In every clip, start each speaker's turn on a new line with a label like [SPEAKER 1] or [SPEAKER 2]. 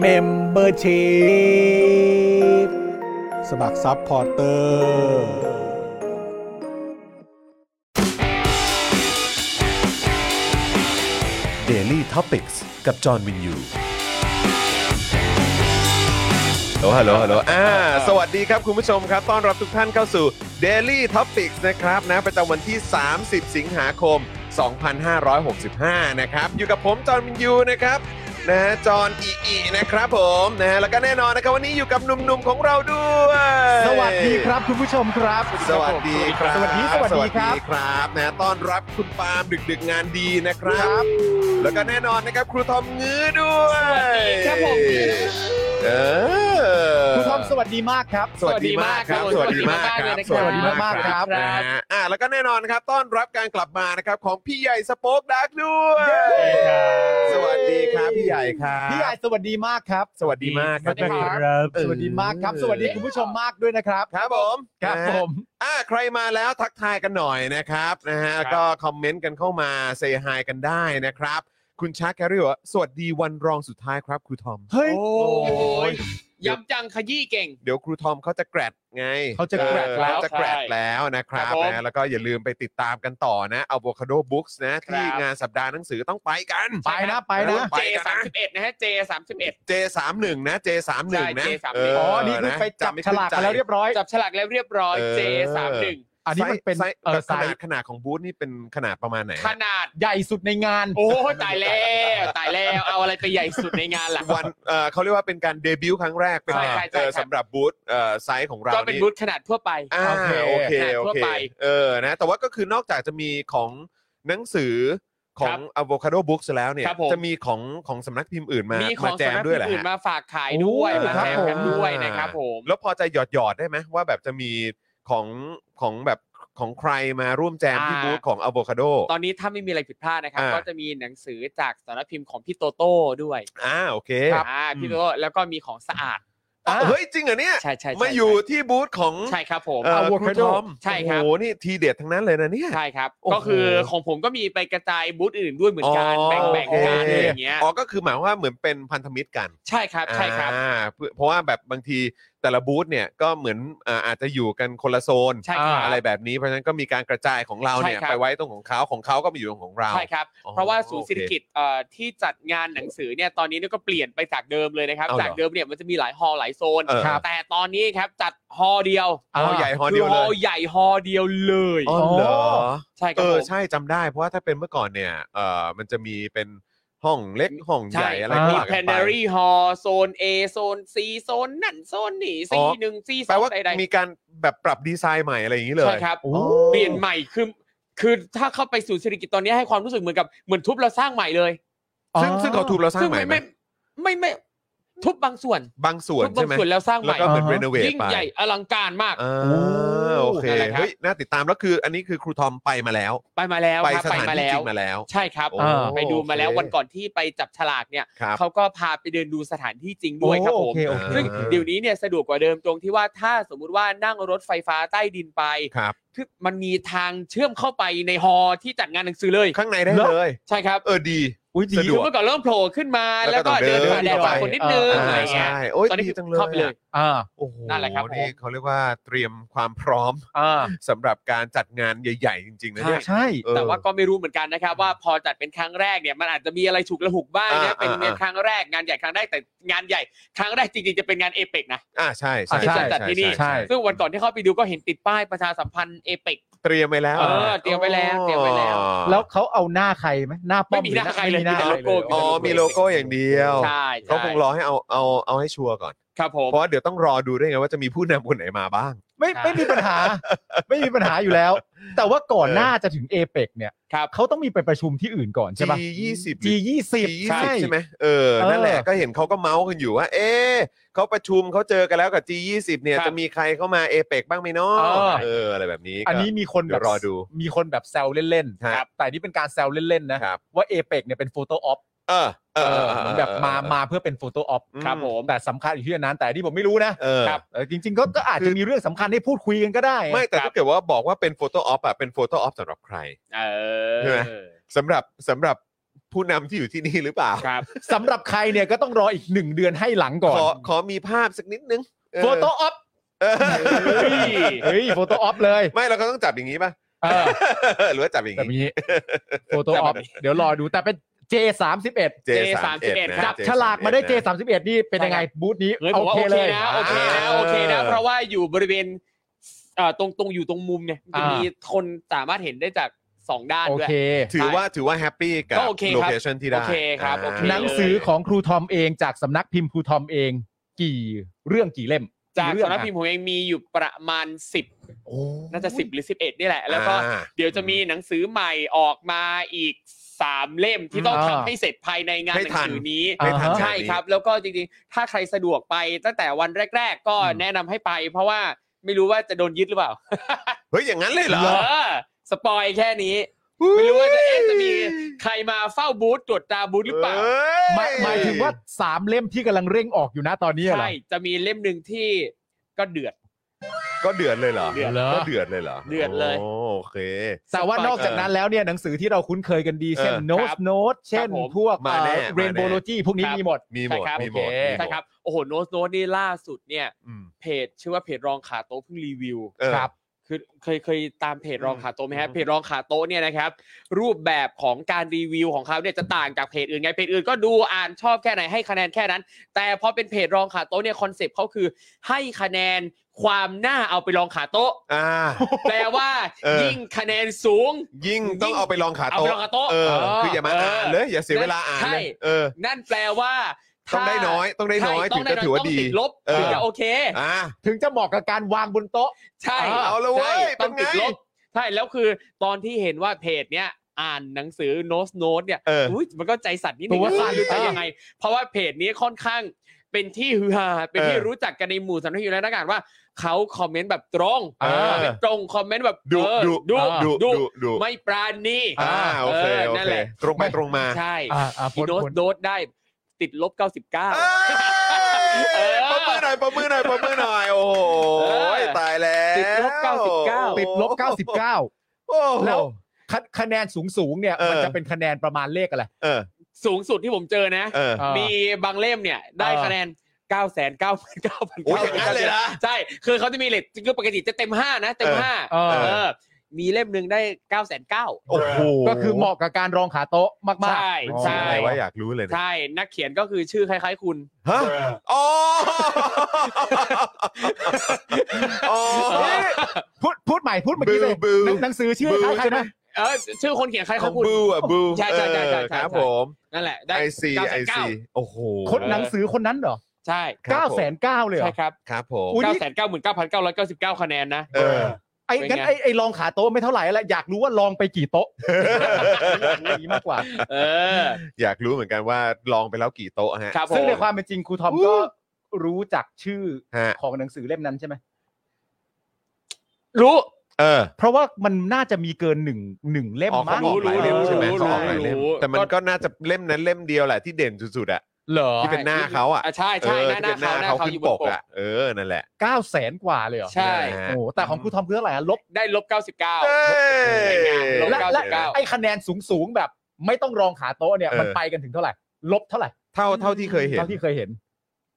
[SPEAKER 1] เมมเบอร์ชีพสมัครซัพพอร์เตอร์
[SPEAKER 2] Daily t o p i c กกับจอห์นวินยู
[SPEAKER 3] ฮัลโหลฮัลโหลฮัลโหลอ่าสวัสดีครับคุณผู้ชมครับ ต้อนรับทุกท่านเข้าสู่ Daily Topics นะครับนะประจำวันที่ 30 สิงหาคม 2565 นะครับ อยู่กับผม จอห์นวินยูนะครับนะฮะจอห์นอีอีนะครับผมนะฮะแล้วก็แน่นอนนะครับวันนี้อยู่กับหนุ่มๆของเราด้วย
[SPEAKER 4] สวัสดีครับคุณผู้ชมครับ
[SPEAKER 3] สวัสดีครับ
[SPEAKER 4] สวัสดี สวัสดีครับ
[SPEAKER 3] สวัสดีครับนะต้อนรับคุณปาล์มดึกๆงานดีนะครับ แล้วก็แน่นอนนะครับครูทอมงื้อด้วยสวัสดี
[SPEAKER 4] ครับผม
[SPEAKER 3] เออ
[SPEAKER 4] คุณทอมสวัสดีมากครับ
[SPEAKER 3] สวัสดีมากครับ สวัสดีมากครับ
[SPEAKER 4] สวัสดีมากๆครับ
[SPEAKER 3] นะฮะอ่ะแล้วก็แน่นอนนะครับ ต้อนรับการกลับมานะครับของพี่ใหญ่สป็อคดักด้วย สวัสดีครับพี่ใหญ่ครับ
[SPEAKER 4] พี่ใหญ่สวัสดีมากครับ
[SPEAKER 3] สวัสดีมากครับ
[SPEAKER 4] สวัสดี
[SPEAKER 3] ครับ
[SPEAKER 4] สวัสดีมากครับ สวัสดีคุณผู้ชมมากด้วยนะครับ
[SPEAKER 3] ครับผม
[SPEAKER 4] ครับผม
[SPEAKER 3] อ่าใครมาแล้วทักทายกันหน่อยนะครับนะฮะก็คอมเมนต์กันเข้ามาเซย์ไฮกันได้นะครับ คุณชาร์คแคริวสวัสดีวันรองสุดท้ายครับครูทอม
[SPEAKER 4] เฮ้ย
[SPEAKER 5] โอ้ยย้ำจังขยี้เก่ง
[SPEAKER 3] เดี๋ยวครูทอมเขาจะแกรดไง
[SPEAKER 4] เขาจะแกรด
[SPEAKER 3] ออ
[SPEAKER 4] แล้ว
[SPEAKER 3] เขาจะแกรดแล้วนะครับ
[SPEAKER 5] ครับผม
[SPEAKER 3] นะแล้วก็อย่าลืมไปติดตามกันต่อนะ Avocado Books นะ
[SPEAKER 5] ครับ
[SPEAKER 3] ที่งานสัปดาห์หนังสือต้องไปกัน
[SPEAKER 4] ไปนะไปนะ
[SPEAKER 3] ไป
[SPEAKER 5] เจ
[SPEAKER 3] กัน
[SPEAKER 5] สาม
[SPEAKER 3] นะ
[SPEAKER 5] สิบเอ็ดนะฮะเจสามสิบเอ็ด
[SPEAKER 3] J31 นะ J31 นะ
[SPEAKER 5] ใช่ J31
[SPEAKER 3] เ
[SPEAKER 4] อ๋อ นี่คือไปจับ
[SPEAKER 3] ม่
[SPEAKER 4] ฉ
[SPEAKER 3] ขึ้น
[SPEAKER 4] ลาก
[SPEAKER 3] ใจ
[SPEAKER 4] กันแล้วเรียบร้อย
[SPEAKER 5] จับฉลากแล้วเรียบร้อย
[SPEAKER 3] เออ
[SPEAKER 5] เจสามหนึ่ง
[SPEAKER 4] อันนี้มันเป็น
[SPEAKER 3] ไซส์
[SPEAKER 4] เอ่อ
[SPEAKER 3] แบบ
[SPEAKER 4] ไซ
[SPEAKER 3] ขนาด
[SPEAKER 4] ส์
[SPEAKER 3] ขนาดของบูธนี่เป็นขนาดประมาณไหน
[SPEAKER 5] ขนาด
[SPEAKER 4] ใหญ่สุดในงาน
[SPEAKER 5] โอ้ยตายแล้วตายแล้วเอาอะไรไปใหญ่สุดในงานล่ะ
[SPEAKER 3] วันเอ่อเขาเรียกว่าเป็นการเดบิวต์ครั้งแรกเป็น
[SPEAKER 5] ใช่ใช่ใช่
[SPEAKER 3] เอ่อ
[SPEAKER 5] ครับ
[SPEAKER 3] สำหรับบูธเอ่อไซส์ของเรา
[SPEAKER 5] ก็เป็น
[SPEAKER 3] นี่
[SPEAKER 5] บูธขนาดทั่วไป
[SPEAKER 3] อ่า
[SPEAKER 4] โอ
[SPEAKER 3] โอ
[SPEAKER 4] เค
[SPEAKER 3] เคโอเค
[SPEAKER 5] ทั่วไป
[SPEAKER 3] เออนะแต่ว่าก็คือนอกจากจะมีของหนังสือขอ
[SPEAKER 5] ครั
[SPEAKER 3] ง
[SPEAKER 5] บ
[SPEAKER 3] Avocado Books แล้วเนี่ย
[SPEAKER 5] ครับผม
[SPEAKER 3] จะมีของของสำนักพิมพ์อื่นมา
[SPEAKER 5] มีข
[SPEAKER 3] มา
[SPEAKER 5] อง
[SPEAKER 3] แจม
[SPEAKER 5] สำนัก
[SPEAKER 3] ด้วยแหละ
[SPEAKER 5] อื่นมาฝากขายด้วย
[SPEAKER 4] โอ้
[SPEAKER 5] มา
[SPEAKER 4] ครับ
[SPEAKER 5] แจมกัน
[SPEAKER 4] ผม
[SPEAKER 5] ด้วยนะครับผม
[SPEAKER 3] แล้วพอจะหยอดหยอดๆได้ไหมว่าแบบจะมีของของแบบของใครมาร่วมแจมที่บูธของ Avocado
[SPEAKER 5] ตอนนี้ถ้าไม่มีอะไรผิดพลาดนะครับ
[SPEAKER 3] อ่า
[SPEAKER 5] ก็จะมีหนังสือจากสำนักพิมพ์ของพี่โตโต้ด้วย
[SPEAKER 3] อ่าโอเค
[SPEAKER 5] อ่าพี่โตโต้แล้วก็มีของสะอาด
[SPEAKER 3] อ่ะเฮ้ยจริงเหรอเนี่ย
[SPEAKER 5] ใช่ใช่ใช่
[SPEAKER 3] มาอยู่ที่บูธของ
[SPEAKER 5] ใช่ครับผม
[SPEAKER 3] เอ่อ
[SPEAKER 4] Avocado
[SPEAKER 3] ครูทอม
[SPEAKER 5] ใช่ครับ
[SPEAKER 3] โอ้โหนี่ทีเด็ดทั้งนั้นเลยนะเนี่ย
[SPEAKER 5] ใช่ครับ
[SPEAKER 3] โอ้โห
[SPEAKER 5] ก็คือของผมก็มีไปกระจายบูธอื่นด้วยเหมือนกันแบ่ง
[SPEAKER 3] โอ
[SPEAKER 5] ๆ
[SPEAKER 3] เค
[SPEAKER 5] กันอะไรอย่างเงี้ย
[SPEAKER 3] อ๋อก็คือหมายว่าเหมือนเป็นพันธมิตรกัน
[SPEAKER 5] ใช่ครับใช่ครับ
[SPEAKER 3] อ่าเพื่อเพราะว่าแบบบางทีแต่ละบูธเนี่ยก็เหมือนอ่าอาจจะอยู่กันคนละโซน
[SPEAKER 5] ใช่ครับ
[SPEAKER 3] อะไรแบบนี้เพราะฉะนั้นก็มีการกระจายของเราเนี่ย
[SPEAKER 5] ใช่ครับ
[SPEAKER 3] ไปไว้ตรงของเขาของเขาก็มาอยู่ตรงของเรา
[SPEAKER 5] ใช่ครับ
[SPEAKER 3] อ๋อ
[SPEAKER 5] เพราะว่าศูน
[SPEAKER 3] โอ
[SPEAKER 5] ย์
[SPEAKER 3] เค
[SPEAKER 5] เศรษฐกิจเอ่อที่จัดงานหนังสือเนี่ยตอนนี้เนี่ยก็เปลี่ยนไปจากเดิมเลยนะครับ
[SPEAKER 3] เอาเหรอ
[SPEAKER 5] จากเดิมเนี่ยมันจะมีหลายฮอลล์หลายโซน
[SPEAKER 3] เออครับ
[SPEAKER 5] แต่ตอนนี้ครับจัดฮอลล์เดียว
[SPEAKER 3] ฮอลล์ใหญ่ฮอลล์เดียว
[SPEAKER 5] คื
[SPEAKER 3] เล
[SPEAKER 5] ฮอย ลล์ใหญ่ฮอลล์เดียวเลย
[SPEAKER 3] อ๋อเหรอ
[SPEAKER 5] ใช่ค
[SPEAKER 3] เอ
[SPEAKER 5] รับผ
[SPEAKER 3] อ
[SPEAKER 5] ม
[SPEAKER 3] ใช่จำได้ เพราะว่าถ้าเป็นเมื่อก่อนเนี่ยเออมันจะมีเป็นห้องเล็กห้องให
[SPEAKER 5] ใช่
[SPEAKER 3] ญ่อะไร
[SPEAKER 5] มี
[SPEAKER 3] ก็ว่ากันไป
[SPEAKER 5] plenary hall โซน A โซน C โซนนั่นโซนนี่
[SPEAKER 3] อ๋
[SPEAKER 5] ซี
[SPEAKER 3] อ
[SPEAKER 5] หนึ่งซีส
[SPEAKER 3] แปล
[SPEAKER 5] อง
[SPEAKER 3] ว่า
[SPEAKER 5] ใดๆ
[SPEAKER 3] มีการแบบปรับดีไซน์ใหม่อะไรอย่างนี้เลย
[SPEAKER 5] ใช่ครับ
[SPEAKER 3] โอ้
[SPEAKER 5] เปลี่ยนใหม่คือคือถ้าเข้าไปสู่เศรษฐกิจตอนนี้ให้ความรู้สึกเหมือนกับเหมือนทุบเราสร้างใหม่เลย
[SPEAKER 3] ซึ่งซึ่งเขาถูกเราสร้าง
[SPEAKER 5] ซึ่ง
[SPEAKER 3] ใหม่
[SPEAKER 5] ไม่
[SPEAKER 3] ไหม
[SPEAKER 5] ไม่ไม่ไม่ทุบบางส่วน
[SPEAKER 3] บางส่วน
[SPEAKER 5] ทุบบา
[SPEAKER 3] ใช่
[SPEAKER 5] ง
[SPEAKER 3] ไหม
[SPEAKER 5] ส่วนแล้วสร้างให
[SPEAKER 3] แล้ว
[SPEAKER 5] ม่
[SPEAKER 3] ก็เหมือน
[SPEAKER 4] อ่าฮะ
[SPEAKER 3] รีโนเวท
[SPEAKER 5] ยิ่ง
[SPEAKER 3] ไป
[SPEAKER 5] ใหญ่อลังการมาก
[SPEAKER 3] อ่าโอเค
[SPEAKER 5] นั่นแหละครับ
[SPEAKER 3] เฮ้ยน่าติดตามแล้วคือ อันนี้คือครูทอมไปมาแล้ว
[SPEAKER 5] ไปมาแล้ว
[SPEAKER 3] ไป
[SPEAKER 5] ครับ
[SPEAKER 3] ส
[SPEAKER 5] ไป
[SPEAKER 3] ถาน
[SPEAKER 5] มา
[SPEAKER 3] ที่
[SPEAKER 5] แล้
[SPEAKER 3] จ
[SPEAKER 5] ว
[SPEAKER 3] ริงมาแล้ว
[SPEAKER 5] ใช่ครับ
[SPEAKER 3] อ่า
[SPEAKER 5] ไปดูมาแล้ว
[SPEAKER 3] โอเค
[SPEAKER 5] วันก่อนที่ไปจับฉลากเนี่ย
[SPEAKER 3] ครับ
[SPEAKER 5] เขาก็พาไปเดินดูสถานที่จริงด้วยครับผ
[SPEAKER 4] โอ
[SPEAKER 5] ม
[SPEAKER 4] เคโอเค
[SPEAKER 5] ซึ่ง
[SPEAKER 3] โอเค
[SPEAKER 5] เดี๋ยวนี้เนี่ยสะดวกกว่าเดิมตรงที่ว่าถ้าสมมุติว่านั่งรถไฟฟ้าใต้ดินไป
[SPEAKER 3] ครับ
[SPEAKER 5] คือมันมีทางเชื่อมเข้าไปในฮอที่จัดงานหนังสือเลย
[SPEAKER 3] ข้างในได้เลย
[SPEAKER 5] ใช่ครับ
[SPEAKER 3] เออดี
[SPEAKER 6] อุ้ยดี
[SPEAKER 3] สะดวก
[SPEAKER 5] เมื่อก่อนเริ่มโผล่ขึ้นมา แล้วก็เดินฝ่าแดดฝ่าฝนนิดนึง
[SPEAKER 6] เออ
[SPEAKER 5] อะไรเงี้ย
[SPEAKER 3] ใช่โอ้ย
[SPEAKER 5] ตอนนี้
[SPEAKER 3] ดี
[SPEAKER 5] คือ
[SPEAKER 3] จังเลย
[SPEAKER 5] เข้าไปเลย
[SPEAKER 3] อะ
[SPEAKER 6] อ่า
[SPEAKER 3] โอ้โห
[SPEAKER 5] นั่นแหละครับ
[SPEAKER 3] นี่เขาเรียกว่าเตรียมความพร้อม
[SPEAKER 6] อ่า
[SPEAKER 3] สำหรับการจัดงานใหญ่ ๆ จริง ๆ นะเนี่ย
[SPEAKER 6] ใช่
[SPEAKER 3] เออ
[SPEAKER 5] แต่ว่าก็ไม่รู้เหมือนกันนะครับ ว่าพอจัดเป็นครั้งแรกเนี่ยมันอาจจะมีอะไรฉุกระหุกบ้าง
[SPEAKER 3] อ่า
[SPEAKER 5] นะเป็น
[SPEAKER 3] อ่า
[SPEAKER 5] งานครั้งแรกงานใหญ่ครั้งแรกแต่งานใหญ่ครั้งแรกจริงๆจะเป็นงานเอเปกนะ
[SPEAKER 3] อ่าใช่ใช่
[SPEAKER 5] ที่
[SPEAKER 3] ใช่
[SPEAKER 5] จะจัดที่นี่
[SPEAKER 3] ใช่
[SPEAKER 5] ซึ่งวันก่อนที่เข้าไปดูก็เห็นติดป้ายประชาสัมพันธ์เอเปก
[SPEAKER 3] เตรียมไปแล้ว
[SPEAKER 5] เออเตรียมไว้แล้วเตรียมไว้แล้ว
[SPEAKER 6] แล้วเขาเอาหน้าใครไหมหน้าป้อม
[SPEAKER 5] ไม่มีหน้าใครเลย
[SPEAKER 6] ไม่มีหน้า
[SPEAKER 5] มีแต่โลโก้
[SPEAKER 3] อ๋อมีโลโก้อย่างเดียว
[SPEAKER 5] ใช่ใช่
[SPEAKER 3] เขาคงรอให้เอาเอาเอาให้ชัวร์ก่อน
[SPEAKER 5] ครับผม
[SPEAKER 3] เพราะว่าเดี๋ยวต้องรอดูด้วยไงว่าจะมีผู้นำคนไหนมาบ้าง
[SPEAKER 6] ไม่
[SPEAKER 5] ใช่
[SPEAKER 6] ไม่มีปัญหา ไม่มีปัญหาอยู่แล้ว แต่ว่าก่อนหน้าจะถึงเอเปกเนี่ย
[SPEAKER 5] ครับ
[SPEAKER 6] เขาต้องมีไปประชุมที่อื่นก่อน
[SPEAKER 3] G
[SPEAKER 6] ใช่ปะ
[SPEAKER 3] ยี่สิบ
[SPEAKER 6] G ยี่สิบ
[SPEAKER 3] ใช่ไหมเออนั่นแหละ
[SPEAKER 6] เออ
[SPEAKER 3] ก็เห็นเขาก็เมาส์กันอยู่ว่า เอ๊ะเขาประชุมเขาเจอกันแล้วกับ G 2 0เนี่ย
[SPEAKER 5] ครับ
[SPEAKER 3] จะมีใครเข้ามาเอเปกบ้างไหมเนาะ
[SPEAKER 5] เออ
[SPEAKER 3] เอออะไรแบบนี้ก็
[SPEAKER 6] อันนี้มีคน
[SPEAKER 3] เดี๋
[SPEAKER 6] แบ
[SPEAKER 3] ย
[SPEAKER 6] บ
[SPEAKER 3] วรอดู
[SPEAKER 6] มีคนแบบแซวเล่น
[SPEAKER 3] ครับ
[SPEAKER 6] ๆแต่นี่เป็นการแซวเล่นๆนะครับ ว่าเอเปกเนี่ยเป็นโฟโต้ออฟ
[SPEAKER 3] เออเออ
[SPEAKER 6] เหมือนแบบมามาเพื่อเป็นโฟโต้ออฟ
[SPEAKER 3] อื
[SPEAKER 5] ครับผม
[SPEAKER 6] แต่สำคัญอยู่ที่อันนั้น แต่ที่ผมไม่รู้นะ
[SPEAKER 3] เออ
[SPEAKER 5] ครับ
[SPEAKER 6] เออจริงๆก็ก็อาจจะมีเรื่องสำคัญให้พูดคุยกันก็ได้
[SPEAKER 3] ไม่แต่ถ้าเกิดว่าบอกว่าเป็นโฟโต้ออฟอะเป็นโฟโต้ออฟสำหรับใคร
[SPEAKER 5] เอ
[SPEAKER 3] ใช่ไหม
[SPEAKER 5] อ
[SPEAKER 3] สำหรับสำหรับผู้นำที่อยู่ที่นี่หรือเปล่า
[SPEAKER 5] ครับ
[SPEAKER 6] สำหรับใครเนี่ยก็ต้องรออีกหนึ่งเดือนให้หลังก่อ
[SPEAKER 3] ข
[SPEAKER 6] น
[SPEAKER 3] อขอมีภาพสักนิดนึงเออ
[SPEAKER 6] โฟโต้ออฟ
[SPEAKER 3] เออ
[SPEAKER 6] เฮ้ยโฟโต้ออฟเลย
[SPEAKER 3] ไม่เราก็ต้องจับอย่างนี้ป่ะ
[SPEAKER 6] เออ
[SPEAKER 3] หรือว่าจับอย่าง
[SPEAKER 6] แบบ
[SPEAKER 3] นี้
[SPEAKER 6] นี้โฟโต้ออฟเดี๋ยวรอดูแต่เป็น J31
[SPEAKER 3] J 3 1
[SPEAKER 5] J31
[SPEAKER 3] นะ
[SPEAKER 5] ครั
[SPEAKER 6] จั
[SPEAKER 5] บ
[SPEAKER 6] บ
[SPEAKER 3] J31
[SPEAKER 6] ฉลากมาได้
[SPEAKER 3] นะ
[SPEAKER 6] J31 นี่เป็นยังไงบูธนี้
[SPEAKER 5] เฮ้ยผ
[SPEAKER 6] โอ
[SPEAKER 5] มว่า
[SPEAKER 6] เค
[SPEAKER 5] โอ
[SPEAKER 6] เล
[SPEAKER 5] เค
[SPEAKER 6] ย
[SPEAKER 5] นะโอเคนะโอเคนะ
[SPEAKER 3] เออ
[SPEAKER 5] เพราะว่าอยู่บริเวณเอ่อตรงตรงอยู่ตรงมุมเนี่ยจะ
[SPEAKER 6] อ่ามี
[SPEAKER 5] มีคนสามารถเห็นได้จากสองด้าน
[SPEAKER 6] โอ
[SPEAKER 5] ด้วย
[SPEAKER 6] เค
[SPEAKER 3] ถือว่าถือว่าแฮปปี้กับ
[SPEAKER 5] ก็โอเคครับ
[SPEAKER 3] โลเคชันที่ได้
[SPEAKER 5] โอเคครับโอเค
[SPEAKER 3] า
[SPEAKER 6] หนังสือของครูทอมเองจากสำนักพิมพ์ครูทอมเองกี่เรื่องกี่เล่ม
[SPEAKER 5] จาก
[SPEAKER 6] เรื่อ
[SPEAKER 5] สำ
[SPEAKER 6] ง
[SPEAKER 5] นักพิมพ์ผมเองมีอยู่ประมาณ 10 น่าจะ 10 หรือ 11 นี่แหละ แล้วก็
[SPEAKER 3] อ่า
[SPEAKER 5] เดี๋ยวจะมีหนังสือใหม่ออกมาอีก 3 เล่มที่ต้องทำให้เสร็จภายในงาน
[SPEAKER 3] ให้
[SPEAKER 5] หนั
[SPEAKER 3] ทั
[SPEAKER 5] ง
[SPEAKER 3] น
[SPEAKER 5] สือนี้
[SPEAKER 3] ไม่ทัน
[SPEAKER 5] ใช่ครับ แล้วก็จริงๆ ถ้าใครสะดวกไปตั้งแต่วันแรก ๆ ก็แนะนำให้ไป เพราะว่าไม่รู้ว่าจะโดนยึดหรือเปล่า
[SPEAKER 3] เฮ้ย อย่างนั้นเลยเหรอ
[SPEAKER 5] เออสปอยแค่นี้ ไม่รู้ว่าจะเอ๊ะจะมีใครมาเฝ้าบูธตรวจตาบูธหรือเปล่า
[SPEAKER 6] หมายหมายถึงว่าสามเล่มที่กำลังเร่งออกอยู่นะตอนนี้เหรอ
[SPEAKER 5] ใช่ จะมีเล่มหนึ่งที่ก็เดือด
[SPEAKER 3] ก็เดือดเลยเหรอ
[SPEAKER 5] เดือด
[SPEAKER 6] เหรอ
[SPEAKER 3] ก็เดือดเลยเหรอ
[SPEAKER 5] เดือดเลย
[SPEAKER 3] โโอเค
[SPEAKER 6] แต่ว่านอกจากนั้นแล้วเนี่ยหนังสือที่เราคุ้นเคยกันดี เช่น
[SPEAKER 3] เออ
[SPEAKER 6] โน้
[SPEAKER 5] ค
[SPEAKER 6] ต
[SPEAKER 5] รับ
[SPEAKER 6] โน้ตเช่น
[SPEAKER 5] ครับผม
[SPEAKER 6] พวก
[SPEAKER 3] มาแน่
[SPEAKER 6] เรน
[SPEAKER 3] มา
[SPEAKER 6] โบ
[SPEAKER 3] แน่
[SPEAKER 6] โลจีพวกนี้มีหมด
[SPEAKER 3] มีหมด
[SPEAKER 5] ใช่ครับ
[SPEAKER 3] มีหมด
[SPEAKER 6] โอเค
[SPEAKER 3] มีหมด
[SPEAKER 5] ใช่ครับ โอ้โห โน้ตโน้ตนี่ล่าสุดเนี่ย
[SPEAKER 3] อืม
[SPEAKER 5] เพจชื่อว่าเพจรองขาโต๊ะเพิ่งรีวิว
[SPEAKER 3] เออ
[SPEAKER 6] ครับ
[SPEAKER 5] คือเคยเคยตามเพจรองขาโต๊ะไหมฮะ
[SPEAKER 3] อืม
[SPEAKER 5] เพจรองขาโต๊ะเนี่ยนะครับ รูปแบบของการรีวิวของเขาเนี่ยจะต่างจากเพจอื่นไงเพจอื่นก็ดูอ่านชอบแค่ไหนให้คะแนนแค่นั้น แต่พอเป็นเพจรองขาโต๊ะเนี่ยคอนเซปต์เขาคือ ให้คะแนนความน่าเอาไปรองขา โต๊ะ
[SPEAKER 3] อ่า
[SPEAKER 5] แปลว่า
[SPEAKER 3] เออ
[SPEAKER 5] ยิ่งคะแนนสูง
[SPEAKER 3] ยิ่งต้องเอาไปลองขา
[SPEAKER 5] เอา
[SPEAKER 3] โต๊ะ
[SPEAKER 5] ไปลองขาโต๊ะ
[SPEAKER 3] เออ
[SPEAKER 5] เออ
[SPEAKER 3] คืออย่ามาอ่านเลย อย่าเสียเวลาอ่าน
[SPEAKER 5] ใช่
[SPEAKER 3] เลยเออ
[SPEAKER 5] นั่นแปลว่า
[SPEAKER 3] ต้องได้น้อย ต้องได้น้อย
[SPEAKER 5] ใช่
[SPEAKER 3] ถึงจะถือว่า
[SPEAKER 5] ต้
[SPEAKER 3] ดี
[SPEAKER 5] ติลบ
[SPEAKER 3] เออ
[SPEAKER 5] ถึงจะโอเค
[SPEAKER 3] อ่า
[SPEAKER 6] ถึงจะเหมาะกับการวางบนโต๊ะ
[SPEAKER 5] ใช่
[SPEAKER 3] เอาละเว้ย
[SPEAKER 5] ใช่ต้อง
[SPEAKER 3] เป็นไง
[SPEAKER 5] ติดลบใช่แล้วคือตอนที่เห็นว่าเพจเนี้ยอ่านหนังสือโน้ตโน้ตเนี่ย
[SPEAKER 3] เออ
[SPEAKER 5] อุ๊ยมันก็ใจสั่นนิดนึง
[SPEAKER 6] ตัวสั่
[SPEAKER 5] ว่านจะ
[SPEAKER 6] เออ
[SPEAKER 5] ยังไง เพราะว่าเพจนี้ค่อนข้างเป็นที่ฮือฮาเป็นที่
[SPEAKER 3] เออ
[SPEAKER 5] รู้จักกันในหมู่สันทนาอยู่แล้วนะกันว่าเขาคอมเมนต์แบบตรง
[SPEAKER 3] เออ
[SPEAKER 5] เป็นตรงคอมเมนต์แบบ
[SPEAKER 3] ดู
[SPEAKER 5] เออ
[SPEAKER 3] ดู
[SPEAKER 5] ดุ
[SPEAKER 3] ดู
[SPEAKER 5] ดุ
[SPEAKER 3] ดูดู
[SPEAKER 5] ไม่ปราณี
[SPEAKER 3] อ่า โอเค
[SPEAKER 5] อ
[SPEAKER 3] โอ
[SPEAKER 5] นั่น
[SPEAKER 3] เค
[SPEAKER 5] แหละ
[SPEAKER 3] ตรงไปตรงมา
[SPEAKER 5] ใช่
[SPEAKER 6] อ่าอ่า
[SPEAKER 5] อีโน้ต
[SPEAKER 6] พ้น
[SPEAKER 5] โน้ตได้ติดลบ 99
[SPEAKER 3] เอ้ยปรบมือหน่อยปรบมือหน่อยปรบมือหน่อย โอ้โห
[SPEAKER 5] เออ
[SPEAKER 3] ตายแล้ว
[SPEAKER 5] ติดลบเก้าสิบเก้า
[SPEAKER 6] ติดลบ 99
[SPEAKER 3] โอ้โห
[SPEAKER 6] แล้วคะคะแนนสูงสูงๆเนี่ย
[SPEAKER 3] เออ
[SPEAKER 6] มันจะเป็นคะแนนประมาณเลขอะไร
[SPEAKER 3] เออ
[SPEAKER 5] สูงสุดที่ผมเจอนะ
[SPEAKER 3] เออ
[SPEAKER 6] เออ
[SPEAKER 5] มีบางเล่มเนี่ยได้คะแนน 9 9 9 9 9
[SPEAKER 3] โอ้ยอย่างนั้นเลยนะ
[SPEAKER 5] ใช่ คือเขาจะมีเลทคือปกติจะเต็ม 5 นะ เต็ม 5
[SPEAKER 6] เออ
[SPEAKER 5] เออ มีเล่มหนึ่งได้ 9 9 9
[SPEAKER 3] โอ้โห
[SPEAKER 6] ก็คือเหมาะกับการรองขาโต๊ะมากๆ
[SPEAKER 5] ใช่
[SPEAKER 3] เป็น
[SPEAKER 5] ใช่
[SPEAKER 3] ชื่ออะไรวะอยากรู้เลยนะ
[SPEAKER 5] ใช่ นักเขียนก็คือชื่อคล้ายๆคุณ
[SPEAKER 3] ฮะอ๋ออ๋อ
[SPEAKER 6] พูดพูดใหม่พูดเมื่อกี้เลย
[SPEAKER 3] บูบู
[SPEAKER 6] หนังสือชื่อคล้ายๆใครนะ
[SPEAKER 5] เออ ชื่อคนเขียนคล้ายๆ
[SPEAKER 3] ของ
[SPEAKER 5] คุณ
[SPEAKER 3] บูอ่ะบู
[SPEAKER 5] ใช่ใช่ใช่ใช่
[SPEAKER 3] เออ
[SPEAKER 5] ใช่
[SPEAKER 3] ครับผม
[SPEAKER 5] นั่นแหละ ได้
[SPEAKER 3] ไอซีไอซี
[SPEAKER 5] 9
[SPEAKER 3] โอ้โห
[SPEAKER 6] คนหนังสือคนนั้นเหรอ
[SPEAKER 5] ใช่
[SPEAKER 3] ครับผม
[SPEAKER 6] 909เลยเหร
[SPEAKER 5] ใช่
[SPEAKER 6] อ
[SPEAKER 5] ครับ
[SPEAKER 3] ครับผม
[SPEAKER 6] อุ๊ย นี่
[SPEAKER 5] 9 9 9 9 9 9 คะแนนนะ
[SPEAKER 3] เออ
[SPEAKER 6] ไอ้
[SPEAKER 5] เป็นไง
[SPEAKER 6] งั้นไอ้ไอ้รองขาโต๊ะไม่เท่าไหร่ละอยากรู้ว่าลองไปกี่โต๊ะอย่างนี้มากกว่า
[SPEAKER 5] เออ
[SPEAKER 3] อยากรู้เหมือนกันว่าลองไปแล้วกี่โต๊ะฮะ
[SPEAKER 5] ครับผม
[SPEAKER 6] ซึ่งในความเป็นจริงครูทอมก็รู้จักชื่อ
[SPEAKER 3] ฮะ
[SPEAKER 6] ของหนังสือเล่มนั้นใช่ไหม
[SPEAKER 5] รู้
[SPEAKER 3] เออ
[SPEAKER 6] เพราะว่ามันน่าจะมีเกินหนึ่งหนึ่งเล่ม
[SPEAKER 3] อ๋อเขา
[SPEAKER 6] มั้ง
[SPEAKER 3] ออกหลายเล่มใช่ไหม
[SPEAKER 5] รู้รู้
[SPEAKER 3] เขาออกหลายเล่ม
[SPEAKER 5] รู้
[SPEAKER 3] แต่มันก็น่าจะเล่มนั้นเล่มเดียวแหละที่เด่นสุดๆอ่ะ
[SPEAKER 6] เหรอ
[SPEAKER 3] ที่เป็นหน้าเขาอ่ะ
[SPEAKER 5] ใช่ใช่
[SPEAKER 3] เออ
[SPEAKER 5] หน้าห
[SPEAKER 3] ที่
[SPEAKER 5] น้า
[SPEAKER 3] เป็นหน้า
[SPEAKER 5] เขาหน้า
[SPEAKER 3] เขา
[SPEAKER 5] เขา
[SPEAKER 3] ขึ้
[SPEAKER 5] อน ยู่บ
[SPEAKER 3] ป
[SPEAKER 5] น
[SPEAKER 3] ก
[SPEAKER 5] ปก
[SPEAKER 3] อ่ะเออนั่นแหละ
[SPEAKER 6] เก้าแสนกว่าเลยเหรอ
[SPEAKER 5] ใช่
[SPEAKER 3] นะฮะ
[SPEAKER 6] โอ้แต่ของครูทอมคือเท่าไหร่อะลบ
[SPEAKER 5] ได้ลบ 99
[SPEAKER 3] เอ้ย
[SPEAKER 5] ลบ
[SPEAKER 6] และ
[SPEAKER 5] เก้าสิ
[SPEAKER 6] และ
[SPEAKER 5] บเก้า
[SPEAKER 6] ไอ้คะแนนสูงสูงๆแบบ ไม่ต้องรองขาโต๊ะเนี่ย
[SPEAKER 3] เออ
[SPEAKER 6] มันไปกันถึงเท่าไหร่ ลบเท่าไหร่
[SPEAKER 3] เท่าเท่าที่เคยเห็น
[SPEAKER 6] เท่าที่เคยเห็น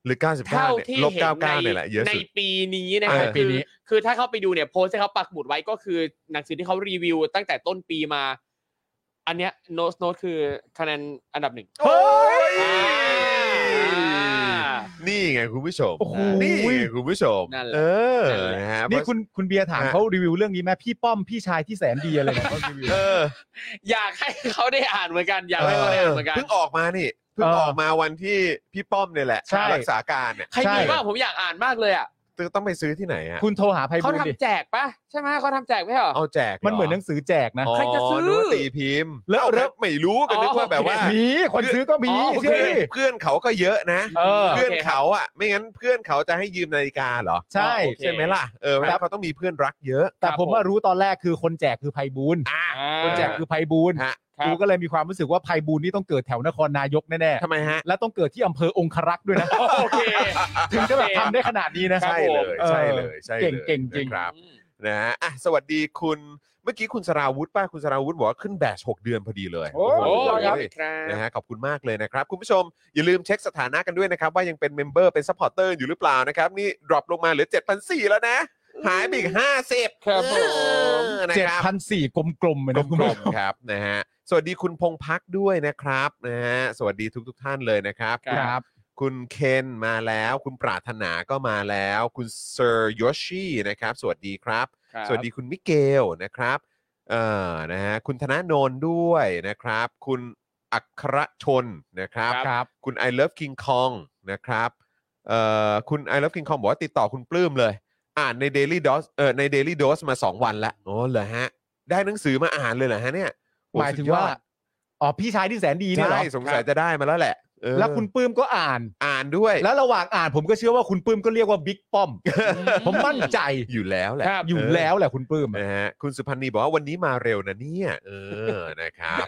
[SPEAKER 3] หรือ 99
[SPEAKER 5] เท่า
[SPEAKER 3] เนี่ย
[SPEAKER 5] ที่
[SPEAKER 3] ลบ
[SPEAKER 5] เห็น
[SPEAKER 3] 99เนี่ยแหละเยอะ
[SPEAKER 5] ใน
[SPEAKER 3] สุด
[SPEAKER 5] ปีนี้นะครับ
[SPEAKER 3] เออ
[SPEAKER 5] คือคือถ้าเขาไปดูเนี่ยโพสต์ที่เขาปักหมุดไว้ก็คือหนังสือที่เขารีวิวตั้งแต่ต้นปีมา อันเนี้ยโนสโนสคือคะแนนอันดับหนึ่ง
[SPEAKER 3] โอ้ย
[SPEAKER 5] อ่า
[SPEAKER 3] นี่ไงคุณผู้ชม
[SPEAKER 6] โอ้โห
[SPEAKER 3] นี่ไงคุณผู้ชม
[SPEAKER 5] นั่นแหละ
[SPEAKER 3] เออ
[SPEAKER 5] นั่นแหละ
[SPEAKER 3] นะฮะ
[SPEAKER 6] นี่
[SPEAKER 3] เพราะ
[SPEAKER 6] คุณคุณเบียร์ถาม
[SPEAKER 3] ฮะ
[SPEAKER 6] เขารีวิวเรื่องนี้ไหมพี่ป้อมพี่ชายที่แสนดีอะไรเนี่ยเขารีวิว
[SPEAKER 3] เออ
[SPEAKER 5] อยากให้เขาได้อ่านเหมือนกัน อยากให้เขาได้อ่านเหมือนกัน
[SPEAKER 3] เพิ่งออกมานี่เพิ่ง
[SPEAKER 6] เออ
[SPEAKER 3] ออกมาวันที่พี่ป้อมเนี่ยแหละ
[SPEAKER 6] ใช่
[SPEAKER 3] รักษาการเนี่ย
[SPEAKER 5] ใคร
[SPEAKER 6] ใช่
[SPEAKER 5] มีบ้างผมอยากอ่านมากเลยอ่ะ
[SPEAKER 3] ต้องไปซื้อที่ไหนอ่ะ
[SPEAKER 6] คุณโทรหาไพ
[SPEAKER 5] เขา
[SPEAKER 6] บูลย์
[SPEAKER 5] ทำ
[SPEAKER 6] ดิ
[SPEAKER 5] แจกปะใช่ไหมเขาทำแจกไหมเหรอ
[SPEAKER 3] เอาแจก
[SPEAKER 6] มันเหมือนหนังสือแจกนะ
[SPEAKER 5] ใครจะซื้อ
[SPEAKER 3] นึกว่าตีพิมพ์
[SPEAKER 6] แล้ว
[SPEAKER 3] เอ้าไม่รู้กันนึกว่าแบบว่า
[SPEAKER 6] มีคนซื้อก็มี
[SPEAKER 5] อ๋อโอเค
[SPEAKER 3] เพื่อ
[SPEAKER 6] เชื่อ
[SPEAKER 3] น
[SPEAKER 6] ดิ
[SPEAKER 3] เพื่อนเขาก็เยอะนะ
[SPEAKER 6] เออ
[SPEAKER 5] โค
[SPEAKER 3] เพื่อนเขาอ่ะ ไม่งั้นเพื่อนเขาจะให้ยืมนาฬิกาเหรอ
[SPEAKER 6] ใช่
[SPEAKER 5] อ๋อโอเค
[SPEAKER 3] ใช่ไหมล่ะ เออเพราะฉะนั้นเขาต้องมีเพื่อนรักเยอะ
[SPEAKER 6] แต่
[SPEAKER 5] ครับ
[SPEAKER 6] ผมว่า
[SPEAKER 5] ผม
[SPEAKER 6] รู้ตอนแรกคือคนแจกคือไพบูลย์
[SPEAKER 3] อ่ะ
[SPEAKER 5] อ่า
[SPEAKER 6] คนแจกคือไพบูลย์
[SPEAKER 3] ฮะ
[SPEAKER 5] ครับ
[SPEAKER 6] กูก็เลยมีความรู้สึกว่าไพบูลย์นี่ต้องเกิดแถวนครนายกแน่
[SPEAKER 3] ทำไมฮะ
[SPEAKER 6] ๆและต้องเกิดที่อำเภอองครักษ์ด้วยนะ
[SPEAKER 5] โอเค
[SPEAKER 6] ถึงจะแบบทำได้ขนาดนี้นะ
[SPEAKER 5] ครับ
[SPEAKER 3] ใช่เลย
[SPEAKER 6] ผม
[SPEAKER 3] ใช่เลย ใช่ลย
[SPEAKER 6] เก่งๆจริง
[SPEAKER 3] นะครับนะฮะอ่ะสวัสดีคุณ เมื่อกี้คุณสราวุธป้าคุณสราวุธบอกว่าขึ้นแบช6เดือนพอดีเลย
[SPEAKER 6] โอ้
[SPEAKER 5] โอ้
[SPEAKER 3] ห
[SPEAKER 5] ยครับ
[SPEAKER 3] นะฮะขอบคุณมากเลยนะครับ คุณผู้ชมอย่าลืมเช็คสถานะกันด้วยนะครับ ว่ายังเป็นเมมเบอร์เป็นซัพพอร์เตอร์อยู่หรือเปล่านะครับ นี่ดรอปลงมาเหลือ 7,400 แล้วนะ หายไปอีก50
[SPEAKER 5] ครับผม
[SPEAKER 3] เออนะ
[SPEAKER 6] เจ็ด
[SPEAKER 3] ครับ
[SPEAKER 6] พันสี่กลมๆเลย
[SPEAKER 3] ก
[SPEAKER 6] นะคุณ
[SPEAKER 3] ลม
[SPEAKER 6] ผู้ชม
[SPEAKER 3] ๆครับนะฮะสวัสดีคุณพงพักด้วยนะครับนะฮะสวัสดีทุก ๆ ท่านเลยนะครับ
[SPEAKER 6] ครับ
[SPEAKER 3] คุณเคนมาแล้ว คุณปรารถนาก็มาแล้ว คุณเซอร์ยอชีนะครับ สวัสดีครับ
[SPEAKER 5] ครับ
[SPEAKER 3] สวัสดีคุณมิเกลนะครับเอ่อนะฮะคุณธนาโนนด้วยนะครับ คุณอัครชนนะครับ
[SPEAKER 6] ครับ
[SPEAKER 3] คุณ I love King Kong นะครับเอ่อคุณ I love King Kong บอกว่าติดต่อคุณปลื้มเลย อ่านใน Daily Dose เอ่อใน Daily Dose มา 2 วันละอ๋อเหรอฮะ ได้หนังสือมาอ่านเลยเหรอฮะเนี่ยโอ้
[SPEAKER 6] หมายถึง
[SPEAKER 3] สุดอ
[SPEAKER 6] ว่า
[SPEAKER 3] ด
[SPEAKER 6] อ๋อพี่ชายที่แสนดีเนี่ยเหร
[SPEAKER 3] ใช่
[SPEAKER 6] อ
[SPEAKER 3] สงสัยจะได้มาแล้วแหละเออ
[SPEAKER 6] แล้วคุณปื้มก็อ่าน
[SPEAKER 3] อ่านด้วย
[SPEAKER 6] แล้วระหว่างอ่านผมก็เชื่อว่าคุณปื้มก็เรียกว่าบิ๊กป้อม ผมมั่นใจ
[SPEAKER 3] อยู่แล้วแหละ
[SPEAKER 5] ครับ
[SPEAKER 6] อยู่แล้วแหละคุณปื้ม
[SPEAKER 3] นะฮะคุณสุพันธ์นีบอกว่าวันนี้มาเร็วนะเนี่ยเออนะครับ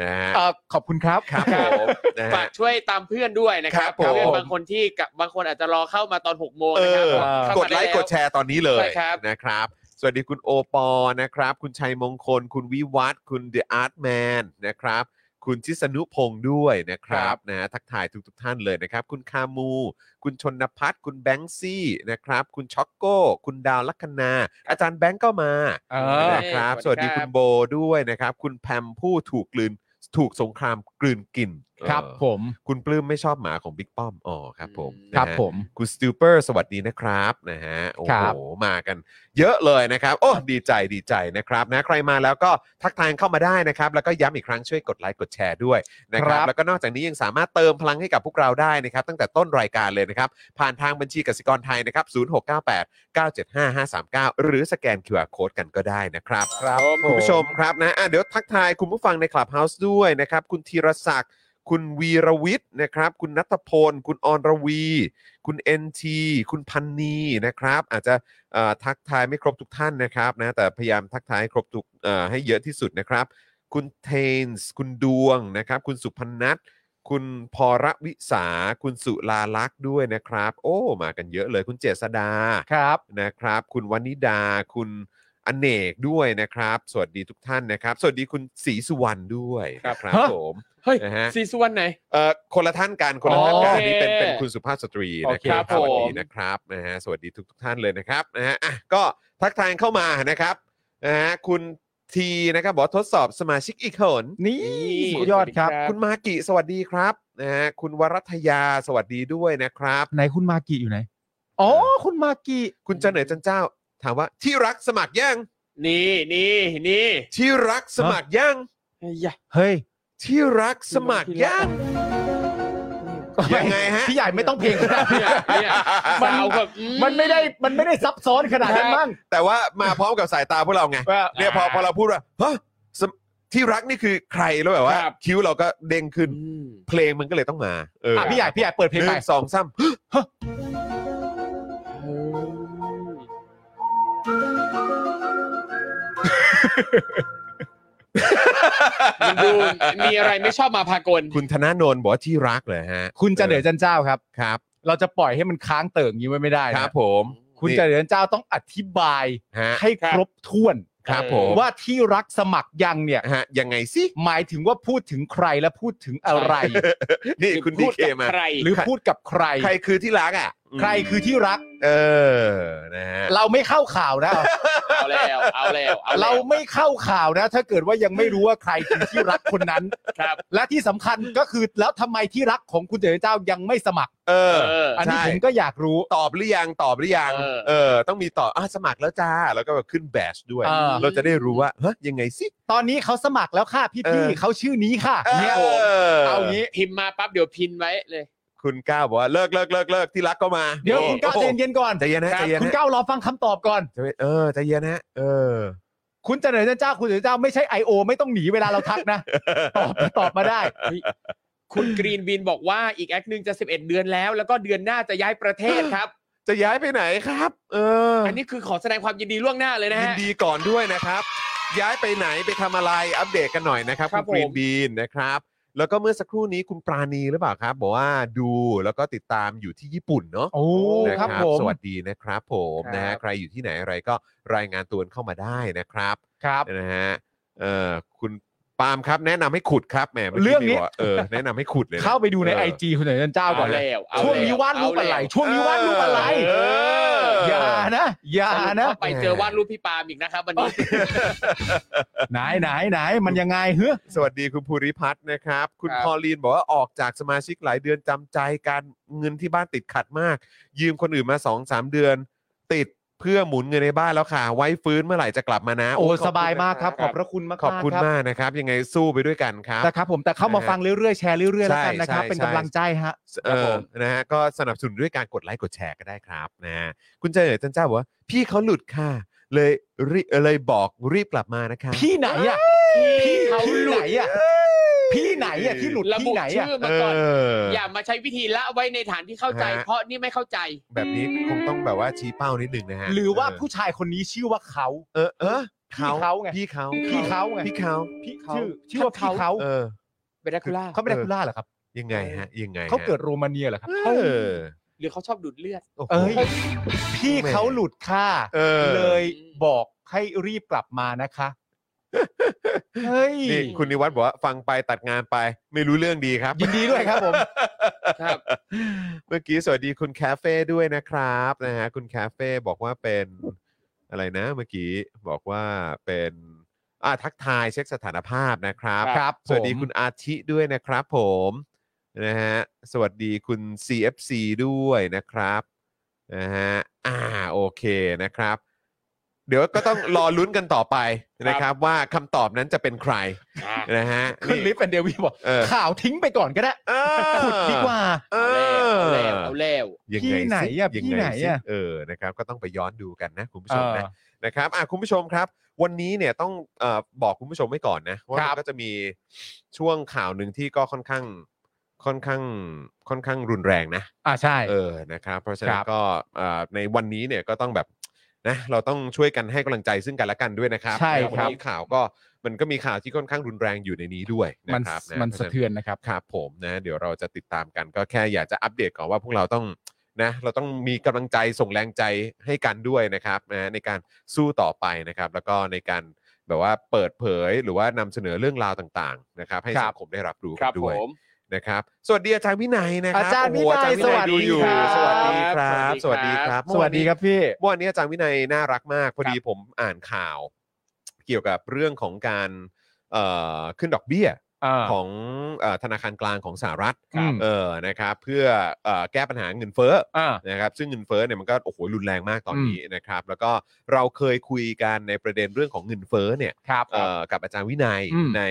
[SPEAKER 3] นะฮะ
[SPEAKER 6] เอ่อขอบคุณครับ
[SPEAKER 3] ครับผมนะ
[SPEAKER 5] ฝา
[SPEAKER 3] ฮะ
[SPEAKER 5] กช่วยตามเพื่อนด้วยนะครั
[SPEAKER 3] ครับ บผม
[SPEAKER 5] เพื่อนบางคนที่กับบางคนอาจจะรอเข้ามาตอน6กโมง
[SPEAKER 3] เอ
[SPEAKER 5] นะครับ
[SPEAKER 3] อ
[SPEAKER 5] เข้าก มา
[SPEAKER 3] ดไลค์
[SPEAKER 5] แว
[SPEAKER 3] กดแชร์ตอนนี้เลย
[SPEAKER 5] ใช่ครับ
[SPEAKER 3] นะครับ สวัสดีคุณโอปอนะครับ คุณชัยมงคล คุณวิวัฒน์คุณเดอะอาร์ตแมนนะครับ คุณชิสนุพงษ์ด้วยนะครับ
[SPEAKER 5] ครับ
[SPEAKER 3] นะฮะทักทายทุกทท่านเลยนะครับ คุณคามู คุณชนพัฒน์คุณแบงซี่นะครับ คุณช็อกโก้ คุณดาวลัคนา อาจารย์แบงก์ก็มา
[SPEAKER 6] เออ
[SPEAKER 3] นะครับ สวัสดีคุณโบด้วยนะครับ คุณแพมผู้ถูกกลืนถูกสงครามกลืนกิน
[SPEAKER 6] ครับ
[SPEAKER 3] เออ
[SPEAKER 6] ผม
[SPEAKER 3] คุณปลื้มไม่ชอบหมาของบิ๊กป้อมอ๋อครับผมนะฮะ
[SPEAKER 6] ครับผม
[SPEAKER 3] คุณสติวเปอร์สวัสดีนะครับนะฮะโอ้
[SPEAKER 6] ครั
[SPEAKER 3] โห
[SPEAKER 6] บ
[SPEAKER 3] มากัน เยอะเลยนะครับ โอ้ดีใจดีใจนะครับนะใครมาแล้วก็ทักทายเข้ามาได้นะครับ แล้วก็ย้ำอีกครั้งช่วยกดไลค์กดแชร์ด้วยนะครับ แล้วก็นอกจากนี้ยังสามารถเติมพลังให้กับพวกเราได้นะครับ ตั้งแต่ต้นรายการเลยนะครับ ผ่านทางบัญชีกสิกรไทยนะครับ 0698 975 539 หรือสแกน QR Code กันก็ได้นะครับ
[SPEAKER 6] ครับ
[SPEAKER 3] คุณผู้ชมครับนะอ่ะเดี๋ยวทักทายคุณผู้ฟังในคลับเฮาส์ด้วยนะครับ คุณธีรศักดิ์ คุณวีรวิทย์นะครับ คุณนัทพล คุณอรรวี คุณ NT คุณพันนีนะครับ อาจจะเอ่อทักทายไม่ครบทุกท่านนะครับนะแต่พยายามทักทายให้ครบทุกเอ่อให้เยอะที่สุดนะครับ คุณเทนส์คุณดวงนะครับ คุณสุพนัทคุณพรวิสา คุณสุลาลักษณ์ด้วยนะครับ โอ้มากันเยอะเลยคุณเจษดา
[SPEAKER 6] ครับ
[SPEAKER 3] นะครับ คุณวนิดา คุณอเนกด้วยนะครับ สวัสดีทุกท่านนะครับ สวัสดีคุณศรีสุวรรณด้วย
[SPEAKER 5] ครับ
[SPEAKER 3] นะครับ
[SPEAKER 6] ฮะ
[SPEAKER 3] ผม
[SPEAKER 5] เฮ้ย
[SPEAKER 3] นะฮะ
[SPEAKER 5] ซีซวนไหน
[SPEAKER 3] เอ่อคนละท่านกันคนละท่านกัน
[SPEAKER 5] โอเค
[SPEAKER 3] อันนี้เป็นเป็นคุณสุภาพสตรีนะครับ
[SPEAKER 5] โอเคค
[SPEAKER 3] ส
[SPEAKER 5] รับ
[SPEAKER 3] วัสดี
[SPEAKER 5] ผม
[SPEAKER 3] นะครับนะฮะสวัสดีทุกทท่านเลยนะครับนะฮะอ่ะก็ทักทายเข้ามานะครับนะฮะคุณทีนะครับบอกว่าทดสอบสมาชิกอีกหน
[SPEAKER 6] นี่
[SPEAKER 5] นี่
[SPEAKER 6] สุดยอดครับ
[SPEAKER 5] สวัสดี
[SPEAKER 3] คุณมากิสวัสดีครับนะฮะคุณวรัตยาสวัสดีด้วยนะครับ
[SPEAKER 6] ไหนคุณมากิอยู่ไหน อ๋อ คุณมากิ
[SPEAKER 3] คุณเจาเหนือจันเจ้า ถามว่าที่รักสมัครยัง
[SPEAKER 5] นี่นี่นี่
[SPEAKER 3] ที่รักสมัครยัง
[SPEAKER 5] ไอ้ยะ
[SPEAKER 6] เฮ้ย
[SPEAKER 3] ที่รักสมัครยัง ยังไงฮะ
[SPEAKER 6] พี่ใหญ่ไม่ต้องเพลงก็ได้
[SPEAKER 5] เนี่ยเนี่ย
[SPEAKER 6] มัน
[SPEAKER 5] สาวแบบอื
[SPEAKER 6] มันไม่ได้ มันไม่ได้ซับซ้อนขนาดนั้นมั้ง
[SPEAKER 3] แต่ว่ามาพร้อมกับสายตาพวกเราไง
[SPEAKER 6] ว่า
[SPEAKER 3] เนี่ยพอพอเราพูดว่าฮะสมที่รักนี่คือใครแล้วแบบว่า
[SPEAKER 5] ครับ
[SPEAKER 3] คิ้วเราก็เด้งขึ้น
[SPEAKER 5] อืม
[SPEAKER 3] เพลงมันก็เลยต้องมาเออ
[SPEAKER 6] อ่ะพี่ใหญ่พี่ใหญ่เปิดเพลง
[SPEAKER 3] ห
[SPEAKER 6] ไป
[SPEAKER 3] นึ่งสองสาม
[SPEAKER 5] มันดูมีอะไรไม่ชอบมาพากล
[SPEAKER 3] คุณธนาโนนบอกว่าที่รักเลยฮะ
[SPEAKER 6] คุณจะเหนือจันเจ้าครับ
[SPEAKER 3] ครับ
[SPEAKER 6] เราจะปล่อยให้มันค้างเติ่งอย่างนี้ไว้ไม่ได้
[SPEAKER 3] ค
[SPEAKER 6] นะ
[SPEAKER 3] รับผม
[SPEAKER 6] คุณ
[SPEAKER 3] นี่
[SPEAKER 6] จะเหนือจันเจ้าต้องอธิบาย
[SPEAKER 3] ฮะ
[SPEAKER 6] ให้
[SPEAKER 5] ครับ
[SPEAKER 6] ครบถ้วน
[SPEAKER 3] ครับผม
[SPEAKER 6] ว่าที่รักสมัครยังเนี่ย
[SPEAKER 3] ฮะยังไงสิ
[SPEAKER 6] หมายถึงว่าพูดถึงใครและพูดถึงอะไร
[SPEAKER 3] นี่คุณดี
[SPEAKER 5] พูด
[SPEAKER 3] เค
[SPEAKER 5] กับ
[SPEAKER 3] มา
[SPEAKER 5] ใคร
[SPEAKER 6] หรือพูดกับใคร
[SPEAKER 3] ใครคือที่รักอ่ะ
[SPEAKER 6] ใครคือที่รัก
[SPEAKER 3] เออนะฮะ
[SPEAKER 6] เราไม่เข้าข่าวนะ
[SPEAKER 5] เอาแล้วเอาแล้วอแล้ว
[SPEAKER 6] เราไม่เข้าข่าวนะ ถ้าเกิดว่ายังไม่รู้ว่าใครคือที่รักคนนั้น
[SPEAKER 5] ครับ
[SPEAKER 6] และที่สำคัญก็คือแล้วทำไมที่รักของคุณเต๋อเจ้ายังไม่สมัคร
[SPEAKER 3] เออ
[SPEAKER 5] เออ
[SPEAKER 6] อันนี้
[SPEAKER 3] ใช่
[SPEAKER 6] ผมก็อยากรู้
[SPEAKER 3] ตอบหรือยังตอบหรือยัง
[SPEAKER 5] เออ
[SPEAKER 3] เออ ต้องมีตอบอ่ะสมัครแล้วจ้า แล้วก็แบบขึ้นแบชด้วย
[SPEAKER 6] เออ
[SPEAKER 3] เราจะได้รู้ว่าเฮ้ยยังไงสิ
[SPEAKER 6] ตอนนี้เขาสมัครแล้วค่ะ
[SPEAKER 3] เอ
[SPEAKER 6] พี่
[SPEAKER 3] อ
[SPEAKER 6] ๆเขาชื่อนี้ค่ะเนี่ยเอางี้
[SPEAKER 5] พิมพ์มาปั๊บเดี๋ยวพินไว้เลย
[SPEAKER 3] คุณก้าวบอกว่าเลิกเลิกเลิกเลิกที่รักก็มา
[SPEAKER 6] เดี๋ยวคุณก้าว
[SPEAKER 3] โอ้
[SPEAKER 6] ใจ
[SPEAKER 3] โห
[SPEAKER 6] เย็นๆก่อน
[SPEAKER 3] ใจเย็นฮะใจเย็น
[SPEAKER 6] คุณ
[SPEAKER 3] ฮะ
[SPEAKER 6] ก้าวรอฟังคำตอบก่อน
[SPEAKER 3] ใจเย็นเออใจเย็นฮะเออ
[SPEAKER 6] คุณเจริญเจ้าคุณเจริญเจ้าไม่ใช่ I.O. ไม่ต้องหนีเวลาเราทักนะ ตอบตอบมาได้
[SPEAKER 5] คุณกรีนบินบอกว่าอีกแอคหนึ่งจะ 11 เดือนแล้ว แล้วก็เดือนหน้าจะย้ายประเทศครับ
[SPEAKER 3] จะย้ายไปไหนครับ เออ
[SPEAKER 5] อันนี้คือขอแสดงความยินดีล่วงหน้าเลยนะ
[SPEAKER 3] ยิน
[SPEAKER 5] ฮะ
[SPEAKER 3] ดีก่อนด้วยนะครับ ย้ายไปไหนไปทำอะไรอัปเดตกันหน่อยนะครับ
[SPEAKER 5] ครั
[SPEAKER 3] คุณก
[SPEAKER 5] บ
[SPEAKER 3] รีน
[SPEAKER 5] ผม
[SPEAKER 3] บีนนะครับ แล้วก็เมื่อสักครู่นี้คุณปราณีหรือเปล่าครับบอกว่าดูแล้วก็ติดตามอยู่ที่ญี่ปุ่นเนาะ
[SPEAKER 6] โอ้
[SPEAKER 3] นะ
[SPEAKER 6] ค
[SPEAKER 3] ครั
[SPEAKER 6] รั
[SPEAKER 3] บบ
[SPEAKER 6] ผม
[SPEAKER 3] สวัสดีนะครับผม
[SPEAKER 5] ครับ
[SPEAKER 3] นะฮะใครอยู่ที่ไหนอะไรก็รายงานตัวเข้ามาได้นะครับ
[SPEAKER 6] ครับ
[SPEAKER 3] นะฮะเอ่อคุณปาล์มครับ แนะนำให้ขุดครับแหมมื่กี้
[SPEAKER 6] เรื่อง
[SPEAKER 3] มี
[SPEAKER 6] นี้
[SPEAKER 3] บกว่าเออแนะนำให้ขุดเลยนะ
[SPEAKER 6] เข้าไปดูใน
[SPEAKER 3] เอ
[SPEAKER 6] ไอ
[SPEAKER 3] อ
[SPEAKER 6] จีคุณเจริญเจ้าก่อนเลย
[SPEAKER 5] แล้วเอแล้
[SPEAKER 6] ช่วงนี้วาดรูปอะ
[SPEAKER 5] เา
[SPEAKER 6] ไร
[SPEAKER 5] แล้ว
[SPEAKER 6] ช่วงนี้วาดรูปอะไร
[SPEAKER 3] เออ
[SPEAKER 6] อย่านะอย่า
[SPEAKER 5] สรุป
[SPEAKER 6] นะ
[SPEAKER 5] เข้าไปเจอวาดรูปพี่ปาล์มอีกนะครับวันนี้
[SPEAKER 6] ไหนไหนไหนมันยังไงเฮ้อ
[SPEAKER 3] สวัสดีคุณภูริพัฒน์นะครับ คุณ
[SPEAKER 5] ครับ
[SPEAKER 3] พอลีนบอกว่าออกจากสมาชิกหลายเดือนจำใจการเงินที่บ้านติดขัดมาก ยืมคนอื่นมา2อสเดือน ติดเพื่อหมุนเงินในบ้านแล้วค่ะ ไว้ฟื้นเมื่อไหร่จะกลับมานะ
[SPEAKER 6] โอ้
[SPEAKER 3] ขคุณ
[SPEAKER 6] สบายมากครับ
[SPEAKER 3] นะ
[SPEAKER 6] ขอบพระคุณมาก
[SPEAKER 3] ขอบคุณ
[SPEAKER 6] รั
[SPEAKER 3] มากนะครับ ยังไงสู้ไปด้วยกันครับ
[SPEAKER 6] นะครับผมแต่เข้ามา
[SPEAKER 3] นะฮะ
[SPEAKER 6] ฟังเรื่อยๆ แชร์เรื่อยๆแล้วกันนะครับ
[SPEAKER 3] ใช่
[SPEAKER 6] เป็น
[SPEAKER 3] ใช่
[SPEAKER 6] กำลังใจฮะ
[SPEAKER 3] เอ
[SPEAKER 5] ครับผ
[SPEAKER 3] อ
[SPEAKER 5] ม
[SPEAKER 3] นะฮะ ก็สนับสนุนด้วยการกดไลค์กดแชร์ก็ได้ครับนะฮะ คุณเจเอ๋จันเจ้าบอกว่า พี่เขาหลุดค่ะ เลยรีเลยบอกรีบกลับมานะคะ
[SPEAKER 6] พี่ไหนอ่ะพี่เขาหลุดอ่ะพี่ไหนอ่ะที่หลุด
[SPEAKER 5] ระบุ
[SPEAKER 6] ที่ไหนอ่ะ
[SPEAKER 5] ชื่อมา
[SPEAKER 3] เอ
[SPEAKER 5] ก่อน
[SPEAKER 3] ออ
[SPEAKER 5] อย่ามาใช้วิธีละไว้ในฐานที่เข้าใจ
[SPEAKER 3] ฮะ
[SPEAKER 5] เพราะนี่ไม่เข้าใจ
[SPEAKER 3] แบบนี้คงต้องแบบว่าชี้เป้านิดหนึ่งนะฮะ
[SPEAKER 6] หรือว่า
[SPEAKER 3] เ
[SPEAKER 6] ผู้ชายคนนี้ชื่อว่าเขา
[SPEAKER 3] เออเออ
[SPEAKER 6] พี่เขาไง
[SPEAKER 3] พี่เขา
[SPEAKER 6] พี่เขาไง
[SPEAKER 3] พี่เขา
[SPEAKER 6] พี่
[SPEAKER 5] เขา
[SPEAKER 6] ชื่อชื่อว่าพี่เขา
[SPEAKER 3] เออ
[SPEAKER 5] เบดาคูล่า
[SPEAKER 6] เขาเป็นดาคูล่าเหรอครับ
[SPEAKER 3] ยังไงฮะ ยังไงฮะ
[SPEAKER 6] เขาเกิดโรมาเนียเหรอครับ
[SPEAKER 3] เออ
[SPEAKER 5] หรือเขาชอบดูดเลือด
[SPEAKER 3] โอ้โห
[SPEAKER 6] เอ้ย พี่เขาหลุดค่ะ
[SPEAKER 3] เออ
[SPEAKER 6] เลยบอกให้รีบกลับมานะคะเฮ้ย
[SPEAKER 3] นี่คุณนิวัฒน์บอกว่าฟังไปตัดงานไป ไม่รู้เรื่องดีครับ
[SPEAKER 6] ยินดีด้วยครับผม
[SPEAKER 5] ครับ
[SPEAKER 3] เมื่อกี้สวัสดีคุณคาเฟ่ด้วยนะครับนะฮะคุณคาเฟ่บอกว่าเป็นอะไรนะ เมื่อกี้บอกว่าเป็นอ่าทักทายเช็คสถานภาพนะครับ
[SPEAKER 6] ครับ
[SPEAKER 3] สวัสดี
[SPEAKER 6] ผม
[SPEAKER 3] คุณอาทิด้วยนะครับผมนะฮะสวัสดีคุณ CFC ด้วยนะครับนะฮะอ่าโอเคนะครับ เดี๋ยวก็ต้องรอลุ้นกันต่อไปนะครับ ว่าคำตอบนั้นจะเป็นใครนะฮะ
[SPEAKER 6] ขึ้นลิฟต์แอนเดวีบอก
[SPEAKER 3] เออ
[SPEAKER 6] ข่าวทิ้งไปก่อนก็ได้
[SPEAKER 3] เออ
[SPEAKER 6] ขุดดีกว่า
[SPEAKER 3] เอ
[SPEAKER 5] เอาแล้วเอาแล้ว
[SPEAKER 3] อ
[SPEAKER 5] เอาแล้ว
[SPEAKER 3] ยัง
[SPEAKER 6] พี่
[SPEAKER 3] ไง
[SPEAKER 6] ไหน
[SPEAKER 3] สิ
[SPEAKER 6] อะ
[SPEAKER 3] ยัง
[SPEAKER 6] พี่
[SPEAKER 3] ง
[SPEAKER 6] ไหน
[SPEAKER 3] สิ
[SPEAKER 6] อะ
[SPEAKER 3] เออนะครับก็ต้องไปย้อนดูกันนะคุณผู้ชมนะนะครับอ่ะคุณผู้ชมครับ วันนี้เนี่ยต้องเออบอกคุณผู้ชมไว้ก่อนนะว่ามันก็จะมีช่วงข่าวหนึ่งที่ก็ค่อนข้างค่อนข้างค่อนข้างรุนแรงนะ
[SPEAKER 6] อ่าใช่
[SPEAKER 3] เออนะครับเพราะฉะนั้
[SPEAKER 6] คน รับ
[SPEAKER 3] ก็เอ่อในวันนี้เนี่ยก็ต้องแบบนะเราต้องช่วยกันให้กำลังใจซึ่งกันและกันด้วยนะครับ
[SPEAKER 6] ใช่
[SPEAKER 3] นะ
[SPEAKER 6] ครับ
[SPEAKER 3] วันนี้ข่าวก็มันก็มีข่าวที่ค่อนข้างรุนแรงอยู่ในนี้ด้วย
[SPEAKER 6] มั
[SPEAKER 3] นะ
[SPEAKER 6] น
[SPEAKER 3] ครับ
[SPEAKER 6] มัน
[SPEAKER 3] พราฉ
[SPEAKER 6] สะเทือนนะครับ
[SPEAKER 3] ครับผมนะเดี๋ยวเราจะติดตามกันก็แค่อยากจะอัปเดตก่อนว่าพวกเราต้องนะเราต้องมีกำลังใจส่งแรงใจให้กันด้วยนะครับนะในการสู้ต่อไปนะครับ แล้วก็ในการแบบว่าเปิดเผยหรือว่านำเสนอเรื่องราวต่างๆนะครับ ให้
[SPEAKER 6] ครับ
[SPEAKER 3] สังคมได้รับรู้
[SPEAKER 5] ค
[SPEAKER 3] กั
[SPEAKER 5] รับ
[SPEAKER 3] นด้
[SPEAKER 5] ผ
[SPEAKER 3] วย
[SPEAKER 5] ม
[SPEAKER 3] นะครับสวัสดีอาจารย์วินัยนะครั
[SPEAKER 6] อาจารย์
[SPEAKER 3] โโห
[SPEAKER 6] วินัย
[SPEAKER 3] อจาร
[SPEAKER 6] สวัสดี
[SPEAKER 3] ดูอยู่
[SPEAKER 6] ครับ
[SPEAKER 3] สวัสดีครับสวัสดีครับ
[SPEAKER 6] สวัสดีครับพี่
[SPEAKER 3] เมื่อวานนี้อาจารย์วินัยน่ารักมากพอดีผมอ่านข่าว เกี่ยวกับเรื่องของการเอ่อขึ้นดอกเบี้ย ของเอ่อธนาคารกลางของสหรัฐ
[SPEAKER 6] ครับ
[SPEAKER 3] เออนะครับเพื่อเอ่อแก้ปัญหาเงินเฟ้อ
[SPEAKER 6] อ่า
[SPEAKER 3] นะครับซึ่งเงินเฟ้อเนี่ยมันก็โอ้โหรุนแรงมากตอนนี้นะครับแล้วก็เราเคยคุยกันในประเด็นเรื่องของเงินเฟ้อเนี่ย
[SPEAKER 6] ครับ
[SPEAKER 3] เอ่อกับอาจารย์วินัย
[SPEAKER 6] อืม
[SPEAKER 3] ใน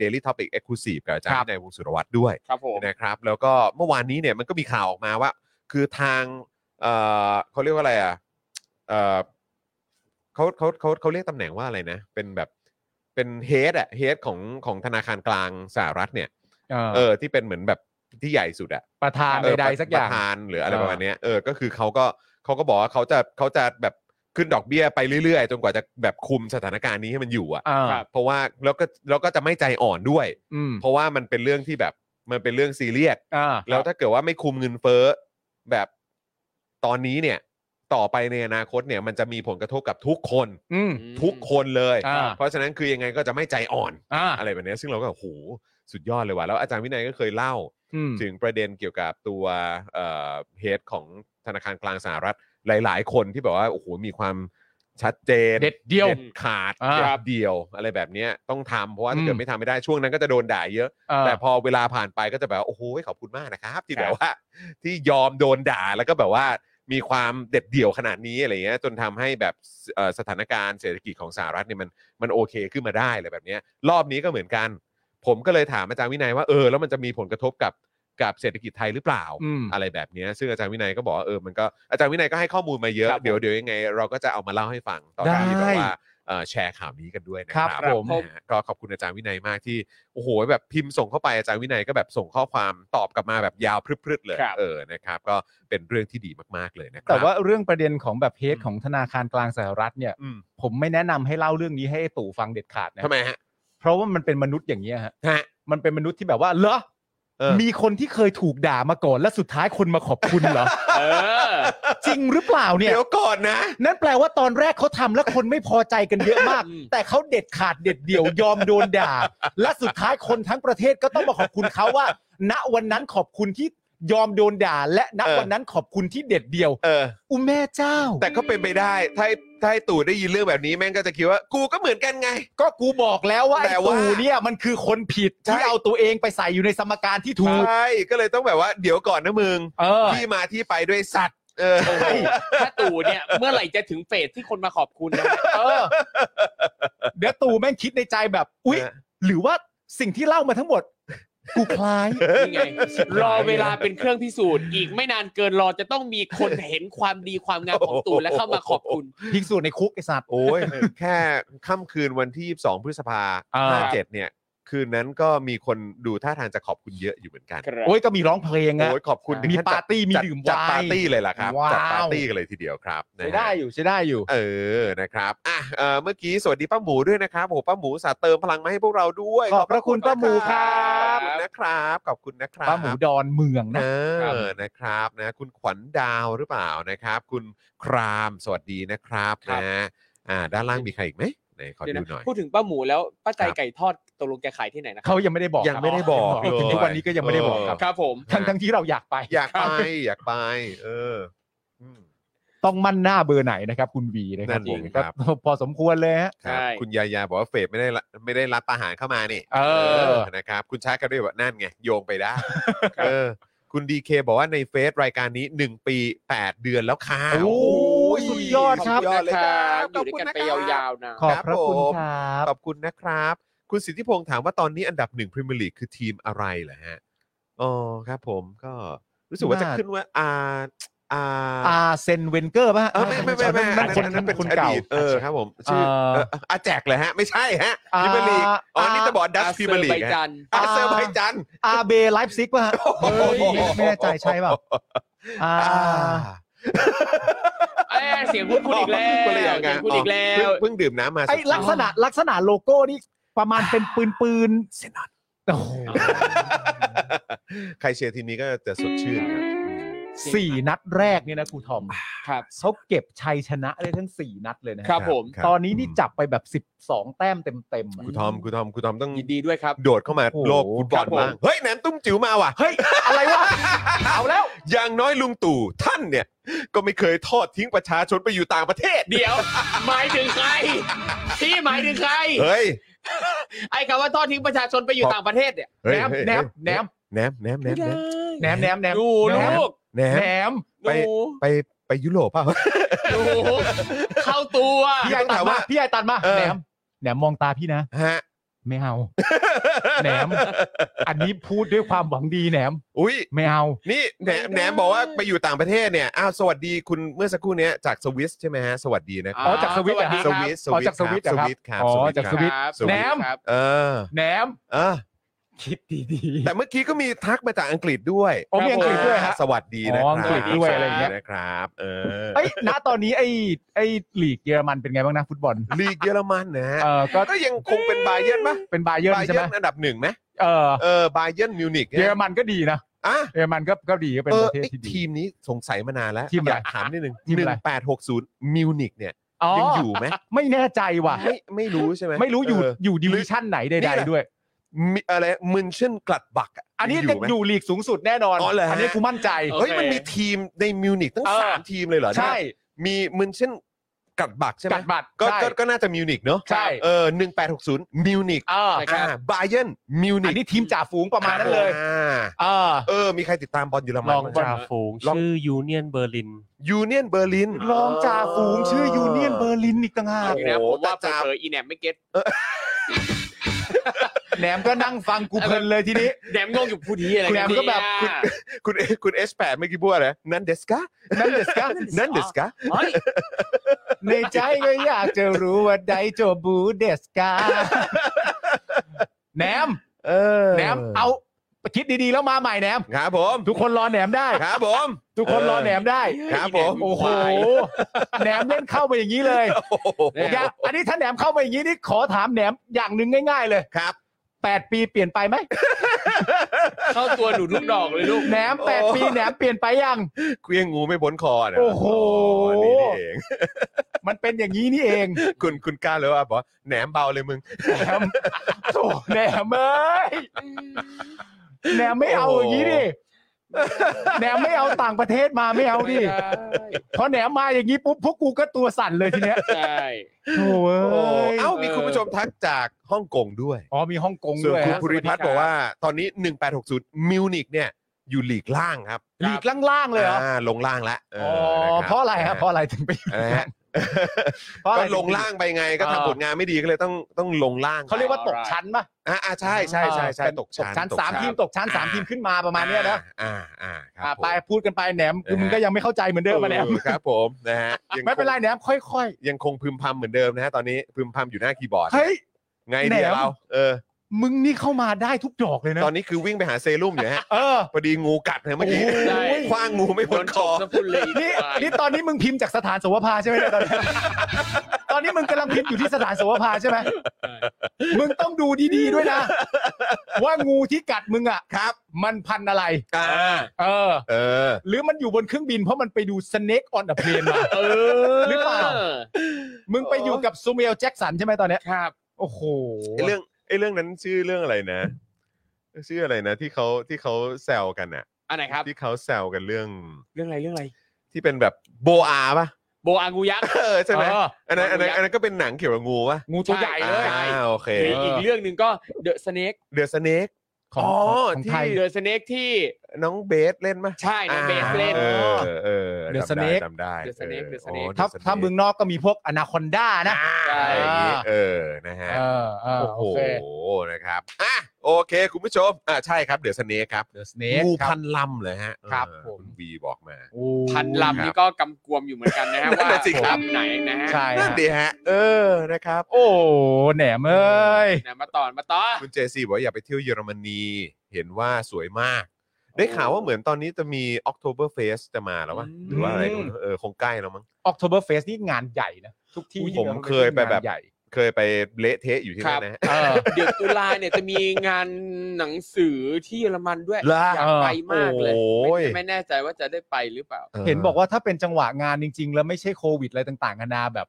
[SPEAKER 3] Daily Topic Exclusive กับอาจารย์
[SPEAKER 6] ครับ
[SPEAKER 3] วินัยวงศ์สุรวัตรด้วย
[SPEAKER 5] ครับผม
[SPEAKER 3] นะครับแล้วก็เมื่อวานนี้เนี่ยมันก็มีข่าวออกมาว่า คือทางเอ่อเขาเรียกว่าอะไรอ่ะเอ่อเขาเขาเขาเขาเรียกตำแหน่งว่าอะไรนะ เป็นแบบเป็นเฮดอะเฮดของของธนาคารกลางสหรัฐเนี่ย เออที่เป็นเหมือนแบบที่ใหญ่สุดอะ
[SPEAKER 6] ประธาน
[SPEAKER 3] เออ
[SPEAKER 6] ใด
[SPEAKER 3] ประ
[SPEAKER 6] ๆสักอย่า
[SPEAKER 3] ประ
[SPEAKER 6] ง
[SPEAKER 3] ธานหรืออะไร
[SPEAKER 6] เออ
[SPEAKER 3] ประมาณเนี้ยเออก็คือเขาก็เขาก็บอกว่าเขาจะเขาจะแบบขึ้นดอกเบี้ยไปเรื่อยๆ จนกว่าจะแบบคุมสถานการณ์นี้ให้มันอยู่อะ
[SPEAKER 6] อ่า
[SPEAKER 5] ครับ
[SPEAKER 3] เพราะว่าแล้วก็แล้วก็จะไม่ใจอ่อนด้วย
[SPEAKER 6] อืม
[SPEAKER 3] เพราะว่ามันเป็นเรื่องที่แบบมันเป็นเรื่องซีเรียส
[SPEAKER 6] อ่า
[SPEAKER 3] แล้วถ้าเกิดว่าไม่คุมเงินเฟ้อแบบตอนนี้เนี่ย ต่อไปในอนาคตเนี่ยมันจะมีผลกระทบกับทุกคน
[SPEAKER 6] อืม
[SPEAKER 3] ทุกคนเลย
[SPEAKER 6] อ่า
[SPEAKER 3] เพราะฉะนั้นคือยังไงก็จะไม่ใจอ่อน
[SPEAKER 6] อ่า
[SPEAKER 3] อะไรแบบเนี้ยซึ่งเราก็โอ้โหสุดยอดเลยว่ะแล้วอาจารย์วินัยก็เคยเล่า
[SPEAKER 6] อืม
[SPEAKER 3] ถึงประเด็นเกี่ยวกับตัวเฮดของธนาคารกลางสหรัฐหลาย ๆ คน ที่แบบว่าโอ้โหมีความชัดเจน
[SPEAKER 6] เด็ดเดี่ยว
[SPEAKER 3] ขาด
[SPEAKER 6] อ่า
[SPEAKER 3] เด็ดเดียว อะไรแบบเนี้ยต้องทำเพราะว่าถ้า
[SPEAKER 6] อืม
[SPEAKER 3] เกิดไม่ทำไม่ได้ช่วงนั้นก็จะโดนด่าเยอะ
[SPEAKER 6] เออ
[SPEAKER 3] แต่พอเวลาผ่านไปก็จะแบบว่าโอ้โหขอบคุณมากนะครับ ที่
[SPEAKER 6] ครับ
[SPEAKER 3] แบบว่า ที่ยอมโดนด่าแล้วก็แบบว่ามีความเด็ดเดี่ยวขนาดนี้อะไรเงี้ยจนทำให้แบบเอ่อสถานการณ์เศรษฐกิจของสหรัฐเนี่ยมันมันโอเคขึ้นมาได้อะไรแบบเนี้ยรอบนี้ก็เหมือนกัน ผมก็เลยถามอาจารย์วินัยว่าเออแล้วมันจะมีผลกระทบกับกับเศรษฐกิจไทยหรือเปล่า
[SPEAKER 6] อืม
[SPEAKER 3] อะไรแบบเนี้ยซึ่งอาจารย์วินัยก็บอกว่าเออมันก็อาจารย์วินัยก็ให้ข้อมูลมาเยอะ
[SPEAKER 5] ครับผม
[SPEAKER 3] เดี๋ยวเดี๋ยวยังไง เราก็จะเอามาเล่าให้ฟังตอนที่
[SPEAKER 6] ได้
[SPEAKER 3] แบบว่าเอ่อแชร์ข่าวนี้กันด้วยนะครับ
[SPEAKER 6] ครับผม
[SPEAKER 3] นะฮะก็ขอบคุณอาจารย์วินัยมากที่โอ้โหแบบพิมพ์ส่งเข้าไปอาจารย์วินัยก็แบบส่งข้อความตอบกลับมาแบบยาวพรึบๆเลย
[SPEAKER 6] ครับ
[SPEAKER 3] เออนะครับก็เป็นเรื่องที่ดีมากๆเลยนะครั
[SPEAKER 6] แต่ว่าเรื่องประเด็นของแบบเฮด
[SPEAKER 7] อืม
[SPEAKER 6] ของธนาคารกลางสหรัฐเนี่ย
[SPEAKER 3] อืม
[SPEAKER 6] ผมไม่แนะนำให้เล่าเรื่องนี้ให้ตู่ฟังเด็ดขาดนะ
[SPEAKER 3] ทำไมฮะ
[SPEAKER 6] เพราะว่ามันเป็นมนุษย์อย่างเงี้ยฮะ
[SPEAKER 3] ฮะ
[SPEAKER 6] มันเป็นมนุษย์ที่แบบว่าเหรอ
[SPEAKER 3] เออ
[SPEAKER 6] มีคนที่เคยถูกด่ามาก่อนและสุดท้ายคนมาขอบคุณ เหรอ
[SPEAKER 5] เออ
[SPEAKER 6] จริงหรือเปล่าเนี่ย
[SPEAKER 3] เดี๋ยวก่อนนะ
[SPEAKER 6] นั่นแปลว่าตอนแรกเขาทำแล้วคนไม่พอใจกันเยอะมาก
[SPEAKER 5] อืม
[SPEAKER 6] แต่เขาเด็ดขาดเด็ดเดี่ยวยอมโดนด่า และสุดท้ายคนทั้งประเทศก็ต้องมาขอบคุณเขาว่า ณวันนั้นขอบคุณที่ยอมโดนด่า และณ
[SPEAKER 3] เออ
[SPEAKER 6] วันนั้นขอบคุณที่เด็ดเดี่ยว
[SPEAKER 3] เออ
[SPEAKER 6] อุแม่เจ้า
[SPEAKER 3] แต่ก็เป็นไปได้ถ้าให้ถ้าให้ตู่ได้ยินเรื่องแบบนี้แม่งก็จะคิดว่ากูก็เหมือนกันไง
[SPEAKER 6] ก็กูบอกแล้วว่าไอ้
[SPEAKER 3] แต่ว่า
[SPEAKER 6] ตูเนี่ยมันคือคนผิด
[SPEAKER 3] ใช่
[SPEAKER 6] ที่เอาตัวเองไปใส่อยู่ในสมการที่ถูก
[SPEAKER 3] ใช่ก็เลยต้องแบบว่าเดี๋ยวก่อนนะมึง
[SPEAKER 6] เออ
[SPEAKER 3] ที่มาที่ไปด้วยสัตว์เออ
[SPEAKER 5] โอ้โหถ้าตู่เนี่ย เมื่อไหร่จะถึงเฟสที่คนมาขอบคุณนะฮะ
[SPEAKER 6] เออ เดี๋ยวตูแม่งคิดในใจแบบ อุ๊ย
[SPEAKER 3] เออ
[SPEAKER 6] หรือว่าสิ่งที่เล่ามาทั้งหมด กูคล้าย
[SPEAKER 5] นี่ไงรอเวลาเป็นเครื่องพิสูจน์ อีกไม่นานเกินรอจะต้องมีคนเห็นความดีความงามของตูนและเข้ามาขอบคุณ
[SPEAKER 6] พิกสูจน์ในคุกไอ้สัตว์
[SPEAKER 3] โอ้ย แค่ค่ำคืนวันที่ 22 พฤษภา
[SPEAKER 6] อ่า
[SPEAKER 3] ห้าเจ็ดเนี่ย คืนนั้นก็มีคนดูท่าทางจะขอบคุณเยอะอยู่เหมือนกัน
[SPEAKER 6] โอ้ยก็มีร้องเพลงอะ
[SPEAKER 3] โอ้ยขอบคุณถึง
[SPEAKER 6] มี
[SPEAKER 3] ขั้น
[SPEAKER 6] ปาร์ตี้มี
[SPEAKER 3] จัด
[SPEAKER 6] ดื่ม
[SPEAKER 3] จัด
[SPEAKER 6] ไวน์
[SPEAKER 3] ปาร์ตี้เลยล่ะครับ
[SPEAKER 6] ว้าว
[SPEAKER 3] จัดปาร์ตี้กันเลยทีเดียวครับนะ
[SPEAKER 6] ใช้
[SPEAKER 3] ฮะ
[SPEAKER 6] ได้อยู่ใช้ได้อยู่
[SPEAKER 3] เออนะครับอ่ะเอ่อเมื่อกี้สวัสดีป้าหมูด้วยนะครับโอ้โหป้าหมูสาเติมพลังมาให้พวกเราด้วย
[SPEAKER 6] ขอบพระคุณป้าหมูครั
[SPEAKER 5] บ
[SPEAKER 3] นะครับ ขอบคุณนะครับ
[SPEAKER 6] ป้าหมูดอนเมืองนะ
[SPEAKER 3] เอ
[SPEAKER 5] ครับ
[SPEAKER 3] อนะครับนะคุณขวัญดาวหรือเปล่านะครับ คุณครามสวัสดีนะครับ
[SPEAKER 5] ครับ
[SPEAKER 3] นะอ่าด้านล่างมีใครอีกไหมไหนขอ
[SPEAKER 5] เดี๋
[SPEAKER 3] ดู
[SPEAKER 5] ยวนะ
[SPEAKER 3] หน่อย
[SPEAKER 5] พูดถึงป้าหมูแล้วป้าใจ
[SPEAKER 3] ครับ
[SPEAKER 5] ไก่ทอดตกลงจะขายที่ไหนนะค
[SPEAKER 6] เขา
[SPEAKER 5] รับ
[SPEAKER 6] ยังไม่ได้บอก
[SPEAKER 3] ยังไม่ได้บอก
[SPEAKER 6] ครับ
[SPEAKER 3] เลย
[SPEAKER 6] ทุกวันนี้ก็ยังไม่ได้บอก
[SPEAKER 3] เออ
[SPEAKER 6] ครับ
[SPEAKER 5] ครับผม
[SPEAKER 6] ทั้งทั้งที่เราอยากไป
[SPEAKER 3] อ ยากไปอยากไป เอออืม
[SPEAKER 6] ต้องมั่นหน้าเบอร์ไหนนะครับ คุณวีนะครับ
[SPEAKER 3] นั่นเอง
[SPEAKER 6] ผม
[SPEAKER 3] ครับ
[SPEAKER 6] ก็พอสมควรเลยฮะ
[SPEAKER 3] ครับ
[SPEAKER 5] ใช่
[SPEAKER 3] คุณยายาบอกว่าเฟดไม่ได้ละไม่ได้รับอาหารเข้ามานี่
[SPEAKER 6] เออ
[SPEAKER 3] นะครับ คุณชาร์กก็ด้วยว่านั่นไงโยงไปได้เออ คุณดีเคบอกว่าในเฟซรายการนี้ 1 ปี 8 เดือนแล้วค่ะ
[SPEAKER 6] โอ้ยสุดยอดครับ
[SPEAKER 3] สุยอดเลยครับ
[SPEAKER 5] อยู่ด้วยกันไป
[SPEAKER 3] ข
[SPEAKER 5] ย
[SPEAKER 3] อบคุณนะครับ
[SPEAKER 5] าวๆนะ
[SPEAKER 6] ขอบพระคุณครั
[SPEAKER 3] ค
[SPEAKER 6] บ
[SPEAKER 3] รับขอบคุณนะครับ คุณสิทธิพงษ์ถามว่าตอนนี้อันดับหนึ่งพรีเมียร์ลีกคือทีมอะไรเหรอฮะอ๋อครับผมก็รู้สึกว่าจะ
[SPEAKER 6] น่า
[SPEAKER 3] ขึ้นว่าอาอา
[SPEAKER 6] อาเซนเวนเกอร์ป่ะฮะ
[SPEAKER 3] เออไม่ไม่ไม่ไม่
[SPEAKER 6] นั่นคน
[SPEAKER 3] อั
[SPEAKER 6] นั้น
[SPEAKER 3] เป็
[SPEAKER 6] คน
[SPEAKER 3] อ
[SPEAKER 6] เก่า
[SPEAKER 3] ดีตเออครับผมชื่อ
[SPEAKER 6] เอ่อ
[SPEAKER 3] เอ่ออาแจกเลยฮะ ไม่ใช่ฮะพรีเมียร์ลีก
[SPEAKER 6] อ่า
[SPEAKER 3] อ๋อนี่จะบอกดัชพรีเมียร์ลีก
[SPEAKER 5] อาซอร์
[SPEAKER 3] อาเซอร์
[SPEAKER 5] ไบจัน
[SPEAKER 3] ไบจัน
[SPEAKER 6] อาเบไลฟ์ซิกป่ะฮะเฮ้ยไม่แน่ใจใช่เปล่าอา
[SPEAKER 3] อ่า
[SPEAKER 5] เอ้ยเสียงพูดพูดอีกแล้ว
[SPEAKER 3] คนละอย่าง
[SPEAKER 5] เสี
[SPEAKER 3] กั
[SPEAKER 5] ย
[SPEAKER 3] น
[SPEAKER 5] งพูดอีกแล้ว
[SPEAKER 3] เพิ่งเพิ่งดื่มน้ำมา
[SPEAKER 6] ไอลักษณะลักษณะโลโก้นี่ประมาณเป็นปืนปืน
[SPEAKER 3] เซนอน
[SPEAKER 6] โอ้โห
[SPEAKER 3] ใครเชียร์ทีมนี้ก็จะสดชื่นครับ
[SPEAKER 6] สี่นัดแรกเนี่ยนะครูทอม
[SPEAKER 5] ครับ
[SPEAKER 6] เขาเก็บชัยชนะได้ทั้ง 4 นัดเลยนะ
[SPEAKER 5] ค
[SPEAKER 6] ครับ
[SPEAKER 5] รับผม
[SPEAKER 3] ครับ
[SPEAKER 6] ตอนนี้นี่จับไปแบบ 12 แต้มเต็มๆอะ
[SPEAKER 3] คุณทอมคุณทอมคุณทอมต้อง
[SPEAKER 5] ยินดีด้วยครับ
[SPEAKER 3] โดดเข้ามา
[SPEAKER 6] โอ้โห
[SPEAKER 3] โลกฟุตบอลบ้างเฮ้ยแหนมตุ้มจิ๋วมาว่ะ
[SPEAKER 6] เฮ้ย อะไรวะ เอาแล้ว
[SPEAKER 3] อย่างน้อยลุงตู่ท่านเนี่ย ก็ไม่เคยทอดทิ้งประชาชนไปอยู่ต่างประเทศ
[SPEAKER 5] เดี๋ยว หมายถึงใครพี่หมายถึงใคร
[SPEAKER 3] เฮ้ย
[SPEAKER 5] ไอ้คำว่าทอดทิ้งประชาชนไปอยู่ต่างประเทศเนี่ย
[SPEAKER 3] เฮ้ย
[SPEAKER 6] แนม
[SPEAKER 3] เฮ้ย
[SPEAKER 6] แนม
[SPEAKER 3] เฮ้ย
[SPEAKER 6] แนม
[SPEAKER 3] แหนมแหนมแหนมแหนม
[SPEAKER 6] แหนมแหนมแหนม
[SPEAKER 5] ดู
[SPEAKER 6] แหนม
[SPEAKER 5] ลูก
[SPEAKER 3] แหน
[SPEAKER 6] แหน
[SPEAKER 3] ม
[SPEAKER 6] ม
[SPEAKER 5] ห
[SPEAKER 3] ไป
[SPEAKER 5] นู
[SPEAKER 3] ไปไปยุโรปเปล่า
[SPEAKER 5] ดู เข้าตัว
[SPEAKER 6] พี่ไอ
[SPEAKER 3] ต้อง
[SPEAKER 6] ตั
[SPEAKER 3] ถาม
[SPEAKER 6] นมา
[SPEAKER 3] ว่า
[SPEAKER 6] พี่ไอตันมา
[SPEAKER 3] เออ
[SPEAKER 6] แหนมแหนมมองตาพี่นะ
[SPEAKER 3] ฮะ
[SPEAKER 6] ไม่เอา แหนม อันนี้พูดด้วยความหวังดีแหนม
[SPEAKER 3] อุ้ย
[SPEAKER 6] ไม่เอา
[SPEAKER 3] นี่แหนม
[SPEAKER 5] ไม่ได้
[SPEAKER 3] แหนมบอกว่าไปอยู่ต่างประเทศเนี่ยอ้าวสวัสดีคุณเมื่อสักครู่เนี้ยจากสวิสใช่ไหมฮะสวัสดีนะครั
[SPEAKER 6] อ๋
[SPEAKER 3] บ
[SPEAKER 6] อจากสวิตเหรอฮะ
[SPEAKER 5] ดี
[SPEAKER 3] ส
[SPEAKER 5] ค
[SPEAKER 3] วิ
[SPEAKER 5] รับ
[SPEAKER 3] ส
[SPEAKER 6] อ๋อจากสวิต
[SPEAKER 3] ส
[SPEAKER 6] เหรอครับ
[SPEAKER 3] วิตครับ
[SPEAKER 6] อ๋อ
[SPEAKER 3] สวิต
[SPEAKER 6] จาก
[SPEAKER 3] ค
[SPEAKER 6] ส
[SPEAKER 3] รับ
[SPEAKER 6] วิต
[SPEAKER 5] ครับ
[SPEAKER 6] แหนม
[SPEAKER 5] ครับ
[SPEAKER 3] เออ
[SPEAKER 6] แหนม
[SPEAKER 3] เออ
[SPEAKER 6] คิดดี
[SPEAKER 3] แต่เมื่อกี้ก็มีทักมาจากอังกฤษด้วย
[SPEAKER 6] ๆโอ้มีอังกฤษด้วยฮะ
[SPEAKER 3] สวัสดีนะ
[SPEAKER 6] อ๋
[SPEAKER 3] ครับ
[SPEAKER 6] ออังกฤษด้วยอะไรอย่างเงี้ย
[SPEAKER 3] นะครับ เออ
[SPEAKER 6] เอ้ยณตอนนี้ไอ้ไอ้หลีกเยอรมันเป็นไงบ้างนะฟุตบอล
[SPEAKER 3] ลีกเยอรมันนะฮะ
[SPEAKER 6] เออก็
[SPEAKER 3] ก็ยังคงเป็นบาเยิร์นปะ
[SPEAKER 6] เป็นบาเยิร์น
[SPEAKER 3] บา
[SPEAKER 6] ใช่
[SPEAKER 3] เยิ
[SPEAKER 6] ไหม
[SPEAKER 3] ร์นอันดับหนึ่งไหม
[SPEAKER 6] เออ
[SPEAKER 3] เออบาเยิร์นมิวนิก
[SPEAKER 6] เยอรมันก็ดีนะ
[SPEAKER 3] อ่ะ
[SPEAKER 8] เยอรมันก็ก็ดีก็เป็น
[SPEAKER 3] เอ
[SPEAKER 8] ป
[SPEAKER 3] อ
[SPEAKER 8] ระเทศ
[SPEAKER 3] ไอ้
[SPEAKER 8] ที่ดี
[SPEAKER 3] ทีมนี้สงสัยมานานแล้ว
[SPEAKER 8] ทีมอะไร
[SPEAKER 3] อยากถามนิดนึง
[SPEAKER 8] ทีมอะไร
[SPEAKER 3] 1860มิวนิกเนี่ย
[SPEAKER 8] อ๋อ
[SPEAKER 3] ยังอยู่ไหม
[SPEAKER 8] ไม่แน่ใจว่ะ
[SPEAKER 3] ไม่ไม่รู้ใช่ไหม
[SPEAKER 8] ไม่รู้อยู่
[SPEAKER 3] เ
[SPEAKER 8] อยู่ดิวิชั่นไหนใดๆด้วย
[SPEAKER 3] มิอะไรมึนเช่นกลัดบักะ
[SPEAKER 6] อันนี้
[SPEAKER 3] ยัง
[SPEAKER 6] จะ
[SPEAKER 3] ไหม
[SPEAKER 6] อยู่ลีกสูงสุดแน่นอน
[SPEAKER 3] อ๋อเหรอฮะ
[SPEAKER 6] นนี้กูมั่นใจ
[SPEAKER 5] โอเค
[SPEAKER 3] เฮ้ยมันมีทีมในมิวนิกตั้ง
[SPEAKER 6] เออ
[SPEAKER 3] สามทีมเลยเหรอ
[SPEAKER 6] ใช่
[SPEAKER 3] เนี่ยมีมึนเช่นกลัดบักใช่ไหม
[SPEAKER 6] กัดบัตร
[SPEAKER 3] ก็
[SPEAKER 6] ใช่
[SPEAKER 3] ก็ก็น่าจะมิวนิกเนอะ
[SPEAKER 6] ใช่
[SPEAKER 3] เออ1860มิวนิก
[SPEAKER 6] เออ
[SPEAKER 5] ครับ
[SPEAKER 3] บาเยนมิวนิ
[SPEAKER 6] อัน
[SPEAKER 3] ก
[SPEAKER 6] นี้ทีมจ่าฝูงประมาณนั้นเลย
[SPEAKER 3] อ่า
[SPEAKER 6] เออ
[SPEAKER 3] เออ มีใครติดตามบอลเยอรมัน
[SPEAKER 9] ลอง
[SPEAKER 3] บ้าง
[SPEAKER 9] จ่าฝูงชื่อยูเนียนเบอร์ลิน
[SPEAKER 3] ยูเนียนเบอร์ลิน
[SPEAKER 6] รองจ่าฝูงชื่อยูเนียนเบอร์ลินอีกต่างหาก
[SPEAKER 5] เอาอีกนะ
[SPEAKER 3] โอ้
[SPEAKER 5] ผ
[SPEAKER 3] โห
[SPEAKER 5] มว่า
[SPEAKER 3] แต่จ่า
[SPEAKER 5] เผลอๆอีแหนมไม่เก็ต
[SPEAKER 6] แหนมก็นั่งฟังกูเพลินเลยทีนี้
[SPEAKER 5] แหนมงงอยู่ผู้ดีอะไร
[SPEAKER 6] คุณแหนมก็แบบ
[SPEAKER 5] เนี่ย
[SPEAKER 3] คุณเอคุณเอสแปดเมื่อกี้พูดอะไรนันเดสกา
[SPEAKER 6] นั่นเดสกา
[SPEAKER 3] นันเดสกา
[SPEAKER 5] เฮ้ย
[SPEAKER 6] ในใจก็อยากจะรู้ว่าไดโจบูเดสกาแหนม
[SPEAKER 3] เออ
[SPEAKER 6] แหนมเอาคิดดีๆแล้วมาใหม่แหนม
[SPEAKER 3] ครับผม
[SPEAKER 6] ทุกคนรอแหนมได้
[SPEAKER 3] ครับผม
[SPEAKER 6] ทุกคนรอแหนมได้
[SPEAKER 3] ครับผม
[SPEAKER 6] โอ้โห แหนมเล่นเข้ามาอย่างนี้เลย อย่าอันนี้ถ้าแหนมเข้ามาอย่างนี้นี่ขอถามแหนมอย่างหนึ่งง่าย ๆ เลย
[SPEAKER 3] ครับ
[SPEAKER 6] แปดปีเปลี่ยนไปไหม
[SPEAKER 5] เข้าตัวหนูทุกดอกเลยลูก
[SPEAKER 6] แหนมแปดปีแหนมเปลี่ยนไปยัง
[SPEAKER 3] เคลี้ยงงูไม่พ้นคอนะ
[SPEAKER 6] โอ้โห
[SPEAKER 3] อันนี้นี่เอง
[SPEAKER 6] มันเป็นอย่างนี้นี่เอง
[SPEAKER 3] คุณคุณกล้าเลยว่าบอกว่าแหนมเบาเลยมึง
[SPEAKER 6] แหนมโถแหนมเอ้ยแหนมไม่เอาอย่างนี้ดิแหนมไม่เอาต่างประเทศมาไม่เอาดิเพราะแหนมมาอย่างนี้ปุ๊บพวกกูก็ตัวสั่นเลยทีเนี้ย
[SPEAKER 5] ใช่
[SPEAKER 6] โถ่เอ้
[SPEAKER 3] โอ้
[SPEAKER 6] ย
[SPEAKER 3] เอ้ามีคุณผู้ชมทักจากฮ่องกงด้วย
[SPEAKER 6] อ๋อมีฮ่องกง
[SPEAKER 3] ส่วน
[SPEAKER 6] ด้วย
[SPEAKER 3] คุณ
[SPEAKER 6] ฮะ
[SPEAKER 3] ภูริพัฒน์บอกว่าตอนนี้ 1860 มิวนิกเนี่ย อยู่หลีกล่างครับ
[SPEAKER 6] หลีกล่างๆเลยเหรอ
[SPEAKER 3] อ่าลงล่างแล้วเอ
[SPEAKER 6] อ๋อ
[SPEAKER 3] ออนคบ
[SPEAKER 6] เพราะอะไรฮะเพราะอะไรถึงไปอยู่
[SPEAKER 3] อะไรฮะ
[SPEAKER 6] เพราะอะ
[SPEAKER 3] ก็
[SPEAKER 6] ไรถึ
[SPEAKER 3] ลงล่างไปไงก็
[SPEAKER 6] อ่า
[SPEAKER 3] ทำผลงานไม่ดีก็เลยต้องต้องลงล่าง
[SPEAKER 6] เขาเรียกว่าตกชั้นป่ะ
[SPEAKER 3] อ่าอ่าใช่ใช่ใช่ใช่
[SPEAKER 6] เป็น
[SPEAKER 3] ตกชั้น
[SPEAKER 6] ชั้นสามทีมตกชั้นสามทีมขึ้นมาประมาณเนี้ยนะ
[SPEAKER 3] อ่าอ่าอ่าค
[SPEAKER 6] อ่ะ
[SPEAKER 3] รับผม
[SPEAKER 6] ไปพูดกันไปแหนมคือมึงก็ยังไม่เข้าใจเหมือนเดิมมาแหนม
[SPEAKER 3] เออครับผมนะฮะยังคง
[SPEAKER 6] ไม่เป็นไรแหนมค่อย
[SPEAKER 3] ยังคงพึมพำเหมือนเดิมนะฮะตอนนี้พึมพำอยู่หน้าคีย์บอร์ด
[SPEAKER 6] ๆเฮ้ย
[SPEAKER 3] ไงเดีย
[SPEAKER 6] แหนม
[SPEAKER 3] เราเออ
[SPEAKER 6] มึงนี่เข้ามาได้ทุกดอกเลยนะ
[SPEAKER 3] ตอนนี้คือวิ่งไปหาเซรุ่มอยู่ฮะ
[SPEAKER 6] เออ
[SPEAKER 3] พอดีงูกัดนะเมื่อกี้
[SPEAKER 6] โอ้โห
[SPEAKER 5] ได้
[SPEAKER 3] คว้างงูไม่
[SPEAKER 5] โด
[SPEAKER 3] พ้น
[SPEAKER 5] น
[SPEAKER 3] ค
[SPEAKER 5] ฉ
[SPEAKER 3] อก
[SPEAKER 5] สะพุนเลย
[SPEAKER 6] นี่
[SPEAKER 5] ควาย
[SPEAKER 6] นี่ตอนนี้มึงพิมพ์จากสถานสวภาใช่ไหมเนี่ยตอนนี้ ตอนนี้มึงกำลังพิมพ์อยู่ที่สถานสวภาใช่ไหมมึงต้องดูดีๆด้วยนะ ว่างูที่กัดมึงอ่ะครับ มันพันธุ์อะไร
[SPEAKER 3] อ่า
[SPEAKER 6] เออ
[SPEAKER 3] เออ
[SPEAKER 6] หรือมันอยู่บนเครื่องบินเพราะมันไปดู Snake on a plane มา
[SPEAKER 5] เออ
[SPEAKER 6] หรือเปล่า มึงไปอยู่กับซูเมลแจ็คสันใช่ไหมตอนเนี้ย
[SPEAKER 5] ครับ
[SPEAKER 6] โอ้โห
[SPEAKER 3] ไอเรื่องไอเรื่องนั้นชื่อเรื่องอะไรนะ ชื่ออะไรนะ ที่เขาที่เขาแซวกันอะ
[SPEAKER 5] อันไหนครับ
[SPEAKER 3] ที่เขาแซวกันเรื่อง
[SPEAKER 5] เรื่องอะไรเรื่องอะไร
[SPEAKER 3] ที่เป็นแบบโบอาป่ะ
[SPEAKER 5] โบอางูยักษ์
[SPEAKER 3] เออใช่ไหม
[SPEAKER 6] เออ
[SPEAKER 3] อันนั้นอันนั้น
[SPEAKER 5] งูยักษ์
[SPEAKER 3] อันนั้นก็เป็นหนังเกี่ยวกับงูป่ะ
[SPEAKER 6] งูตัวใหญ่เลย
[SPEAKER 5] ใช่
[SPEAKER 3] อ่าโอเค
[SPEAKER 5] หรืออีกเรื่องหนึ่งก็เดอะสเนก
[SPEAKER 3] เดอะสเนก
[SPEAKER 6] ของ
[SPEAKER 3] อ๋อ
[SPEAKER 6] ของของ
[SPEAKER 3] ที่
[SPEAKER 6] ไทย
[SPEAKER 5] เดอะสเนกที่
[SPEAKER 3] น้องเบสเล่นป่ะ
[SPEAKER 5] ใช่น้องเบสเล่น
[SPEAKER 3] อ่าเออเออ
[SPEAKER 6] เดอะ
[SPEAKER 3] จำไ
[SPEAKER 6] Snake
[SPEAKER 3] จำได้
[SPEAKER 5] เดอะ Snake เดอะ Snake
[SPEAKER 3] โ The
[SPEAKER 6] ถ้าถ้า
[SPEAKER 3] Snake
[SPEAKER 6] เมืองนอกก็มีพวกอนาคอนด้านะ
[SPEAKER 3] อ่า
[SPEAKER 5] ใช่
[SPEAKER 3] อะไรอย่างงี้เออนะฮะ
[SPEAKER 6] เออเออ
[SPEAKER 3] โอ้โห
[SPEAKER 6] โอเค
[SPEAKER 3] นะครับ อ่ะ โอเค คุณผู้ชม อ่ะ ใช่ครับ เดี๋ยวสเนคครับ
[SPEAKER 6] เดอะสเนก
[SPEAKER 3] งูพันลำเลยฮะ
[SPEAKER 6] ครับ
[SPEAKER 3] เออ
[SPEAKER 6] ผม
[SPEAKER 3] ณบีบอกมา
[SPEAKER 5] พันลำนี่ก็กำกวมอยู่เหมือนกันนะฮะ
[SPEAKER 3] นั่น
[SPEAKER 5] ว่า
[SPEAKER 3] น่ะสิครับ
[SPEAKER 5] ลำไหนนะฮะ
[SPEAKER 6] ใช่
[SPEAKER 3] นั่น
[SPEAKER 6] ฮะ
[SPEAKER 3] ดีฮะ เออ นะครับ
[SPEAKER 6] โอ้แหนมเอ้ย
[SPEAKER 5] นะมาต่อมาต่อ
[SPEAKER 3] คุณเจซีบอกว่าอยากไปเที่ยวเยอรมนี เห็นว่าสวยมาก ได้ข่าวว่าเหมือนตอนนี้จะมี October Fest จะมาแล้ววะ
[SPEAKER 5] อืม
[SPEAKER 3] หรือว่าอะไรนู่นเออ คงใกล้แล้วมั้ง
[SPEAKER 6] ออกโทเบอร์เฟสนี่งานใหญ่นะ ทุกที่
[SPEAKER 3] อุ๊ย
[SPEAKER 6] ที่
[SPEAKER 3] ผม
[SPEAKER 6] รา
[SPEAKER 3] เคยไปแบบ
[SPEAKER 6] งานใหญ่
[SPEAKER 3] เคยไปเละเทะอยู่ที่นั่นนะฮะ
[SPEAKER 6] เออ
[SPEAKER 5] เดี๋ยวตุลาเนี่ยจะมีงานหนังสือที่เยอรมันด้วย
[SPEAKER 3] เหรอ
[SPEAKER 5] อยากไปมากเลย
[SPEAKER 3] โอ้ย
[SPEAKER 5] ไม่ไม่แน่ใจว่าจะได้ไปหรือเปล่า
[SPEAKER 6] เห็นบอกว่าถ้าเป็นจังหวะงานจริง ๆ แล้วไม่ใช่โควิดอะไรต่างๆนานาแบบ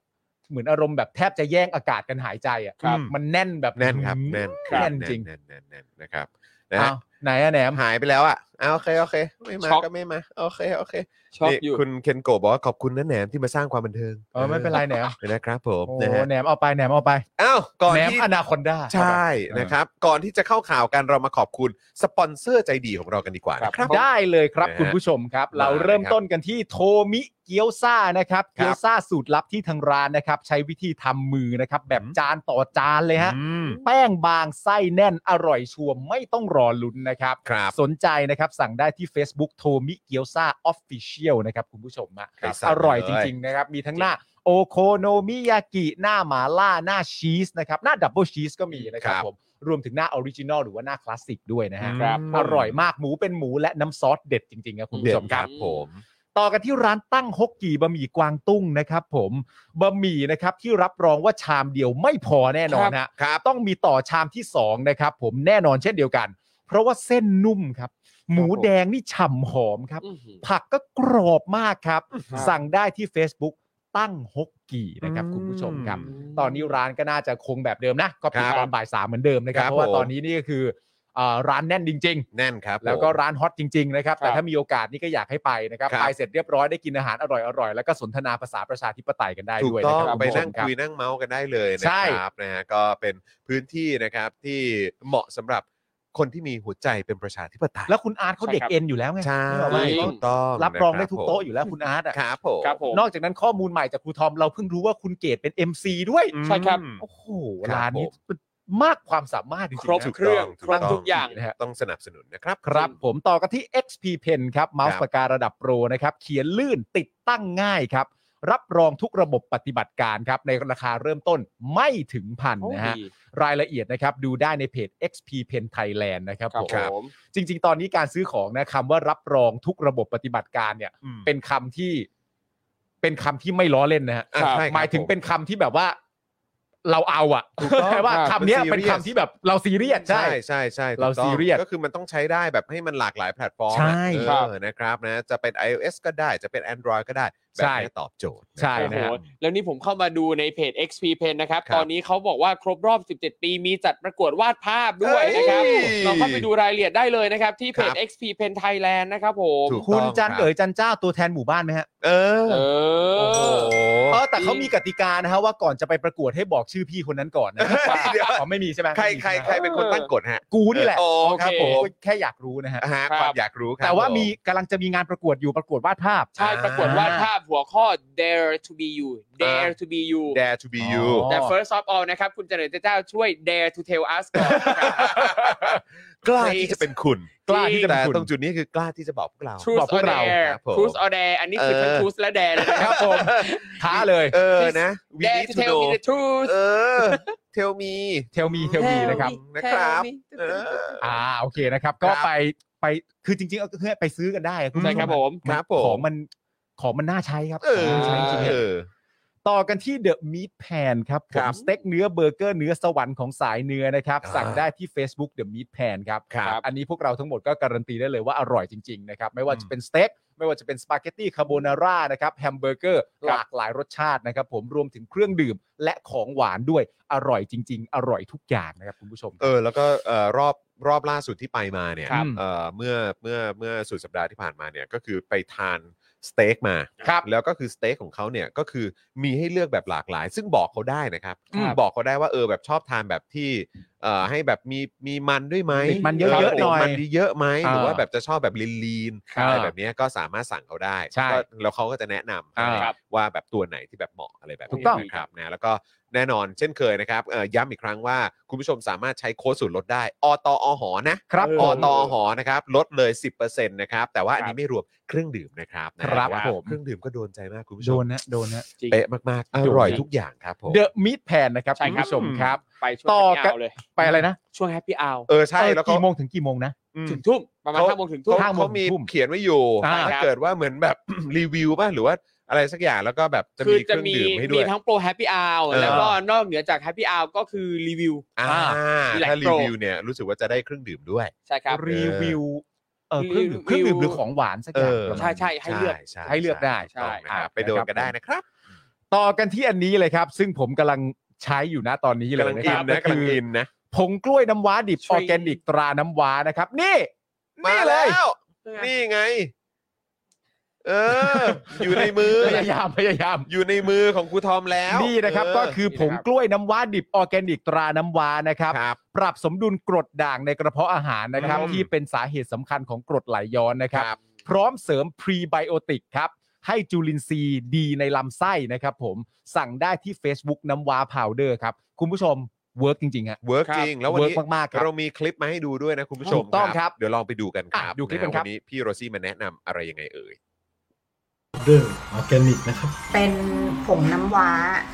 [SPEAKER 6] เหมือนอารมณ์แบบแทบจะแย่งอากาศกันหายใจอ่ะ
[SPEAKER 3] ครับ
[SPEAKER 6] มันแน่นแบบ
[SPEAKER 3] แน่นครับ แน่น
[SPEAKER 6] แน่นจริง
[SPEAKER 3] แน่นแน่นแน่นนะครับ นะฮะ
[SPEAKER 6] อ้าวไหนอะแหนม
[SPEAKER 3] หายไปแล้วอ่ะอ่าโอเค โอเค ไม่มา
[SPEAKER 5] ช็อก
[SPEAKER 3] ก็ไม่มา โอเค โอเค
[SPEAKER 5] ชอบ
[SPEAKER 3] นี่
[SPEAKER 5] อยู่
[SPEAKER 3] คุณเคนโกะบอกว่าขอบคุณนะแหนมที่มาสร้างความบันเทิง
[SPEAKER 6] เออไม่เป็นไรแหนม
[SPEAKER 3] นะครับผม
[SPEAKER 6] โอ้
[SPEAKER 3] นะฮะ
[SPEAKER 6] แหนมเอาไปแหนมเอาไป
[SPEAKER 3] อ้าวก่อน
[SPEAKER 6] แหนม
[SPEAKER 3] ที่
[SPEAKER 6] อนาคอนด้า
[SPEAKER 3] ใช่นะครับ ก่อนที่จะเข้าข่าวกันเรามาขอบคุณสปอนเซอร์ใจดีของเรากันดีกว่านะครับ
[SPEAKER 6] ได้เลยครับ
[SPEAKER 3] นะฮะ
[SPEAKER 6] คุณผู้ชมครับ
[SPEAKER 3] ได้
[SPEAKER 6] เราเริ่มต้นกันที่โทมิเกียวซ่านะครับ
[SPEAKER 3] ครับ
[SPEAKER 6] เกียวซ่าสูตรลับที่ทางร้านนะครับ ใช้วิธีทำมือนะครับ แบบ
[SPEAKER 3] อืม
[SPEAKER 6] จานต่อจานเลยฮะ
[SPEAKER 3] อืม
[SPEAKER 6] แป้งบางไส้แน่นอร่อยชัวร์ไม่ต้องรอลุ้นนะครับ
[SPEAKER 3] ครับ
[SPEAKER 6] สนใจนะครับสั่งได้ที่ Facebook โทมิเกียวซ่าออฟฟิเชียลนะครับคุณผู้ชมอะ
[SPEAKER 3] ครับ
[SPEAKER 6] อร่อย
[SPEAKER 3] สั่ง
[SPEAKER 6] จ
[SPEAKER 3] เลย
[SPEAKER 6] ริง ๆ นะครับ มีทั้งหน้าโอโคโนมิยากิหน้าหมาล่าหน้าชีสนะครับหน้าดับเบิลชีสก็มีนะครับผมรวมถึงหน้าออริจินอลหรือว่าหน้าคลาสสิกด้วยนะฮะ
[SPEAKER 5] ครับ
[SPEAKER 3] ม
[SPEAKER 6] อร่อยมากหมูเป็นหมูและน้ำซอสเด็ดจริงๆครับคุณ
[SPEAKER 3] เด็
[SPEAKER 6] ผู้
[SPEAKER 3] ด
[SPEAKER 6] ชม
[SPEAKER 3] ค
[SPEAKER 6] ค
[SPEAKER 3] รั
[SPEAKER 6] รั
[SPEAKER 3] บบ ผม
[SPEAKER 6] ต่อกันที่ร้านตั้งฮกกี่บะหมี่กวางตุ้งนะครับผมบะหมี่นะครับที่รับรองว่าชามเดียวไม่พอแน่นอนฮะ
[SPEAKER 3] ครับ
[SPEAKER 6] ต้องมีต่อชามที่สองนะครับผมแน่นอนเช่นเดียวกัน เพราะว่าเส้นนุ่มครับ หมูแดงนี่ฉ่ำหอมครับ
[SPEAKER 5] อื้อหือ
[SPEAKER 6] ผักก็กรอบมากครับ
[SPEAKER 4] ครับ
[SPEAKER 6] สั่งได้ที่ Facebook ตั้งฮกกี่นะครับ คุณผู้ชมครับ ตอนนี้ร้านก็น่าจะคงแบบเดิมนะ ก็ปิด
[SPEAKER 3] ครับ
[SPEAKER 6] ตอนบ่ายสามเหมือนเดิมนะครั
[SPEAKER 3] ค
[SPEAKER 6] บ
[SPEAKER 3] รับ
[SPEAKER 6] เพราะว่า
[SPEAKER 3] ผม
[SPEAKER 6] ตอนนี้นี่ก็คือเอ่อร้านแน่นจริง ๆ
[SPEAKER 3] แน่นครับผม
[SPEAKER 6] แล้วก็ร้านฮอตจริง ๆ นะครับ
[SPEAKER 5] ครั
[SPEAKER 6] แต่
[SPEAKER 5] บ
[SPEAKER 6] ถ้ามีโอกาสนี่ก็อยากให้ไปนะครับ
[SPEAKER 3] ครับ
[SPEAKER 6] ไปเสร็จเรียบร้อยได้กินอาหารอร่อยๆ แล้วก็สนทนาภาษาประชาธิปไตยกันได้
[SPEAKER 3] ถูก
[SPEAKER 6] ด้วย
[SPEAKER 3] ต้อง
[SPEAKER 6] นะครับ
[SPEAKER 3] ไปนั่ง
[SPEAKER 6] รับ
[SPEAKER 3] คุยนั่งเมาส์กันได้เลยนะ
[SPEAKER 6] ใช่
[SPEAKER 3] ครับนะฮะก็เป็นพื้นที่นะครับที่เหมาะสำหรับคนที่มีหัวใจเป็นประชาธิปไตย
[SPEAKER 6] แล้วคุณอาร์ตเขาเด็ก
[SPEAKER 5] ใช่ครับ
[SPEAKER 6] เอ็นอยู่แล้วไง
[SPEAKER 3] ใช่
[SPEAKER 6] นึกออกไหม
[SPEAKER 3] ถูกต้อง
[SPEAKER 6] รับรอง
[SPEAKER 3] นะค
[SPEAKER 6] ได้ทุกโต๊ะอยู่แล้วคุณอาร์ตอะ
[SPEAKER 3] ครับผม
[SPEAKER 5] ครับผม
[SPEAKER 6] นอกจากนั้นข้อมูลใหม่จากครูทอมเราเพิ่งรู้ว่าคุณเกดเป็น MC ด้วย
[SPEAKER 3] อืม
[SPEAKER 5] ใช่ครับ
[SPEAKER 6] โอ้โห
[SPEAKER 3] ครับ
[SPEAKER 6] ร้านนี้
[SPEAKER 3] ผม
[SPEAKER 6] มันมากความสามารถจริง
[SPEAKER 5] ค
[SPEAKER 6] ๆ
[SPEAKER 5] รบ
[SPEAKER 6] นะ
[SPEAKER 3] ถูก
[SPEAKER 5] เครื่อง
[SPEAKER 3] ต้
[SPEAKER 5] ครบทุกอย่าง
[SPEAKER 3] นะฮะต้องสนับสนุนนะครับ
[SPEAKER 6] ครับ ผมต่อกันที่ XP Pen ครับเมา
[SPEAKER 3] ครั
[SPEAKER 6] ส์
[SPEAKER 3] บ
[SPEAKER 6] ปากการะดับโปรนะครับ เขียนลื่นติดตั้งง่ายครับ รับรองทุกระบบปฏิบัติการครับ ในราคาเริ่มต้นไม่ถึงพันนะฮะ
[SPEAKER 5] ดี
[SPEAKER 6] รายละเอียดนะครับ ดูได้ในเพจ XP Pen Thailand นะครับ
[SPEAKER 5] ครับ
[SPEAKER 6] ผม
[SPEAKER 5] ผม
[SPEAKER 6] จริง ๆ ตอนนี้การซื้อของนะคำว่ารับรองทุกระบบปฏิบัติการเนี่ย
[SPEAKER 3] อืม
[SPEAKER 6] เป็นคำที่ เป็นคำที่ไม่ล้อเล่นนะฮะ
[SPEAKER 3] อ่ะ
[SPEAKER 5] ครับ
[SPEAKER 3] ใช่ครับ
[SPEAKER 6] หมายถึง
[SPEAKER 3] ผ
[SPEAKER 6] เป็นคำที่แบบว่า เราเอาอะ
[SPEAKER 3] ถูกต้อง
[SPEAKER 6] แปลว่า
[SPEAKER 3] ครับ
[SPEAKER 6] คำเนี้ย
[SPEAKER 3] มั
[SPEAKER 6] เป็นน
[SPEAKER 3] serious
[SPEAKER 6] คำที่แบบเราซีเรียสใช่
[SPEAKER 3] ใช่ใช่ใช่ถูก
[SPEAKER 6] เรา
[SPEAKER 3] ต้อง
[SPEAKER 6] serious
[SPEAKER 3] ก็คือมันต้องใช้ได้แบบให้มันหลากหลายแพลตฟอร์ม
[SPEAKER 6] ใช่
[SPEAKER 3] เออนะครับนะจะเป็น iOS ก็ได้จะเป็น Android ก็ได้ แบบ
[SPEAKER 6] ใช่
[SPEAKER 3] นี้ตอบโจทย์นะ
[SPEAKER 6] ใช่
[SPEAKER 3] ครับ
[SPEAKER 5] โอ้โห
[SPEAKER 6] นะฮะ
[SPEAKER 5] แล้วนี่ผมเข้ามาดูในเพจ XP Pen นะครับ
[SPEAKER 3] ครับ
[SPEAKER 5] ตอนนี้เขาบอกว่าครบรอบ 17 ปีมีจัดประกวดวาดภาพด้วยนะครับ
[SPEAKER 3] เอ้ย
[SPEAKER 5] ลองเข้าไปดูรายละเอียดได้เลยนะครับ ที่เพ
[SPEAKER 3] ค
[SPEAKER 5] จ
[SPEAKER 3] รับ
[SPEAKER 5] XP Pen Thailand นะครับผม
[SPEAKER 3] ถูก
[SPEAKER 6] คุณ
[SPEAKER 3] ต้อง
[SPEAKER 6] จัน
[SPEAKER 3] ครับ
[SPEAKER 6] เอ๋ยจันเจ้าตัวแทนหมู่บ้านไหมฮะ
[SPEAKER 3] เออ
[SPEAKER 5] เอ
[SPEAKER 3] โอ้
[SPEAKER 5] อ
[SPEAKER 3] โห
[SPEAKER 6] เออแต่เขามีกติกานะฮะว่าก่อนจะไปประกวดให้บอกชื่อพี่คนนั้นก่อนนะ
[SPEAKER 3] เดี๋ยว
[SPEAKER 6] อ๋อไม่มีใช่ไหม
[SPEAKER 3] ใครใครใคร
[SPEAKER 6] ไม่มีช่
[SPEAKER 3] เป็นคน
[SPEAKER 6] ไหม
[SPEAKER 3] ตั้งกฎฮะ
[SPEAKER 6] กูนี่แหละ
[SPEAKER 3] โอ้
[SPEAKER 5] โอ
[SPEAKER 3] ค
[SPEAKER 5] เค
[SPEAKER 3] รับผม
[SPEAKER 6] แค่อยากรู้นะฮะ
[SPEAKER 3] ฮะ
[SPEAKER 5] ครับ
[SPEAKER 3] ความอยากรู้ครับ
[SPEAKER 6] แต่ว่ามี
[SPEAKER 3] ผ
[SPEAKER 6] กำลังจะมีงานประกวดอยู่ประกวดวาดภาพ
[SPEAKER 5] ใช่ ประกวดวาดภาพหัวข้อ dare to be you
[SPEAKER 3] อ่า
[SPEAKER 5] dare to be you
[SPEAKER 3] Dare to be you
[SPEAKER 6] อ๋อ
[SPEAKER 5] แต่ first of all นะครับ คุณเจริญเจ้าช่วย dare to tell us ก่อนนะครับ
[SPEAKER 3] กล้าที่จะเป็นคุณ
[SPEAKER 5] กล้าที่จะเป็นคุณ
[SPEAKER 3] แต่ตรงจุดนี้คือกล้าที่จะบอกพวกเรา
[SPEAKER 5] truth
[SPEAKER 6] บอกพว
[SPEAKER 5] or
[SPEAKER 6] กเรา
[SPEAKER 5] dare
[SPEAKER 3] ครับผม
[SPEAKER 5] truth or dare อันนี้คือทั้ง
[SPEAKER 3] เออ
[SPEAKER 5] truth และ dare เลยนะค
[SPEAKER 6] ค
[SPEAKER 5] รั
[SPEAKER 6] รั
[SPEAKER 5] บบ
[SPEAKER 6] ผมท้าเลย
[SPEAKER 3] เออนะ we
[SPEAKER 5] แด
[SPEAKER 3] need
[SPEAKER 5] ทู
[SPEAKER 3] to
[SPEAKER 5] เทล
[SPEAKER 3] know
[SPEAKER 5] มีเดทูส
[SPEAKER 3] เออ tell me
[SPEAKER 6] เทลมีเทลมีนะครับ
[SPEAKER 3] นะครับ เออ
[SPEAKER 6] อ่าโอเคนะครับ ก็
[SPEAKER 3] ครับ
[SPEAKER 6] ไปไปคือจริงๆก็คือไปซื้อกันได้ณ
[SPEAKER 5] ใช่ครับผม
[SPEAKER 3] ครับผ
[SPEAKER 6] ของ
[SPEAKER 3] ม
[SPEAKER 6] มันของมันน่าใช้ครับ
[SPEAKER 3] เออ
[SPEAKER 6] น่าใช้จริงๆ
[SPEAKER 3] เออ
[SPEAKER 6] ต่อกันที่เดอะมีทแพนครับผ
[SPEAKER 3] ครั
[SPEAKER 6] ม
[SPEAKER 3] บ
[SPEAKER 6] สเต็กเนื้อเบอร์เกอร์เนื้อสวรรค์ของสายเนื้อนะครับ
[SPEAKER 3] อ่า
[SPEAKER 6] สั่งได้ที่ Facebook The Meat Pan ครับ
[SPEAKER 3] ครับ
[SPEAKER 6] อันนี้พวกเราทั้งหมดก็การันตีได้เลยว่าอร่อยจริง ๆ นะครับ ไม่ว่าจะเป็นสเต็กไม่ว่าจะเป็นสปาเกตตี้คาโบนาร่านะครับแฮมเบอร์เกอร์หลากหลายรสชาตินะครับ ผมรวมถึงเครื่องดื่มและของหวานด้วยอร่อยจริง ๆ อร่อยทุกอย่างนะครับคุณผู้ชม
[SPEAKER 3] เออแล้วก็เอ่อรอบรอบล่าสุดที่ไปมาเนี่ย
[SPEAKER 6] ครับ
[SPEAKER 3] เอ่อเมื่อเมื่อเมื่อสุดสัปดาห์ที่ผ่านมาเนี่ยก็คือไปทานสเต็กมา
[SPEAKER 6] ครับ
[SPEAKER 3] แล้วก็คือสเต็กของเขาเนี่ยก็คือมีให้เลือกแบบหลากหลาย ซึ่งบอกเขาได้นะครับ
[SPEAKER 6] อืม
[SPEAKER 3] บอกเขาได้ว่าเออแบบชอบทานแบบที่เอ่อให้แบบมีมีมันด้วยไหม
[SPEAKER 6] ติดมันเยอะๆ
[SPEAKER 3] ติ
[SPEAKER 6] ห
[SPEAKER 3] ด
[SPEAKER 6] น่อย
[SPEAKER 3] มันเยอะๆไหมหรือ
[SPEAKER 6] เออ
[SPEAKER 3] ว่าแบบจะชอบแบบลีนๆ
[SPEAKER 6] ครับ
[SPEAKER 3] อะไรแบบเนี้ยก็สามารถสั่งเขาได้
[SPEAKER 6] ใช่
[SPEAKER 3] ก็แล้วเขาก็จะแนะนำให้
[SPEAKER 6] อ่าครับ
[SPEAKER 3] ว่าแบบตัวไหนที่แบบเหมาะอะไรแบบ
[SPEAKER 6] ถู
[SPEAKER 3] นี้
[SPEAKER 6] กต้อง
[SPEAKER 3] นะครับนะแล้วก็ แน่นอนเช่นเคยนะครับเอ่อย้ำอีกครั้งว่า คุณผู้ชมสามารถใช้โค้ดส่วนลดได้ อตอหอนะครับ อ
[SPEAKER 6] ผม
[SPEAKER 3] ตอหอนะครับลดเลย 10%นะครับ แต่ว่าอันนี้
[SPEAKER 5] ครับ
[SPEAKER 3] ไม่รวมเครื่องดื่มนะครับนะครับ ว่า
[SPEAKER 6] ผม
[SPEAKER 3] เครื่องดื่มก็โดนใจมากคุณผู้ช
[SPEAKER 6] โด
[SPEAKER 3] ม
[SPEAKER 6] นนะโดนนะ
[SPEAKER 5] จริง
[SPEAKER 3] เป๊ะมากๆ อร่อยทุกอย่างครับผม
[SPEAKER 6] เดอะมีทแพนนะครับ
[SPEAKER 5] ใช่ค
[SPEAKER 6] คุณ
[SPEAKER 5] รับ
[SPEAKER 6] ผู้ชมครับ
[SPEAKER 5] ไปช่ว
[SPEAKER 6] ต่
[SPEAKER 5] ง
[SPEAKER 6] อ
[SPEAKER 5] แฮป
[SPEAKER 6] กั
[SPEAKER 5] ปี้
[SPEAKER 6] น
[SPEAKER 5] เอาเลย
[SPEAKER 6] ไปอะไรนะ
[SPEAKER 5] ช่วงแฮปปี้เอา
[SPEAKER 3] เออใช่แล้วก็
[SPEAKER 6] กี่โมงถึงกี่โมงนะ
[SPEAKER 3] อืม
[SPEAKER 5] ถึงทุ่มประมาณห้าโมงถึงทุ่
[SPEAKER 3] เขา
[SPEAKER 5] ม
[SPEAKER 6] ห้าโมง
[SPEAKER 3] เขามี
[SPEAKER 6] ทุ่ม
[SPEAKER 3] เขียนไว้อยู่
[SPEAKER 6] อ่า
[SPEAKER 3] ถ้า
[SPEAKER 5] ครับ
[SPEAKER 3] เกิดว่าเหมือนแบบ รีวิวป่ะหรือว่าอะไรสักอย่างแล้วก็แบบจะ
[SPEAKER 5] คื
[SPEAKER 3] มี
[SPEAKER 5] อ
[SPEAKER 3] เครื่
[SPEAKER 5] จะ
[SPEAKER 3] อง
[SPEAKER 5] มี
[SPEAKER 3] ดื่มให้ด้
[SPEAKER 5] มี
[SPEAKER 3] วย
[SPEAKER 5] ทั้งโปรแฮปปี้เอา
[SPEAKER 3] เออ
[SPEAKER 5] แล้วก็นอกเหนือจากแฮปปี้เอาก็คือรีวิว
[SPEAKER 3] อ่า
[SPEAKER 5] มีหลาย
[SPEAKER 3] ถ้ารี
[SPEAKER 5] โปร
[SPEAKER 3] วิวเนี่ยรู้สึกว่าจะได้เครื่องดื่มด้วย
[SPEAKER 5] ใช่ครับ
[SPEAKER 6] รีวิวเออเค
[SPEAKER 5] รีวิว
[SPEAKER 6] รื่องดื่มเครื่องดื่มหรือของหวานสักอย่าง
[SPEAKER 3] เออ
[SPEAKER 5] ใช่ใช่ให้เลือก
[SPEAKER 3] ใช่
[SPEAKER 6] ให้เลือกได้
[SPEAKER 3] ใช่ค
[SPEAKER 6] ใช่
[SPEAKER 3] รับ
[SPEAKER 6] อ่า
[SPEAKER 3] ไปโดนกันได้นะครับ
[SPEAKER 6] ต่อกันที่อันนี้เลยครับ ซึ่งผมกำลังใช้อยู่นะตอนนี้เลย
[SPEAKER 3] กำลัง
[SPEAKER 6] นะ
[SPEAKER 3] อิ
[SPEAKER 6] คน รับ
[SPEAKER 3] นะกำลังอินนะ
[SPEAKER 6] ผงกล้วยน้ำว้าดิบ
[SPEAKER 5] ใช่
[SPEAKER 6] ออร์แกนิกตราน้ำว้านะครับ นี่ นี่เลย
[SPEAKER 3] มาแวนี่ไง เออ อยู่ในมือ
[SPEAKER 6] พยายามพยายาม
[SPEAKER 3] อยู่ในมือของครูทอมแล้ว
[SPEAKER 6] นี่นะครับ
[SPEAKER 3] เ
[SPEAKER 6] ก็คือผงกล้วยน้ำว้าดิบออร์แกนิกตราน้ำว้านะครับ
[SPEAKER 3] ครับ
[SPEAKER 6] ปรับสมดุลกรดด่างในกระเพาะอาหารนะครับ
[SPEAKER 3] อืม
[SPEAKER 6] ที่เป็นสาเหตุสำคัญของกรดไหลย้อนนะค
[SPEAKER 3] ครับ รับ
[SPEAKER 6] พร้อมเสริมพรีไบโอติกครับ ให้จุลินทรีย์ดีในลำไส้นะครับผมสั่งได้ที่ Facebook น้ำว้าพาวเดอร์ครับ คุณผู้ชมเวิร์กจริงๆฮะ
[SPEAKER 3] เวิร์กจริง แล้ววัน
[SPEAKER 6] เวิร์
[SPEAKER 3] นี้
[SPEAKER 6] กมากๆครับ
[SPEAKER 3] เรามีคลิปมาให้ดูด้วยนะคุณผู้ชม
[SPEAKER 6] ถูกต้องครับ
[SPEAKER 3] เดี๋ยวลองไปดูกันครับ
[SPEAKER 6] อ่ะดูคลิปกัน
[SPEAKER 3] นะ
[SPEAKER 6] ครับ
[SPEAKER 3] วันนี้พี่โรซี่มาแนะนำอะไรยังไงเอ่ย
[SPEAKER 10] เรื่องออร์แกนิกนะครับ
[SPEAKER 11] เป็นผงน้ำว้า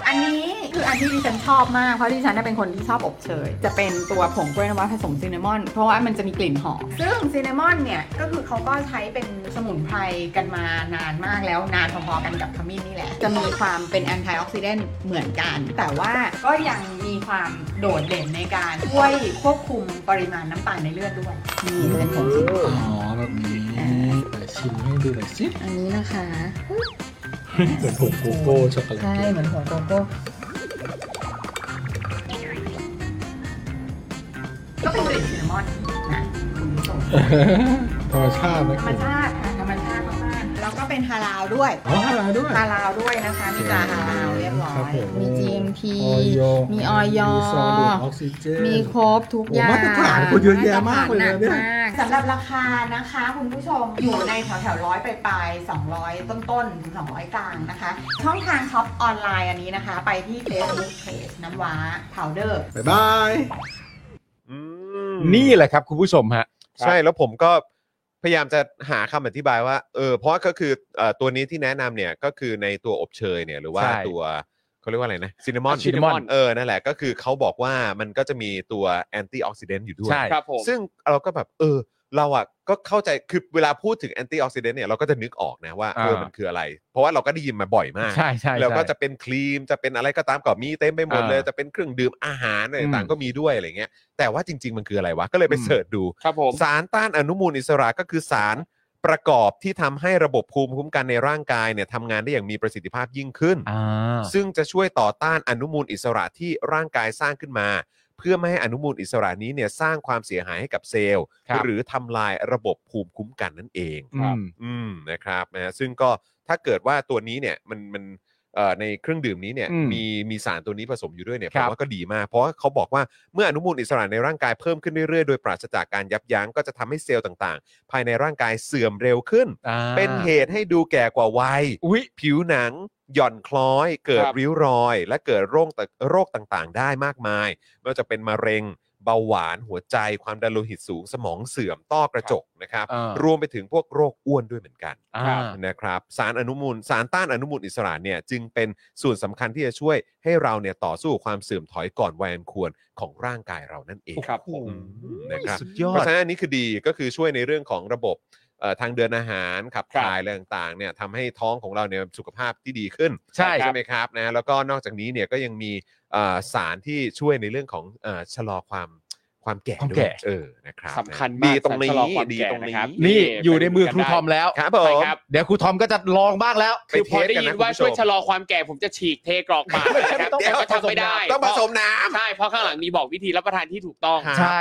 [SPEAKER 11] อันนี้คืออันที่ดิฉันชอบมาก เพราะดิฉันน่ะเป็นคนที่ชอบอบเชย จะเป็นตัวผงกล้วยน้ำว้าผสมซินนามอน เพราะว่ามันจะมีกลิ่นหอม ซึ่งซินนามอนเนี่ย ก็คือเขาก็ใช้เป็นสมุนไพรกันมานานมากแล้ว นานพอๆกันกับขมิ้นนี่แหละ จะมีความเป็นแอนตี้ออกซิเดนต์เหมือนกัน แต่ว่าก็ยังมีความโดดเด่นในการช่วยควบคุมปริมาณน้ำตาลในเลือดด้วย นี่เป็นผงซินนามอน
[SPEAKER 10] อ๋อแบบนี้ไหนชิมให้ดูหน่อยสิ
[SPEAKER 11] อันนี้นะคะ
[SPEAKER 10] เหมือนผงโกโก้ช็อกโกแลต
[SPEAKER 11] ใช่เหมือนของโกโก้ ก็เป็นกลิ่นซินนามอนนะคุณผู้ชม
[SPEAKER 10] ธรรมชาตินะ
[SPEAKER 11] ธ
[SPEAKER 10] ค
[SPEAKER 11] รรม
[SPEAKER 10] รับ
[SPEAKER 11] ชาติค่ะธรรมชาติมากๆแล้วก็เป็นฮาลาลด้วย
[SPEAKER 10] อ๋อฮาลาลด้วย
[SPEAKER 11] ฮาลาลด้วยนะคะ มีตราฮาลาลเรียบร้อ
[SPEAKER 10] ครับ
[SPEAKER 11] ย
[SPEAKER 10] ผม
[SPEAKER 11] มี GMP
[SPEAKER 10] อย
[SPEAKER 11] มีออย
[SPEAKER 10] มีซอดูดออกซิเจน
[SPEAKER 11] มีครบทุกอย่าง
[SPEAKER 10] โอ้มาตรฐานคนเยอะแยะมากเลยนะเนี่ย
[SPEAKER 11] มาตรฐานหนักมากสำหรับราคานะคะคุณผู้ชมอยู่ในแถวแถวร้อยปลายปลายสองร้อยต้นต้นๆถึงสองร้อยกลางนะคะ ช่องทางช็อปออนไลน์อันนี้นะคะ ไปที่ Facebook Page น้ำว้า powder
[SPEAKER 10] บ๊ายบาย
[SPEAKER 3] อืม
[SPEAKER 6] นี่แหละครับคุณผู้ชมฮะ
[SPEAKER 3] ใช่แล้วผมก็พยายามจะหาคำอธิบายว่าเออเพราะก็คือเอ่อตัวนี้ที่แนะนำเนี่ยก็คือในตัวอบเชยเนี่ยหรือว่า
[SPEAKER 6] ใช่
[SPEAKER 3] ตัวเขาเรียกว่าอะไรนะซินนามอน
[SPEAKER 5] ซินนามอน
[SPEAKER 3] เออนั่นแหละก็คือเขาบอกว่ามันก็จะมีตัวแอนตี้ออกซิเดนต์อยู่ด้วย
[SPEAKER 6] ใช่
[SPEAKER 5] ครับผม
[SPEAKER 3] ซึ่งเราก็แบบเออเราอ่ะก็เข้าใจคือเวลาพูดถึงแอนตี้ออกซิเดนต์เนี่ยเราก็จะนึกออกนะว่าเออ
[SPEAKER 6] อ่ามั
[SPEAKER 3] มันคืออะไร เพราะว่าเราก็ได้ยินมาบ่อยมาก
[SPEAKER 6] ใช่ใช่
[SPEAKER 3] แล้วก็จะเป็นครีมจะเป็นอะไรก็ตามก็มีเต็มไปหมดเลย
[SPEAKER 6] อ่า
[SPEAKER 3] จะเป็นเครื่องดื่มอาหารอะไร
[SPEAKER 6] อื
[SPEAKER 3] ต่าง
[SPEAKER 6] ม
[SPEAKER 3] ๆก็มีด้วยอะไรเงี้ยแต่ว่าจริง ๆ มันคืออะไรวะ ก็เลยไป
[SPEAKER 6] อืม
[SPEAKER 3] เสิร์ชดู
[SPEAKER 5] ครับผม
[SPEAKER 3] สารต้านอนุมูลอิสระก็คือสารประกอบที่ทำให้ระบบภูมิคุ้มกันในร่างกายเนี่ยทำงานได้อย่างมีประสิทธิภาพยิ่งขึ้น
[SPEAKER 6] อ่า
[SPEAKER 3] ซึ่งจะช่วยต่อต้านอนุมูลอิสระที่ร่างกายสร้างขึ้นมา เพื่อไม่ให้อนุมูลอิสระนี้เนี่ยสร้างความเสียหายให้กับเซลล์
[SPEAKER 6] ครับ
[SPEAKER 3] หรือทำลายระบบภูมิคุ้มกันนั่นเอง
[SPEAKER 6] อืม
[SPEAKER 3] อืมนะครับนะฮะซึ่งก็ถ้าเกิดว่าตัวนี้เนี่ยมันมันเอ่อในเครื่องดื่มนี้เนี่ย
[SPEAKER 6] อืม
[SPEAKER 3] มีมีสารตัวนี้ผสมอยู่ด้วยเนี่ย
[SPEAKER 6] ค
[SPEAKER 3] ผ
[SPEAKER 6] รั
[SPEAKER 3] ม
[SPEAKER 6] บ
[SPEAKER 3] ว่าก็ดีมาก เพราะว่าเขาบอกว่าเมื่ออนุมูลอิสระในร่างกายเพิ่มขึ้นเรื่อยๆ โดยปราศจากการยับยั้งก็จะทำให้เซลล์ต่างๆ ภายในร่างกายเสื่อมเร็วขึ้น
[SPEAKER 6] อ่า
[SPEAKER 3] เป็นเหตุให้ดูแก่กว่าวัย
[SPEAKER 6] อุ้ย
[SPEAKER 3] ผิวหนัง หย่อนคล้อย เกิด
[SPEAKER 5] ครับ
[SPEAKER 3] ริ้วรอย และเกิดโรคตโรคต่างๆ ได้มากมายไม่ว่าจะเป็นมะเร็ง เบาหวานหัวใจ ความดันโลหิตสูง สมองเสื่อมต้อกระจกนะครับ
[SPEAKER 6] อ่าร
[SPEAKER 3] วมไปถึงพวกโรคอ้วนด้วยเหมือนกัน
[SPEAKER 6] อ่า
[SPEAKER 3] นะครับสารอนุมูลสารต้านอนุมูลอิสระเนี่ยจึงเป็นส่วนสำคัญที่จะช่วยให้เราเนี่ยต่อสู้กับความเสื่อมถอยก่อนวัยอันควรของร่างกายเรานั่นเอง
[SPEAKER 5] ครับผม
[SPEAKER 3] อืมนะครับ
[SPEAKER 6] สุดยอ
[SPEAKER 3] เพ
[SPEAKER 6] ด
[SPEAKER 3] ราะฉะนั้นอันนี้คือดีก็คือช่วยในเรื่องของระบบเอ่อทางเดินอาหารขับ
[SPEAKER 5] ครับ
[SPEAKER 3] ถ่ายอะไรต่างๆเนี่ยทำให้ท้องของเราเนี่ยสุขภาพที่ดีขึ้น
[SPEAKER 6] ใช่ครับ
[SPEAKER 3] ใช่ไหมครับนะแล้วก็นอกจากนี้เนี่ยก็ยังมีเอ่อสารที่ช่วยในเรื่องของเอ่อชะลอความความแก่ด้วยเออนะครับ
[SPEAKER 5] สำคัญ
[SPEAKER 3] นะ
[SPEAKER 5] มาก
[SPEAKER 3] ดีตรงนี้
[SPEAKER 5] สารชะลอความ
[SPEAKER 3] ดี
[SPEAKER 5] แก่
[SPEAKER 3] ตรงนี้
[SPEAKER 5] นะครับ
[SPEAKER 6] นี่อยู่ในมือครูทอมแล้ว
[SPEAKER 3] ครับผ
[SPEAKER 5] ใช่
[SPEAKER 3] ม
[SPEAKER 5] ครับ
[SPEAKER 6] เดี๋ยวครูทอมก็จะลองบ้างแล้ว
[SPEAKER 3] ไป
[SPEAKER 5] คือพ
[SPEAKER 3] เท
[SPEAKER 5] อ
[SPEAKER 3] ส
[SPEAKER 5] ได้
[SPEAKER 3] กันนะ
[SPEAKER 5] ยินว่า
[SPEAKER 3] คุณผู้ชม
[SPEAKER 5] ช่วยชะลอความแก่ผมจะฉีกเทกรอกปากนะครับ
[SPEAKER 6] ต้อง
[SPEAKER 5] แต่ก็ทำไม่ได้
[SPEAKER 3] ต้องผสมน้ำ
[SPEAKER 5] ใช่เพราะข้างหลังมีบอกวิธีรับประทานที่ถูกต้อง
[SPEAKER 6] ใช่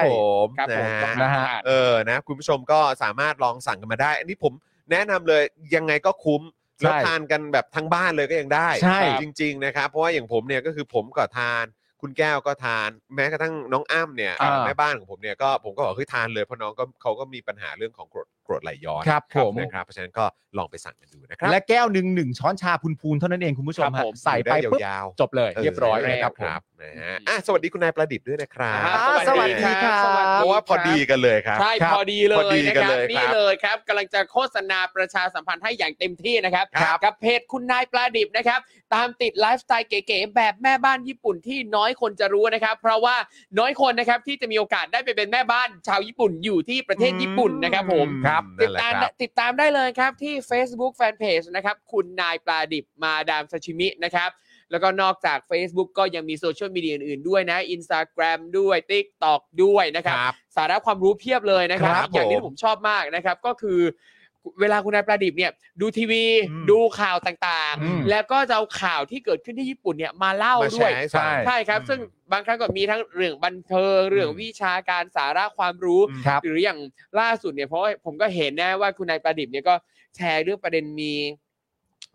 [SPEAKER 3] ครับผม
[SPEAKER 5] ครับ
[SPEAKER 3] นะฮะ
[SPEAKER 5] ผมก็
[SPEAKER 6] นะฮะ
[SPEAKER 5] อ่าน
[SPEAKER 3] เออ นะ คุณผู้ชมก็สามารถลองสั่งกันมาได้ อันนี้ผมแนะนำเลย ยังไงก็คุ้ม
[SPEAKER 6] ใช่
[SPEAKER 3] แล้วทานกันแบบทั้งบ้านเลยก็ยังได้
[SPEAKER 6] ใช่
[SPEAKER 3] จริง ๆ นะครับ เพราะว่าอย่างผมเนี่ยก็คือผมก็ทาน คุณแก้วก็ทาน แม้กระทั่งน้องอ้ำเนี่ย
[SPEAKER 6] อ่า
[SPEAKER 3] แม่บ้านของผมเนี่ยก็ผมก็บอกเฮ้ยทานเลยเพราะน้องก็เขาก็มีปัญหาเรื่องของกรดกรดไหลย้อน
[SPEAKER 6] ครับผม
[SPEAKER 3] นะครับ เพราะฉะนั้นก็ลองไปสั่งกันดูนะครับ
[SPEAKER 6] และแก้วหนึ่งหนึ่งช้อนชาพูนๆเท่านั้นเองคุณผู้ชม
[SPEAKER 5] ครับ
[SPEAKER 6] ฮะ
[SPEAKER 5] ผม
[SPEAKER 6] ใส่ไป
[SPEAKER 3] อยู่
[SPEAKER 6] ปุ๊บ
[SPEAKER 3] ด้ยาว
[SPEAKER 6] จบเลย
[SPEAKER 3] ๆ
[SPEAKER 6] เรียบร้อย
[SPEAKER 3] ใช่
[SPEAKER 6] นะครับผม
[SPEAKER 3] นะฮะอ่ะสวัสดีคุณนายประดิษฐ์ด้วยนะครับ
[SPEAKER 5] อ่า
[SPEAKER 6] สวัสดีครับ
[SPEAKER 5] สวัส
[SPEAKER 3] เพราะว่าพอดี
[SPEAKER 5] ครับ
[SPEAKER 3] กันเลยครับ
[SPEAKER 5] ใช่
[SPEAKER 6] ครับ
[SPEAKER 5] พอดีเล
[SPEAKER 3] พอยดี
[SPEAKER 5] นะ
[SPEAKER 3] กัน
[SPEAKER 5] ครับ
[SPEAKER 3] เลยครับ
[SPEAKER 5] นี่เลยครับกำลังจะโฆษณาประชาสัมพันธ์ให้อย่างเต็มที่นะครับ
[SPEAKER 3] ครับ
[SPEAKER 5] กับเพจคุณนายปลาดิบนะครับ ตามติดไลฟ์สไตล์เก๋ๆแบบแม่บ้านญี่ปุ่นที่น้อยคนจะรู้นะครับ เพราะว่าน้อยคนนะครับที่จะมีโอกาสได้ไปเป็นแม่บ้านชาวญี่ปุ่นอยู่ที่ประเทศญี่ปุ่นนะครับผม
[SPEAKER 3] ครับ
[SPEAKER 5] ติ
[SPEAKER 3] นั่น
[SPEAKER 5] ด
[SPEAKER 3] แหละครับ
[SPEAKER 5] ตามได้ติดตามได้เลยครับที่ Facebook Fanpage นะครับ คุณนายปลาดิบมาดามซาชิมินะครับ แล้วก็นอกจาก Facebook ก็ยังมีโซเชียลมีเดียอื่นๆด้วยนะ Instagram ด้วย TikTok ด้วยนะครับ สาระความรู้เพียบเลยนะครับ
[SPEAKER 3] ครับ
[SPEAKER 5] อีกอย่างที่
[SPEAKER 3] ผม
[SPEAKER 5] ผมชอบมากนะครับก็คือ เวลาคุณนายปลาดิบเนี่ยดูทีวี
[SPEAKER 3] อืม
[SPEAKER 5] ดูข่าวต่าง
[SPEAKER 6] อืม
[SPEAKER 5] ๆ แล้วก็จะเอาข่าวที่เกิดขึ้นที่ญี่ปุ่นเนี่ยมาเล่า
[SPEAKER 3] มาแช
[SPEAKER 5] ด้วย
[SPEAKER 3] ร์ให้ฟัง
[SPEAKER 6] ใช่
[SPEAKER 5] ใช่ครับ ซึ่งบางครั้งก็มีทั้งเรื่องบันเทิงเรื่อง
[SPEAKER 3] อืม
[SPEAKER 5] วิชาการสาระความรู้
[SPEAKER 6] ครับ
[SPEAKER 5] หรืออย่างล่าสุดเนี่ยเพราะว่าผมก็เห็นนะว่าคุณนายประดิษฐ์เนี่ยก็แชร์เรื่องประเด็นมี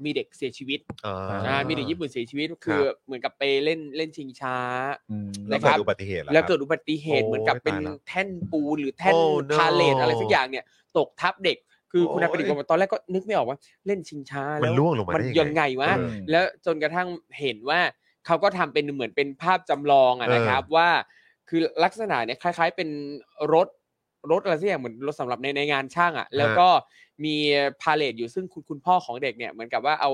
[SPEAKER 5] มีเด็กเสียชีวิต
[SPEAKER 3] อ่า
[SPEAKER 5] อ่ามีเด็กญี่ปุ่นเสียชีวิตคือเหมือนกับไปเล่นเล่นชิงช้า
[SPEAKER 3] แล้ว
[SPEAKER 5] นะครั
[SPEAKER 3] เกิด
[SPEAKER 5] บ
[SPEAKER 3] อุบัติเหตุหรอ
[SPEAKER 5] แล้
[SPEAKER 3] ค
[SPEAKER 5] ว
[SPEAKER 3] รั
[SPEAKER 5] เกิ
[SPEAKER 3] บ
[SPEAKER 5] ดอุบัติเหตุ
[SPEAKER 3] โอ้
[SPEAKER 5] เหมือนกับเป็น
[SPEAKER 3] ตายแล้ว
[SPEAKER 5] แท่นปูนหรือแท่น
[SPEAKER 3] Oh no
[SPEAKER 5] พาเลทอะไรสักอย่างเนี่ย ตกทับเด็ก คือคุณนายประดิษฐ์
[SPEAKER 3] โอ้
[SPEAKER 5] บ
[SPEAKER 3] ย
[SPEAKER 5] อกว่าตอนแรกก็นึกไม่ออกว่าเล่นชิงช้า
[SPEAKER 3] มั
[SPEAKER 5] แล้
[SPEAKER 3] น
[SPEAKER 5] ว
[SPEAKER 3] ล่วงลงมา
[SPEAKER 5] มัน
[SPEAKER 3] ได้
[SPEAKER 5] ยั
[SPEAKER 3] ยัง ง
[SPEAKER 5] ไง
[SPEAKER 3] ไง
[SPEAKER 5] วะ
[SPEAKER 3] เออ
[SPEAKER 5] แล้วจนกระทั่งเห็นว่าเขาก็ทำเป็นเหมือนเป็นภาพจำลองอะนะครับว่า คือลักษณะเนี่ยคล้าย ๆ เป็นรถ รถอะไรสักอย่างเหมือนรถสำหรับในในงานช่างอ่ะแล้วก็มีพาเลทอยู่ซึ่งคุณคุณพ่อของเด็กเนี่ยเหมือนกับว่าเอา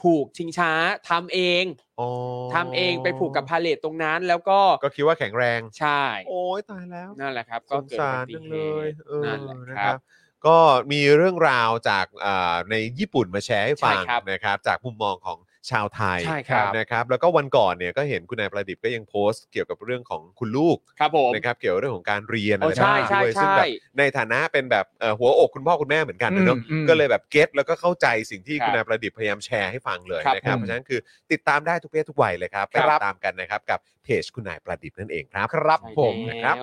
[SPEAKER 5] ผูกชิงช้าทำเอง
[SPEAKER 3] อ๋อ
[SPEAKER 5] ทำเองไปผูกกับพาเลทตรงนั้น แล้วก็
[SPEAKER 3] ก็คิดว่าแข็งแรง
[SPEAKER 5] ใช่
[SPEAKER 3] โอ้ยตายแล้ว
[SPEAKER 5] นั่นแหละครับ
[SPEAKER 3] ส
[SPEAKER 5] ก็
[SPEAKER 3] ง
[SPEAKER 5] เกิด
[SPEAKER 3] สา
[SPEAKER 5] อุบั
[SPEAKER 3] ร
[SPEAKER 5] ติ
[SPEAKER 3] จัง
[SPEAKER 5] เห
[SPEAKER 3] เลย
[SPEAKER 5] ตุ
[SPEAKER 3] เออ
[SPEAKER 5] นั่นแหละ
[SPEAKER 3] นะ
[SPEAKER 5] ค
[SPEAKER 3] ค
[SPEAKER 5] รั
[SPEAKER 3] รับ บ ก็มีเรื่องราวจากอ่าในญี่ปุ่นมาแชร์ให้ฟัง
[SPEAKER 5] ใช่ครับ
[SPEAKER 3] นะครับ จากมุมมองของชาวไทย
[SPEAKER 5] ใช่ครับ
[SPEAKER 3] นะครับ แล้วก็วันก่อนเนี่ยก็เห็นคุณนายประดิษฐ์ก็ยังโพสต์เกี่ยวกับเรื่องของคุณลูก
[SPEAKER 5] ครับผม
[SPEAKER 3] นะครับเกี่ยวกับเรื่องของการเรียนอะ
[SPEAKER 5] โอ้
[SPEAKER 3] ไรแบบ
[SPEAKER 5] ใช่
[SPEAKER 3] นี้
[SPEAKER 5] ใช่
[SPEAKER 3] ด้วยซึ่ง
[SPEAKER 5] ใช่
[SPEAKER 3] แบบในฐานะเป็นแบบเอ่อหัวอกคุณพ่อคุณแม่เหมือนกันนะเนอะ
[SPEAKER 6] อืม
[SPEAKER 3] ก็เลยแบบเก็ตแล้วก็เข้าใจสิ่งที่
[SPEAKER 5] ครับ
[SPEAKER 3] คุณนายประดิษฐ์พยายามแชร์ให้ฟังเลย
[SPEAKER 5] ครับ
[SPEAKER 3] นะครับ
[SPEAKER 6] ผม
[SPEAKER 3] เพราะฉะนั้นคือติดตามได้ทุกเพศทุกวัยเลยครับไป
[SPEAKER 5] ครับ
[SPEAKER 3] ติดตามกันนะครับกับเพจคุณนายประดิษฐ์นั่นเองครับ
[SPEAKER 6] ครับ
[SPEAKER 5] ใช่
[SPEAKER 6] ผม
[SPEAKER 5] แล้ว
[SPEAKER 3] นะครับ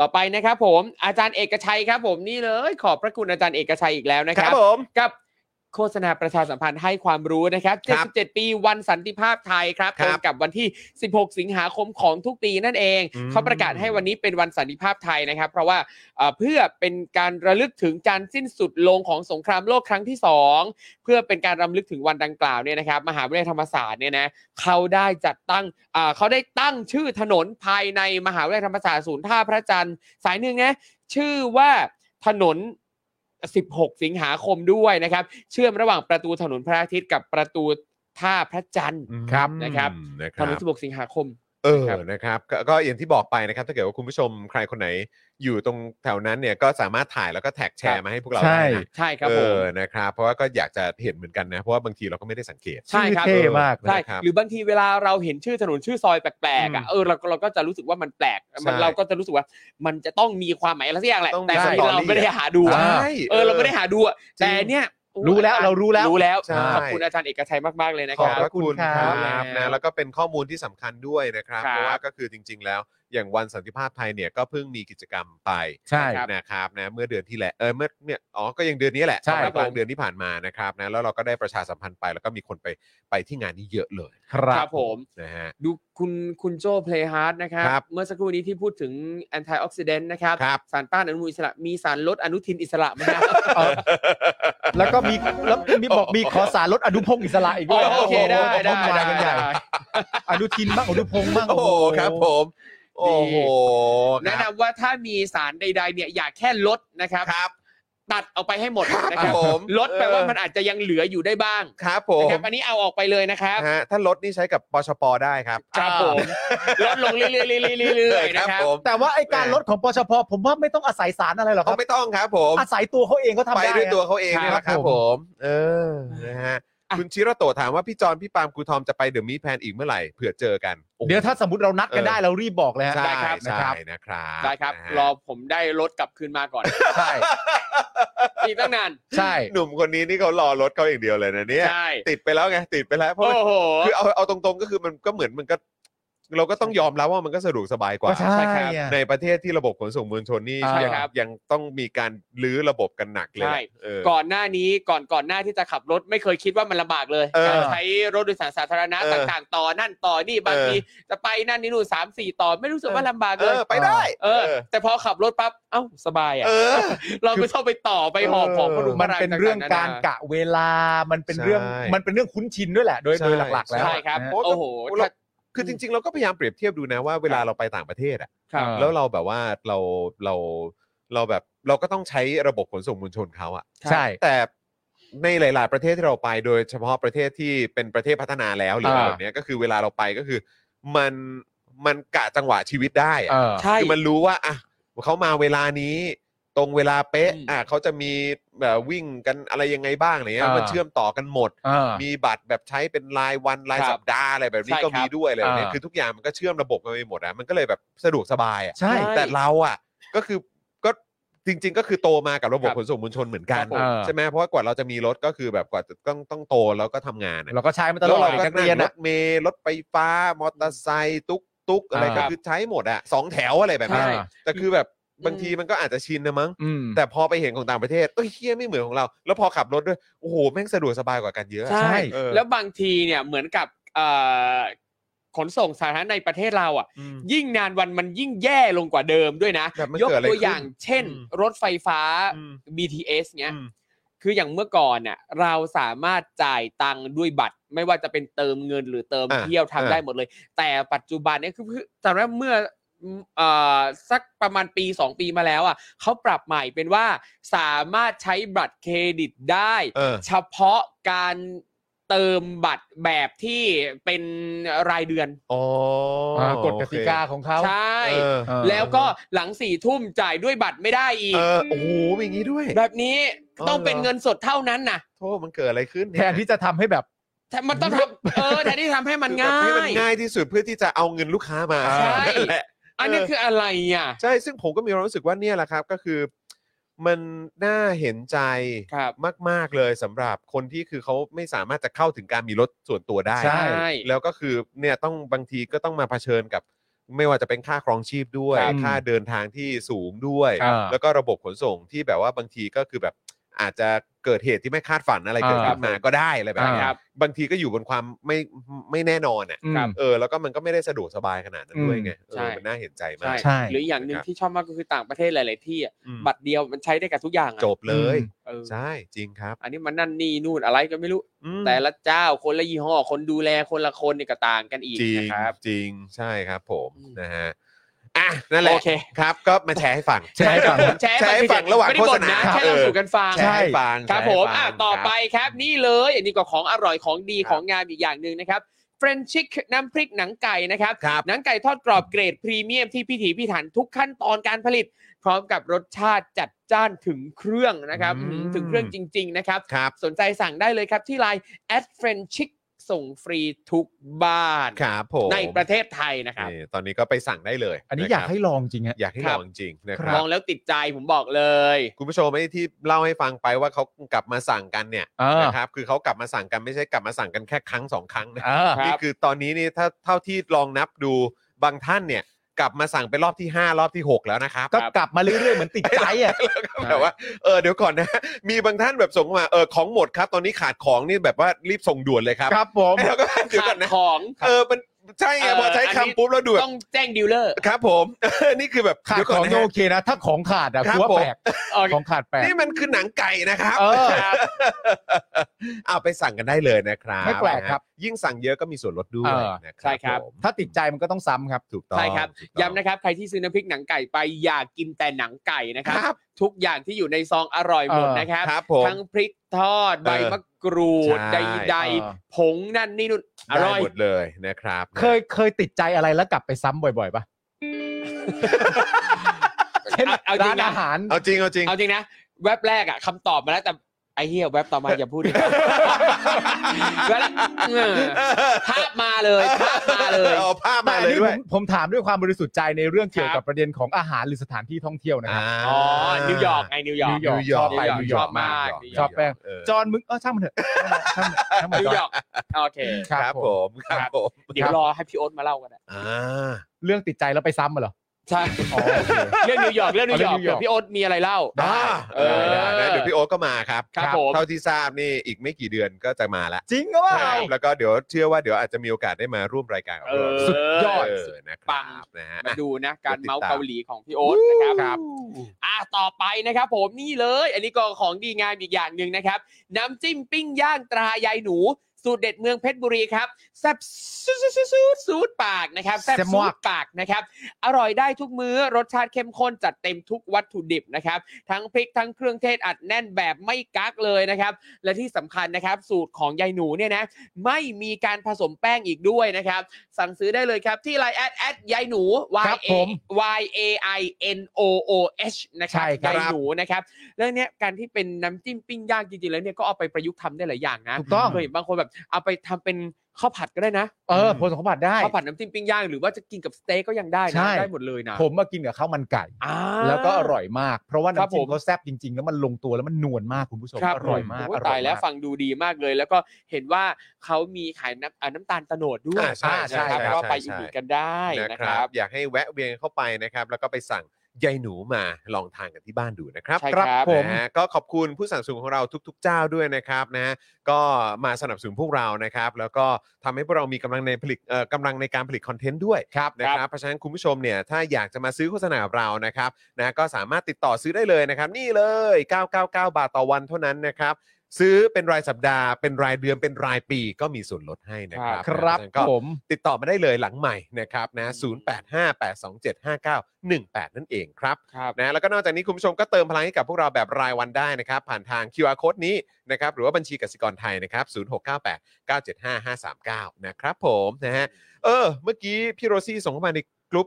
[SPEAKER 5] ต่อไปนะครับผม อาจารย์เอกชัยครับผมนี่เลยขอบพระคุณอาจารย์เอกชัยอีกแล้วนะ
[SPEAKER 3] ค
[SPEAKER 5] ค
[SPEAKER 3] รั
[SPEAKER 5] รั
[SPEAKER 3] บบ ผม
[SPEAKER 5] กับโฆษณาประชาสัมพันธ์ให้ความรู้นะครับ
[SPEAKER 3] ครับ
[SPEAKER 5] 77 ปีวันสันติภาพไทยครับ
[SPEAKER 3] ค
[SPEAKER 5] ต
[SPEAKER 3] รั
[SPEAKER 5] ร
[SPEAKER 3] บ
[SPEAKER 5] งกับวันที่ 16 สิงหาคมของทุกปีนั่นเอง
[SPEAKER 3] อืม
[SPEAKER 5] เขาประกาศให้วันนี้เป็นวันสันติภาพไทยนะครับ เพราะว่าเอ่อเพื่อเป็นการระลึกถึงการสิ้นสุดลงของสงครามโลกครั้งที่ 2 เพื่อเป็นการรำลึกถึงวันดังกล่าวเนี่ยนะครับ มหาวิทยาลัยธรรมศาสตร์เนี่ยนะเขาได้จัดตั้งอ่าเขาได้ตั้งชื่อถนนภายในมหาวิทยาลัยธรรมศาสตร์ศูนย์ท่าพระจันทร์สายหนึ่งนะ ชื่อว่าถนน 16 สิงหาคมด้วยนะครับ เชื่อมระหว่างประตูถนนพระอาทิตย์กับประตูท่าพระจันทร์
[SPEAKER 3] ครับ
[SPEAKER 5] นะครับ
[SPEAKER 3] นะค
[SPEAKER 5] ถ
[SPEAKER 3] รับ
[SPEAKER 5] นน 16 สิงหาคม
[SPEAKER 3] เออ
[SPEAKER 5] ครับ
[SPEAKER 3] นะครับก็ก็อย่างที่บอกไปนะครับ ถ้าเกิดว่าคุณผู้ชมใครคนไหนอยู่ตรงแถวนั้นเนี่ยก็สามารถถ่ายแล้วก็แท็กแช
[SPEAKER 5] ครั
[SPEAKER 3] ร์
[SPEAKER 5] บ
[SPEAKER 3] มาให้พวกเรา
[SPEAKER 6] ใช่
[SPEAKER 3] ได้นะ
[SPEAKER 5] ใช่ครับ
[SPEAKER 3] เอ
[SPEAKER 5] ผม
[SPEAKER 3] อนะครับ เพราะว่าก็อยากจะเห็นเหมือนกันนะ เพราะว่าบางทีเราก็ไม่ได้สังเกต
[SPEAKER 5] ใช่ครับ
[SPEAKER 6] เท่มากเลย
[SPEAKER 5] ใช่
[SPEAKER 3] นะครับ
[SPEAKER 5] หรือบางทีเวลาเราเห็นชื่อถนนชื่อซอยแปลกๆอ่ะเออเราก็เราก็จะรู้สึกว่ามันแปลกมัน
[SPEAKER 3] ใช่
[SPEAKER 5] เราก็จะรู้สึกว่ามันจะต้องมีความหมายอะไรสักอย่างแหละ
[SPEAKER 3] ต้องมี
[SPEAKER 5] แต่บางที
[SPEAKER 3] สตอรี่
[SPEAKER 5] เราไม่ได้หาดูอะ
[SPEAKER 3] ใช่
[SPEAKER 5] เออเราไม่ได้หาดูอะแต่เนี่ยโอ้ย
[SPEAKER 6] รู้แล้ว
[SPEAKER 5] อจย์
[SPEAKER 6] เรารู้แล้ว
[SPEAKER 5] รู้แล้ว
[SPEAKER 3] ใช่
[SPEAKER 5] ขอบคุณอาจารย์เอกชัยมากๆเลยนะ
[SPEAKER 3] ข
[SPEAKER 5] ค
[SPEAKER 3] อบ
[SPEAKER 5] รับ
[SPEAKER 3] พระคุณค
[SPEAKER 6] ขอ
[SPEAKER 3] รั
[SPEAKER 6] บคุณครับ บ
[SPEAKER 3] นะแล้วก็เป็นข้อมูลที่สำคัญด้วยนะครับ
[SPEAKER 5] ครับ
[SPEAKER 3] เพราะว่าก็คือจริง ๆ แล้ว อย่างวันสันติภาพไทยเนี่ยก็เพิ่งมีกิจกรรมไป
[SPEAKER 6] ใช่
[SPEAKER 5] ครับ
[SPEAKER 3] นะครับนะเมื่อเดือนที่แล้วเออเมื่อเนี่ยอ๋อก็ยังเดือนนี้แหละ
[SPEAKER 6] ใช่
[SPEAKER 3] กลางเดือนที่ผ่านมานะครับนะแล้วเราก็ได้ประชาสัมพันธ์ไป แล้วก็มีคนไปไปที่งานนี้เยอะเลย
[SPEAKER 6] ครั
[SPEAKER 5] ครับ บผม
[SPEAKER 3] นะฮะ
[SPEAKER 5] ดูคุณคุณโจ้เพลฮาร์ดนะครับ
[SPEAKER 3] ครับ
[SPEAKER 5] เมื่อสักครู่นี้ที่พูดถึงแอนตี้ออกซิเดนต์นะครับ
[SPEAKER 3] ครับ
[SPEAKER 5] สารต้านอนุมูลอิสระ มีสารลดอนุทินอิสระไหมครับ
[SPEAKER 6] แล้วก็มีแล้วมีบอกมีขอสารลดอนุพงศ์อิสระอีกด้วย
[SPEAKER 5] โอเคได้ได้
[SPEAKER 6] ผมมา
[SPEAKER 5] ได้
[SPEAKER 6] กันใหญ่
[SPEAKER 5] ได้
[SPEAKER 6] อนุทินบ้างอนุพงศ์บ้าง
[SPEAKER 3] โอ้โหครับผม โอ้โห
[SPEAKER 5] แนะครับ นำว่าถ้ามีสารใดๆเนี่ยอย่าแค่ลดนะครับ
[SPEAKER 3] ครับ
[SPEAKER 5] ตัดเอาไปให้หมดนะค
[SPEAKER 3] ครั
[SPEAKER 5] รับ
[SPEAKER 3] บผม
[SPEAKER 5] ลดแปลว่า
[SPEAKER 3] เออ
[SPEAKER 5] มันอาจจะยังเหลืออยู่ได้บ้าง
[SPEAKER 3] ครับผ
[SPEAKER 5] นะ
[SPEAKER 3] ม
[SPEAKER 5] ครับอันนี้เอาออกไปเลยนะครับ
[SPEAKER 3] ฮะถ้าลดนี่ใช้กับปชปได้ครับ
[SPEAKER 5] ครับผมลดลงเรื่อยๆเรื่อยๆเรื่อยๆนะครับ
[SPEAKER 6] แต่ว่าไอการลดของปชพผมว่าไม่ต้องอาศัยสารอะไรหรอกค
[SPEAKER 3] เขา
[SPEAKER 6] รับ
[SPEAKER 3] ไม่ต้องครับผม
[SPEAKER 6] อาศัยตัวเขาเองก็ทำ
[SPEAKER 3] ไป
[SPEAKER 6] ได้
[SPEAKER 3] ด้วยตัวเขาเองนี่แหละค
[SPEAKER 6] ครั
[SPEAKER 3] รับบ ผ
[SPEAKER 6] ผม
[SPEAKER 3] เออนะฮะ
[SPEAKER 5] อ่ะ
[SPEAKER 3] คุณชิระโตถามว่าพี่จอนพี่ปาล์มครูทอมจะไปเดอะมีแพนอีกเมื่อไหร่เผื่อเจอกันโอ้โห
[SPEAKER 6] เดี๋ยวถ้าสมมติเรานัดกันได้เรารีบบอกเลยฮะ
[SPEAKER 3] ใช่
[SPEAKER 6] ได้
[SPEAKER 3] ครับ
[SPEAKER 6] นะ
[SPEAKER 3] ใช่
[SPEAKER 6] ครับ
[SPEAKER 3] นะครับ
[SPEAKER 5] ได้ครับ
[SPEAKER 3] นะฮะ
[SPEAKER 5] รอผมได้ลดกลับคืนมา ก่อน
[SPEAKER 6] ใช่
[SPEAKER 5] อีกตั้งนาน
[SPEAKER 6] ใช่
[SPEAKER 3] หนุ่มคนนี้นี่เขารอรถเขาอย่างเดียวเลยนะเนี่ย
[SPEAKER 5] ใช่
[SPEAKER 3] ติดไปแล้วไงติดไปแล้วเพราะ
[SPEAKER 5] โอ้
[SPEAKER 3] มัน
[SPEAKER 5] โห
[SPEAKER 3] คือเอาเอาตรงๆก็คือมันก็เหมือนมันก็ เราก็ต้องยอมรับว่ามันก็สะดวกสบายกว่า
[SPEAKER 6] ก็ใช่
[SPEAKER 5] ใช่ครับ
[SPEAKER 6] อะ
[SPEAKER 3] ในประเทศที่ระบบขนส่งมวลชนนี่
[SPEAKER 6] ใช่
[SPEAKER 3] ยัง
[SPEAKER 5] ครับ
[SPEAKER 3] ยังต้องมีการลื้อระบบกันหนักเลย
[SPEAKER 5] ใช่
[SPEAKER 3] เออ
[SPEAKER 5] ก่อนหน้านี้ก่อนก่อนหน้าที่จะขับรถไม่เคยคิดว่ามันลำบากเลย
[SPEAKER 3] เออ
[SPEAKER 5] การใช้รถโดยสารสาธารณะ
[SPEAKER 3] เออ
[SPEAKER 5] ต่างๆ ต่อนั่นต่อนี่บาง
[SPEAKER 3] เออ
[SPEAKER 5] ทีจะไปนั่นนี่นู่นสามสี่ต่อไม่รู้สึกว่าลำบาก
[SPEAKER 3] เอ
[SPEAKER 5] เลย
[SPEAKER 3] อไปได้
[SPEAKER 5] เออ แต่พอขับรถปั๊บเอ้าสบายอ่ะ
[SPEAKER 3] เออ
[SPEAKER 5] เราไม่ต้องไปต่อไปหอบของพลุง
[SPEAKER 6] มัน
[SPEAKER 5] พลั
[SPEAKER 6] เป็นเรื่อง
[SPEAKER 5] ต่
[SPEAKER 6] การ
[SPEAKER 5] ๆนน
[SPEAKER 6] กะเวลา มันเป็นเรื่อง
[SPEAKER 3] ใช่
[SPEAKER 6] มันเป็นเรื่องคุ้นชินด้วยแหละ โดย
[SPEAKER 3] ใช่
[SPEAKER 6] โดยหลักๆ แล้ว
[SPEAKER 5] ใช่ครับ
[SPEAKER 6] นะฮะ
[SPEAKER 5] โอ้โห
[SPEAKER 3] เรา
[SPEAKER 5] ถ้า
[SPEAKER 3] คือจริง ๆ เราก็พยายามเปรียบเทียบดูนะว่าเวลาเราไปต่างประเทศอ่ะ
[SPEAKER 5] ครับ
[SPEAKER 6] เออ
[SPEAKER 3] แล้วเราแบบว่าเราเราเราแบบเราก็ต้องใช้ระบบขนส่งมวลชนเขาอ่ะ
[SPEAKER 6] ใช่
[SPEAKER 3] แต่ในหลาย ๆ ประเทศที่เราไปโดยเฉพาะประเทศที่เป็นประเทศพัฒนาแล้วหรืออะไร
[SPEAKER 6] อ่า
[SPEAKER 3] แบบเนี้ยก็คือเวลาเราไปก็คือมันมันกะจังหวะชีวิตได้อะ
[SPEAKER 6] เออ
[SPEAKER 5] ใช่
[SPEAKER 3] คือมันรู้ว่าอ่ะเขามาเวลานี้ตรงเวลาเป๊ะ
[SPEAKER 5] อืม
[SPEAKER 3] อ่ะเขาจะมีแบบวิ่งกันอะไรยังไงบ้างอะไรเงี้ย
[SPEAKER 6] อ่ามั
[SPEAKER 3] มันเชื่อมต่อกันหมด
[SPEAKER 6] เออ
[SPEAKER 3] มีบัตรแบบใช้เป็นรายวันราย
[SPEAKER 5] ครับ
[SPEAKER 3] สัปดาห์อะไรแบบนี้
[SPEAKER 5] ใช่
[SPEAKER 3] ก็มี
[SPEAKER 5] ครับ
[SPEAKER 3] ด้วยอะไรแบบนี้
[SPEAKER 6] อ่า
[SPEAKER 3] คือทุกอย่างมันก็เชื่อมระบบกันไปหมดนะมันก็เลยแบบสะดวกสบายอ่ะ
[SPEAKER 6] ใช่
[SPEAKER 5] ใช่
[SPEAKER 3] แต่เราอ่ะก็คือก็จริง ๆ ก็คือโตมากับระบบ
[SPEAKER 5] ครับ
[SPEAKER 3] ขนส่งมวลชนเหมือนกัน
[SPEAKER 5] ครับผม
[SPEAKER 6] อ่า
[SPEAKER 3] ใช่ไหมเพราะว่ากว่าเราจะมีรถก็คือแบบกว่าจะต้องต้องโตแล้วก็ทำงานอะ
[SPEAKER 6] เราก็ใช้มาตล
[SPEAKER 3] แล้ว
[SPEAKER 6] อด
[SPEAKER 3] เราก็
[SPEAKER 6] นัก
[SPEAKER 3] นั่
[SPEAKER 6] เรียน
[SPEAKER 3] งร
[SPEAKER 6] อะ
[SPEAKER 3] ถเมล์รถไฟฟ้า มอเตอร์ไซค์ตุ๊กตุ๊กอะไร
[SPEAKER 6] อ่า
[SPEAKER 3] ก็คือใช้หมดอะสองแถวอะไรแบบนี้
[SPEAKER 6] ใช่
[SPEAKER 3] แต่คือแบบบางทีมันก็อาจจะชินนะมั้ง
[SPEAKER 6] อืม
[SPEAKER 3] แต่พอไปเห็นของต่างประเทศเอ้ยเฮียไม่เหมือนของเรา แล้วพอขับรถด้วย โอ้โห แม่งสะดวกสบายกว่ากันเยอะ
[SPEAKER 5] ใช่
[SPEAKER 3] เออ
[SPEAKER 5] แล้วบางทีเนี่ยเหมือนกับเอ่อขนส่งสาธารณะในประเทศเราอ่ะ
[SPEAKER 3] อืม
[SPEAKER 5] ยิ่งนานวันมันยิ่งแย่ลงกว่าเดิมด้วยนะ
[SPEAKER 3] แบบมัน
[SPEAKER 5] ยก
[SPEAKER 3] เกิดอะไร
[SPEAKER 5] ตัวอย่าง
[SPEAKER 3] ขึ้น
[SPEAKER 5] เช่น
[SPEAKER 3] อืม
[SPEAKER 5] รถไฟฟ้า
[SPEAKER 3] อืม
[SPEAKER 5] BTS เนี้ย
[SPEAKER 3] อืม
[SPEAKER 5] คืออย่างเมื่อก่อนน่ะเราสามารถจ่ายตังค์ด้วยบัตร ไม่ว่าจะเป็นเติมเงินหรือเติม
[SPEAKER 3] อ่า
[SPEAKER 5] เที่ยวทำ
[SPEAKER 3] อ่า
[SPEAKER 5] ได้หมดเลย แต่ปัจจุบันเนี่ยคือคือจำได้เมื่อ เอ่อสักประมาณปี 2 ปีมาแล้วอ่ะเขาปรับใหม่เป็นว่าสามารถใช้บัตรเครดิตได้
[SPEAKER 3] เออ
[SPEAKER 5] เฉพาะการเติมบัตรแบบที่เป็นรายเดือน
[SPEAKER 3] อ๋ออ
[SPEAKER 6] อ่ากฎกติกาของเขา
[SPEAKER 5] ใช่
[SPEAKER 3] เออ
[SPEAKER 6] เออ
[SPEAKER 5] แล้วก็หลังสี่ทุ่มจ่ายด้วยบัตรไม่ได้อีก
[SPEAKER 3] เออโอ้โหเป็นอย่างนี้ด้วย
[SPEAKER 5] แบบนี้
[SPEAKER 3] อ๋อ
[SPEAKER 5] ต้องเป็น
[SPEAKER 3] เหรอ
[SPEAKER 5] เงินสดเท่านั้นนะ
[SPEAKER 3] โทษมันเกิดอะไรขึ้น
[SPEAKER 6] แทนที่จะทำให้แบบ
[SPEAKER 5] แต่มันต้องทำ เออแทนที่ทำให้มัน
[SPEAKER 3] คือแบบให้
[SPEAKER 5] ง่า
[SPEAKER 3] มัน
[SPEAKER 5] ย
[SPEAKER 3] ง่ายที่สุดเพื่อที่จะเอาเงินลูกค้ามา
[SPEAKER 5] ใช่
[SPEAKER 3] นั่นแหละ
[SPEAKER 5] อันนี้
[SPEAKER 3] เออ
[SPEAKER 5] คืออะไรอ่ะ
[SPEAKER 3] ใช่ซึ่งผมก็มีความรู้สึกว่าเนี่ยแหละครับก็คือ มันน่าเห็นใจ
[SPEAKER 5] ครับ
[SPEAKER 3] มาก ๆ เลยสำหรับคนที่คือเขาไม่สามารถจะเข้าถึงการมีรถส่วนตัวได้
[SPEAKER 6] ใช่
[SPEAKER 3] แล้วก็คือเนี่ยต้องบางทีก็ต้องมาเผชิญกับ ไม่ว่าจะเป็นค่าครองชีพด้วย
[SPEAKER 6] ครับ
[SPEAKER 3] ค่าเดินทางที่สูงด้วย
[SPEAKER 6] อ่า
[SPEAKER 3] แล้วก็ระบบขนส่งที่แบบว่าบางทีก็คือแบบอาจจะเกิดเหตุที่ไม่คาดฝันอะไรเกิดขึ้นมาก็ได้อะไรแบบนี้
[SPEAKER 6] อ่า
[SPEAKER 3] บางทีก็อยู่บนความไม่ไม่แน่นอนอ่ะ
[SPEAKER 6] อืม
[SPEAKER 3] เออแล้วก็มันก็ไม่ได้สะดวกสบายขนาดนั้นด้วยไงเอ
[SPEAKER 5] ใช่
[SPEAKER 3] อมันน่าเห็นใจมาก
[SPEAKER 6] ใช่
[SPEAKER 5] หรืออย่างหนึ่ง
[SPEAKER 3] ครับ
[SPEAKER 5] ที่ชอบมากก็คือต่างประเทศหลาย ๆ ที่อะ
[SPEAKER 3] อืม
[SPEAKER 5] บัตรเดียวมันใช้ได้กับทุกอย่างอะ
[SPEAKER 3] จบเลย
[SPEAKER 5] เออ
[SPEAKER 3] ใช่จริงครับ
[SPEAKER 5] อันนี้มันนั่นนี่นู่นอะไรก็ไม่รู้
[SPEAKER 3] อืม
[SPEAKER 5] แต่ละเจ้าคนละยี่ห้อ คนดูแลคนละคนเนี่ยก็ต่างกันอีก
[SPEAKER 3] จริง
[SPEAKER 5] นะครับ
[SPEAKER 3] จริงใช่ครับผม
[SPEAKER 5] อืม
[SPEAKER 3] นะฮะอ่ะนั่นแหละ
[SPEAKER 5] โอเค
[SPEAKER 3] ครับ ก็มาแชร์ให้ฟัง
[SPEAKER 6] แชร์ให้ฟัง
[SPEAKER 5] แชร์
[SPEAKER 3] แชร์ให้
[SPEAKER 5] ให้
[SPEAKER 3] ฟั
[SPEAKER 5] ฟั
[SPEAKER 3] ง
[SPEAKER 5] ง
[SPEAKER 3] ระหว่าง
[SPEAKER 5] ไม่ได้บ่นนะ
[SPEAKER 3] โฆษณา
[SPEAKER 5] แค่เรา
[SPEAKER 3] เออ
[SPEAKER 5] สู่กันฟัง
[SPEAKER 3] แชร์ให้ฟัง
[SPEAKER 5] ครับ
[SPEAKER 3] แช
[SPEAKER 5] ผม
[SPEAKER 3] ให้ฟัง
[SPEAKER 5] อ่ะต่อ
[SPEAKER 3] ครับ
[SPEAKER 5] ไปครับนี่เลย อันนี้ก็ของอร่อยของดี
[SPEAKER 3] ครับ
[SPEAKER 5] ของงามอีกอย่างหนึ่งนะครับเฟรนชิกน้ำพริกหนังไก่นะครับ
[SPEAKER 3] ครับ
[SPEAKER 5] หนังไก่ทอดกรอบเกรดพรีเมียมที่พิถีพิถันทุกขั้นตอนการผลิต พร้อมกับรสชาติจัดจ้านถึงเครื่องนะครับอืมถึงเครื่องจริง ๆ นะครับ
[SPEAKER 3] ครับ
[SPEAKER 5] สนใจสั่งได้เลยครับที่ไลน์ a d f r e n c h i c ส่งฟรีทุกบ้าน
[SPEAKER 3] ครับผม
[SPEAKER 5] ในประเทศไทยนะครับ
[SPEAKER 3] นี่ตอนนี้ก็ไปสั่งได้เลย
[SPEAKER 6] อันนี้
[SPEAKER 3] ะ
[SPEAKER 6] อ
[SPEAKER 3] ค
[SPEAKER 6] ยาก
[SPEAKER 3] รับ
[SPEAKER 6] ให้ลองจริงฮะ
[SPEAKER 3] อยากให้
[SPEAKER 5] ค
[SPEAKER 3] ล
[SPEAKER 5] รั
[SPEAKER 3] อบ งจริงนะค
[SPEAKER 5] ม
[SPEAKER 3] รั
[SPEAKER 5] อบ งแล้วติดใจผมบอกเลย
[SPEAKER 3] คุณผู้ชมไอ้ที่เล่าให้ฟังไปว่าเขากลับมาสั่งกันเนี่ย
[SPEAKER 6] อ่าน
[SPEAKER 3] นะครับคือเขากลับมาสั่งกันไม่ใช่กลับมาสั่งกันแค่ครั้งสองครั้งนะ
[SPEAKER 6] เออ
[SPEAKER 5] ครับ
[SPEAKER 3] นี่คือตอนนี้นี่ถ้าเท่าที่ลองนับดูบางท่านเนี่ย กลับมาสั่งเป็นรอบที่ห้ารอบที่หกแล้วนะครับ
[SPEAKER 6] ก็กลับมาเรื่อยๆเหมือนติดใจอ่ะ
[SPEAKER 3] แบบว่าเออเดี๋ยวก่อนนะ มีบางท่านแบบส่งมาเออของหมดครับ ตอนนี้ขาดของนี่แบบว่ารีบส่งด่วนเลยครับ
[SPEAKER 6] ครับผม
[SPEAKER 3] แล้วก็เดี๋ยวก่
[SPEAKER 5] ขา
[SPEAKER 3] อ
[SPEAKER 5] ด
[SPEAKER 3] นนะ
[SPEAKER 5] ของ
[SPEAKER 3] เออมันใช่ไง
[SPEAKER 5] เออ
[SPEAKER 3] พอใช้
[SPEAKER 5] อันนี้
[SPEAKER 3] คำปุ๊บแล้วด่วน
[SPEAKER 5] ต้องแจ้งดีลเลอร์
[SPEAKER 3] ครับผม นี่คือแบบ
[SPEAKER 6] ขาด
[SPEAKER 3] เดี๋ยว
[SPEAKER 6] ข
[SPEAKER 3] ก่อ
[SPEAKER 6] อน ง
[SPEAKER 3] นะ
[SPEAKER 6] ก็
[SPEAKER 3] ฮะ
[SPEAKER 6] โอเคนะ ถ้าของขาดอ่ะ
[SPEAKER 3] ครั
[SPEAKER 6] ก
[SPEAKER 3] บ
[SPEAKER 6] ลัวแปล
[SPEAKER 3] ผม
[SPEAKER 6] กของขาดแปลก
[SPEAKER 3] นี่มันคือหนังไก่นะครับ
[SPEAKER 6] เออ
[SPEAKER 3] ครับเอาไปสั่งกันได้เลยนะครับ
[SPEAKER 6] ไม่แปลกครับ
[SPEAKER 3] นะฮะยิ่งสั่งเยอะก็มีส่วนลดด้วย
[SPEAKER 6] เออ
[SPEAKER 3] นะ
[SPEAKER 5] ใช่ครับ
[SPEAKER 3] ผม
[SPEAKER 6] ถ้าติดใจมันก็ต้องซ้ำครับ
[SPEAKER 3] ถูกต้อง
[SPEAKER 5] ใช่ครับ
[SPEAKER 3] ถูกต้อง
[SPEAKER 5] ย้ำนะครับ ใครที่ซื้อน้ำพริกหนังไก่ไปอย่ากินแต่หนังไก่นะครับ
[SPEAKER 3] ครับ
[SPEAKER 5] ทุกอย่างที่อยู่ในซองอร่อยหมด
[SPEAKER 6] เออ
[SPEAKER 5] นะครับ
[SPEAKER 3] ครับผม
[SPEAKER 5] ทั้งพริกทอด ใบ
[SPEAKER 3] เออ
[SPEAKER 5] มะกรูด
[SPEAKER 3] ใช่
[SPEAKER 5] ใด
[SPEAKER 6] เออ
[SPEAKER 5] ๆผงนั่นนี่นู่นอ
[SPEAKER 3] ได้
[SPEAKER 5] ร่อย
[SPEAKER 3] หมดเลยนะครับ
[SPEAKER 6] เคยเคยติดใจอะไรแล้วกลับไปซ้ำบ่อยๆป่ะเช่น
[SPEAKER 5] เอาเอาจรินะ
[SPEAKER 6] ร้าง นอาหาร
[SPEAKER 3] เอาจริงเอาจริง
[SPEAKER 5] เอาจริงนะแว็บแรกอะคำตอบมาแล้วแต่ไอเฮียแว็บต่อมาอย่าพูด ดีกว่าแล้วละเออภาพมาเลยภาพมาเลย
[SPEAKER 3] เอาภาพ
[SPEAKER 6] แต่
[SPEAKER 3] มา
[SPEAKER 6] อัน
[SPEAKER 3] เลย
[SPEAKER 6] นี้
[SPEAKER 3] ด้
[SPEAKER 6] ผ
[SPEAKER 3] วย
[SPEAKER 6] มผมถามด้วยความบริสุทธิ์ใจในเรื่องเกี่ยว
[SPEAKER 5] ครั
[SPEAKER 6] กับบ ประเด็นของอาหารหรือสถานที่ท่องเที่ยวนะครับ
[SPEAKER 3] า
[SPEAKER 5] อ๋อนิวยอร์กไงนิวยอร์ก
[SPEAKER 6] นิวยอร์ก ชบไปนิวยอร์ก
[SPEAKER 5] มาก
[SPEAKER 6] ชอบแป้ง
[SPEAKER 3] เออ
[SPEAKER 6] จอห์นมึงเออช่างมันเถอะช่างมันช่างมัน
[SPEAKER 5] นิวย
[SPEAKER 6] ช่างมัน
[SPEAKER 5] อร์กโอเค
[SPEAKER 3] ครับผมครับผม
[SPEAKER 5] เดี๋ยวรอให้พี่โอ๊ตมาเล่ากันนะ
[SPEAKER 3] อ่า
[SPEAKER 6] เรื่องติดใจแล้วไปซ้ำมาเหรอ
[SPEAKER 5] ใช่เรื่องนิวยอร์กเรื่องนิวยอร์ก
[SPEAKER 6] เอาเรื่
[SPEAKER 5] เดี๋
[SPEAKER 6] องนิวยอร์
[SPEAKER 5] ยว
[SPEAKER 6] ก
[SPEAKER 5] พี่โอ๊ตมีอะไรเล่า
[SPEAKER 3] ได้
[SPEAKER 5] เออ
[SPEAKER 3] ได้ได้เดี๋ยวพี่โอ๊ตก็มาครับ
[SPEAKER 5] ครับผม
[SPEAKER 3] เท่าที่ทราบนี่อีกไม่กี่เดือนก็จะมาละ
[SPEAKER 6] จริงหรือเป
[SPEAKER 3] ครั
[SPEAKER 6] ล่า
[SPEAKER 3] บแล้วก็เดี๋ยวเชื่อว่าเดี๋ยวอาจจะมีโอกาสได้มาร่วมรายการกับ
[SPEAKER 5] เอ
[SPEAKER 3] เรา
[SPEAKER 5] อ
[SPEAKER 6] สุดยอด
[SPEAKER 3] เนะค
[SPEAKER 5] ปั
[SPEAKER 3] รั
[SPEAKER 5] ง
[SPEAKER 3] บนะฮะ
[SPEAKER 5] มาดูนะ
[SPEAKER 3] อ่ะ
[SPEAKER 5] การเมาส์
[SPEAKER 3] ติดตาม
[SPEAKER 5] เกาหลีของพี่โอ๊ตนะครับครับอ่ะต่อไปนะครับผมนี่เลย อันนี้ก็ของดีงามอีกอย่างหนึ่งนะครับ น้ำจิ้มปิ้งย่างตรายายหนู สูตรเด็ดเมืองเพชรบุรีครับแซ่บซูดซูดซูดซูดปากนะครับแซ่บ
[SPEAKER 6] แซ่บ
[SPEAKER 5] ซู
[SPEAKER 6] มาก
[SPEAKER 5] ดปากนะครับ อร่อยได้ทุกมื้อรสชาติเข้มข้นจัดเต็มทุกวัตถุดิบนะครับ ทั้งพริกทั้งเครื่องเทศอัดแน่นแบบไม่กักเลยนะครับ และที่สำคัญนะครับสูตรของยายหนูเนี่ยนะ ไม่มีการผสมแป้งอีกด้วยนะครับ สั่งซื้อได้เลยครับที่ไลน์แอดแอดยายหนู
[SPEAKER 6] ครั
[SPEAKER 5] y
[SPEAKER 6] บ
[SPEAKER 5] a
[SPEAKER 6] ผม
[SPEAKER 5] y a i n o o h นะครั
[SPEAKER 6] ใช่
[SPEAKER 5] บ
[SPEAKER 6] ครับ
[SPEAKER 5] ยายหนูนะครับเรื่องเนี้ยการที่เป็นน้ำจิ้มปิ้งย่างจริงๆแล้วเนี่ยก็เอาไปประยุกต์ทำได้หลายอย่างนะ
[SPEAKER 6] ถูกต้อง
[SPEAKER 5] เคยเห็นบางคนแบบเอาไปทำเป็นข้าวผัดก็ได้นะ
[SPEAKER 6] เออผลของบัตรได้
[SPEAKER 5] ข้าวผัดน้ำจิ้มปิ้งย่างหรือว่าจะกินกับสเต็กก็ยังได้
[SPEAKER 6] ใช่
[SPEAKER 5] นะได้หมดเลยนะ
[SPEAKER 6] ผมมากินกับข้าวมันไก่
[SPEAKER 5] อ่า
[SPEAKER 6] แล้วก็อร่อยมาก เพราะว่า
[SPEAKER 5] ครับ
[SPEAKER 6] น้ำจิ้
[SPEAKER 5] ผม ม
[SPEAKER 6] เขาแซ่บจริง ๆ แล้วมันลงตัวแล้วมันนวลมากคุณผู้ชม
[SPEAKER 5] ครับ
[SPEAKER 6] อร่อยมาก
[SPEAKER 5] โโห
[SPEAKER 6] อร่
[SPEAKER 5] ตา
[SPEAKER 6] อย ย
[SPEAKER 5] แล้ว
[SPEAKER 6] มาก
[SPEAKER 5] ฟังดูดีมากเลย แล้วก็เห็นว่าเขามีขายน้ำอ่าน้ำตาลโตะโนดด้วย
[SPEAKER 3] อ่าใช่
[SPEAKER 6] ใช่
[SPEAKER 5] นะครั
[SPEAKER 3] ใช่
[SPEAKER 5] บก็ไป
[SPEAKER 3] ใช่
[SPEAKER 5] อุดหนุนกันได้นะครับ
[SPEAKER 3] อยากให้แวะเวียนเข้าไปนะครับ แล้วก็ไปสั่งยายหนูมาลองทานกันที่บ้านดูนะครับ
[SPEAKER 5] ใช่ครับ
[SPEAKER 3] ผมนะฮะก็ขอบคุณผู้สนับสนุนของเราทุก ๆ เจ้าด้วยนะครับนะฮะก็มาสนับสนุนพวกเรานะครับ แล้วก็ทำให้พวกเรามีกำลังในผลิตเอ่อกำลังในการผลิตคอนเทนต์ด้วย
[SPEAKER 6] ครับ
[SPEAKER 3] นะครับเพราะฉะนั้นคุณผู้ชมเนี่ยถ้าอยากจะมาซื้อโฆษณากับเรานะครับนะก็สามารถติดต่อซื้อได้เลยนะครับ นี่เลย 999 บาทต่อวันเท่านั้นนะครับ ซื้อเป็นรายสัปดาห์เป็นรายเดือนเป็นรายปีก็มีส่วนลดให้นะครับ
[SPEAKER 6] ครับ
[SPEAKER 3] เพาะฉะนั้นก็
[SPEAKER 6] ผม
[SPEAKER 3] ติดต่อมาได้เลยหลังใหม่นะครับนะ 0858275918 นั่นเองครับ
[SPEAKER 5] ครับ
[SPEAKER 3] นะแล้วก็นอกจากนี้คุณผู้ชมก็เติมพลังให้กับพวกเราแบบรายวันได้นะครับ ผ่านทาง QR code นี้นะครับ หรือว่าบัญชีกสิกรไทยนะครับ 0698975539 นะครับผมนะฮะเออ เมื่อกี้พี่โรซี่ส่งเข้ามาในกลุ่ม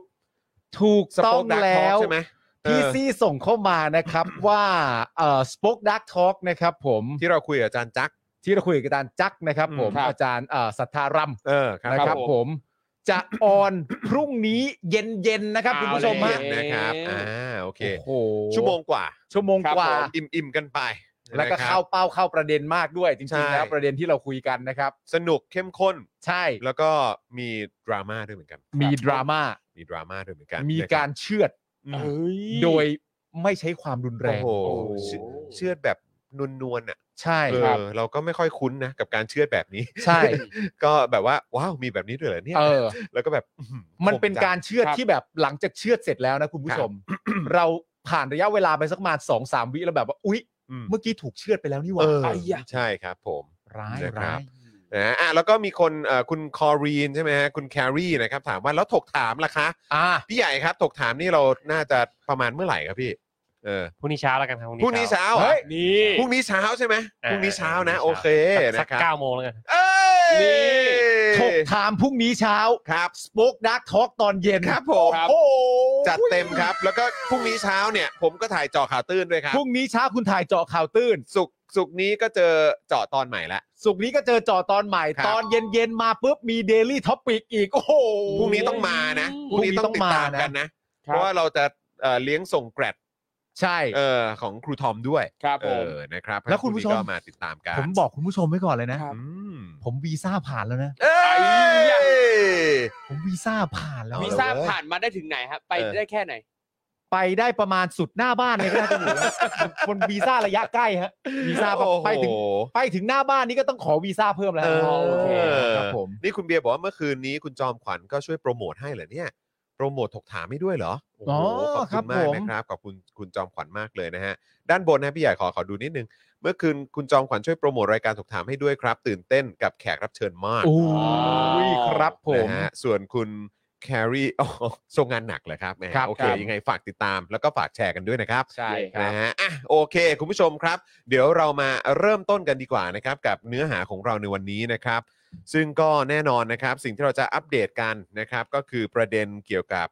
[SPEAKER 6] ถูก
[SPEAKER 3] ส
[SPEAKER 6] ต้
[SPEAKER 3] ป
[SPEAKER 6] อ
[SPEAKER 3] อง คดัก
[SPEAKER 6] แล้
[SPEAKER 3] ทอ
[SPEAKER 6] ว
[SPEAKER 3] ใช่ไหมเอ
[SPEAKER 6] พี่
[SPEAKER 3] อ
[SPEAKER 6] ซี่ส่งเข้ามานะครับ ว่าเอ่อสป็อคดักทอล์กนะครับผม
[SPEAKER 3] ที่เราคุยกับอาจารย์จักร
[SPEAKER 6] ที่เราคุยกับอาจารย์จักรนะครับ
[SPEAKER 3] อืม
[SPEAKER 6] ผม
[SPEAKER 5] ครับ
[SPEAKER 6] อาจารย์เอ่อสัทธารัม
[SPEAKER 3] เออครับ
[SPEAKER 6] นะครับ
[SPEAKER 5] ผม
[SPEAKER 6] ผมจะออน พรุ่งนี้เย็นๆนะครับคุณผู้ชม
[SPEAKER 5] เอ
[SPEAKER 6] ฮะ
[SPEAKER 5] ล
[SPEAKER 3] นะครับอ่าโอเค
[SPEAKER 6] โอ้โห
[SPEAKER 3] ชั่วโมงกว่า
[SPEAKER 6] ชั่วโมงกว่า
[SPEAKER 5] ครับผม
[SPEAKER 3] อิ่มๆกันไป
[SPEAKER 6] แล้วก็
[SPEAKER 3] นะครับ
[SPEAKER 6] เข้าเป้าเข้าประเด็นมากด้วยจ
[SPEAKER 3] ใช่
[SPEAKER 6] ริงๆแล้วประเด็นที่เราคุยกันนะครับ
[SPEAKER 3] สนุกเข้มข้น
[SPEAKER 6] ใช่
[SPEAKER 3] แล้วก็มีดราม่าด้วยเหมือนกัน
[SPEAKER 6] มีดราม่า
[SPEAKER 3] มีดราม่าด้วยเหมือนกัน
[SPEAKER 6] มี
[SPEAKER 3] นะครับ
[SPEAKER 6] การเชือด
[SPEAKER 3] อืม
[SPEAKER 5] เฮ้ย
[SPEAKER 6] โดยไม่ใช้ความรุนแร
[SPEAKER 3] โอ้
[SPEAKER 6] ง
[SPEAKER 3] โหเชืเชื่อดแบบนวลๆอ่ะ
[SPEAKER 6] ใช่
[SPEAKER 3] เออเราก็ไม่ค่อยคุ้นนะกับการเชื่อดแบบนี้
[SPEAKER 6] ใช่
[SPEAKER 3] ก็แบบว่าว้าวมีแบบนี้ด้วยเหรอเนี่ย
[SPEAKER 6] เออ
[SPEAKER 3] แล้วก็แบบอื้อหือ
[SPEAKER 6] มันเป็นการเชือด
[SPEAKER 5] ครับ
[SPEAKER 6] ที่แบบหลังจากเชือดเสร็จแล้วนะคุณผู้ชม เราผ่านระยะเวลาไปสักประมาณสองสามวิแล้วแบบว่าอุ๊ย
[SPEAKER 3] อืม
[SPEAKER 6] เมื่อกี้ถูกเชือดไปแล้วนี่หว่า
[SPEAKER 3] เออ
[SPEAKER 6] ไอ้ยะ
[SPEAKER 3] ใช่ครับผม
[SPEAKER 6] ร้าย
[SPEAKER 3] นะค
[SPEAKER 6] ร้า
[SPEAKER 3] รับ
[SPEAKER 6] ย
[SPEAKER 3] นะอ่ะแล้วก็มีคนเอ่อคุณคอรีนใช่ไหมฮะคุณแครีนะครับถามว่าแล้วถกถามล่ะคะ
[SPEAKER 6] อ่า
[SPEAKER 3] พี่ใหญ่ครับถกถามนี่เราน่าจะประมาณเมื่อไหร่ครับพี่เออ
[SPEAKER 12] พรุ่งนี้เช้าแล้วกันครับ
[SPEAKER 3] พรุ่งนี้เช้าอ่ะ
[SPEAKER 6] เฮ้ย
[SPEAKER 5] นี่
[SPEAKER 3] พรุ่งนี้เช้าใช่ไหม
[SPEAKER 12] อ่
[SPEAKER 3] พรุ่งนี้เช้านะ โอเค
[SPEAKER 12] สั
[SPEAKER 3] นะ
[SPEAKER 12] ก
[SPEAKER 3] ครับ
[SPEAKER 12] เก้าโมงแล้วกัน
[SPEAKER 3] เอ้
[SPEAKER 5] นี่
[SPEAKER 3] ย
[SPEAKER 6] ถกถามพรุ่งนี้เช้า
[SPEAKER 3] ครับ
[SPEAKER 6] สป็อกดักทอล์กตอนเย็น
[SPEAKER 3] ครับผม
[SPEAKER 6] โอ้โห
[SPEAKER 3] จัดเต็มครับ แล้วก็พรุ่งนี้เช้าเนี่ย ผมก็ถ่ายเจอข่าวตื้นด้วยครับ
[SPEAKER 6] พรุ่งนี้เช้าคุณถ่ายเจาะข่าวตื้น
[SPEAKER 3] สุกร์สุกร์นี้ก็เจอเจาะตอนใหม่ละ
[SPEAKER 6] สุกร์นี้ก็เจอเจอตอนใหม่
[SPEAKER 3] ครับ
[SPEAKER 6] ตอนเย็นๆ มาปุ๊บมีเดลี่ท็อปิกอีก โอ้โห
[SPEAKER 3] พรุ่งนี้ต้องมานะพ
[SPEAKER 6] พ
[SPEAKER 3] รุ่
[SPEAKER 6] รุ่
[SPEAKER 3] ง
[SPEAKER 6] งนี้
[SPEAKER 3] นี้ต้องติดตาม
[SPEAKER 6] ต้องมานะ
[SPEAKER 3] กันนะ เพราะว่าเราจะเอ่อเลี้ยงส่งแกรด
[SPEAKER 6] ใช่
[SPEAKER 3] เอ่อของครูทอมด้วย
[SPEAKER 5] ครับ
[SPEAKER 3] เอ
[SPEAKER 5] ผม
[SPEAKER 3] อนะครับ
[SPEAKER 6] แล้วคุณผู้ชม
[SPEAKER 3] พรุ่งนี้ก็มาติดตามกัน
[SPEAKER 6] ผมบอกคุณผู้ชมไว้ก่อนเลยนะ
[SPEAKER 5] ครับ
[SPEAKER 3] อืม
[SPEAKER 6] ผมวีซ่าผ่านแล้วนะ
[SPEAKER 3] เอ้ย
[SPEAKER 5] ยะ
[SPEAKER 6] ผมวีซ่าผ่านแล้ว
[SPEAKER 5] วี
[SPEAKER 3] เอ
[SPEAKER 5] ซ่าผ่านมาได้ถึงไหนครับ ไป
[SPEAKER 3] เออ
[SPEAKER 5] ได้แค่ไหน
[SPEAKER 6] ไปได้ประมาณสุดหน้าบ้านเลยก็น่าจะอยู่แล้ว บนวีซ่าระยะใกล้ฮะวีซ่า
[SPEAKER 3] โอ้โห
[SPEAKER 6] ไปถึงไปถึงหน้าบ้านนี้ก็ต้องขอวีซ่าเพิ่มแล้ว
[SPEAKER 3] เออ
[SPEAKER 6] โอเคครับผม
[SPEAKER 3] นี่คุณเบียร์บอกว่าเมื่อคืนนี้คุณจอมขวัญก็ช่วยโปรโมทให้เหรอเนี่ย โปรโมทถกถามให้ด้วยเหรอโอ้โห
[SPEAKER 6] อ๋อ
[SPEAKER 3] ขอบ
[SPEAKER 6] ครั
[SPEAKER 3] คุณ
[SPEAKER 6] บ
[SPEAKER 3] มาก
[SPEAKER 6] ผม
[SPEAKER 3] นะครับขอบคุณคุณจอมขวัญมากเลยนะฮะ ด้านบนนะพี่ใหญ่ขอขอดูนิดนึง เมื่อคืนคุณจอมขวัญช่วยโปรโมทรายการถกถามให้ด้วยครับ ตื่นเต้นกับแขกรับเชิญมาก
[SPEAKER 6] โอ้ย
[SPEAKER 5] อ๋อ
[SPEAKER 6] ครับผม
[SPEAKER 3] นะฮะส่วนคุณแครีอ๋อ ส่งงานหนักเลยครับแหม
[SPEAKER 6] ครับ
[SPEAKER 3] โอเค
[SPEAKER 6] ครับ
[SPEAKER 3] ยังไงฝากติดตามแล้วก็ฝากแชร์กันด้วยนะครับ
[SPEAKER 6] ใช่ครับ
[SPEAKER 3] นะฮะ อ่ะ โอเค คุณผู้ชมครับ เดี๋ยวเรามาเริ่มต้นกันดีกว่านะครับ กับเนื้อหาของเราในวันนี้นะครับ ซึ่งก็แน่นอนนะครับ สิ่งที่เราจะอัปเดตกันนะครับ ก็คือประเด็นเกี่ยวกับ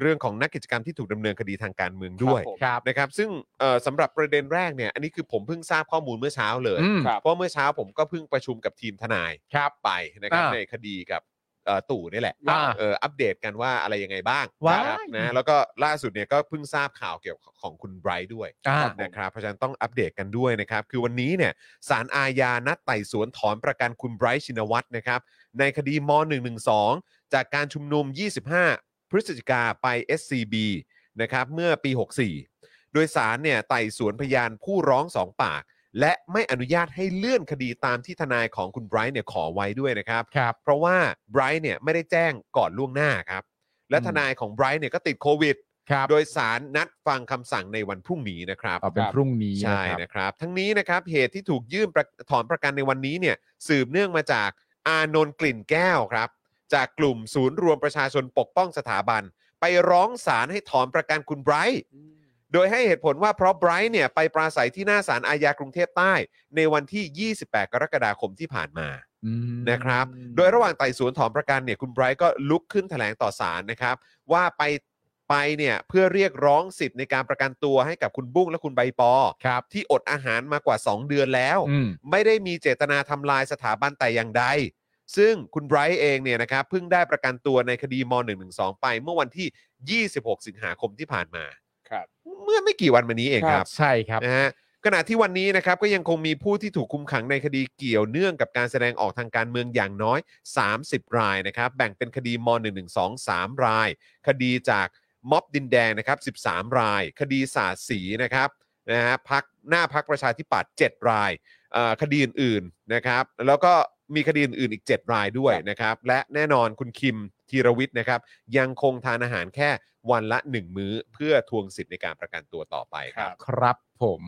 [SPEAKER 3] เรื่องของนักกิจกรรมที่ถูกดำเนินคดีทางการเมืองด้วย
[SPEAKER 5] ครับผม
[SPEAKER 6] ครับ
[SPEAKER 3] นะครับ ซึ่งเอ่อสำหรับประเด็นแรกเนี่ย อันนี้คือผมเพิ่งทราบข้อมูลเมื่อเช้าเลย
[SPEAKER 6] อืม
[SPEAKER 5] ครับ
[SPEAKER 3] เพราะเมื่อเช้าผมก็เพิ่งประชุมกับทีมทนาย
[SPEAKER 6] ครับ
[SPEAKER 3] ไปนะครับ
[SPEAKER 6] อ่า
[SPEAKER 3] ในคดีกับเอ่อตู่นี่แหละ
[SPEAKER 6] อ่า
[SPEAKER 3] เอออัปเดตกันว่าอะไรยังไงบ้าง
[SPEAKER 6] ว้า
[SPEAKER 3] นะ
[SPEAKER 6] ย
[SPEAKER 3] ครับนะแล้วก็ล่าสุดเนี่ยก็เพิ่งทราบข่าวเกี่ยวของคุณไบรท์ด้วย
[SPEAKER 6] อ่า
[SPEAKER 3] นะครับเพราะฉะนั้นต้องอัปเดตกันด้วยนะครับ คือวันนี้เนี่ยสารอาญานัดไต่สวนถอนประกันคุณไบรท์ชินวัตรนะครับ ในคดีม .112 จากการชุมนุม 25 พฤศจิกาไป SCB นะครับเมื่อปี 64 โดยสารเนี่ยไต่สวนพยานผู้ร้องสองปาก และไม่อนุญาตให้เลื่อนคดีตามที่ทนายของคุณไบรท์เนี่ยขอไว้ด้วยนะครับ
[SPEAKER 6] ครับ
[SPEAKER 3] เพราะว่าไบรท์เนี่ยไม่ได้แจ้งก่อนล่วงหน้าครับ และทนายของไบรท์เนี่ยก็ติดโควิด
[SPEAKER 6] ครับ
[SPEAKER 3] โดยสารนัดฟังคำสั่งในวันพรุ่งนี้นะครับ
[SPEAKER 6] เอาเป็นพรุ่งนี้
[SPEAKER 3] ใช่
[SPEAKER 6] นะครับ
[SPEAKER 3] นะครับ ทั้งนี้นะครับเหตุที่ถูกยื่นประถอนประกันในวันนี้เนี่ยสืบเนื่องมาจากอานนท์กลิ่นแก้วครับ จากกลุ่มศูนย์รวมประชาชนปกป้องสถาบัน ไปร้องศาลให้ถอนประกันคุณไบรท์โดยให้เหตุผลว่าเพราะไบรท์เนี่ยไปปราศัยที่หน้าศาลอาญากรุงเทพใต้ ในวันที่ 28 กรกฎาคมที่ผ่านมา
[SPEAKER 6] อืม
[SPEAKER 3] นะครับ โดยระหว่างไต่สวนถอนประกันเนี่ยคุณไบรท์ก็ลุกขึ้นแถลงต่อศาลนะครับ ว่าไปไปเนี่ยเพื่อเรียกร้องสิทธิ์ในการประกันตัวให้กับคุณบุ้งและคุณใบปอ
[SPEAKER 6] ครับ
[SPEAKER 3] ที่อดอาหารมากว่า 2 เดือนแล้ว
[SPEAKER 6] อืม
[SPEAKER 3] ไม่ได้มีเจตนาทำลายสถาบันแต่อย่างใด ซึ่งคุณไบรท์เองเนี่ยนะครับเพิ่งได้ประกันตัวในคดีม .112 ไปเมื่อวันที่ 26 สิงหาคมที่ผ่านมา
[SPEAKER 5] ครับ
[SPEAKER 3] เมื่อไม่กี่วันมานี้เองครับ
[SPEAKER 6] ใช่ครับ
[SPEAKER 3] นะฮะขณะที่วันนี้นะครับก็ยังคงมีผู้ที่ถูกคุมขังในคดีเกี่ยวเนื่องกับการแสดงออกทางการเมืองอย่างน้อย 30 รายนะครับ แบ่งเป็นคดีม .112 3 ราย คดีจากม็อบดินแดงนะครับ 13 ราย คดีสาดสีนะครับนะฮะพักหน้าพักประชาธิปัตย์7รายเอ่อคดีอื่นๆนะครับ แล้วก็มีคดีอื่นๆอีก 7 รายด้วยนะครับ และแน่นอนคุณคิมธีรวิทย์นะครับ ยังคงทานอาหารแค่วันละ 1 มื้อเพื่อทวงสิทธิ์ในการประกันตัวต่อไปครับ
[SPEAKER 6] ครับผม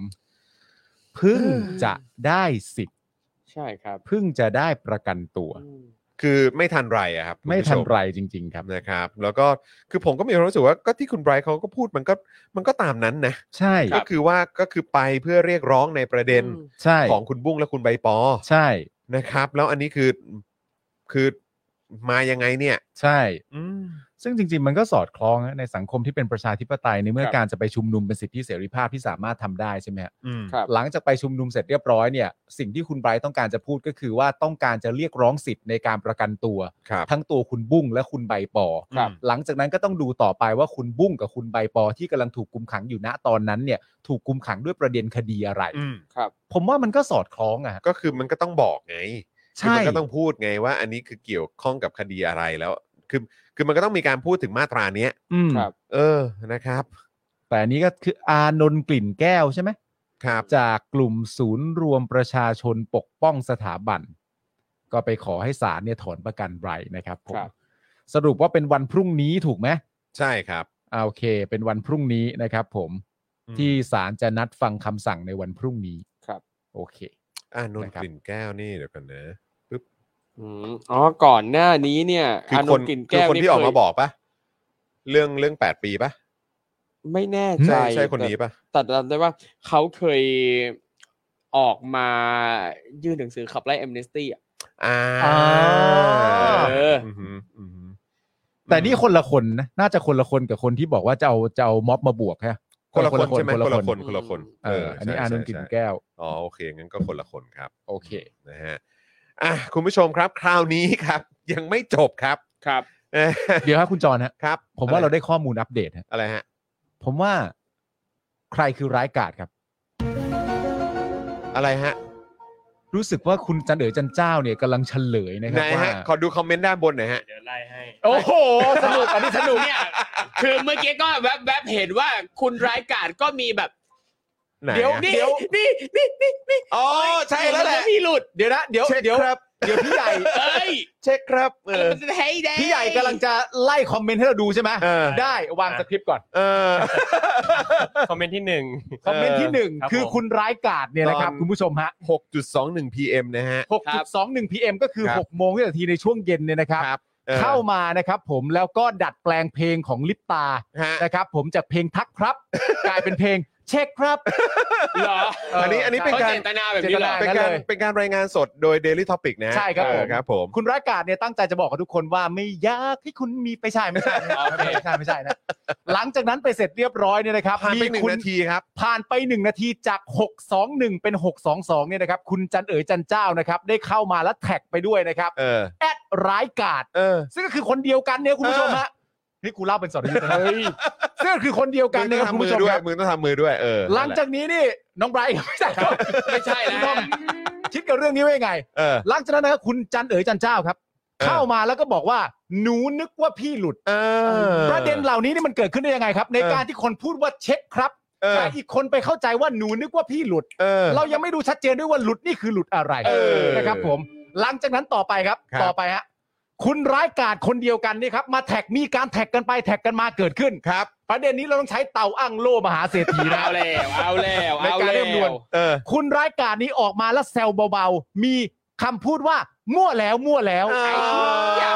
[SPEAKER 6] เพึ่งจะได้สิทธิ์
[SPEAKER 5] ใช่ครับ
[SPEAKER 6] เพึ่งจะได้ประกันตัว
[SPEAKER 5] อืม
[SPEAKER 3] คือไม่ทันไรอะครับคุณ
[SPEAKER 6] ไม่
[SPEAKER 3] ผู้ช
[SPEAKER 6] ทันไรจริง ๆ ครับ
[SPEAKER 3] นะครับ แล้วก็คือผมก็มีความรู้สึกว่าก็ที่คุณไบรท์เขาก็พูดมันก็มันก็ตามนั้นนะ
[SPEAKER 6] ใช่
[SPEAKER 3] ก็คือว่าก็คือไปเพื่อเรียกร้องในประเด็น
[SPEAKER 6] ใช่
[SPEAKER 3] ของคุณบุ้งและคุณใบปอ
[SPEAKER 6] ใช่
[SPEAKER 3] นะครับ แล้วอันนี้คือคือมายังไงเนี่ย
[SPEAKER 6] ใช่
[SPEAKER 3] อืม
[SPEAKER 6] ซึ่งจริง ๆ มันก็สอดคล้องนะในสังคมที่เป็นประชาธิปไตยในเมื่อ
[SPEAKER 5] ครับ
[SPEAKER 6] การจะไปชุมนุมเป็นสิทธิเสรีภาพที่สามารถทำได้ใช่ไหมฮะ
[SPEAKER 3] อืม
[SPEAKER 5] ครับ
[SPEAKER 6] หลังจากไปชุมนุมเสร็จเรียบร้อยเนี่ยสิ่งที่คุณไบรท์ต้องการจะพูดก็คือว่าต้องการจะเรียกร้องสิทธิ์ในการประกันตัว
[SPEAKER 3] ครับ
[SPEAKER 6] ทั้งตัวคุณบุ้งและคุณใบปอ
[SPEAKER 5] ครับ
[SPEAKER 6] หลังจากนั้นก็ต้องดูต่อไปว่าคุณบุ้งกับคุณใบปอ ที่กำลังถูกคุมขังอยู่ณตอนนั้นเนี่ยถูกคุมขังด้วยประเด็นคดีอะไร
[SPEAKER 3] อืม
[SPEAKER 6] ผมว่ามันก็สอดคล้องอะฮะ
[SPEAKER 3] ก็คือมันก็ต้องบอกไงคือ
[SPEAKER 6] ใช่
[SPEAKER 3] มันก็ต้องพูดไงว่า อันนี้คือเกี่ยวข้องกับคดีอะไรแล้ว คือคือมันก็ต้องมีการพูดถึงมาตราเนี้ย
[SPEAKER 6] อืม
[SPEAKER 5] ครับ
[SPEAKER 3] เออนะครับ
[SPEAKER 6] แต่อันนี้ก็คืออานนท์กลิ่นแก้วใช่ไหม
[SPEAKER 3] ครับ
[SPEAKER 6] จากกลุ่มศูนย์รวมประชาชนปกป้องสถาบัน ก็ไปขอให้ศาลเนี่ยถอนประกันไบรท์นะครับผม
[SPEAKER 5] ครับ
[SPEAKER 6] สรุปว่าเป็นวันพรุ่งนี้ถูกไหม
[SPEAKER 3] ใช่ครับ
[SPEAKER 6] อ่าโอเค เป็นวันพรุ่งนี้นะครับ ผม
[SPEAKER 3] อืม
[SPEAKER 6] ที่ศาลจะนัดฟังคำสั่งในวันพรุ่งนี้
[SPEAKER 5] ครับ
[SPEAKER 6] โอเค
[SPEAKER 3] อ่านนท์
[SPEAKER 6] นะครับ
[SPEAKER 3] กลิ่นแก้วนี่เดี๋ยวกันนะ
[SPEAKER 5] อืมอ๋อก่อนหน้านี้เนี่ย
[SPEAKER 3] คือ
[SPEAKER 5] อา
[SPEAKER 3] คน
[SPEAKER 5] นท์กลิ่น
[SPEAKER 3] คือ
[SPEAKER 5] แก้ว
[SPEAKER 3] คนที่ออก
[SPEAKER 5] เค
[SPEAKER 3] มาย บอกปะเรื่องเรื่องแปดปีปะ
[SPEAKER 5] ไม่แน่ใจ
[SPEAKER 3] ใช่ใช่คนนี้ปะ
[SPEAKER 5] แต่แต่จำได้ว่าเขาเคยออกมายื่นหนังสือขับไล่แอมเนสตี้อ่ะ
[SPEAKER 3] อ่า
[SPEAKER 6] อ่า
[SPEAKER 5] เอออื
[SPEAKER 3] หืมอืมหืม
[SPEAKER 6] แต่นี่คนละคนนะน่าจะคนละคนกับคนที่บอกว่าจะเอาจะเอาม็อบมาบวกฮะ
[SPEAKER 3] คนละคนใช่ไหม
[SPEAKER 6] ค
[SPEAKER 3] ค
[SPEAKER 6] น
[SPEAKER 3] น
[SPEAKER 6] ละ
[SPEAKER 3] ละ
[SPEAKER 6] ค
[SPEAKER 3] คน น
[SPEAKER 5] ค
[SPEAKER 3] คน น
[SPEAKER 5] ละ
[SPEAKER 3] ละ
[SPEAKER 5] ค
[SPEAKER 3] คน น
[SPEAKER 6] เอออันนี้
[SPEAKER 3] ใช่
[SPEAKER 6] อานนท์กลิ่น
[SPEAKER 3] ใช่ใช่
[SPEAKER 6] แก้ว
[SPEAKER 3] อ๋อโอเคงั้นก็คนละคนครับ
[SPEAKER 6] โอเค
[SPEAKER 3] นะฮะอ่ะคุณผู้ชมครับ คราวนี้ครับ ยังไม่จบครับ
[SPEAKER 5] ครับ
[SPEAKER 3] เอ้ย
[SPEAKER 6] เดี๋ยวฮะคุณจรฮะ
[SPEAKER 3] ครับ
[SPEAKER 6] ผมว่า
[SPEAKER 3] อะ
[SPEAKER 6] เราได้ข้อมูลอัปเดตฮะ
[SPEAKER 3] อะไรฮะ
[SPEAKER 6] ผมว่าใครคือร้ายกาจครับ
[SPEAKER 3] อะไรฮะ
[SPEAKER 6] รู้สึกว่าคุณจันเอ๋อจันเจ้าเนี่ยกำลังเฉลยนะค
[SPEAKER 3] ไห
[SPEAKER 6] รั
[SPEAKER 3] น
[SPEAKER 6] บว่า
[SPEAKER 3] ฮะขอดูคอมเมนต์ด้านบนหน่อยฮะ
[SPEAKER 12] เดี๋ยวไล่ให้
[SPEAKER 5] โอ้โห สนุกอันนี้สนุกเนี่ยคือเมื่อกี้ก็แวบๆเห็นว่าคุณร้ายกาจก็มีแบบ
[SPEAKER 3] ไหนฮะ
[SPEAKER 5] เดี๋ยวนี่นี่นี่นี่นี่
[SPEAKER 3] อ๋อใช่แล้วแหละ
[SPEAKER 5] มันก็มีหลุด
[SPEAKER 6] เดี๋ยวนะเดี๋ยว
[SPEAKER 3] เช็ค
[SPEAKER 6] เดี๋ยว
[SPEAKER 3] ครับ
[SPEAKER 6] เดี๋ยวพี่ใหญ่
[SPEAKER 5] เอ้ย
[SPEAKER 6] เช็คครับเออ
[SPEAKER 5] มันจะให้ได้
[SPEAKER 6] พี่ใหญ่กำลังจะไล่คอมเมนต์ให้เราดูใช่ไหม
[SPEAKER 3] เออ
[SPEAKER 6] ได้วางสคริปต์ก่อน
[SPEAKER 3] เออ
[SPEAKER 12] คอมเมนต์ที่หนึ่ง
[SPEAKER 6] คอมเมนต์ที่หนึ่ง
[SPEAKER 12] ครับ
[SPEAKER 6] คือ
[SPEAKER 12] ผม
[SPEAKER 6] คุณร้ายกาจเนี่ยนะครับ
[SPEAKER 3] ตอน
[SPEAKER 6] คุณผู้ชมฮะ
[SPEAKER 3] 6.21 PM นะฮะ
[SPEAKER 6] 6.21 PM ก็คือ
[SPEAKER 3] ครับ
[SPEAKER 6] 6โมงวินาทีในช่วงเย็นเนี่ยนะครับ
[SPEAKER 3] ออ
[SPEAKER 6] เข้ามานะครับผมแล้วก็ดัดแปลงเพลงของลิปตา
[SPEAKER 3] ฮะ
[SPEAKER 6] นะครับผมจากเพลงทัก ครับ กลายเป็นเพลงเช็คครับ
[SPEAKER 5] เหรอ
[SPEAKER 6] เ
[SPEAKER 3] อันนี้อันนี้เป็น
[SPEAKER 5] เขา
[SPEAKER 3] การ
[SPEAKER 5] เจตนาแบบนี้เหรอ
[SPEAKER 3] เป็น
[SPEAKER 6] เล
[SPEAKER 3] การ
[SPEAKER 6] ย
[SPEAKER 3] เป็นการรายงานสดโดย Daily Topic นะฮะ
[SPEAKER 6] ใช่ครับ
[SPEAKER 3] เออ
[SPEAKER 6] ผม
[SPEAKER 3] ครับผม
[SPEAKER 6] คุณรากาศเนี่ยตั้งใจจะบอกกับทุกคนว่าไม่อยากให้คุณมีไปใช่ไม่ใช่ไม่ใช่
[SPEAKER 5] โอเค
[SPEAKER 6] ไม่ใช่ไม่ใช่นะหลังจากนั้นไปเสร็จเรียบร้อยเนี่ยนะครับ
[SPEAKER 3] ผ่านไป
[SPEAKER 6] มี
[SPEAKER 3] หนึ่
[SPEAKER 6] คุ
[SPEAKER 3] ง
[SPEAKER 6] ณ
[SPEAKER 3] นาทีครับ
[SPEAKER 6] ผ่านไปหนึ่งนาทีจาก 621 เป็น 622เนี่ยนะครับคุณจันเอ๋ยจันเจ้านะครับได้เข้ามาแล้วแท็กไปด้วยนะครับ
[SPEAKER 3] เออ
[SPEAKER 6] แอดร้ายกาด
[SPEAKER 3] เออ
[SPEAKER 6] ซึ่งก็คือคนเดียวกันเนี่ยคุณผู้ชมฮะนี่กูเล่าเป็นสอนยุทธ์นะซึ่งก็คือคนเดียวกัน
[SPEAKER 3] มึง
[SPEAKER 6] นะ
[SPEAKER 3] ต้อ
[SPEAKER 6] ค
[SPEAKER 3] งทำ
[SPEAKER 6] รับคุณ
[SPEAKER 3] มือ
[SPEAKER 6] ผู้ชม
[SPEAKER 3] ด้ว
[SPEAKER 6] ค
[SPEAKER 3] ย
[SPEAKER 6] รับ
[SPEAKER 3] มึงต้องทำมือด้วย เออ
[SPEAKER 6] หลังจากนี้นี่น้องไบรท์ไม่ใช่ครับ
[SPEAKER 5] ไม่ใช่แล้ว
[SPEAKER 6] คิดกับเรื่องนี้ว่ายังไง
[SPEAKER 3] เออ
[SPEAKER 6] หลังจากนั้นนะครับคุณจันเอ๋ยจันเจ้าครับ
[SPEAKER 3] เออ
[SPEAKER 6] เข้ามาแล้วก็บอกว่า หนูนึกว่าพี่หลุด
[SPEAKER 3] เออ
[SPEAKER 6] ประเด็นเหล่านี้นี่มันเกิดขึ้นได้ยังไงครับ ในการที่คนพูดว่าเช็คครับ
[SPEAKER 3] เออ
[SPEAKER 6] แต่อีกคนไปเข้าใจว่าหนูนึกว่าพี่หลุด
[SPEAKER 3] เออ
[SPEAKER 6] เรายังไม่ดูชัดเจนด้วยว่าหลุดนี่คือหลุดอะไร
[SPEAKER 3] เออ
[SPEAKER 6] นะครับผม หลังจากนั้นต่อไปครับ
[SPEAKER 3] ครับ
[SPEAKER 6] ต่อไปฮะคุณร้ายกาจคนเดียวกันนี่ครับมาแท็กมีการแท็กกันไปแท็กกันมาเกิดขึ้น
[SPEAKER 3] ครับ
[SPEAKER 6] ประเด็นนี้เราต้องใช้เตาอ้างโล่มหาเศรษฐีนะ
[SPEAKER 5] เอาแล้ว เอาแล้ว
[SPEAKER 6] ใน
[SPEAKER 5] เอา
[SPEAKER 6] การเรี
[SPEAKER 5] แล้
[SPEAKER 6] ยบด่วน
[SPEAKER 5] ว
[SPEAKER 3] เออ
[SPEAKER 6] คุณร้ายกาจนี้ออกมาแล้วแซวเบาๆ มีคำพูดว่ามั่วแล้วมั่วแล้ว
[SPEAKER 5] เหี้ย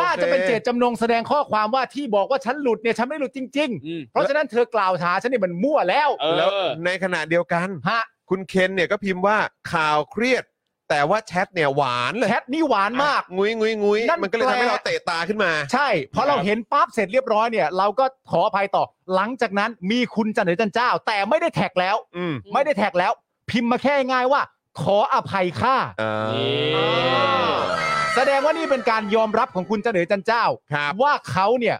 [SPEAKER 6] น่าจะเป็นเจตจำนงแสดงข้อความว่าที่บอกว่าฉันหลุดเนี่ยฉันไม่หลุดจริง
[SPEAKER 5] อืม
[SPEAKER 6] ๆ เพราะฉะนั้นเธอกล่าวหาฉันเนี่ยมันมั่วแล้ว
[SPEAKER 5] เอ
[SPEAKER 3] แล้ว
[SPEAKER 5] อ
[SPEAKER 3] ในขณะเดียวกัน
[SPEAKER 6] ฮะ
[SPEAKER 3] คุณเคนเนี่ยก็พิมพ์ว่าข่าวเครียด แต่ว่าแชทเนี่ยหวานเลย
[SPEAKER 6] แชทนี่หวานมาก
[SPEAKER 3] งุยงุยงุย
[SPEAKER 6] นั่น
[SPEAKER 3] มันก็เลย
[SPEAKER 6] แปล
[SPEAKER 3] ทำให้เราเตะตาขึ้นมา
[SPEAKER 6] ใช่พอเราเห็นปั๊บเสร็จเรียบร้อยเนี่ย เราก็ขออภัยต่อ หลังจากนั้นมีคุณจันทร์หรือจันเจ้า แต่ไม่ได้แท็กแล้ว
[SPEAKER 3] อืม
[SPEAKER 6] ไม่ได้แท็กแล้ว พิมพ์มาแค่ง่ายๆว่า ขออภัยค่ะ
[SPEAKER 3] อ่า
[SPEAKER 5] นี่
[SPEAKER 6] แสดงว่านี่เป็นการยอมรับของคุณจันทร์หรือจันเจ้า
[SPEAKER 3] ครับ
[SPEAKER 6] ว่าเขาเนี่ย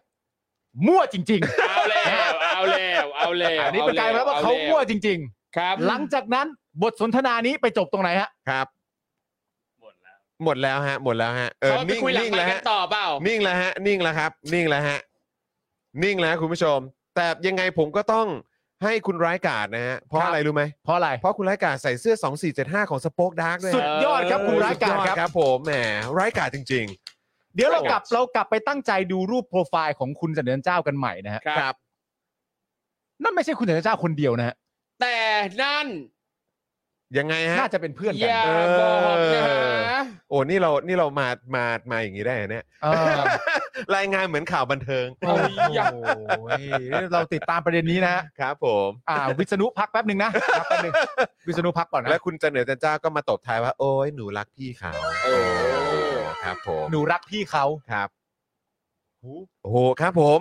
[SPEAKER 6] มั่วจริง
[SPEAKER 5] เอาแล้วเอาแล้วเอาแล้ว
[SPEAKER 6] ๆ อันนี้เป็นการยอมรับว่าเขามั่วจริง ๆ
[SPEAKER 5] ครับ
[SPEAKER 6] หลังจากนั้นบทสนทนานี้ไปจบตรงไหนฮะ
[SPEAKER 3] ครับ หมดแล้ว หมดแล้วฮะ หมดแล้วฮะ เออ
[SPEAKER 5] เขาไป
[SPEAKER 3] นิ่ง
[SPEAKER 5] คุยหลัง
[SPEAKER 3] นิ่ง
[SPEAKER 5] ไป
[SPEAKER 3] แล้ว
[SPEAKER 5] กั
[SPEAKER 3] ฮะ
[SPEAKER 5] นต่อเปล่า
[SPEAKER 3] นิ่งแล้วฮะ นิ่งแล้วครับ นิ่งแล้วฮะ นิ่งแล้วคุณผู้ชม แต่ยังไงผมก็ต้องให้คุณร้ายกาดนะฮะ เพราะ
[SPEAKER 6] ครับ
[SPEAKER 3] อะไรรู้ไหม
[SPEAKER 6] เพราะอะไร
[SPEAKER 3] เพราะคุณร้ายกาดใส่เสื้อ 2475 ของสป็อคดาร์กด้วย
[SPEAKER 6] สุด
[SPEAKER 3] ฮะ
[SPEAKER 6] ยอดครับ
[SPEAKER 5] เออ
[SPEAKER 6] คุณร้ายกาจ
[SPEAKER 3] สุดยอด
[SPEAKER 6] ครับ
[SPEAKER 3] ครับผมแหมร้ายกาดจริง
[SPEAKER 6] เดี๋ยวเรา
[SPEAKER 5] ครับ
[SPEAKER 6] กลับเรากลับไปตั้งใจดูรูปโปรไฟล์ของคุณเสนอเจ้ากันใหม่นะฮะ
[SPEAKER 5] ครับ
[SPEAKER 6] นั่นไม่ใช่คุณเสนอเจ้าคนเดียวนะฮะ
[SPEAKER 5] แต่นั่น
[SPEAKER 3] ยังไงฮะ
[SPEAKER 6] น่าจะเป็นเพื่อน
[SPEAKER 5] อ
[SPEAKER 6] กัน
[SPEAKER 5] ย่าบอกนะ
[SPEAKER 3] เออ โอ้นี่เรานี่เรามามามาอย่างนี้ได้เหรอเนี่ย
[SPEAKER 6] เออ
[SPEAKER 3] รายงานเหมือนข่าวบันเทิง
[SPEAKER 5] โอ้ยอย่า
[SPEAKER 6] โอ้ยเราติดตามประเด็นนี้นะฮะ
[SPEAKER 3] ครับผม
[SPEAKER 6] อ่า วิษณุพักแป๊บหนึ่งนะครับแป๊บหนึงวิษณุพักก่อนนะ
[SPEAKER 3] และคุณจันเหนือจันเจ้าก็มาตบท้ายว่า โอ้ยหนูรักพี่เขา
[SPEAKER 5] เออ
[SPEAKER 3] ครับผม
[SPEAKER 6] หนูรักพี่เขา
[SPEAKER 3] ครับโอ้โหครับผม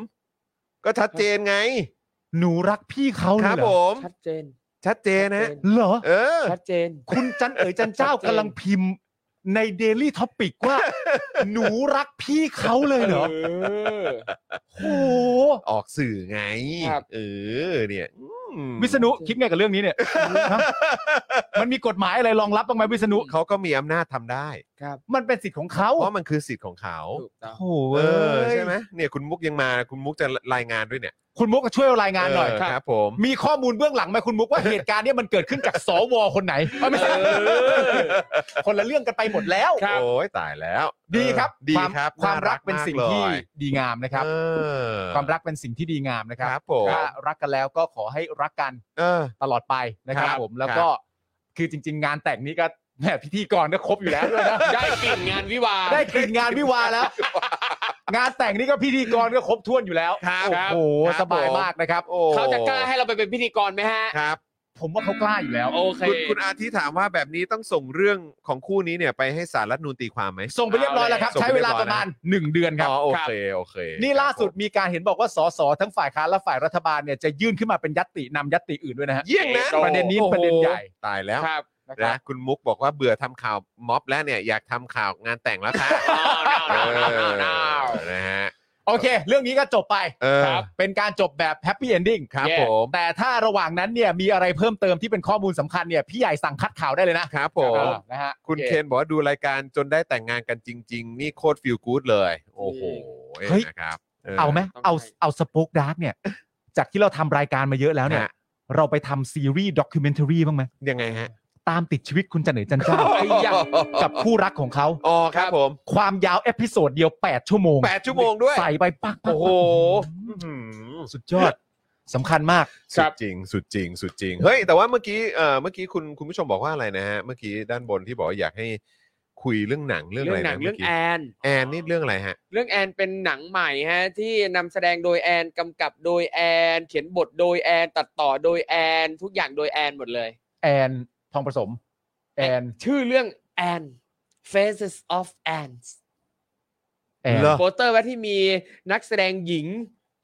[SPEAKER 3] ก็ชัดเจนไง
[SPEAKER 6] หนูรักพี่เขา
[SPEAKER 3] ค
[SPEAKER 6] เนี่ย
[SPEAKER 3] รับ
[SPEAKER 6] เห
[SPEAKER 3] ผ
[SPEAKER 6] รอ
[SPEAKER 3] ม
[SPEAKER 5] ชัดเจน
[SPEAKER 3] ชัดเจนนะ
[SPEAKER 6] เหรอ
[SPEAKER 3] เออ
[SPEAKER 5] ชัดเจน
[SPEAKER 6] คุณจันเอ๋ยจันเจ้ากำลังพิมพ์ใน Daily Topic ว่า หนูรักพี่เขาเลยเหรอ
[SPEAKER 5] เออ
[SPEAKER 6] โห
[SPEAKER 3] ออกสื่อไง
[SPEAKER 5] ครับ
[SPEAKER 3] เออเนี่ยอืม
[SPEAKER 6] วิษณุคิดไงกับเรื่องนี้เนี่ยฮะมันมีกฎหมายอะไรรองรับบ้างไหมวิษณุ
[SPEAKER 3] เขาก็มีอำนาจทำได้
[SPEAKER 6] มันเป็นสิทธิ์ของเขา
[SPEAKER 3] เพราะมันคือสิทธิ์ของเขา
[SPEAKER 5] ถูกต้อง
[SPEAKER 6] โห
[SPEAKER 3] เออใช่ไหมเนี่ยคุณมุกยังมาคุณมุกจะรายงานด้วยเนี่ย
[SPEAKER 6] คุณมุกก็ช่วยรายงานหน่อย
[SPEAKER 3] เครับผม
[SPEAKER 6] มีข้อมูลเบื้องหลังไหมคุณมุกว่าเหตุการณ์เนี้มันเกิดขึ้นจากสวคนไหนเอ้ยไม่ใช่
[SPEAKER 5] เออ
[SPEAKER 6] คนละเรื่องกันไปหมดแล้ว
[SPEAKER 5] ครับ
[SPEAKER 3] โอ้ยตายแล้ว
[SPEAKER 6] ดีครับ
[SPEAKER 3] เออดีครับ
[SPEAKER 6] วามความ
[SPEAKER 3] น่
[SPEAKER 6] รักเป็นสิ่งที่
[SPEAKER 3] มากเลย
[SPEAKER 6] ดีงามนะครับ
[SPEAKER 3] เออ
[SPEAKER 6] ความรักเป็นสิ่งที่ดีงามนะ
[SPEAKER 3] ค
[SPEAKER 6] ค
[SPEAKER 3] รับ รับผม
[SPEAKER 6] ถ้ารักกันแล้วก็ขอให้รักกัน
[SPEAKER 3] เออ
[SPEAKER 6] ตลอดไปนะครับ
[SPEAKER 3] ครับ
[SPEAKER 6] ผมแล้วก็คือจริง ๆ งานแต่งนี้ก็แหมพิธีกรก็ครบอยู่แล้วด้วยนะ
[SPEAKER 5] ได้กลิ่นงานวิวาห์
[SPEAKER 6] ได้กลิ่นงานวิวาแล้ว งานแต่งนี้ก็พิธีกรก็ครบถ้วนอยู่แล้ว
[SPEAKER 3] ครับ
[SPEAKER 6] โอ้โห
[SPEAKER 3] ครับ
[SPEAKER 6] สบายมากนะครับ
[SPEAKER 3] โอ้
[SPEAKER 5] เขาจะกล้าให้เราไปเป็นพิธีกรไหมฮะ
[SPEAKER 3] ครับ
[SPEAKER 6] ผมว่าเขากล้าอยู่แล้ว
[SPEAKER 5] โอเค
[SPEAKER 3] คุณคุณอาทิถามว่าแบบนี้ต้องส่งเรื่องของคู่นี้เนี่ยไปให้สารรัฐธรรมนูนตีความไหม
[SPEAKER 6] ส่งไปเรียบร้อยแล้วครับ
[SPEAKER 3] ส่งไป
[SPEAKER 6] ใช้เวลาประมาณ 1 เดือนครับ
[SPEAKER 3] อ๋อโอเคโอเค
[SPEAKER 6] นี่ล่าสุด
[SPEAKER 3] ครับ
[SPEAKER 6] มีการเห็นบอกว่าสสทั้งฝ่ายค้านและฝ่ายรัฐบาลเนี่ยจะยื่นขึ้นมาเป็นยัตตินำยัตติอื่นด้วยนะ
[SPEAKER 3] ผม
[SPEAKER 6] ฮะ
[SPEAKER 3] เยี่ยงนะ
[SPEAKER 5] โอ้โห
[SPEAKER 6] ประเด็นนี้ประเด็นใหญ่
[SPEAKER 3] ตายแล้ว
[SPEAKER 5] ครับ
[SPEAKER 3] นะคุณมุกบอกว่าเบื่อทำข่าวม็อบแล้วเนี่ยอยากทำข่าวงานแต่ง แล้วค่ะ
[SPEAKER 5] อ้าว
[SPEAKER 3] เอ
[SPEAKER 5] อ้าว
[SPEAKER 3] อ
[SPEAKER 5] อ้าวอ้าวอ้าว
[SPEAKER 3] นะฮะ
[SPEAKER 6] โอเค เรื่องนี้ก็จบไป
[SPEAKER 3] เออ
[SPEAKER 5] ครับ
[SPEAKER 6] เป็นการจบแบบแฮปปี้เอนดิ้ง
[SPEAKER 3] ครับ
[SPEAKER 5] แย่
[SPEAKER 3] ผม
[SPEAKER 6] แต่ถ้าระหว่างนั้นเนี่ยมีอะไรเพิ่มเติมที่เป็นข้อมูลสำคัญเนี่ยพี่ใหญ่สั่งคัดข่าวได้เลยนะครับ
[SPEAKER 3] ผม
[SPEAKER 6] เออนะฮะ
[SPEAKER 3] คุณ
[SPEAKER 6] โอ
[SPEAKER 3] เคนบอกว่าดูรายการจนได้แต่งงานกันจริง ๆ นี่โคตรฟิลกู๊ดเลย โอ้โห
[SPEAKER 6] เฮ้ย
[SPEAKER 3] นะครับ
[SPEAKER 6] เอาไหม
[SPEAKER 5] ต้อง
[SPEAKER 6] เอา
[SPEAKER 5] ให้
[SPEAKER 6] เอาสป o อ e ดาร์กเนี่ย จากที่เราทำรายการมาเยอะแล้วเนี่ย
[SPEAKER 3] ฮะ
[SPEAKER 6] เราไปทำซีรีส์ด็อกิเมนทารีบ้างไหม
[SPEAKER 3] ยังไงฮะ
[SPEAKER 6] ตามติดชีวิตคุณจันเหนือจันเจ้า
[SPEAKER 5] ไอ้ยัง
[SPEAKER 6] กับคู่รักของเขา
[SPEAKER 3] อ๋อครับผม
[SPEAKER 6] ความยาวเอพิโซดเดียว 8 ชั่วโมง
[SPEAKER 3] แปดชั่วโมงด้วย
[SPEAKER 6] ใส่ไปปักปักปัก
[SPEAKER 3] โอ้โห
[SPEAKER 6] สุดยอดสำคัญมาก
[SPEAKER 5] ค
[SPEAKER 3] สุ
[SPEAKER 5] รั
[SPEAKER 3] ด
[SPEAKER 5] บ
[SPEAKER 3] จริง สุดจริง สุดจริง เฮ้ย แต่ว่าเมื่อกี้เอ่อเมื่อกี้คุณคุณผู้ชมบอกว่าอะไรนะฮะ เมื่อกี้ด้านบนที่บอกว่าอยากให้คุยเรื่องหนังเรื่อง
[SPEAKER 5] เรื่
[SPEAKER 3] อะ
[SPEAKER 5] อง
[SPEAKER 3] ไร
[SPEAKER 5] หนั
[SPEAKER 3] นะ
[SPEAKER 5] งเรื่อง
[SPEAKER 3] มื่กี้
[SPEAKER 5] แอน
[SPEAKER 3] แอนนี่เรื่องอะไรฮะ
[SPEAKER 5] เรื่องแอนเป็นหนังใหม่ฮะที่นำแสดงโดยแอนกำกับโดยแอน เขียนบทโดยแอน ตัดต่อโดยแอน ทุกอย่างโดยแอนหมดเลย
[SPEAKER 6] แอนทองผสม แอน
[SPEAKER 5] ชื่อเรื่องแอน Faces of Ants
[SPEAKER 6] แอน
[SPEAKER 3] เหรอ
[SPEAKER 5] โปสเตอร์ไว่าที่มีนักแสดงหญิง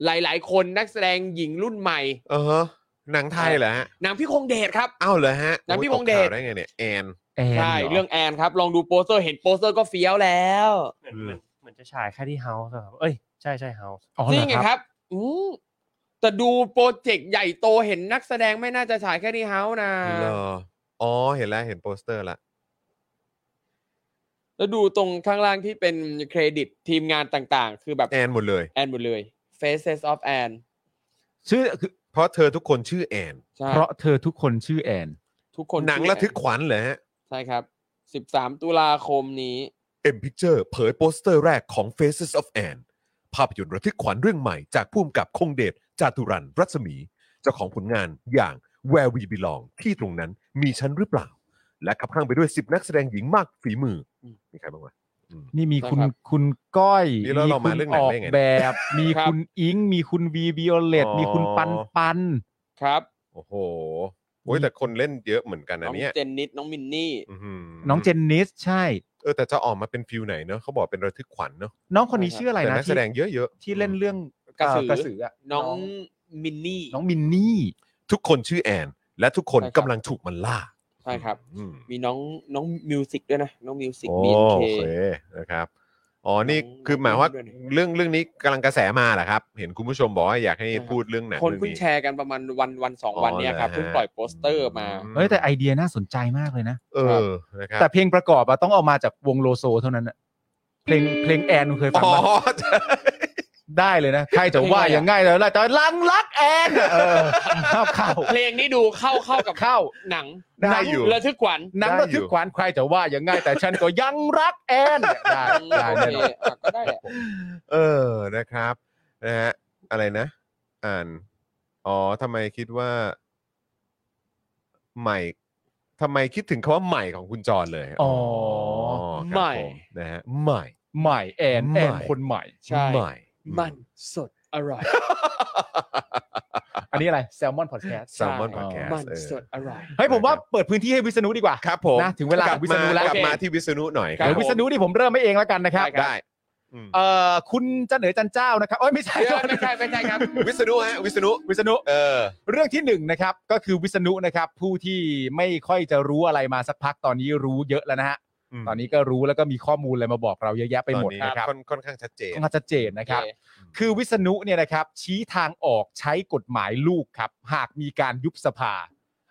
[SPEAKER 5] หลาย ๆ คนนักแสดงหญิงรุ่นใหม่
[SPEAKER 3] เออฮะหนังไทยเหรอฮะ
[SPEAKER 5] หนังพี่คงเดชครับ
[SPEAKER 3] อ้าวเหรอฮะ
[SPEAKER 5] หนังพี่
[SPEAKER 3] โอ้ย
[SPEAKER 5] พงเดช
[SPEAKER 3] ตกข่าวได้ไงเนี่ยแอน
[SPEAKER 6] แอน
[SPEAKER 5] ใช่
[SPEAKER 6] ห
[SPEAKER 5] เรื่องแอนครับ ลองดูโปสเตอร์เห็นโปสเตอร์ก็เฟี้ยวแล้ว
[SPEAKER 12] เหมือนเหมือนเหมือนจะฉายแค่ที่เฮาส์ครับ เอ้ย ใช่ใช่เฮาส์
[SPEAKER 6] อ๋อเหรอ
[SPEAKER 5] นี่ไงครับอืมแต่ดูโปรเจกต์ใหญ่โตเห็นนักแสดงไม่น่าจะฉายแค่นี้เฮานะ
[SPEAKER 3] เหรออ๋อ เห็นแล้ว เห็นโปสเตอร์ละ
[SPEAKER 5] แล้วดูตรงข้างล่างที่เป็นเครดิตทีมงานต่างๆ คือแบบ
[SPEAKER 3] แอนหมดเลย
[SPEAKER 5] แอนหมดเลย Faces of Anne
[SPEAKER 6] ชื่อคือ
[SPEAKER 3] เพราะเธอทุกคนชื่อแอน
[SPEAKER 5] ใช่
[SPEAKER 6] เพราะเธอทุกคนชื่อแอน
[SPEAKER 5] ทุกคน
[SPEAKER 3] หนังระทึกขวัญเหรอฮะ
[SPEAKER 5] ใช่ครับ 13 ตุลาคมนี้
[SPEAKER 3] เอ็มพิกเจอร์เผยโปสเตอร์แรกของ Faces of Anne ภาพยนตร์ระทึกขวัญเรื่องใหม่จากผู้กำกับคงเดชจาตุรันรัศมี เจ้าของผลงานอย่าง Where We Belong ที่ตรงนั้นมีฉันหรือเปล่า และขับข้างไปด้วย 10 นักแสดงหญิงมากฝีมืออ
[SPEAKER 5] ม
[SPEAKER 3] มีใครบ้างวะ
[SPEAKER 6] นี่มี
[SPEAKER 5] ใช่
[SPEAKER 6] คุณ
[SPEAKER 5] ครับ
[SPEAKER 6] คุณก้อย
[SPEAKER 3] นี่แล้ว
[SPEAKER 6] มี
[SPEAKER 3] เรามา
[SPEAKER 6] คุณ
[SPEAKER 3] เรื่องหนั
[SPEAKER 6] องอก
[SPEAKER 3] ได้ไงเนี่ย
[SPEAKER 6] แบบ มี
[SPEAKER 5] ครับ
[SPEAKER 6] คุณอิง มีคุณวีวิโอเลต
[SPEAKER 3] อ๋อ
[SPEAKER 6] มีคุณปันปัน
[SPEAKER 5] ครับ
[SPEAKER 3] โอ้โหโอ้ยแต่คนเล่นเยอะเหมือนกัน
[SPEAKER 5] น้
[SPEAKER 3] นะ
[SPEAKER 5] อง
[SPEAKER 3] เนี่ย
[SPEAKER 5] เจนนิดน้องมินนี่
[SPEAKER 3] อื้อหื
[SPEAKER 6] น้องเจนนิสใช่
[SPEAKER 3] เออแต่จะออกมาเป็นฟิลไหนเนอะเขาบอกเป็นระทึกขวัญเนอะ
[SPEAKER 6] น้องคนนี้
[SPEAKER 5] ใช่ครับ
[SPEAKER 6] ชื่ออะไร
[SPEAKER 3] แต่
[SPEAKER 6] นะ
[SPEAKER 3] นักแสดง
[SPEAKER 6] ที่
[SPEAKER 3] เยอะๆ
[SPEAKER 6] ที่เล่นเรื่อง
[SPEAKER 5] กระสือ
[SPEAKER 6] เกระสืออะ
[SPEAKER 5] น้องมินนี่
[SPEAKER 6] น้องมินนี่
[SPEAKER 3] ทุกคนชื่อแอน และทุกคน
[SPEAKER 5] ใช่ครับ
[SPEAKER 3] กำลังถูกมันล่า
[SPEAKER 5] ใช่ครับ
[SPEAKER 3] อืม
[SPEAKER 5] มีน้องน้องมิวสิกด้วยนะ น้องมิวสิก
[SPEAKER 3] โอ้
[SPEAKER 5] BNK
[SPEAKER 3] โอเคนะครับ อ๋อ นี่
[SPEAKER 5] ของ
[SPEAKER 3] คือหมายว่า
[SPEAKER 5] ด้วยนี่
[SPEAKER 3] เรื่องเรื่องนี้กำลังกระแสมาแหละครับ เห็นคุณผู้ชมบอกว่าอยากให้
[SPEAKER 5] ใช่ครับ
[SPEAKER 3] พูดเรื่องหนัง
[SPEAKER 5] คน
[SPEAKER 3] เรื่อง
[SPEAKER 5] เพิ่ง
[SPEAKER 3] นี้
[SPEAKER 5] แชร์กันประมาณวันวันสอง
[SPEAKER 3] อ๋อ
[SPEAKER 5] วันเนี้ยครับ
[SPEAKER 3] เหรอฮะ
[SPEAKER 5] เพิ่งปล่อยโปสเตอร์มา
[SPEAKER 3] ม
[SPEAKER 6] เฮ้ยแต่ไอเดียน่าสนใจมากเลยนะ
[SPEAKER 3] เออ นะครับ
[SPEAKER 6] แต่เพลงประกอบอะต้องเอามาจากวงโลโซเท่านั้นอะเพลงเพลงแอนเคยฟัง
[SPEAKER 3] อ๋อ
[SPEAKER 6] ปะได้เลยนะ ใครจะว่าอย่างง่ายเลยล่ะแต่ลังรักแอนอะเออเข้าเข้า
[SPEAKER 5] เพลงนี้ดูเข้าเข้ากับ
[SPEAKER 6] เข้า
[SPEAKER 5] หนัง
[SPEAKER 3] ได้
[SPEAKER 5] หนัง
[SPEAKER 3] อยู่
[SPEAKER 5] ระทึกขวัญ
[SPEAKER 6] หนังระทึกขวัญใครจะว่าอย่างง่ายแต่ฉันก็ยังรักแอนได้ได้
[SPEAKER 5] โอ
[SPEAKER 6] แน่
[SPEAKER 5] เคน
[SPEAKER 6] อน
[SPEAKER 5] อ่ะก็ได้แหละ
[SPEAKER 3] เออ นะครับ นะฮะ อะไรนะ อ่าน อ๋อทำไมคิดว่า ใหม่ ทำไมคิดถึงคำว่าใหม่ของคุณจรเลย
[SPEAKER 6] อ๋อ
[SPEAKER 3] ครับ
[SPEAKER 5] ใหม่
[SPEAKER 3] ผนะฮะใหม่
[SPEAKER 6] ใหม่แอน
[SPEAKER 3] ใหม่
[SPEAKER 6] แอนคนใหม่
[SPEAKER 5] ใช่
[SPEAKER 3] ใหม่
[SPEAKER 5] มันสดอร่อย
[SPEAKER 6] อันนี้อะไรแซลมอนพอดแคสต์
[SPEAKER 3] แซลมอนพอดแคส
[SPEAKER 5] มัน
[SPEAKER 3] ต์
[SPEAKER 5] สดอร่อย
[SPEAKER 6] เฮ้ยผมว่าเปิดพื้นที่ให้วิษณุดีกว่า
[SPEAKER 3] ครับผม
[SPEAKER 6] นะถึงเวลาของวิษณุแล้ว
[SPEAKER 3] กลับมาที่วิษณุหน่อยค
[SPEAKER 6] เดี๋
[SPEAKER 3] รั
[SPEAKER 6] ย
[SPEAKER 3] บ
[SPEAKER 6] ววิษณุนี่ผมเริ่มไม่เองแล้วกันนะครับ
[SPEAKER 5] ได้ครับ
[SPEAKER 3] ได้อืม
[SPEAKER 6] เอ่อคุณจันเหนือจันเจ้านะครับเอ้ยไม่ใช่
[SPEAKER 5] เดี๋ย
[SPEAKER 6] คว รับ
[SPEAKER 5] ไม่ใช่ไม่ใช่ครับ
[SPEAKER 3] วิษณุฮะวิษณุ
[SPEAKER 6] วิษณุ
[SPEAKER 3] เออ
[SPEAKER 6] เรื่องที่หนึ่งนะครับก็คือวิษณุนะครับผู้ที่ไม่ค่อยจะรู้อะไรมาสักพักตอนนี้รู้เยอะแล้วนะฮะ
[SPEAKER 3] อืม
[SPEAKER 6] ตอนนี้ก็รู้แล้วก็มีข้อมูลอะไรมาบอกเราเยอะแยะไปหม
[SPEAKER 3] ตอน
[SPEAKER 6] ด
[SPEAKER 3] นี้
[SPEAKER 6] นะครับ
[SPEAKER 3] ค่อนค่อนข้างชัดเจน
[SPEAKER 6] ค่อนข้างชัดเจนนะครับ คือวิษณุเนี่ยนะครับชี้ทางออกใช้กฎหมายลูกครับ หากมีการยุบสภา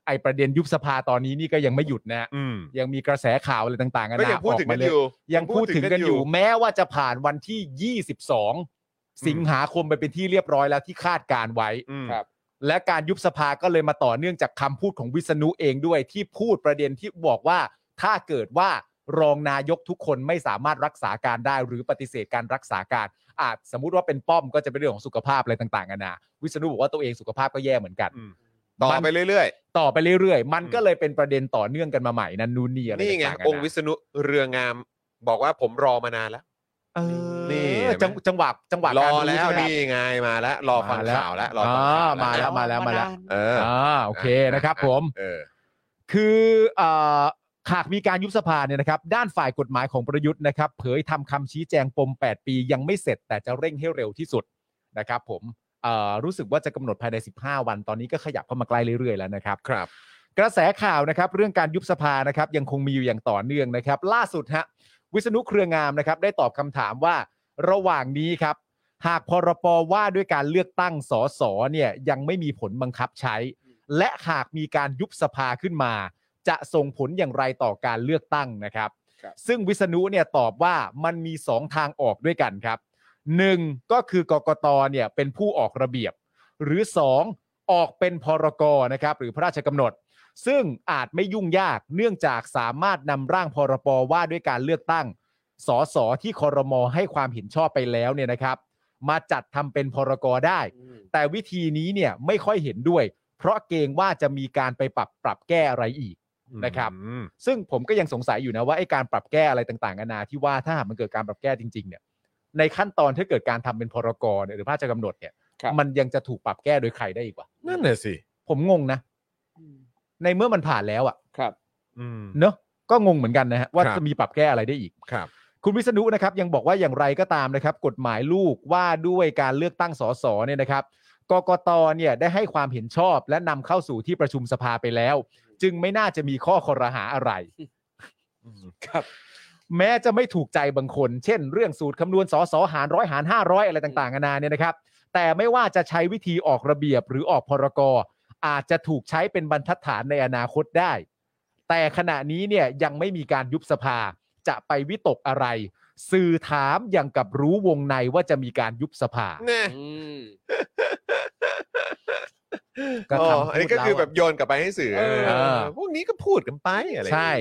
[SPEAKER 6] ไอประเด็นยุบสภาตอนนี้นี่ก็ยังไม่หยุดนะฮะ
[SPEAKER 3] อืม
[SPEAKER 6] ยังมีกระแสข่าวอะไรต่างๆกั
[SPEAKER 3] ก็
[SPEAKER 6] นา
[SPEAKER 3] ยังพูด
[SPEAKER 6] ออ
[SPEAKER 3] ถึง
[SPEAKER 6] มา
[SPEAKER 3] กัน
[SPEAKER 6] เล
[SPEAKER 3] อยู่
[SPEAKER 6] ยังพูดถึงกันอยู่แม้ว่าจะผ่านวันที่ 22 สิงหาคมไปเป็นที่เรียบร้อยแล้วที่คาดการไว้
[SPEAKER 3] อืม
[SPEAKER 5] ครับ
[SPEAKER 6] และการยุบสภาก็เลยมาต่อเนื่องจากคำพูดของวิษณุเองด้วยที่พูดประเด็นที่บอกว่า ถ้าเกิดว่ารองนายกทุกคนไม่สามารถรักษาการได้หรือปฏิเสธการรักษาการ อาจสมมุติว่าเป็นป้อมก็จะเป็นเรื่องของสุขภาพอะไรต่างๆกันานาวิษณุบอกว่าตัวเองสุขภาพก็แย่เหมือนกัน
[SPEAKER 3] อืมต่อไปเรื่อย
[SPEAKER 6] ต่อไปเรื่อยๆ มันก็เลยเป็นประเด็นต่อเนื่องกันมาใหม่นั่นนู่นนี่อะ
[SPEAKER 3] ๆ
[SPEAKER 6] ไร
[SPEAKER 3] นี่ไง
[SPEAKER 6] ต่างๆกั
[SPEAKER 3] องค์วิษณุเรืองามบอกว่าผมรอมานานแล้ว นี่เห็นไหม
[SPEAKER 6] จังจังหวะจังหวะ
[SPEAKER 3] ร
[SPEAKER 6] การ
[SPEAKER 3] อ
[SPEAKER 6] รู้
[SPEAKER 3] แล้ว
[SPEAKER 6] ใช่ไหม
[SPEAKER 3] นี่ไงมาแล้ว รอฟังข่าวแล้วรอฟัง
[SPEAKER 6] อ่า
[SPEAKER 3] ข่าว
[SPEAKER 6] มาแล้วมาแล้วมาแล้ว
[SPEAKER 3] เอออ
[SPEAKER 6] อ่าโอเคนะครับ ผม
[SPEAKER 3] เออ
[SPEAKER 6] คือเอ่อหากมีการยุบสภาเนี่ยนะครับ ด้านฝ่ายกฎหมายของประยุทธ์นะครับ เผยทำคำชี้แจงปม 8 ปียังไม่เสร็จ แต่จะเร่งให้เร็วที่สุดนะครับ ผมเอ่อรู้สึกว่าจะกำหนดภายใน 15 วันตอนนี้ก็ขยับเข้ามาใกล้เรื่อยๆแล้วนะครับ
[SPEAKER 3] ครับ
[SPEAKER 6] กระแสข่าวนะครับ เรื่องการยุบสภานะครับ ยังคงมีอยู่อย่างต่อเนื่องนะครับ ล่าสุดฮะวิษณุเครืองามนะครับ ได้ตอบคำถามว่า ระหว่างนี้ครับ หากพรปว่าด้วยการเลือกตั้งสสเนี่ยยังไม่มีผลบังคับใช้ และหากมีการยุบสภาขึ้นมา จะส่งผลอย่างไรต่อการเลือกตั้งนะครับ
[SPEAKER 5] ครับ
[SPEAKER 6] ซึ่งวิษณุเนี่ยตอบว่ามันมีสองทางออกด้วยกันครับหนึ่งก็คือกกตเนี่ยเป็นผู้ออกระเบียบ หรือ 2 ออกเป็นพรกนะครับหรือพระราชกำหนด ซึ่งอาจไม่ยุ่งยากเนื่องจากสามารถนำร่างพรปว่าด้วยการเลือกตั้ง สสที่คอรมอให้ความเห็นชอบไปแล้วเนี่ยนะครับ มาจัดทำเป็นพรกได้ แต่วิธีนี้เนี่ยไม่ค่อยเห็นด้วย เพราะเกรงว่าจะมีการไปปรับปรับแก้อะไรอีก นะครับ
[SPEAKER 3] อืม
[SPEAKER 6] ซึ่งผมก็ยังสงสัยอยู่นะว่าไอ้การปรับแก้อะไรต่างๆนานาที่ว่าถ้าหากมันเกิดการปรับแก้จริง ๆ เนี่ย ในขั้นตอนถ้าเกิดการทำเป็นพรกเนี่ยหรือพระราชกำหนดเนี่ย
[SPEAKER 5] ครับ
[SPEAKER 6] มันยังจะถูกปรับแก้โดยใครได้อีกวะ
[SPEAKER 3] นั่นน่ะสิ
[SPEAKER 6] ผมงงนะ ในเมื่อมันผ่านแล้วอะ
[SPEAKER 5] ครับ
[SPEAKER 3] อืม
[SPEAKER 6] เนอะก็งงเหมือนกันนะฮะว่า
[SPEAKER 3] ครับ
[SPEAKER 6] จะมีปรับแก้อะไรได้อีก
[SPEAKER 3] ครับ
[SPEAKER 6] คุณวิษณุนะครับยังบอกว่าอย่างไรก็ตามนะครับ กฎหมายลูกว่าด้วยการเลือกตั้งสสเนี่ยนะครับกกตเนี่ยได้ให้ความเห็นชอบและนำเข้าสู่ที่ประชุมสภาไปแล้ว จึงไม่น่าจะมีข้อคอรหาอะไร
[SPEAKER 5] ครับ
[SPEAKER 6] แม้จะไม่ถูกใจบางคน เช่น เรื่องสูตรคำนวณสสหารร้อยหารห้าร้อยอะไรต่างๆนานาเนี่ยนะครับ แต่ไม่ว่าจะใช้วิธีออกระเบียบหรือออกพรกอาจจะถูกใช้เป็นบรรทัดฐานในอนาคตได้ แต่ขณะนี้เนี่ยยังไม่มีการยุบสภาจะไปวิตกอะไร สื่อถามอย่างกับรู้วงในว่าจะมีการยุบสภา
[SPEAKER 3] แน่
[SPEAKER 5] อืม
[SPEAKER 6] ก็ทำ
[SPEAKER 3] อ๋อ
[SPEAKER 6] พูด
[SPEAKER 3] อันนี้ก็คือ
[SPEAKER 6] แล้วอะ
[SPEAKER 3] แบบโยนกลับไปให้สื่อ
[SPEAKER 5] เออ
[SPEAKER 3] เออพวกนี้ก็พูดกันไปอะไร
[SPEAKER 6] ใช่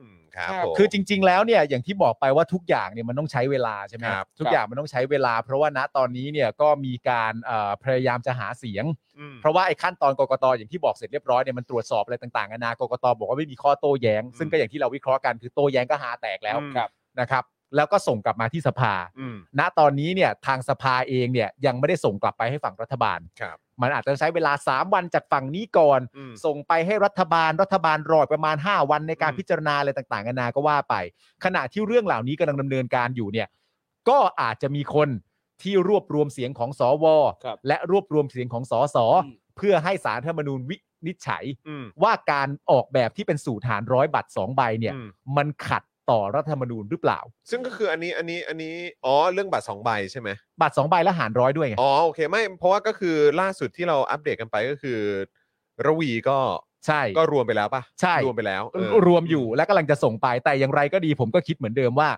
[SPEAKER 3] อืมครับผม
[SPEAKER 6] คือจริง ๆ แล้วเนี่ยอย่างที่บอกไปว่าทุกอย่างเนี่ยมันต้องใช้เวลาใช่ไหม
[SPEAKER 5] ครับ
[SPEAKER 6] ทุ
[SPEAKER 5] ค
[SPEAKER 6] ก
[SPEAKER 5] รับ
[SPEAKER 6] อย่างมันต้องใช้เวลา เพราะว่าณตอนนี้เนี่ยก็มีการเอ่อพยายามจะหาเสียง
[SPEAKER 3] อืม
[SPEAKER 6] เพราะว่าไอ้ขั้นตอนกกตอย่างที่บอกเสร็จเรียบร้อยเนี่ยมันตรวจสอบอะไรต่างๆนานากกตบอกว่าไม่มีข้อโต้แย้ง ซึ่งก็อย่างที่เราวิเคราะห์กันคือโต้แย้งก็หาแตกแล้ว
[SPEAKER 3] อืม
[SPEAKER 5] ครับ
[SPEAKER 6] นะครับ แล้วก็ส่งกลับมาที่สภา
[SPEAKER 3] อืม
[SPEAKER 6] ณตอนนี้เนี่ยทางสภาเองเนี่ยยังไม่ได้ส่งกลับไปให้ฝั่งรัฐบาล
[SPEAKER 3] ครับ
[SPEAKER 6] มันอาจจะใช้เวลา 3 วันจากฝั่งนี้ก่อน
[SPEAKER 3] อืม
[SPEAKER 6] ส่งไปให้รัฐบาลรัฐบาลรอประมาณ 5 วันในการ
[SPEAKER 3] อืม
[SPEAKER 6] พิจารณาอะไรต่างๆนานาก็ว่าไป ขณะที่เรื่องเหล่านี้กำลังดำเนินการอยู่เนี่ยก็อาจจะมีคนที่รวบรวมเสียงของสว
[SPEAKER 5] ครับ
[SPEAKER 6] และรวบรวมเสียงของสส
[SPEAKER 5] อืม
[SPEAKER 6] เพื่อให้สารรัฐธรรมนูญวินิจฉัย
[SPEAKER 3] อืม
[SPEAKER 6] ว่าการออกแบบที่เป็นสูตรหารร้อยบัตรสองใบเนี่ย
[SPEAKER 3] อืม
[SPEAKER 6] มันขัดต่อรัฐธรรมนูญหรือเปล่า
[SPEAKER 3] ซึ่งก็คืออันนี้อันนี้อันนี้อ๋อเรื่องบัตรสองใบใช่ไหม
[SPEAKER 6] บัตรสองใบและหารร้อยด้วยไง
[SPEAKER 3] อ๋อโอเคไม่เพราะว่าก็คือล่าสุดที่เราอัปเดตกันไปก็คือระวีก็
[SPEAKER 6] ใช่
[SPEAKER 3] ก็รวมไปแล้วปะ
[SPEAKER 6] ใช่
[SPEAKER 3] รวมไปแล้วเออ
[SPEAKER 6] รวมอยู่และกำลังจะส่งไปแต่อย่างไรก็ดีผมก็คิดเหมือนเดิมว่า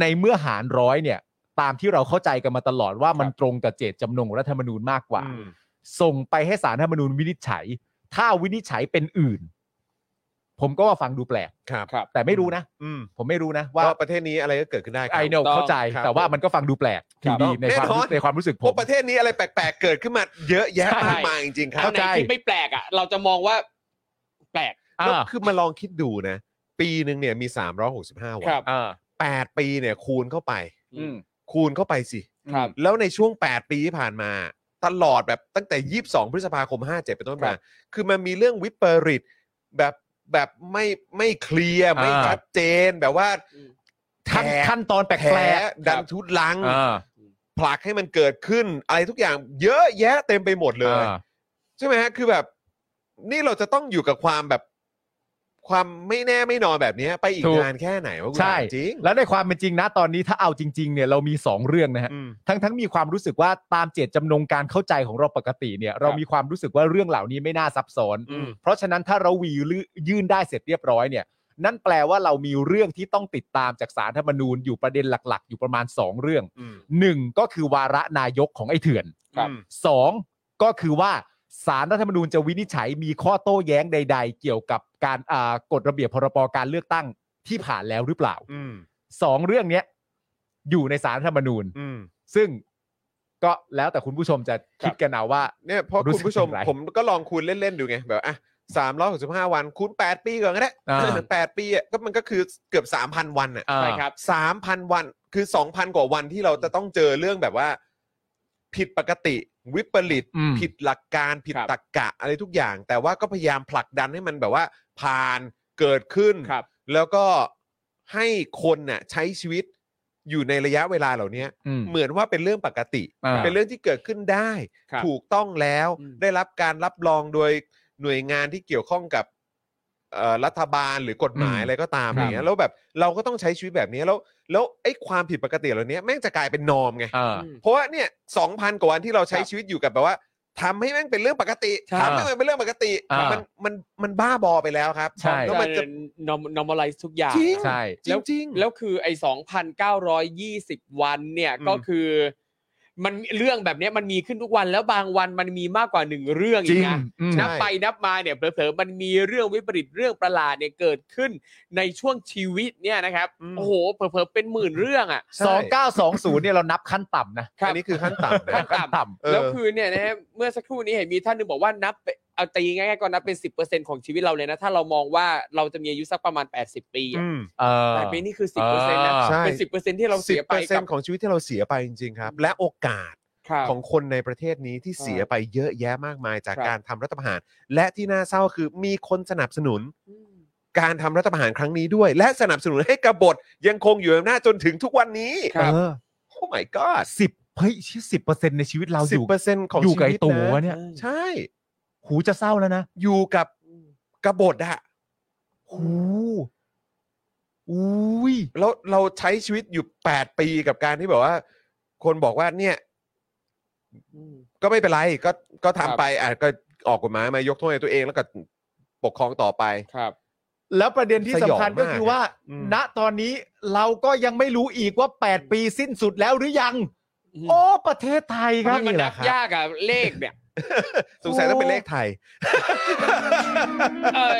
[SPEAKER 6] ในเมื่อหารร้อยเนี่ย ตามที่เราเข้าใจกันมาตลอดว่ามันตรงกับเจตจำนงของรัฐธรรมนูญมากกว่า
[SPEAKER 3] อืม
[SPEAKER 6] ส่งไปให้สารรัฐธรรมนูญวินิจฉัย ถ้าวินิจฉัยเป็นอื่น ผมก็ว่าฟังดูแปลก
[SPEAKER 3] ครับ
[SPEAKER 5] ครับ
[SPEAKER 6] แต่ไม่รู้นะ
[SPEAKER 3] อืม
[SPEAKER 6] ผมไม่รู้นะว่า
[SPEAKER 3] ว่าประเทศนี้อะไรก็เกิดขึ้นได้ครับ
[SPEAKER 6] ไอโน
[SPEAKER 5] ถูกต้อง
[SPEAKER 6] เข้าใจ
[SPEAKER 3] ครับ
[SPEAKER 6] แต่ว่ามันก็ฟังดูแปลกอ
[SPEAKER 3] ครั
[SPEAKER 6] ยู่
[SPEAKER 3] บ
[SPEAKER 6] ดีในความ
[SPEAKER 3] แน่นอน
[SPEAKER 6] ในความรู้สึกผ
[SPEAKER 3] พวก
[SPEAKER 6] ม
[SPEAKER 3] ประเทศนี้อะไรแปลกๆเกิดขึ้นมาเยอะแยะ
[SPEAKER 6] ใช่
[SPEAKER 3] มากมายจริงๆครั
[SPEAKER 5] อั
[SPEAKER 3] บ
[SPEAKER 5] นไหนที่ไม่แปลกอ่ะ เราจะมองว่า แปลก
[SPEAKER 3] แล้วคือมาลองคิดดูนะ ปีหนึ่งเนี่ยมี 365 วั
[SPEAKER 5] คน รับ
[SPEAKER 6] อ่า
[SPEAKER 3] 8ปีเนี่ยคูณเข้าไป
[SPEAKER 6] อืม
[SPEAKER 3] คูณเข้าไปสิ
[SPEAKER 5] ครับ
[SPEAKER 3] แล้วในช่วง 8 ปีที่ผ่านมา ตลอดแบบตั้งแต่ 22 พฤษภาคม 57 เป็นต้นมา คือมันมีเรื่องวิปริตแบบแบบไม่ไม่เคลียร์ ไม่
[SPEAKER 6] อ่า
[SPEAKER 3] ชัดเจนแบบว่า
[SPEAKER 6] ขั้น
[SPEAKER 3] แถ
[SPEAKER 6] ขั้นตอนแปลก
[SPEAKER 3] แถ
[SPEAKER 6] แปลก
[SPEAKER 3] ดันทุลัง
[SPEAKER 6] อ่า
[SPEAKER 3] ผลักให้มันเกิดขึ้น อะไรทุกอย่างเยอะแยะเต็มไปหมดเลย
[SPEAKER 6] อ่า
[SPEAKER 3] ใช่ไหมฮะ คือแบบ นี่เราจะต้องอยู่กับความแบบ ความไม่แน่ไม่นอนแบบเนี้ย ไปอีก
[SPEAKER 6] ถูก
[SPEAKER 3] นานแค่ไหนวะคุณ
[SPEAKER 6] ใช่
[SPEAKER 3] ถามจริง
[SPEAKER 6] แล้วในความเป็นจริงนะตอนนี้ถ้าเอาจริงๆเนี่ยเรามี 2 เรื่องนะฮะ
[SPEAKER 3] อืม
[SPEAKER 6] ทั้งทั้งมีความรู้สึกว่าตามเจตจำนงการเข้าใจของเราปกติเนี่ยเรามีความรู้สึกว่าเรื่องเหล่านี้ไม่น่าซับซ้อน
[SPEAKER 3] อืม
[SPEAKER 6] เพราะฉะนั้นถ้าเราวีลือยื่นได้เสร็จเรียบร้อยเนี่ยนั่นแปลว่าเรามีเรื่องที่ต้องติดตามจากสารธรรมนูญอยู่ประเด็นหลัก ๆ อยู่ประมาณ 2 เรื่อง
[SPEAKER 3] อืม
[SPEAKER 6] 1 ก็คือวาระนายกของไอ้เถื่อน
[SPEAKER 3] ครับ
[SPEAKER 6] สองก็คือว่าสารรัฐธรรมนูญจะวินิจฉัยมีข้อโต้แย้งใด ๆ เกี่ยวกับการอ่ากฎระเบียบพรบการเลือกตั้งที่ผ่านแล้วหรือเปล่า
[SPEAKER 3] อืม
[SPEAKER 6] สองเรื่องเนี้ยอยู่ในสารรัฐธรรมนูญ
[SPEAKER 3] อืม
[SPEAKER 6] ซึ่งก็แล้วแต่คุณผู้ชมจะคิดกันเอาว่า
[SPEAKER 3] เนี่ยเพราะ
[SPEAKER 6] รู้
[SPEAKER 3] คุณ
[SPEAKER 6] สึก
[SPEAKER 3] ผู้ชม
[SPEAKER 6] อย่างไร
[SPEAKER 3] ผมก็ลองคูณเล่น ๆ ดูไง แบบอ่ะสามร้อยหกสิบห้าวันคูณแปดปีก่อนก็ได้
[SPEAKER 6] อ่า
[SPEAKER 3] แปดปีอ่ะก็มันก็คือเกือบสามพันวันอ่ะ
[SPEAKER 6] อ่า
[SPEAKER 5] ใช่ครับ
[SPEAKER 3] สามพันวันคือสองพันกว่าวันที่เราจะต้องเจอเรื่องแบบว่า ผิดปกติวิปริต
[SPEAKER 6] อืม
[SPEAKER 3] ผิดหลักการผิด
[SPEAKER 5] ครับ
[SPEAKER 3] ตรรกะอะไรทุกอย่าง แต่ว่าก็พยายามผลักดันให้มันแบบว่าผ่านเกิดขึ้น
[SPEAKER 5] ครับ
[SPEAKER 3] แล้วก็ให้คนน่ะใช้ชีวิตอยู่ในระยะเวลาเหล่านี้
[SPEAKER 6] อืม
[SPEAKER 3] เหมือนว่าเป็นเรื่องปกติ
[SPEAKER 6] อ่า
[SPEAKER 3] เป็นเรื่องที่เกิดขึ้นได้
[SPEAKER 5] ครับ
[SPEAKER 3] ถูกต้องแล้ว
[SPEAKER 5] อืม
[SPEAKER 3] ได้รับการรับรองโดยหน่วยงานที่เกี่ยวข้องกับเอ่อรัฐบาลหรือกฎหมาย
[SPEAKER 6] อืม
[SPEAKER 3] อะไรก็ตาม
[SPEAKER 6] ค
[SPEAKER 3] อ
[SPEAKER 6] รับ
[SPEAKER 3] ย่างเงี้ยแล้วแบบเราก็ต้องใช้ชีวิตแบบนี้แล้ว แล้วไอ้ความผิดปกติเหล่านี้แม่งจะกลายเป็นนอมไง
[SPEAKER 6] อ่า
[SPEAKER 5] อืม
[SPEAKER 3] เพราะว่าเนี่ยสองพันกว่าวันที่เราใช้
[SPEAKER 5] ครับ
[SPEAKER 3] ชีวิตอยู่กับแบบว่าทำให้แม่งเป็นเรื่องปกติ
[SPEAKER 5] ใช่
[SPEAKER 3] ทำให้มันเป็นเรื่องปกติ
[SPEAKER 6] อ่ามั
[SPEAKER 3] มันมันมันบ้าบอไปแล้วครับ
[SPEAKER 6] ใช่
[SPEAKER 3] แล้วมันจะ
[SPEAKER 5] นอม a l i z e ทุกอย่าง
[SPEAKER 3] จริง
[SPEAKER 6] ใช่
[SPEAKER 3] จริงจริง
[SPEAKER 5] แล้วคือไอ้สองพันเก้าร้อยยี่สิบวันเนี่ย
[SPEAKER 3] อืม
[SPEAKER 5] ก็คือ มันเรื่องแบบเนี้ยมันมีขึ้นทุกวันแล้วบางวันมันมีมากกว่าหนึ่งเรื่องอีกนะ
[SPEAKER 6] อืม
[SPEAKER 5] นับไปนับมาเนี่ยเผลอๆมันมีเรื่องวิปริตเรื่องประหลาดเนี่ยเกิดขึ้นในช่วงชีวิตเนี่ยนะครับ
[SPEAKER 3] อืม
[SPEAKER 5] โอ้โหเผลอๆเป็นหมื่นเรื่องอ่ะ
[SPEAKER 3] ใช่
[SPEAKER 6] สองเก้าสองศูนย์เนี่ยเรานับขั้นต่ำนะ
[SPEAKER 5] ครับ
[SPEAKER 3] อันนี้คือขั้นต่ำนะ
[SPEAKER 5] ขั้นต่
[SPEAKER 6] ต่
[SPEAKER 3] เออ
[SPEAKER 5] ำแล้วคือเนี่ยนะฮะเมื่อสักครู่นี้เห็นมีท่านหนึงบอกว่านับเป็นเอาตีง่ายๆก็นับเป็นสิบเปอร์เซ็นของชีวิตเราเลยนะถ้าเรามองว่าเราจะมีอายุสักประมาณแปดสิบปีอะ
[SPEAKER 3] อืม
[SPEAKER 6] ำเออ
[SPEAKER 5] แปดปีนี่คือสิบเปอร์เซ็นต์นะ
[SPEAKER 3] ใช่
[SPEAKER 5] เป็นสิบเปอร์เซ็นต์ที่เราเสียไป
[SPEAKER 3] 10%
[SPEAKER 5] กับ
[SPEAKER 3] ของชีวิตที่เราเสียไปจริงๆครับ และโอกาส
[SPEAKER 5] ครับ
[SPEAKER 3] ของคนในประเทศนี้ที่เสียไปเยอะแยะมากมายจาก
[SPEAKER 5] ครับ
[SPEAKER 3] การทำรัฐประหาร และที่น่าเศร้าคือมีคนสนับสนุน การทำรัฐประหารครั้งนี้ด้วย และสนับสนุนให้กบฏยังคงอยู่ในอำนาจจนถึงทุกวันนี้
[SPEAKER 5] ครับ
[SPEAKER 6] เออ
[SPEAKER 3] โอ้ my god
[SPEAKER 6] สิบเฮ้ยสิบเปอร์เซ็นต์ในชีวิตเราอ
[SPEAKER 3] สิบ
[SPEAKER 6] ยู่
[SPEAKER 3] เปอร์เซ็นต์ของ
[SPEAKER 6] อยู่กับ
[SPEAKER 3] ชี
[SPEAKER 6] ไอ้
[SPEAKER 3] วิต
[SPEAKER 6] ตู่วะ
[SPEAKER 3] นะ
[SPEAKER 6] เนี่ย
[SPEAKER 3] ใช่
[SPEAKER 6] หูจะเศร้าแล้วนะ
[SPEAKER 3] อยู่กับกบฏอะ
[SPEAKER 6] หูอุ้ย
[SPEAKER 3] แล้วเราใช้ชีวิตอยู่ 8 ปีกับการที่แบบว่า คนบอกว่าเนี่ย ก็ไม่เป็นไรก็ก็
[SPEAKER 5] ครั
[SPEAKER 3] ทำ
[SPEAKER 5] บ
[SPEAKER 3] ไปอ่ะก็ออกกฎหมายมายกโทษให้ตัวเองแล้วก็ปกครองต่อไป
[SPEAKER 5] ครับ
[SPEAKER 6] แล้วประเด็นที่
[SPEAKER 3] สยอง
[SPEAKER 6] สำคัญก็คือว่า
[SPEAKER 3] อืม
[SPEAKER 6] ณตอนนี้เราก็ยังไม่รู้อีกว่า 8 ปีสิ้นสุดแล้วหรือยัง โอ้ประเทศไทยครับ
[SPEAKER 5] ทำไมมันนับยากอะเลขเนี่ย
[SPEAKER 3] สงสัยต้องเป็นเลขไทย
[SPEAKER 5] เออ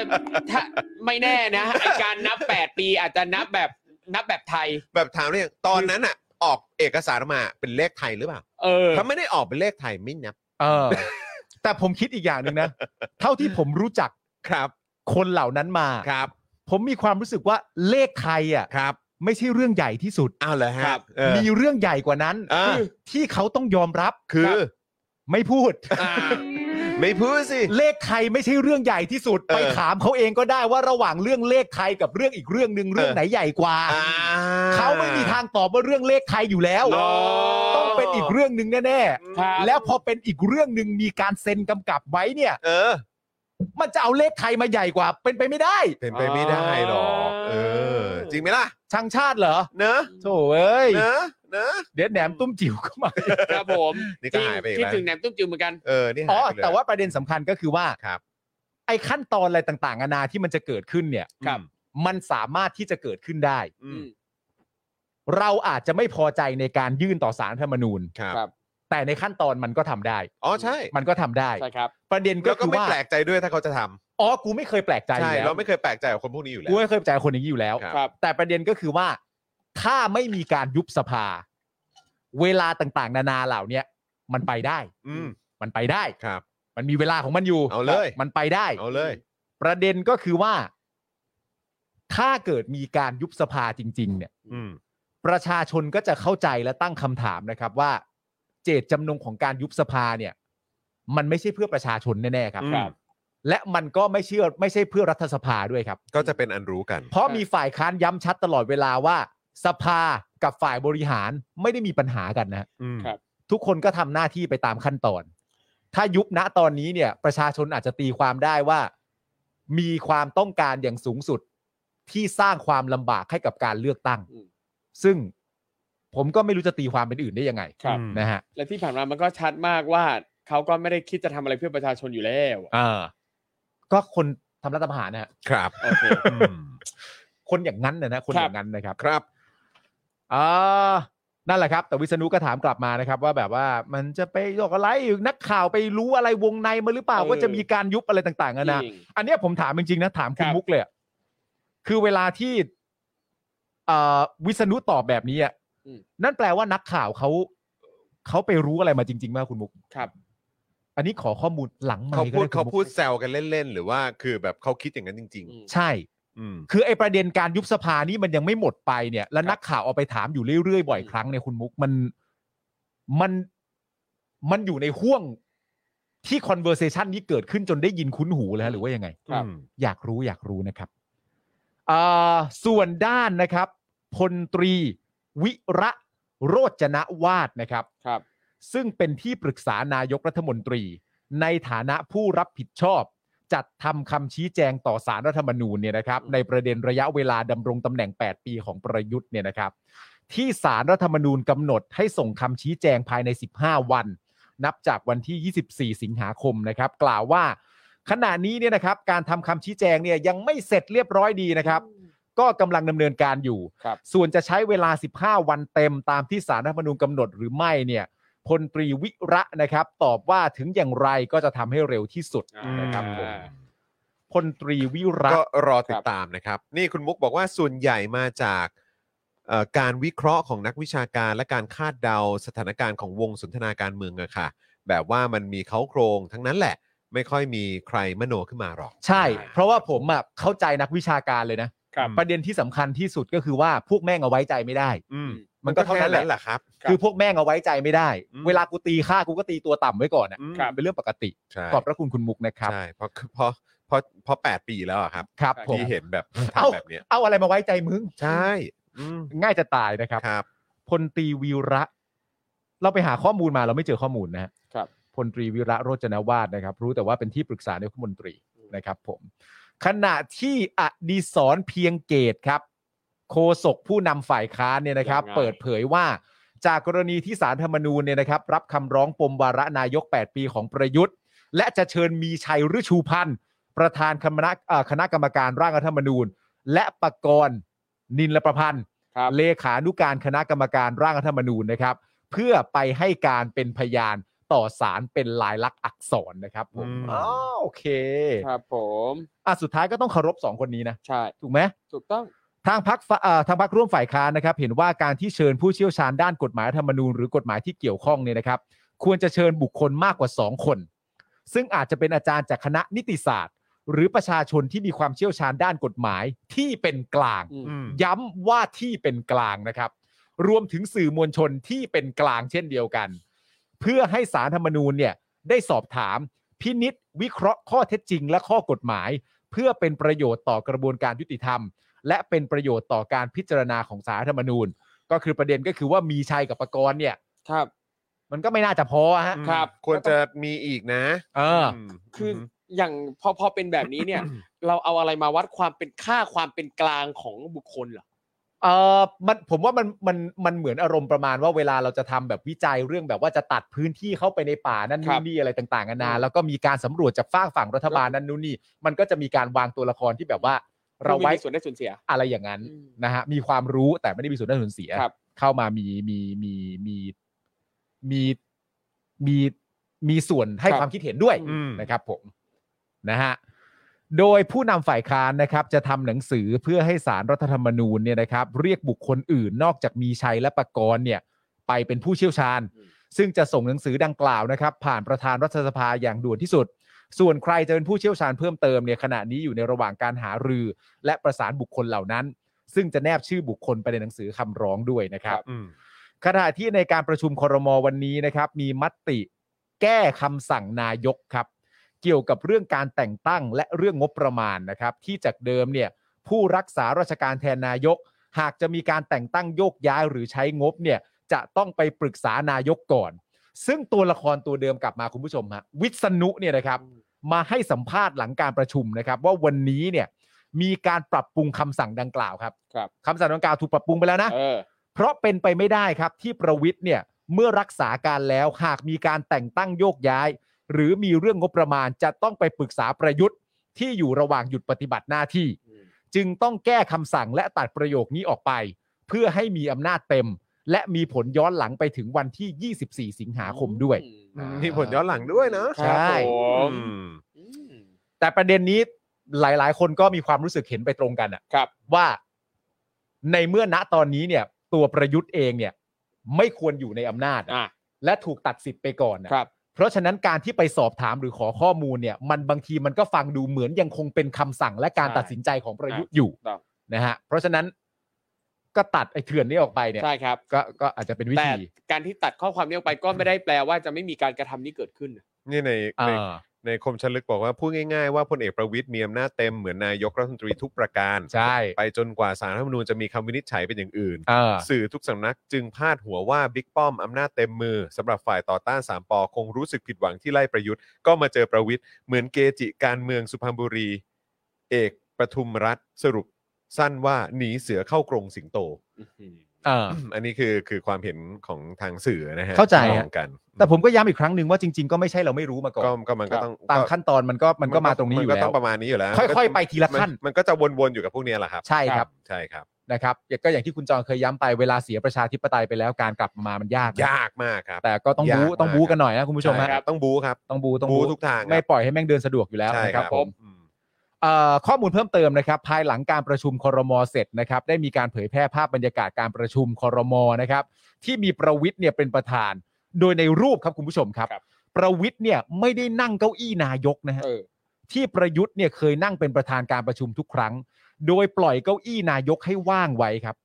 [SPEAKER 5] ถ้าไม่แน่นะไอการนับแปดปีอาจจะนับแบบนับแบบไทย
[SPEAKER 3] แบบถามเรื่องตอนนั้นอ่ะ ออกเอกสารมาเป็นเลขไทยหรือเปล่า
[SPEAKER 5] เออ
[SPEAKER 3] ถ้าไม่ได้ออกเป็นเลขไทยไม่นับ
[SPEAKER 6] เออ แต่ผมคิดอีกอย่างหนึ่ งนะ เท่าที่ผมรู้จัก
[SPEAKER 3] ครับ
[SPEAKER 6] คนเหล่านั้นมา
[SPEAKER 3] ครับ
[SPEAKER 6] ผมมีความรู้สึกว่าเลขไทยอ่ะ
[SPEAKER 3] ครับ
[SPEAKER 6] ไม่ใช่เรื่องใหญ่ที่สุด
[SPEAKER 3] เอาเลยฮะ
[SPEAKER 5] ครับ
[SPEAKER 3] เออ
[SPEAKER 6] มีเรื่องใหญ่กว่านั้น
[SPEAKER 3] อ่ะ
[SPEAKER 6] ที่เขาต้องยอมรับ
[SPEAKER 3] คือ
[SPEAKER 6] ไม่พู ด
[SPEAKER 5] อ่า
[SPEAKER 3] ไม่พูดสิ
[SPEAKER 6] เลขไทยไม่ใช่เรื่องใหญ่ที่สุด
[SPEAKER 3] เออ
[SPEAKER 6] ไปถามเขาเองก็ได้ว่าระหว่างเรื่องเลขไทยกับเรื่องอีกเรื่องหนึ่งเรื่อง
[SPEAKER 3] เออ
[SPEAKER 6] ไหนใหญ่กว่า
[SPEAKER 3] อ่า
[SPEAKER 6] เขาไม่มีทางตอบว่าเรื่องเลขไทยอยู่แล้ว
[SPEAKER 3] อ๋อ
[SPEAKER 6] ต้องเป็นอีกเรื่องหนึ่งแน่
[SPEAKER 5] ครับ
[SPEAKER 6] ๆ แล้วพอเป็นอีกเรื่องหนึ่งมีการเซ็นกำกับไว้เนี่ย
[SPEAKER 3] เออ
[SPEAKER 6] มันจะเอาเลขไทยมาใหญ่กว่า เป็นไปไม่ได้
[SPEAKER 3] เป็นไปไม่ได้หรอกเออ จริงไหมล่ะ
[SPEAKER 6] ช่างชาติเหรอ
[SPEAKER 3] เนอะ
[SPEAKER 6] โถเอ้ย
[SPEAKER 3] เนอะเนอะ
[SPEAKER 6] เดี๋ยวแหนมตุ้มจิ๋วเข้า มา
[SPEAKER 5] ครับผม
[SPEAKER 3] นี่ก็หายไปอีก
[SPEAKER 5] คิด
[SPEAKER 3] แล้ว
[SPEAKER 5] ถึงแหนมตุ้มจิ๋วเหมือนกัน
[SPEAKER 3] เออนี่หา
[SPEAKER 6] อ๋อ
[SPEAKER 3] ไป
[SPEAKER 6] ย
[SPEAKER 3] เลย
[SPEAKER 6] แต่ว่าประเด็นสำคัญก็คือว่า
[SPEAKER 3] ครับ
[SPEAKER 6] ไอ้ขั้นตอนอะไรต่างๆนานาที่มันจะเกิดขึ้นเนี่ย
[SPEAKER 5] ครับ
[SPEAKER 6] มันสามารถที่จะเกิดขึ้นได้
[SPEAKER 3] อืม
[SPEAKER 6] เราอาจจะไม่พอใจในการยื่นต่อสารรัฐธรรมนูญ
[SPEAKER 3] ครับ
[SPEAKER 5] ครับ
[SPEAKER 6] แต่ในขั้นตอนมันก็ทำได้
[SPEAKER 3] อ๋อใช่
[SPEAKER 6] มันก็ทำได้
[SPEAKER 5] ใช่ครับ
[SPEAKER 6] ประเด็นก็
[SPEAKER 3] แล้วก็
[SPEAKER 6] คือ
[SPEAKER 3] ไม่
[SPEAKER 6] ว่า
[SPEAKER 3] แปลกใจด้วยถ้าเขาจะทำ
[SPEAKER 6] อ๋อกูไม่เคยแปลกใจอ
[SPEAKER 3] ใช่
[SPEAKER 6] ยู่แล้ว
[SPEAKER 3] เราไม่เคยแปลกใจกับคนพวกนี้อยู่แล้ว
[SPEAKER 6] กูไม่เคยแปลกใจคนอย่างนี้อยู่แล้ว
[SPEAKER 3] ครับ
[SPEAKER 5] ครับ
[SPEAKER 6] แต่ประเด็นก็คือว่า ถ้าไม่มีการยุบสภา เวลาต่างๆ นานาเหล่าเนี้ยมันไปได้
[SPEAKER 3] อืม
[SPEAKER 6] มันไปได้
[SPEAKER 3] ครับ
[SPEAKER 6] มันมีเวลาของมันอยู่
[SPEAKER 3] เอาเลย
[SPEAKER 6] มันไปได้
[SPEAKER 3] เอาเลย
[SPEAKER 6] ประเด็นก็คือว่า ถ้าเกิดมีการยุบสภาจริง ๆ เนี่ย
[SPEAKER 3] อืม
[SPEAKER 6] ประชาชนก็จะเข้าใจและตั้งคำถามนะครับ ว่า เจตจำนงของการยุบสภาเนี่ย มันไม่ใช่เพื่อประชาชนแน่ๆครับ
[SPEAKER 3] ครับ
[SPEAKER 6] และมันก็ไม่เชื่อไม่ใช่เพื่อรัฐสภาด้วยครับ
[SPEAKER 3] ก็จะเป็นอันรู้กัน
[SPEAKER 6] เพราะมีฝ่ายค้านย้ำชัดตลอดเวลาว่า สภากับฝ่ายบริหารไม่ได้มีปัญหากันนะฮะ
[SPEAKER 3] อืม
[SPEAKER 5] ครับ
[SPEAKER 6] ทุกคนก็ทำหน้าที่ไปตามขั้นตอน ถ้ายุบณตอนนี้เนี่ย ประชาชนอาจจะตีความได้ว่า มีความต้องการอย่างสูงสุดที่สร้างความลำบากให้กับการเลือกตั้ง
[SPEAKER 5] อืม
[SPEAKER 6] ซึ่งผมก็ไม่รู้จะตีความเป็นอื่นได้ยังไง
[SPEAKER 5] ครับ
[SPEAKER 6] นะฮะ
[SPEAKER 5] และที่ผ่านมามันก็ชัดมากว่าเขาก็ไม่ได้คิดจะทำอะไรเพื่อประชาชนอยู่แล้วอะ
[SPEAKER 6] อ่าก็คนทำรัฐประหารนะฮะ
[SPEAKER 3] ครับ
[SPEAKER 5] โอเค
[SPEAKER 3] อืม
[SPEAKER 6] คนอย่างนั้นนะนะคน
[SPEAKER 5] ครั
[SPEAKER 6] อบ ย่างนั้นนะครับ
[SPEAKER 3] ครับ
[SPEAKER 6] อ่านั่นแหละครับ แต่วิษณุก็ถามกลับมานะครับ ว่าแบบว่ามันจะไปโยกอะไรอยู่นักข่าวไปรู้อะไรวงในมาหรือเปล่า
[SPEAKER 5] เออ
[SPEAKER 6] ว่าจะมีการยุบอะไรต่างๆกันานะ
[SPEAKER 5] จริง
[SPEAKER 6] อันเนี้ยผมถามจริงๆนะถาม
[SPEAKER 5] ค
[SPEAKER 6] คุณ
[SPEAKER 5] รับ
[SPEAKER 6] มุกเลยอะคือเวลาที่เอ่อวิษณุตอบแบบนี้อะนั่นแปลว่านักข่าวเขาเขาไปรู้อะไรมาจริงๆมากคุณมุก
[SPEAKER 5] ครับ
[SPEAKER 6] อันนี้ขอข้อมูลหลังไมค์
[SPEAKER 3] เขา
[SPEAKER 6] ก็
[SPEAKER 3] พูด
[SPEAKER 6] ไคุณมุก
[SPEAKER 3] เขาพูดแซวกันเล่น ๆ หรือว่าคือแบบเขาคิดอย่างนั้นจริง
[SPEAKER 5] อืม
[SPEAKER 6] ใช่
[SPEAKER 3] ๆ อืม
[SPEAKER 6] คือไอประเด็นการยุบสภานี่มันยังไม่หมดไปเนี่ย และนักข่าวเอาไปถามอยู่เรื่อยๆบ่อยครั้งในยคุณมุกมันมันมันอยู่ในห่วงที่ conversation นี้เกิดขึ้นจนได้ยินคุ้นหูแล้วหรือว่ายังไง
[SPEAKER 5] ครับ
[SPEAKER 6] อยากรู้อยากรู้นะครับอ่าส่วนด้านนะครับพลตรีวิระโรจนวาดนะครับ
[SPEAKER 5] ครับ
[SPEAKER 6] ซึ่งเป็นที่ปรึกษานายกรัฐมนตรี ในฐานะผู้รับผิดชอบ จัดทำคำชี้แจงต่อสารรัฐธรรมนูญเนี่ยนะครับ ในประเด็นระยะเวลาดำรงตำแหน่ง 8 ปีของประยุทธ์เนี่ยนะครับ ที่สารรัฐธรรมนูญกำหนดให้ส่งคำชี้แจงภายใน 15 วัน นับจากวันที่ 24 สิงหาคมนะครับ กล่าวว่า ขณะนี้เนี่ยนะครับ การทำคำชี้แจงเนี่ยยังไม่เสร็จเรียบร้อยดีนะครับ ก็กำลังดำเนินการอยู่
[SPEAKER 5] ครับ
[SPEAKER 6] ส่วนจะใช้เวลา 15 วันเต็มตามที่สารรัฐธรรมนูญกำหนดหรือไม่เนี่ยพลตรีวิระนะครับ ตอบว่าถึงอย่างไรก็จะทำให้เร็วที่สุด
[SPEAKER 5] อ่า
[SPEAKER 6] นะครับผมพลตรีวิระ
[SPEAKER 3] ก็รอติดตามนะครับ นี่คุณมุกบอกว่าส่วนใหญ่มาจากเอ่อการวิเคราะห์ของนักวิชาการและการคาดเดาสถานการณ์ของวงสนทนาการเมืองอะค่ะ แบบว่ามันมีเขาโครงทั้งนั้นแหละ ไม่ค่อยมีใครมโนขึ้นมาหรอก
[SPEAKER 6] ใช่ เพราะว่าผมอ่ะเข้าใจนักวิชาการเลยนะ
[SPEAKER 5] ครับ
[SPEAKER 6] ประเด็นที่สำคัญที่สุดก็คือว่าพวกแม่งเอาไว้ใจไม่ได้
[SPEAKER 3] อืม
[SPEAKER 6] มันก็เท่านั้นแห
[SPEAKER 3] แค่
[SPEAKER 6] ละ
[SPEAKER 3] แหละครับ
[SPEAKER 6] คือพวกแม่งเอาไว้ใจไม่ได้
[SPEAKER 3] อืม
[SPEAKER 6] เวลากูตีค่ากูก็ตีตัวต่ำไว้ก่อนอ่ะ
[SPEAKER 3] อืม
[SPEAKER 5] ครับ
[SPEAKER 6] เป็นเรื่องปกติ
[SPEAKER 3] ใช่
[SPEAKER 6] ขอบพระคุณคุณมุกนะครับ
[SPEAKER 3] ใช่เพราะเพราะเพราะเพราะแปดปีแล้วอะครับ
[SPEAKER 6] ครับผม
[SPEAKER 3] ที่เห็นแบบ
[SPEAKER 6] เอ้า
[SPEAKER 3] ทำแบบเนี้ย
[SPEAKER 6] เอาอะไรมาไว้ใจมึง
[SPEAKER 3] ใช่อืม
[SPEAKER 6] ง่ายจะตายนะครับ
[SPEAKER 3] ครับ
[SPEAKER 6] พลตรีวีระ เราไปหาข้อมูลมาเราไม่เจอข้อมูลนะฮะ
[SPEAKER 5] ครับ
[SPEAKER 6] พลตรีวีระโรจนวาดนะครับ รู้แต่ว่าเป็นที่ปรึกษานายกรัฐมนตรีนะครับ ผม ขณะที่อดีศรเพียงเกตครับ โฆษกผู้นำฝ่ายค้านเนี่ยนะครับ
[SPEAKER 5] ยังไง
[SPEAKER 6] เปิดเผยว่า จากกรณีที่สารธรรมนูญเนี่ยนะครับ รับคำร้องปมวาระนายก 8 ปีของประยุทธ์ และจะเชิญมีชัยฤชูพันธ์ประธานคณะเอ่อคณะกรรมการร่างรัฐธรรมนูญ และประกรณ์นินละประพันธ์
[SPEAKER 5] ครับ
[SPEAKER 6] เลขานุการคณะกรรมการร่างรัฐธรรมนูญนะครับ เพื่อไปให้การเป็นพยานต่อสารเป็นลายลักษณ์อักษรนะครับผม
[SPEAKER 3] อืม
[SPEAKER 6] อ๋อโอเค
[SPEAKER 5] ครับผม
[SPEAKER 6] อ่ะสุดท้ายก็ต้องเคารพสองคนนี้นะ
[SPEAKER 5] ใช่
[SPEAKER 6] ถูกไหม
[SPEAKER 5] ถูกต้อง
[SPEAKER 6] ทางพักทางพักร่วมฝ่ายค้านนะครับ เห็นว่าการที่เชิญผู้เชี่ยวชาญด้านกฎหมายรัฐธรรมนูญหรือกฎหมายที่เกี่ยวข้องเนี่ยนะครับ ควรจะเชิญบุคคลมากกว่า 2 คน ซึ่งอาจจะเป็นอาจารย์จากคณะนิติศาสตร์ หรือประชาชนที่มีความเชี่ยวชาญด้านกฎหมายที่เป็นกลาง
[SPEAKER 5] อืม
[SPEAKER 3] อืม
[SPEAKER 6] ย้ำว่าที่เป็นกลางนะครับ รวมถึงสื่อมวลชนที่เป็นกลางเช่นเดียวกัน เพื่อให้สารธรรมนูญเนี่ยได้สอบถาม พินิษวิเคราะห์ข้อเท็จจริงและข้อกฎหมาย เพื่อเป็นประโยชน์ต่อกระบวนการยุติธรรม และเป็นประโยชน์ต่อการพิจารณาของสารธรรมนูญ ก็คือประเด็นก็คือว่ามีชัยกับประกรณ์เนี่ย
[SPEAKER 5] ครับ
[SPEAKER 6] มันก็ไม่น่าจะพอฮะ
[SPEAKER 5] ครับ
[SPEAKER 3] ควรจะมีอีกนะ
[SPEAKER 6] เออ
[SPEAKER 3] ม
[SPEAKER 5] คืออย่างพอพอเป็นแบบนี้ เนี่ย เราเอาอะไรมาวัดความเป็นค่าความเป็นกลางของบุคคลเหรอ
[SPEAKER 6] เออมันผมว่ามันมันมันเหมือนอารมณ์ประมาณว่าเวลาเราจะทำแบบวิจัยเรื่องแบบว่าจะตัดพื้นที่เข้าไปในป่านั่น
[SPEAKER 5] ครับ
[SPEAKER 6] นู่นนี่อะไรต่างๆนานาแล้วก็มีการสำรวจจากฝากฝั่งรัฐบาลนั่นนู่นนี่มันก็จะมีการวางตัวละครที่แบบว่า เราไว้
[SPEAKER 5] ผู้มีส่วนได้ส่วนเสีย
[SPEAKER 6] อะไรอย่างนั้น
[SPEAKER 5] อืม
[SPEAKER 6] นะฮะมีความรู้แต่ไม่ได้มีส่วนได้ส่วนเสีย
[SPEAKER 5] ครับ
[SPEAKER 6] เข้ามามีมีมีมีมีมีมีส่วนให้
[SPEAKER 5] ครับ
[SPEAKER 6] ความคิดเห็นด้วย
[SPEAKER 3] อืม
[SPEAKER 6] นะครับผมนะฮะโดยผู้นำฝ่ายค้านนะครับจะทำหนังสือเพื่อให้สารรัฐธรรมนูญเนี่ยนะครับ เรียกบุคคลอื่นนอกจากมีชัยและประกรณ์เนี่ยไปเป็นผู้เชี่ยวชาญ ซึ่งจะส่งหนังสือดังกล่าวนะครับ ผ่านประธานรัฐสภาอย่างด่วนที่สุด ส่วนใครจะเป็นผู้เชี่ยวชาญเพิ่มเติมเนี่ยขณะนี้อยู่ในระหว่างการหารือ และประสานบุคคลเหล่านั้น ซึ่งจะแนบชื่อบุคคลไปในหนังสือคำร้องด้วยนะครับ
[SPEAKER 3] อืม
[SPEAKER 6] ขณะที่ในการประชุมครมวันนี้นะครับ มีมติแก้คำสั่งนายกครับ เกี่ยวกับเรื่องการแต่งตั้งและเรื่องงบประมาณนะครับ ที่จากเดิมเนี่ยผู้รักษาราชการแทนนายก หากจะมีการแต่งตั้งโยกย้ายหรือใช้งบเนี่ยจะต้องไปปรึกษานายกก่อน ซึ่งตัวละครตัวเดิมกลับมาคุณผู้ชมฮะวิษณุเนี่ยนะครับ มาให้สัมภาษณ์หลังการประชุมนะครับ ว่าวันนี้เนี่ยมีการปรับปรุงคำสั่งดังกล่าวครับ
[SPEAKER 5] ครับ
[SPEAKER 6] คำสั่งดังกล่าวถูกปรับปรุงไปแล้วนะ
[SPEAKER 5] เออ
[SPEAKER 6] เพราะเป็นไปไม่ได้ครับที่ประวิทย์เนี่ยเมื่อรักษาการแล้วหากมีการแต่งตั้งโยกย้าย หรือมีเรื่องงบประมาณจะต้องไปปรึกษาประยุทธ์ ที่อยู่ระหว่างหยุดปฏิบัติหน้าที่
[SPEAKER 5] อืม
[SPEAKER 6] จึงต้องแก้คำสั่งและตัดประโยคนี้ออกไป เพื่อให้มีอำนาจเต็ม และมีผลย้อนหลังไปถึงวันที่ 24 สิงหาคมด้วย
[SPEAKER 5] อืม
[SPEAKER 3] มีผลย้อนหลังด้วยนะ
[SPEAKER 6] ใช่
[SPEAKER 5] ครับผ
[SPEAKER 3] อื
[SPEAKER 5] ม
[SPEAKER 3] ม
[SPEAKER 5] อืม
[SPEAKER 6] แต่ประเด็นนี้หลาย ๆ คนก็มีความรู้สึกเห็นไปตรงกันอะ
[SPEAKER 5] ครับ
[SPEAKER 6] ว่าในเมื่อณตอนนี้เนี่ยตัวประยุทธ์เองเนี่ยไม่ควรอยู่ในอำนาจ
[SPEAKER 5] อ่ะ
[SPEAKER 6] และถูกตัดสิทธิ์ไปก่อนนะครับ เพราะฉะนั้นการที่ไปสอบถามหรือขอข้อมูลเนี่ย มันบางทีมันก็ฟังดูเหมือนยังคงเป็นคำสั่งและการ
[SPEAKER 5] ใช่
[SPEAKER 6] ตัดสินใจของประยุทธ์อยู่
[SPEAKER 5] ครับ
[SPEAKER 6] นะฮะเพราะฉะนั้นก็ตัดไอ้เถื่อนนี่ออกไปเนี่ย
[SPEAKER 5] ใช่ครับ
[SPEAKER 6] ก็ก็อาจจะเป็นวิ
[SPEAKER 5] แต่
[SPEAKER 6] ธี
[SPEAKER 5] การที่ตัดข้อความนี้ออกไปก็ไม่ได้แปลว่าจะไม่มีการกระทำนี้เกิดขึ้นนะ
[SPEAKER 3] นี่ในใน
[SPEAKER 6] อ่า
[SPEAKER 3] ในคมชลึกบอกว่าพูดง่ายๆว่าพลเอกประวิตยมีอำนาจเต็มเหมือนนายกรัฐมนตรีทุกประการ
[SPEAKER 6] ใช่
[SPEAKER 3] ไปจนกว่าสารรัฐธรรมนูญจะมีคำวินิจฉัยเป็นอย่างอื่น
[SPEAKER 6] เออ
[SPEAKER 3] สื่อทุกสำนักจึงพาดหัวว่าบิ๊กป้อมอำนาจเต็มมือสำหรับฝ่ายต่อต้านสามปอคงรู้สึกผิดหวังที่ไล่ประยุทธ์ก็มาเจอประวิทย์เหมือนเกจิการเมืองสุพรรณบุรี เอกประทุมรัฐสรุปสั้นว่าหนีเสือเข้ากรงสิงโต
[SPEAKER 6] เออ
[SPEAKER 3] อันนี้คือคือความเห็นของทางสื่อนะฮะ
[SPEAKER 6] เข้าใจ
[SPEAKER 3] ที่
[SPEAKER 6] ฮะ
[SPEAKER 3] มองกัน
[SPEAKER 6] แต่ผมก็ย้ำอีกครั้งหนึ่งว่าจริง ๆ ก็ไม่ใช่เราไม่รู้มาก่อน
[SPEAKER 3] ก็ก็มันก็ต้อง
[SPEAKER 6] ตาม
[SPEAKER 3] ก็
[SPEAKER 6] ขั้นตอนมันก็มันก็มาตรงนี้อยู่
[SPEAKER 3] มัน
[SPEAKER 6] แล้
[SPEAKER 3] ก็ต้
[SPEAKER 6] ว
[SPEAKER 3] องประมาณนี้อยู่แล้ว
[SPEAKER 6] ค่อยๆไปทีละขั้น
[SPEAKER 3] มัมันก็จะวนๆอยู่กับพวกเนี้ยแหละครับ
[SPEAKER 6] ใช่ครับ
[SPEAKER 3] ใช่ครับ
[SPEAKER 6] นะครับอย่างก็อย่างที่คุณจองเคยย้ำไปเวลาเสียประชาธิปไตยไปแล้วการกลับมามันยากนะ
[SPEAKER 3] ยากมากครับ
[SPEAKER 6] แต่ก็ต้อง
[SPEAKER 3] ยาก
[SPEAKER 6] บู๊
[SPEAKER 3] มาก
[SPEAKER 6] ต้องบู๊กันหน่อยนะคุณผู้ชม
[SPEAKER 3] ใช่
[SPEAKER 6] ฮะ
[SPEAKER 3] ครับต้องบู๊ครับ
[SPEAKER 6] ต้องบู๊ต้อง
[SPEAKER 3] บู๊
[SPEAKER 6] บู๊
[SPEAKER 3] ทุกทางครับ
[SPEAKER 6] ไม่ปล่อยให้แม่งเดินสะดวกอยู่แล้ว
[SPEAKER 3] ใช่
[SPEAKER 6] นะ
[SPEAKER 3] ค
[SPEAKER 6] ค
[SPEAKER 3] รั
[SPEAKER 6] รั
[SPEAKER 3] บบ
[SPEAKER 6] ผม
[SPEAKER 3] อืม
[SPEAKER 6] เอ่อข้อมูลเพิ่มเติมนะครับ ภายหลังการประชุมครมเสร็จนะครับ ได้มีการเผยแพร่ภาพบรรยากาศการประชุมครมนะครับ ที่มีประวิทย์เนี่ยเป็นประธาน โดยในรูปครับคุณผู้ชมครับ ประวิทย์เนี่ยไม่ได้นั่งเก้าอี้นายกนะฮะ
[SPEAKER 5] เออ
[SPEAKER 6] ที่ประยุทธ์เนี่ยเคยนั่งเป็นประธานการประชุมทุกครั้ง โดยปล่อยเก้าอี้นายกให้ว่างไว้ครับ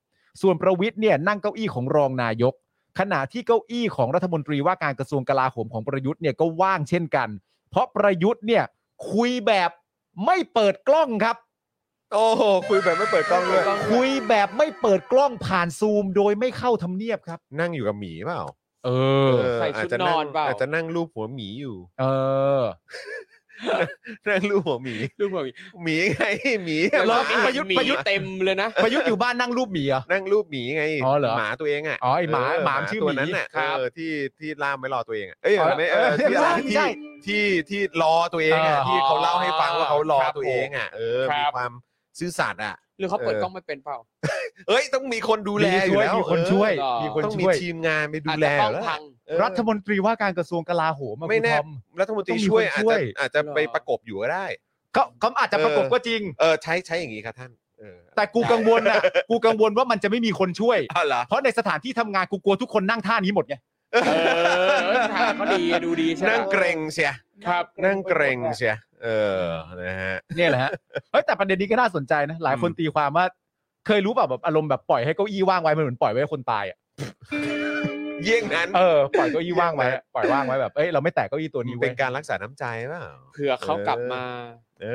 [SPEAKER 6] ส่วนประวิทย์เนี่ยนั่งเก้าอี้ของรองนายก ขณะที่เก้าอี้ของรัฐมนตรีว่าการกระทรวงกลาโหมของประยุทธ์เนี่ยก็ว่างเช่นกัน เพราะประยุทธ์เนี่ยคุยแบบไม่เปิดกล้องครับ
[SPEAKER 3] โอ้โหคุยแบบไม่เปิดกล้องด้วย
[SPEAKER 6] คุยแบบไม่เปิดกล้องผ่านซูม โดยไม่เข้าทำเนียบครับ
[SPEAKER 3] นั่งอยู่กับหมีเปล่า
[SPEAKER 6] เอ
[SPEAKER 3] เออ
[SPEAKER 5] ใส่ชุด
[SPEAKER 3] าจจะง
[SPEAKER 5] นอนเปล่า
[SPEAKER 3] อาจจะนั่งรูปหัวหมีอยู่
[SPEAKER 6] เออ
[SPEAKER 3] นั่งรูปหัวหมี
[SPEAKER 5] รูปแบบนี้
[SPEAKER 3] หมีไงหมี
[SPEAKER 5] แล้ว
[SPEAKER 3] ห
[SPEAKER 5] ก็
[SPEAKER 3] มา
[SPEAKER 5] มี
[SPEAKER 6] ประยุทธ์
[SPEAKER 5] มี
[SPEAKER 6] ประยุทธ์
[SPEAKER 5] เต็มเลยนะ
[SPEAKER 6] ประยุทธ์อยู่บ้านนั่งรูปหมีเหรอ
[SPEAKER 3] นั่งรูปหมีไง
[SPEAKER 6] อ๋อเหรอ
[SPEAKER 3] หมาตัวเองอ่ะ
[SPEAKER 6] อ๋อไอ้หมา
[SPEAKER 3] เห
[SPEAKER 6] มาชื่อหมี
[SPEAKER 3] ตัวนั้นน่ะ
[SPEAKER 6] ครับ
[SPEAKER 3] เออที่ที่ล่ามไม่รอตัวเองอะเอ้ย
[SPEAKER 6] อ๋อ
[SPEAKER 3] ไม่เออ
[SPEAKER 6] เออ
[SPEAKER 3] ที่ล่าม
[SPEAKER 6] ไม่
[SPEAKER 3] ที่
[SPEAKER 6] ใช่
[SPEAKER 3] ที่ที่รอตัวเองอ่ะ
[SPEAKER 6] เออ
[SPEAKER 3] ที่เขาเล่าให้ฟังว่าเขารอ
[SPEAKER 5] ครับ
[SPEAKER 3] ตัวเองอ่ะเออ
[SPEAKER 5] ครั
[SPEAKER 3] มี
[SPEAKER 5] บ
[SPEAKER 3] ความซื่อสัตย์อ่ะ
[SPEAKER 5] หรือเขาเปิดกล้องไม่เป็นเปล่า
[SPEAKER 3] เอ้ยต้องมีคนดูแลอยู่แล้ว
[SPEAKER 6] มีคนช่วย
[SPEAKER 5] เออ
[SPEAKER 6] มี
[SPEAKER 3] เอ
[SPEAKER 6] ค
[SPEAKER 3] อน ต้องมี
[SPEAKER 6] ช่วย
[SPEAKER 3] ทีมงานไปดู
[SPEAKER 5] อาจ
[SPEAKER 3] แล
[SPEAKER 5] จะ
[SPEAKER 3] อก
[SPEAKER 5] ล้อยู่ ง
[SPEAKER 3] แล้ว
[SPEAKER 5] พัง
[SPEAKER 3] เออ
[SPEAKER 6] รัฐมนตรีว่าการกระทรวงกลาโหมอะ
[SPEAKER 3] ไม่แน่
[SPEAKER 6] คุณทอ
[SPEAKER 3] รัฐมนตรี
[SPEAKER 6] ต้องมี
[SPEAKER 3] ช่วยอาจ
[SPEAKER 6] คนช่ว
[SPEAKER 3] จะ
[SPEAKER 6] ย
[SPEAKER 3] อาจจะ
[SPEAKER 5] เหรอ
[SPEAKER 3] ไปประกบอยู่ก็ได้
[SPEAKER 6] เขาเขาอาจจะประกบ
[SPEAKER 3] เออ
[SPEAKER 6] ก็จริง
[SPEAKER 3] เออใช้ใช้อย่างนี้ครับท่านเออ
[SPEAKER 6] แต่กูกังวลนะ กูกังวลว่ามันจะไม่มีคนช่วย
[SPEAKER 3] เอ้าวเหรอ
[SPEAKER 6] เพราะในสถานที่ทำงานกูกลัวทุกคนนั่งท่านี้หมดไง
[SPEAKER 5] เออทางเขาดีดูดีใช่ไหม
[SPEAKER 3] นั่งเกรงเชีย
[SPEAKER 5] ครับ
[SPEAKER 3] นั่งเกรงเชียเออนะฮะ
[SPEAKER 6] เนี่ยแหละฮะ เฮ้ยแต่ประเด็นนี้ก็น่าสนใจนะ หลายคน
[SPEAKER 3] อืม
[SPEAKER 6] ตีความว่า เคยรู้แบบแบบอารมณ์แบบปล่อยให้เก้าอี้ว่างไว้มันเหมือนปล่อยไว้ให้คนตายอ่ะ
[SPEAKER 3] เยี่ยงนั้น
[SPEAKER 6] เออปล่อยเก้าอี้ว่างไว้ อะปล่อยว่างไว้แบบเอ้ยเราไม่แตะเก้าอี้ตัวนี้
[SPEAKER 3] เป็
[SPEAKER 6] เว้
[SPEAKER 3] น
[SPEAKER 6] ย
[SPEAKER 3] การรักษาน้ำใจเปล่า
[SPEAKER 5] เผื่อเขากลับมา
[SPEAKER 3] เอ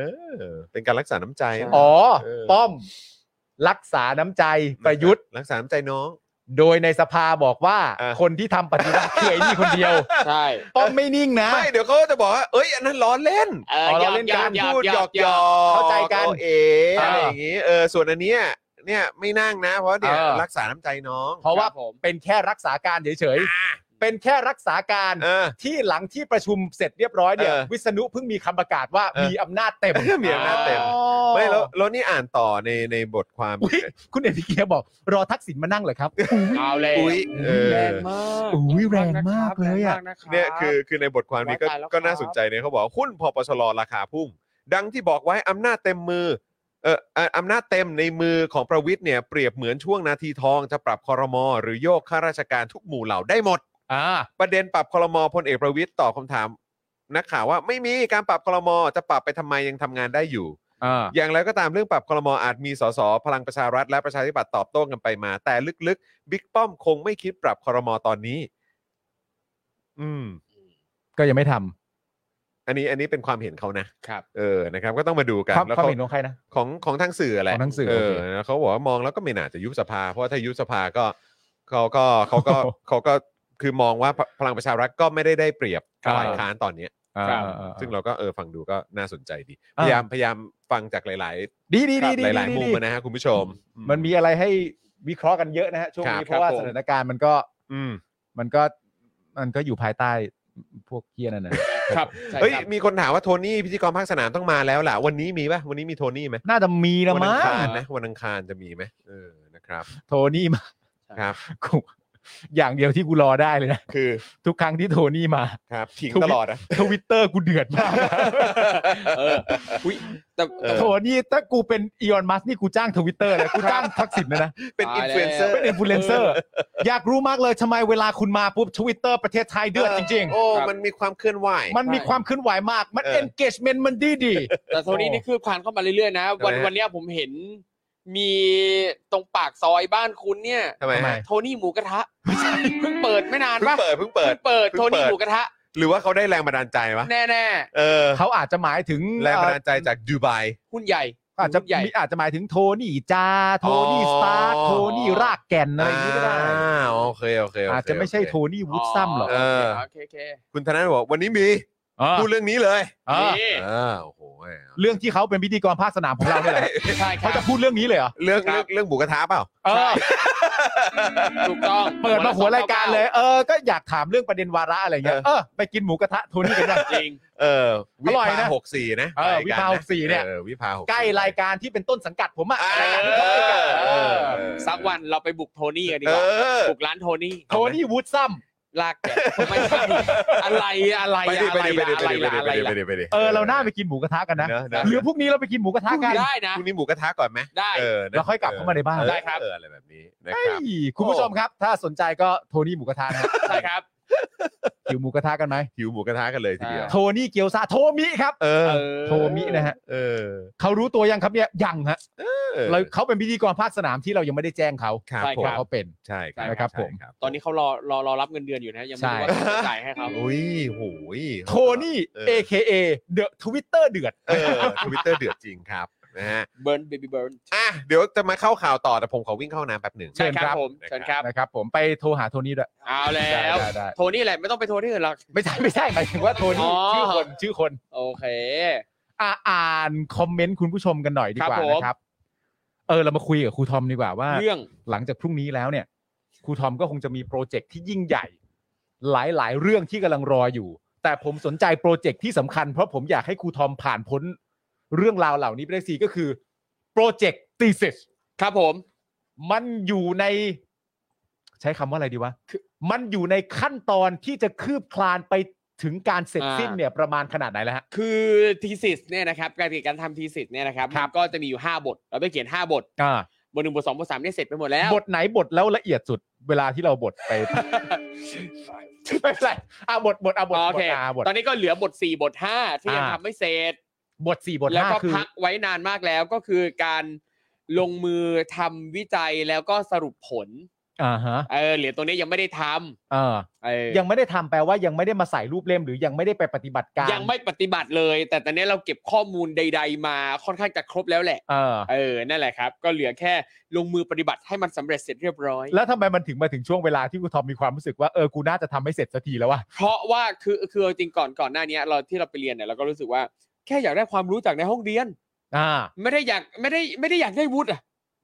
[SPEAKER 3] อ เป็นการรักษาน้ำใจเปล่า
[SPEAKER 6] อ๋อ
[SPEAKER 3] เออ
[SPEAKER 6] ป้อม รักษาน้ำใจประยุทธ์
[SPEAKER 3] รักษาน้ำใจน้อง
[SPEAKER 6] โดยในสภาบอกว่า
[SPEAKER 3] อ่ะ
[SPEAKER 6] คนที่ทำปฏิวัติคือไอ้นี่คนเดียว
[SPEAKER 5] ใช่
[SPEAKER 6] ป้อมไม่นิ่งนะ
[SPEAKER 3] ไม่เดี๋ยวเขาจะบอกว่าเอ้ยอันนั้นล้อเล่น
[SPEAKER 5] เออ
[SPEAKER 6] เอา
[SPEAKER 5] หย
[SPEAKER 6] เรา
[SPEAKER 5] อก
[SPEAKER 6] เล่น
[SPEAKER 5] หย
[SPEAKER 6] กั
[SPEAKER 5] อก
[SPEAKER 6] น
[SPEAKER 5] หยอ
[SPEAKER 3] พู
[SPEAKER 5] ก
[SPEAKER 3] ดห
[SPEAKER 5] หย
[SPEAKER 3] ย
[SPEAKER 5] อ
[SPEAKER 3] อก ก
[SPEAKER 5] ห
[SPEAKER 3] ห
[SPEAKER 5] ย
[SPEAKER 3] ย
[SPEAKER 5] อ
[SPEAKER 3] อก ก
[SPEAKER 6] เข้าใจกัน
[SPEAKER 3] เอออะไรอย่างงี้เออส่วนอันเนี้ยเนี่ยไม่นั่งนะ เพราะเนี่ย
[SPEAKER 6] เออ
[SPEAKER 3] รักษาน้ำใจน้อง
[SPEAKER 6] เพราะว่า
[SPEAKER 5] ครับผม
[SPEAKER 6] เป็นแค่รักษาการเฉยๆ เป็นแค่รักษาการ
[SPEAKER 3] เออ
[SPEAKER 6] ที่หลังที่ประชุมเสร็จเรียบร้อยเนี่ย
[SPEAKER 3] เออ
[SPEAKER 6] วิษณุเพิ่งมีคำประกาศว่า
[SPEAKER 3] เออ
[SPEAKER 6] มีอำนาจเต็ม
[SPEAKER 3] มีอำนาจเต็ม
[SPEAKER 5] อ๋อ
[SPEAKER 3] ไม่แล้วแล้วนี่อ่านต่อในในบทความ
[SPEAKER 6] อุ๊ยคุณเอพิเกียบอก รอทักษิณมานั่งเหรอครับ
[SPEAKER 5] เอาเลย
[SPEAKER 3] อุ้ยเออ
[SPEAKER 5] แรงมาก
[SPEAKER 6] อุ๊ยแรงมากเลยอะ
[SPEAKER 5] แรงมากนะครับ
[SPEAKER 3] เนี่ยคือคือในบทความนี้ก็
[SPEAKER 5] ว่าตายแล้ว
[SPEAKER 3] ก็
[SPEAKER 5] ครับ
[SPEAKER 3] น่าสนใจเนี่ยเขาบอกว่าหุ้นพปชรราคาพุ่ง ดังที่บอกไว้อำนาจเต็มมือเอ่ออ่ะอำนาจเต็มในมือของประวิทย์เนี่ยเปรียบเหมือนช่วงนาทีทองจะปรับคอรมอหรือโยกข้าราชการทุกหมู่เหล่าได้หมด
[SPEAKER 6] อ่า
[SPEAKER 3] ประเด็นปรับคอรมอพลเอกประวิทย์ตอบคำถาม นักข่าวว่าไม่มีการปรับคลมจะปรับไปทำไมยังทำงานได้อยู่
[SPEAKER 6] อ่า
[SPEAKER 3] อย่างไรก็ตามเรื่องปรับคลมอาจมีสสพลังประชารัฐและประชาธิปัตย์ตอบโต้กันไปมา แต่ลึกๆบิ๊กป้อมคงไม่คิดปรับคลมตอนนี้ อืม
[SPEAKER 6] ก็ยังไม่ทำ
[SPEAKER 3] อันนี้อันนี้เป็นความเห็นเขานะครับ เออนะครับ ก็ต้องมาดูกัน
[SPEAKER 6] ความ
[SPEAKER 3] แล้ว
[SPEAKER 6] ความ
[SPEAKER 3] เขา
[SPEAKER 6] เห็นของใครนะ
[SPEAKER 3] ของของทางสื่อแหละ
[SPEAKER 6] ของทางสื่อ
[SPEAKER 3] เอ
[SPEAKER 6] โอ
[SPEAKER 3] อ
[SPEAKER 6] เค
[SPEAKER 3] นะเขาบอกว่ามองแล้วก็ไม่น่าจะยุบสภา เพราะว่าถ้ายุบสภาก็เขาก็เขาก็ เขาก็คือมองว่าพพลังประชารัฐก็ไม่ได้ได้เปรียบฝ่ายค้านตอนเนี้ย
[SPEAKER 6] อ่า
[SPEAKER 5] ครับ
[SPEAKER 6] อ่าอ่า
[SPEAKER 3] ซึ่งเราก็เออฟังดูก็น่าสนใจดี พ
[SPEAKER 6] อ่า
[SPEAKER 3] ยายามพยายามฟังจากหลาย ๆ
[SPEAKER 6] ดีดีดีดี
[SPEAKER 3] หลายๆมุม
[SPEAKER 6] ดี
[SPEAKER 3] นะฮะคุณผู้ชม
[SPEAKER 6] มันมีอะไรให้วิเคราะห์กันเยอะนะฮะช่วง
[SPEAKER 3] ครับ
[SPEAKER 6] นี้เพราะว่า
[SPEAKER 3] ครับผม
[SPEAKER 6] สถานการณ์มันก็
[SPEAKER 3] อืม
[SPEAKER 6] มันก็มันก็อยู่ภายใต้พวกเฮียนั่นนะครับ
[SPEAKER 5] ใช่
[SPEAKER 3] เฮ้ย
[SPEAKER 5] ครับ
[SPEAKER 3] มีคนถามว่าโทนี่พิธีกรภาคสนามต้องมาแล้วล่ะ วันนี้มีป่ะวันนี้มีโทนี่ไหม
[SPEAKER 6] น่าจะมีนะ
[SPEAKER 3] วั
[SPEAKER 6] มั้
[SPEAKER 3] อั
[SPEAKER 6] ง
[SPEAKER 3] งคารนะวันอังคารจะมีไหมเออนะครับ
[SPEAKER 6] โทนี่มา
[SPEAKER 3] ครับ
[SPEAKER 6] กูอย่างเดียวที่กูรอได้เลยนะ
[SPEAKER 3] คือ
[SPEAKER 6] ทุกครั้งที่โทนี่มา
[SPEAKER 3] ครับทิ้ง
[SPEAKER 6] ทวิต
[SPEAKER 3] ตลอดอะ
[SPEAKER 6] ทวิตเตอร์กูเดือดมากนะ
[SPEAKER 5] เอออุ๊ยแต่แต่
[SPEAKER 6] โทนี่ถ้ากูเป็นอีออนมัสนี่กูจ้างทวิตเตอร์เลยกูจ้างทักษิณเลยนะ
[SPEAKER 3] เป็นอิ
[SPEAKER 5] ตาน ยแล้ว
[SPEAKER 3] ฟลูเอนเซอร์
[SPEAKER 6] เป็นอินฟลูเอนเซอร์อยากรู้มากเลยทำไมเวลาคุณมาปุ๊บทวิตเตอร์ประเทศไทยเดือดจริง
[SPEAKER 3] โอ้
[SPEAKER 5] ครับ
[SPEAKER 3] มันมีความเคลื่อนไหว
[SPEAKER 6] ๆ มันมีความเคลื่อนไหวมาก มัน
[SPEAKER 3] เออ
[SPEAKER 6] engagement มันดีดี
[SPEAKER 5] แต่โทนี่นี่คืบคลานเข้ามาเรื่อยๆนะ วัน
[SPEAKER 3] ทำไมฮะ
[SPEAKER 5] วันเนี้ยผมเห็นมีตรงปากซอยบ้านคุณเนี่ย
[SPEAKER 3] ทำไมฮะ
[SPEAKER 5] โทนี่หมูกระทะเพิ่งเปิดไม่นาน
[SPEAKER 3] เพิ่ง
[SPEAKER 5] ปะ
[SPEAKER 3] เปิดเพิ่งเปิด
[SPEAKER 5] พิ่งเปิด
[SPEAKER 3] เพิ่ง
[SPEAKER 5] โทนี่
[SPEAKER 3] เปิด
[SPEAKER 5] หมูกระทะ
[SPEAKER 3] หรือว่าเขาได้แรงบันดาลใจวะ
[SPEAKER 5] แน่
[SPEAKER 3] เออ
[SPEAKER 6] เขาอาจจะหมายถึง
[SPEAKER 3] แรงบัน
[SPEAKER 6] เอ่อ
[SPEAKER 3] ดาลใจจากดูไบ
[SPEAKER 5] ๆหุ้นใหญ่
[SPEAKER 6] อาจจะ
[SPEAKER 5] หุ้นใหญ่
[SPEAKER 6] มีอาจจะหมายถึงโทนี่จาโทนี่
[SPEAKER 3] อ๋อ
[SPEAKER 6] สตาร์คโทนี่รากแก่นอะไรอย่างนี้ก็ได้
[SPEAKER 3] อ่าโอเคโอเคโเค
[SPEAKER 6] อาจจะไม่ใช่โท
[SPEAKER 3] โอเค
[SPEAKER 6] นี่วูดซัมหรอก
[SPEAKER 3] เออ
[SPEAKER 5] โอเคโอเค
[SPEAKER 3] คุณธนาบอกวันนี้มีพูดเรื่องนี้เลย
[SPEAKER 6] เออ
[SPEAKER 5] นี่
[SPEAKER 3] อ่าโอ้โห
[SPEAKER 6] เรื่องที่เขาเป็นพิธีกรภาคสนามของเรา เนี่ยแหละ
[SPEAKER 5] ใช่ค
[SPEAKER 6] เขา
[SPEAKER 5] รั
[SPEAKER 6] จะ
[SPEAKER 5] บ
[SPEAKER 6] พูดเรื่องนี้เลยเหรอ
[SPEAKER 3] เรื่อง
[SPEAKER 5] ครั
[SPEAKER 3] เรื่อง
[SPEAKER 5] บ
[SPEAKER 3] เรื่องหมูกระทะเปล่า
[SPEAKER 6] เออ
[SPEAKER 5] ถูกต้อง
[SPEAKER 6] เปิดมาหัวรายการเลย เออ ก็อยากถามเรื่องประเด็นวาระอะไรเงี้ยเออไปกินหมูกระทะโทนี่กันยัง
[SPEAKER 5] จริง
[SPEAKER 3] เออวิ
[SPEAKER 6] อร่อย
[SPEAKER 3] ภา
[SPEAKER 6] นะ
[SPEAKER 3] หกสี่นะ
[SPEAKER 6] เออ
[SPEAKER 3] ไปกั
[SPEAKER 6] วิภาหกสี่เนี่ย
[SPEAKER 3] เออวิภาหกสี่
[SPEAKER 6] ใกล้รายการที่เป็นต้นสังกัดผมอะ
[SPEAKER 3] เอ
[SPEAKER 6] รายการที่
[SPEAKER 3] อ
[SPEAKER 6] เขาเป็นกัน
[SPEAKER 3] เออเออ
[SPEAKER 5] สักวันเราไปบุกโทนี่กันดี
[SPEAKER 3] เอก
[SPEAKER 5] ว่า
[SPEAKER 3] อ
[SPEAKER 5] บุกร้านโทนี่
[SPEAKER 6] โทนี่วูดซัม
[SPEAKER 5] ลากแกะไม่ใช่อะไรอะไร
[SPEAKER 3] ไปดิ
[SPEAKER 5] อะ
[SPEAKER 3] ไป
[SPEAKER 5] ไร
[SPEAKER 3] ดิไปดิ
[SPEAKER 5] อะ
[SPEAKER 3] ไป
[SPEAKER 5] ไร
[SPEAKER 3] ดิ
[SPEAKER 5] อะ
[SPEAKER 3] ไปดิไป
[SPEAKER 5] ไรอะ
[SPEAKER 3] ดิไปดิ
[SPEAKER 6] เออเราน่าไปกินหมูกระทะกันนะ
[SPEAKER 3] เนอะเนอะ
[SPEAKER 6] หรือพรุ่งนี้เราไปกินหมูกระทะกัน
[SPEAKER 5] ได้นะ
[SPEAKER 3] พรุ่งนี้หมูกระทะก่อนไหม
[SPEAKER 5] ได้
[SPEAKER 3] ออนะ
[SPEAKER 6] แล้วค่อยกลับเข้ามาในบ้าน
[SPEAKER 3] ออ
[SPEAKER 5] ได้ครับ
[SPEAKER 3] เอออะไรแบบนี้นะค
[SPEAKER 6] เฮ้ย
[SPEAKER 3] รับ
[SPEAKER 6] คุณผู้ชมครับ ถ้าสนใจก็โทนี่หมูกระทะ นะ
[SPEAKER 5] ใช่ครับ
[SPEAKER 6] หิวหมูกระทะกันไหม
[SPEAKER 3] หิวหมูกระทะกันเลยทีเดียว
[SPEAKER 5] อ่า
[SPEAKER 6] โทนี่เกียวซาโทมิครับ
[SPEAKER 3] เออ
[SPEAKER 6] โทมินะฮะ
[SPEAKER 3] เออ
[SPEAKER 6] เขารู้ตัวยังครับเนี่ยยังฮะ
[SPEAKER 3] เออ
[SPEAKER 6] เราเขาเป็นพิธีกรภาคสนามที่เรายังไม่ได้แจ้งเขา
[SPEAKER 3] ครับ
[SPEAKER 5] ใช่
[SPEAKER 3] ผม
[SPEAKER 5] ครับ
[SPEAKER 6] ว่าเขาเป็น
[SPEAKER 3] ใช่ครับ
[SPEAKER 6] นะครับผม
[SPEAKER 3] ใช่
[SPEAKER 5] ตอนนี้เขารอรอรอรับเงินเดือนอยู่นะ ยังไม่รู้ว่าจะจ่ายให้เขา
[SPEAKER 3] อุ้ยโหย
[SPEAKER 6] โทนี่
[SPEAKER 3] เออ
[SPEAKER 6] AKA เดอะทวิตเตอร์เดือด
[SPEAKER 3] เออทวิตเตอร์เดือดจริงครับนะฮะ
[SPEAKER 5] เบิร์นเบบี้เบิร์น
[SPEAKER 3] อ่ะเดี๋ยวจะมาเข้าข่าวต่อแต่ผมขอวิ่งเข้าน้ำแป๊บหนึ่ง
[SPEAKER 6] เชิญครับ
[SPEAKER 5] ผมเชิญครับ
[SPEAKER 6] นะครับผมไปโทรหาโทนี่ด้วย
[SPEAKER 5] เอาแล้ว
[SPEAKER 6] ได้ได้ได้
[SPEAKER 5] โทนี่แหละไม่ต้องไปโทนี่อื่นหรอก
[SPEAKER 6] ไม่ใช่ไม่ใช่หมายถึงว่าโทนี่
[SPEAKER 5] อ๋อ
[SPEAKER 6] ชื่อคนชื่อคน
[SPEAKER 5] โอเค
[SPEAKER 6] อ่ะอ่านคอมเมนต์คุณผู้ชมกันหน่อยดีก
[SPEAKER 5] ค
[SPEAKER 6] ว่า
[SPEAKER 5] รับผม
[SPEAKER 6] นะครับ เออเรามาคุยกับครูทอมดีกว่าว่า
[SPEAKER 5] เรื่อง
[SPEAKER 6] หลังจากพรุ่งนี้แล้วเนี่ยครูทอมก็คงจะมีโปรเจกต์ที่ยิ่งใหญ่ หลายๆ เรื่องที่กำลังรออยู่ แต่ผมสนใจโปรเจกต์ที่สำคัญเพราะผมอยากให้ครูทอมผ่านพ้นเรื่องราวเหล่านี้ไปได้สีก็คือโปรเจกต์ thesis
[SPEAKER 5] ครับผม
[SPEAKER 6] มันอยู่ใน ใช้คำว่าอะไรดีวะมันอยู่ในขั้นตอนที่จะคืบคลานไปถึงการเสร็จสิ้น
[SPEAKER 5] อ่า
[SPEAKER 6] เนี่ยประมาณขนาดไหนแล้วฮะ
[SPEAKER 5] คือทีสิสเนี่ยนะครับการเขียนการทำทีสิสเนี่ยนะครับ
[SPEAKER 6] ครับ
[SPEAKER 5] มันก็จะมีอยู่ 5 บท เราไปเขียน 5 บท
[SPEAKER 6] อ่า
[SPEAKER 5] บทหนึ่งบทสองบทสามเนี่ยเสร็จไปหมดแล้ว
[SPEAKER 6] บทไหนบทแล้วละเอียดสุดเวลาที่เราบทไป ไม่เป็นไรอ่ะบทบทอ่ะบท
[SPEAKER 5] โอบ
[SPEAKER 6] ท
[SPEAKER 5] เค
[SPEAKER 6] อ่ะบท
[SPEAKER 5] ตอนนี้ก็เหลือบท 4 บท 5 ที่ยัง
[SPEAKER 6] อ่า
[SPEAKER 5] ทำไม่เสร็จ
[SPEAKER 6] บทสี่บท
[SPEAKER 5] แล้ว
[SPEAKER 6] ห้า
[SPEAKER 5] ก็
[SPEAKER 6] คือ
[SPEAKER 5] พักไว้นานมากแล้วก็คือการลงมือทำวิจัยแล้วก็สรุปผล
[SPEAKER 6] อ่าฮะ
[SPEAKER 5] เออเหลือตรงนี้ยังไม่ได้ท
[SPEAKER 6] เออ
[SPEAKER 5] ำเออ
[SPEAKER 6] ยังไม่ได้ทำแปลว่ายังไม่ได้มาใส่รูปเล่มหรือยังไม่ได้ไปปฏิบัติการ
[SPEAKER 5] ยังไม่ปฏิบัติเลย แต่ตอนนี้เราเก็บข้อมูลใด ๆ มาค่อนข้างจะครบแล้วแหละ
[SPEAKER 6] เออ
[SPEAKER 5] เออนั่นแหละครับ ก็เหลือแค่ลงมือปฏิบัติให้มันสำเร็จเสร็จเรียบร้อย
[SPEAKER 6] แล้วทำไมมันถึงมาถึงช่วงเวลาที่กูทอมมีความรู้สึกว่าเออกูน่าจะทำให้เสร็จสักทีแล้ววะ
[SPEAKER 5] เพราะว่าคือคือเอาจริงก่อนก่อนหน้านี้เราที่เราไปเรียนเนี่ยเราก็รู้สึกว่าแค่อยากได้ความรู้จากในห้องเรียน
[SPEAKER 6] อ่า
[SPEAKER 5] ไม่ได้อยากไม่ได้ไม่ได้อยากได้วุฒิอ่ะ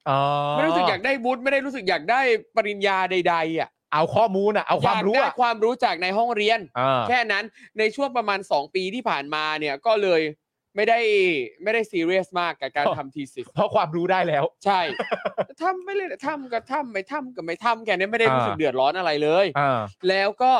[SPEAKER 6] อ๋อ
[SPEAKER 5] ไม่รู้สึกอยากได้วุฒิไม่ได้รู้สึกอยากได้ปริญญาใด ๆอ่ะ
[SPEAKER 6] เอาข้อมูลอ่ะเอาความรู้
[SPEAKER 5] อยก
[SPEAKER 6] อ่ะ
[SPEAKER 5] ได้ความรู้จากในห้องเรียน
[SPEAKER 6] อ่า
[SPEAKER 5] แค่นั้นในช่วงประมาณ 2 ปีที่ผ่านมาเนี่ยก็เลยไม่ได้ไม่ได้ซีเรียสมากกับการทำทีสิส
[SPEAKER 6] เพราะความรู้ได้แล้ว
[SPEAKER 5] ใช่ ทำไม่เลยทำก็ทำไม่ทำก็ไม่ทำแค่นี้ไม่ได้รู้สึก
[SPEAKER 6] อ่า
[SPEAKER 5] เดือดร้อนอะไรเลย
[SPEAKER 6] อ่า
[SPEAKER 5] แล้วก็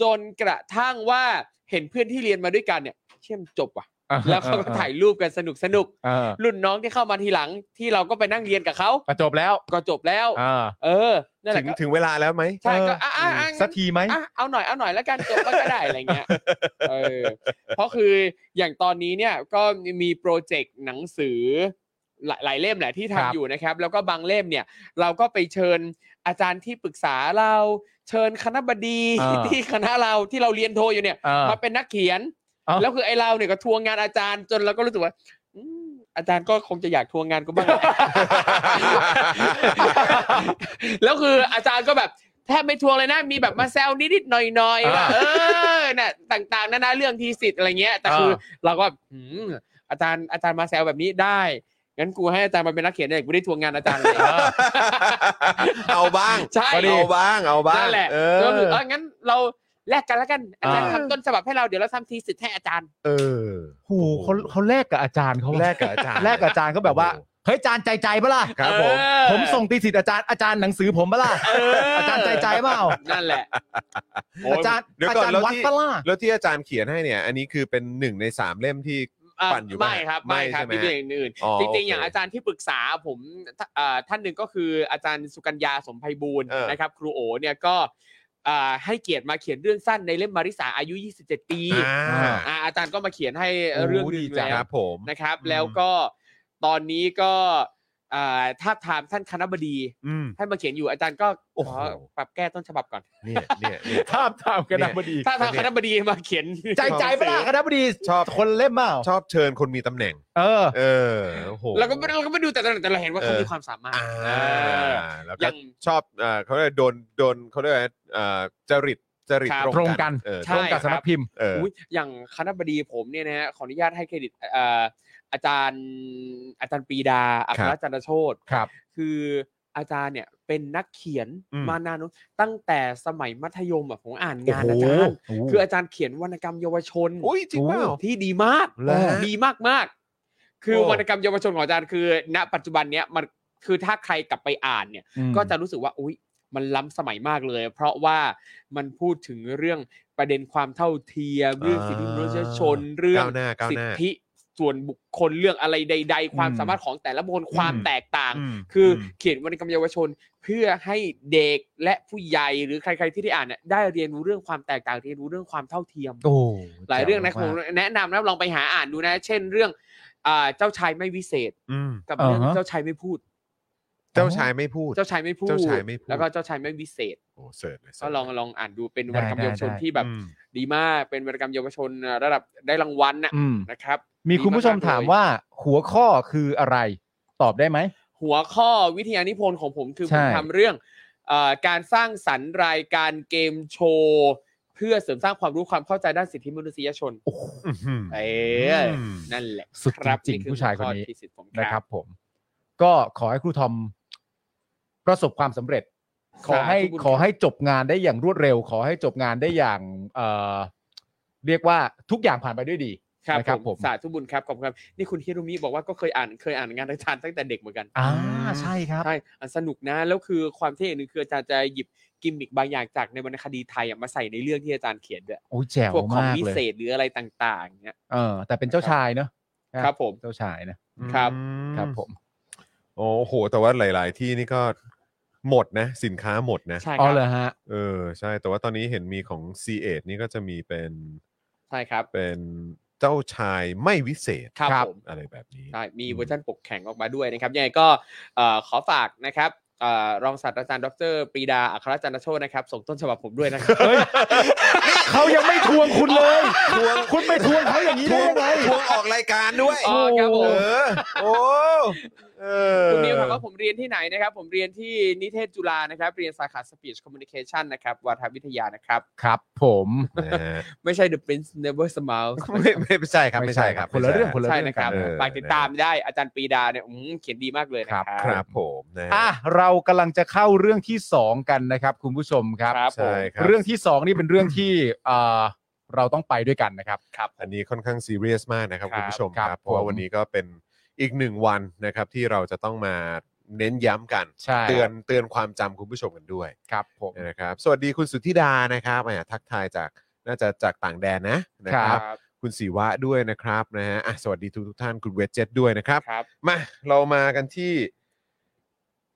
[SPEAKER 5] จนกระทั่งว่าเห็นเพื่อนที่เรียนมาด้วยกันเนี่ยเชื่อมนจบว่ะ แล้วเขาก็ถ่ายรูปกันสนุกสนุก
[SPEAKER 6] เออ
[SPEAKER 5] รุ่นน้องที่เข้ามาทีหลังที่เราก็ไปนั่งเรียนกับเขา
[SPEAKER 6] ก็จบแล้ว
[SPEAKER 5] ก็จบแล้ว
[SPEAKER 6] อ่า
[SPEAKER 5] เออนั่นแห
[SPEAKER 3] ถึ
[SPEAKER 5] ละ
[SPEAKER 3] ง
[SPEAKER 5] ก็
[SPEAKER 3] ถึงเวลาแล้วไหม
[SPEAKER 5] ใช่ก็อ่ะอ่ะอ่ะ
[SPEAKER 6] สักทีไหม
[SPEAKER 5] อ่ะเอาหน่อยเอาหน่อยแล้วกันจบก็ได้อะไรเงี้ยเออเพราะคืออย่างตอนนี้เนี่ยก็มีโปรเจกต์หนังสือหลายหลายเล่มแหละที่
[SPEAKER 6] ครับ
[SPEAKER 5] ทำอยู่นะครับ แล้วก็บางเล่มเนี่ย เราก็ไปเชิญอาจารย์ที่ปรึกษาเราเชิญคณะบดีที่คณะเราที่เราเรียนโทอยู่เนี่ย
[SPEAKER 6] อ่า
[SPEAKER 5] มาเป็นนักเขียน
[SPEAKER 6] เอ้า
[SPEAKER 5] แล้วคือไอเราเนี่ยก็ทวงงานอาจารย์จนเราก็รู้สึกว่าอืมอาจารย์ก็คงจะอยากทวงงานกูบ้างแหละ แล้วคืออาจารย์ก็แบบแทบไม่ทวงเลยนะ มีแบบมาแซวนิดๆหน่อยๆว่า
[SPEAKER 6] อ่า
[SPEAKER 5] เออน่ะต่างๆนานาเรื่องทีสิทธ์อะไรเงี้ย แต่
[SPEAKER 6] อ่า
[SPEAKER 5] คือเราก็แบบหืมอาจารย์อาจารย์มาแซวแบบนี้ได้งั้นกูให้อาจารย์มาเป็นนักเขียนเนี่ยกูได้ทวงงานอาจารย์เลย
[SPEAKER 3] เอาบ้าง
[SPEAKER 5] ใช่
[SPEAKER 3] เอาบ้างเอาบ้าง
[SPEAKER 5] นั่นแหละ
[SPEAKER 3] เอ
[SPEAKER 5] ก็คือ
[SPEAKER 3] อ
[SPEAKER 5] เอองั้นเราแลกกันแล้วกันอาจารย์
[SPEAKER 3] อ่า
[SPEAKER 5] ทำต้นฉบับให้เราเดี๋ยวเราทำทีสิทธ์ให้อาจารย์
[SPEAKER 3] เออ
[SPEAKER 6] โอ้โหเขาเขาแลกกับอาจารย์เขาอะ
[SPEAKER 3] แลกกับอาจารย์
[SPEAKER 6] แลกกับอาจารย์ก็แบบว่าเฮ้ยอาจารย์ใจใจปะล่ะ
[SPEAKER 3] ครับผม
[SPEAKER 5] เออ
[SPEAKER 6] ผมส่งตีสิทธิ์อาจารย์อาจารย์หนังสือผมปะล่ะ
[SPEAKER 5] เอออ
[SPEAKER 6] อาจารย์ใจใจเปล่า
[SPEAKER 5] นั่นแหละ
[SPEAKER 6] อาจารย์
[SPEAKER 3] เดี๋ยว
[SPEAKER 6] อา
[SPEAKER 3] ก่อน
[SPEAKER 6] จารย์
[SPEAKER 3] แล้ว
[SPEAKER 6] วัด
[SPEAKER 3] ที่
[SPEAKER 6] ปะล่ะ
[SPEAKER 3] แล้วที่อาจารย์เขียนให้เนี่ย อันนี้คือเป็นหนึ่งในสามเล่มที่
[SPEAKER 5] อ่ะ
[SPEAKER 3] ปั่นอยู่ปะ
[SPEAKER 5] ไม่ครับไม่ครับ
[SPEAKER 3] ไม่
[SPEAKER 5] มี
[SPEAKER 3] ใช่ไหม
[SPEAKER 5] ตัวอย่างอื่น
[SPEAKER 3] อ๋อ
[SPEAKER 5] จริงๆ
[SPEAKER 3] โอเค
[SPEAKER 5] อย่างอาจารย์ที่ปรึกษาผมท่าอ่าท่านหนึ่งก็คืออาจารย์สุกัญญาสมภัยบูรณ์
[SPEAKER 3] เออ
[SPEAKER 5] นะครับ ครูโอเนี่ยก็อ่าให้เกียรติมาเขียนเรื่องสั้นในเล่มมาริสาอายุ 27 ปี
[SPEAKER 3] อ่า
[SPEAKER 5] อ่าอาจารย์ก็มาเขียนให้เรื่อง
[SPEAKER 6] โอ้ดี
[SPEAKER 5] นี้อยู่
[SPEAKER 6] จัง
[SPEAKER 3] คว
[SPEAKER 5] แล้
[SPEAKER 3] รับผม
[SPEAKER 5] นะครับ
[SPEAKER 3] อืม
[SPEAKER 5] แล้วก็ตอนนี้ก็อ่าทาบทามท่านคณบดี
[SPEAKER 3] อืม
[SPEAKER 5] ให้มาเขียนอยู่อาจารย์ก็
[SPEAKER 3] โอ้
[SPEAKER 5] ข
[SPEAKER 3] โห
[SPEAKER 5] อปรับแก้ต้นฉบับก่อน
[SPEAKER 3] เนี่ยเนี่ยเนี่ย
[SPEAKER 6] ทาบทามคณะบดี
[SPEAKER 5] ถ้าทางคณบดีมาเขียน
[SPEAKER 6] ใจใจปะล่ะคณะบดี
[SPEAKER 3] ชอบ
[SPEAKER 6] คนเล่มเปล่า
[SPEAKER 3] ชอบเชิญคนมีตำแหน่ง
[SPEAKER 6] เออ
[SPEAKER 3] เออโอ้โห
[SPEAKER 5] เราก็ไม่เราก็ไม่ดูแต่ตอนนั้นแต่เราเห็นว่าเขา
[SPEAKER 3] เออ
[SPEAKER 5] มีความสามารถ
[SPEAKER 3] อ่า
[SPEAKER 5] เออ
[SPEAKER 3] แล้ว
[SPEAKER 5] อ
[SPEAKER 3] ก็
[SPEAKER 5] ย่าง
[SPEAKER 3] ชอบเอ่อเขาเรียกว่าโดนโดนเขาเรียกว่าเอ่อจริตจริต
[SPEAKER 5] ครับ
[SPEAKER 3] ต
[SPEAKER 6] ต
[SPEAKER 3] ร
[SPEAKER 6] รง ง
[SPEAKER 3] กั
[SPEAKER 6] กัน น
[SPEAKER 3] เออ
[SPEAKER 5] ใช่
[SPEAKER 6] ตรงกับสำนักพิมพ์
[SPEAKER 3] เออ
[SPEAKER 5] อุ๊ยอย่างคณะบดีผมเนี่ยนะฮะขออนุญาตให้เครดิตเอ่ออาจารย์อาจารย์ปรีดาอัค
[SPEAKER 3] ครั
[SPEAKER 5] ร
[SPEAKER 3] บ
[SPEAKER 5] จันทโชต
[SPEAKER 6] ครับ
[SPEAKER 5] คืออาจารย์เนี่ยเป็นนักเขียน
[SPEAKER 3] อืม
[SPEAKER 5] มานานแล้วตั้งแต่สมัยมัธยมอะผมอ่านงานอาจารย์ คืออาจารย์เขียนวรรณกรรมเยาวชน
[SPEAKER 3] อุ้ยจริงเปล่า
[SPEAKER 5] ที่ดีมาก
[SPEAKER 3] เหรอฮะ
[SPEAKER 5] ดีมากมากๆ คือ
[SPEAKER 3] โอ้
[SPEAKER 5] วรรณกรรมเยาวชนของอาจารย์คือ ณ ปัจจุบันเนี้ยมันคือถ้าใครกลับไปอ่านเนี่ย ก็จะรู้สึกว่าอุ๊ยมันล้ำสมัยมากเลย เพราะว่ามันพูดถึงเรื่องประเด็นความเท่าเทียม เรื่องสิทธิมนุษยชน เรื่อง
[SPEAKER 3] ก้าวหน้าก้าว
[SPEAKER 5] สิ
[SPEAKER 3] ห
[SPEAKER 5] ท
[SPEAKER 3] น้า
[SPEAKER 5] ธิส่วนบุคคลเรื่องอะไรใด ๆ ความสามารถของแต่ละบุคคลความแตกต่าง
[SPEAKER 3] อืม
[SPEAKER 5] คือ
[SPEAKER 3] ม
[SPEAKER 5] เขียนวรรณกรรมเยาวชน เพื่อให้เด็กและผู้ใหญ่หรือใคร ๆที่ได้อ่านเนี่ยได้เรียนรู้เรื่องความแตกต่างเรียนรู้เรื่องความเท่าเทียม
[SPEAKER 6] โอ้
[SPEAKER 5] หลายเรื่องนะผมแนะนำนะลองไปหาอ่านดูนะ เช่นเรื่องอ่าเจ้าชายไม่วิเศษ
[SPEAKER 3] อืม
[SPEAKER 5] กับเรื่องเจ้าชายไม่พูด
[SPEAKER 3] เจ้าชายไม่พูด
[SPEAKER 5] เจ้าชายไม่พูด
[SPEAKER 3] เจ้าชายไม่พูด
[SPEAKER 5] แล้วก็เจ้าชายไม่วิเศษ
[SPEAKER 3] โอ้เสิร์ชเลยเสิ
[SPEAKER 5] ก็
[SPEAKER 3] ร์ช
[SPEAKER 5] ลองลองอ่านดูเป็นวรรณกรรมเยาวชนที่แบบ
[SPEAKER 3] อืม
[SPEAKER 5] ดีมากเป็นวรรณกรรมเยาวชนระดับได้รางวัลนะ
[SPEAKER 6] อืม
[SPEAKER 5] นะครับ
[SPEAKER 6] มีคุณผู้ชมถามว่าหัวข้อคืออะไรตอบได้ไหม
[SPEAKER 5] หัวข้อวิทยานิพนธ์ของผมคือ
[SPEAKER 6] ใช่
[SPEAKER 5] ผมทำเรื่องเอ่อการสร้างสรรค์รายการเกมโชว์เพื่อเสริมสร้างความรู้ความเข้าใจด้านสิทธิมนุษยชนเอ้ย
[SPEAKER 3] อืม
[SPEAKER 5] นั่นแหละ
[SPEAKER 6] สุด
[SPEAKER 5] คบ
[SPEAKER 6] จริง
[SPEAKER 5] อ
[SPEAKER 6] ๆผู้ชายคน
[SPEAKER 5] หัว
[SPEAKER 6] นี้
[SPEAKER 5] ข้อที่สิทธิ์ผม
[SPEAKER 6] นะ
[SPEAKER 5] ค
[SPEAKER 6] ค
[SPEAKER 5] รั
[SPEAKER 6] รับ บ ผม ก็ขอให้ครูทอมประสบความสำเร็จ ขอให้
[SPEAKER 5] สาธุบุญ
[SPEAKER 6] ขอให้จบงานได้อย่างรวดเร็ว ขอให้จบงานได้อย่าง เอ่อเรียกว่าทุกอย่างผ่านไปด้วยดี
[SPEAKER 5] ครับ
[SPEAKER 6] นะครับ
[SPEAKER 5] ผ
[SPEAKER 6] ผม ม
[SPEAKER 5] สาธุบุญครับขอบคุณครับนี่คุณฮิโรมิบอกว่าก็เคยอ่านเคยอ่านงานอาจารย์ตั้งแต่เด็กเหมือนกัน
[SPEAKER 6] อ่าใช่ครับ
[SPEAKER 5] ใช่อ่ะสนุกนะ แล้วคือความเท่อย่างหนึ่งคืออาจารย์จะหยิบกิมมิกบางอย่างจากในวรรณคดีไทยอ่ะมาใส่ในเรื่องที่อาจารย์เขียนด้วย
[SPEAKER 6] โอ้ยแจ๋ว
[SPEAKER 5] พวกของ
[SPEAKER 6] มาก
[SPEAKER 5] วิ
[SPEAKER 6] เล
[SPEAKER 5] เศ
[SPEAKER 6] ย
[SPEAKER 5] ษหรืออะไรต่างๆเนี่ย
[SPEAKER 6] เออ แต่เป็นเจ้าชายเนอะ
[SPEAKER 5] ครับผม
[SPEAKER 6] เจ้าชายนะ
[SPEAKER 5] รับ
[SPEAKER 3] อืม
[SPEAKER 6] ครับ ผม
[SPEAKER 3] โอ้โห แต่ว่าหลาย ๆ ที่นี่ก็หมดนะ สินค้าหมดนะ
[SPEAKER 5] ใช่ค
[SPEAKER 6] อ๋อ
[SPEAKER 5] รับ
[SPEAKER 6] เหรอฮะ
[SPEAKER 3] เออ ใช่ แต่ว่าตอนนี้เห็นมีของ C ีเอนี่ก็จะมีเป็น
[SPEAKER 5] ใช่ครับ
[SPEAKER 3] เป็นเจ้าชายไม่วิเศษ
[SPEAKER 5] ครับผม
[SPEAKER 3] อะไรแบบนี้
[SPEAKER 5] ใช่ มีเวอร์ชันปกแข็งออกมาด้วยนะครับ ยังไงก็เอ่อขอฝากนะครับเอ่อรองศาสตราจารย์ดรปรีดา อัครจันทโชตนะครับ ส่งต้นฉบับผมด้วยนะครับ
[SPEAKER 6] เขายังไม่ทวงคุณเลยทวงคุณไปทวงเขาอย่างนี้
[SPEAKER 3] ท
[SPEAKER 6] ได้
[SPEAKER 3] วง
[SPEAKER 6] ยังไง
[SPEAKER 3] ทวงออกรายการด้วย
[SPEAKER 5] อ๋อครับผม
[SPEAKER 3] เออ โอ้เออ
[SPEAKER 5] คุณนิวถามว่าผมเรียนที่ไหนนะครับ ผมเรียนที่นิเทศจุฬานะครับ เรียนสาขา Speech Communication นะครับวาทวิทยานะครับ
[SPEAKER 6] ครับ ผม
[SPEAKER 3] นะฮะ
[SPEAKER 5] ไม่ใช่ The Prince Never Smiles
[SPEAKER 3] ไม่ไม่ใช่ครับ ไม่ใช่ครับ
[SPEAKER 6] คนละเรื่องคนละ
[SPEAKER 5] ใช่
[SPEAKER 6] เรื่อง
[SPEAKER 5] นะครับ
[SPEAKER 3] เออ
[SPEAKER 5] ฝากติดตามได้อาจารย์ปรีดาเนี่ยอืมเขียนดีมากเลยนะครับ
[SPEAKER 3] ครับผมนะฮะ
[SPEAKER 6] อ่ะเรากำลังจะเข้าเรื่องที่สองกันนะครับ คุณผู้ชมครับ
[SPEAKER 5] ครับผม
[SPEAKER 3] ใช่ครับ
[SPEAKER 6] เรื่องที่สองนี่เป็นเรื่องที่เอ่อเราต้องไปด้วยกันนะครับ
[SPEAKER 5] ครับผม
[SPEAKER 3] อันนี้ค่อนข้างซีเรียสมากนะครับ
[SPEAKER 5] ครับ
[SPEAKER 3] คุณผู้ชมค
[SPEAKER 6] ครั
[SPEAKER 3] รับ
[SPEAKER 6] บ
[SPEAKER 3] เพราะว่า
[SPEAKER 6] ผม
[SPEAKER 3] วันนี้ก็เป็นอีกหนึ่งวันนะครับ ที่เราจะต้องมาเน้นย้ำกัน
[SPEAKER 6] ใช่
[SPEAKER 3] เตือนเตือนความจำคุณผู้ชมกันด้วย
[SPEAKER 6] ครับผม
[SPEAKER 3] นะครับ สวัสดีคุณสุทธิดานะครับแหมทักทายจากน่าจะจากต่างแดนนะนะค
[SPEAKER 6] ครั
[SPEAKER 3] รับ
[SPEAKER 6] บ
[SPEAKER 3] คุ คุณศิวะด้วยนะครับนะฮะอ่ะสวัสดีทุกทุกๆท่านคุณเวจเจตด้วยนะครับ
[SPEAKER 5] ครับ
[SPEAKER 3] มาเรามากันที่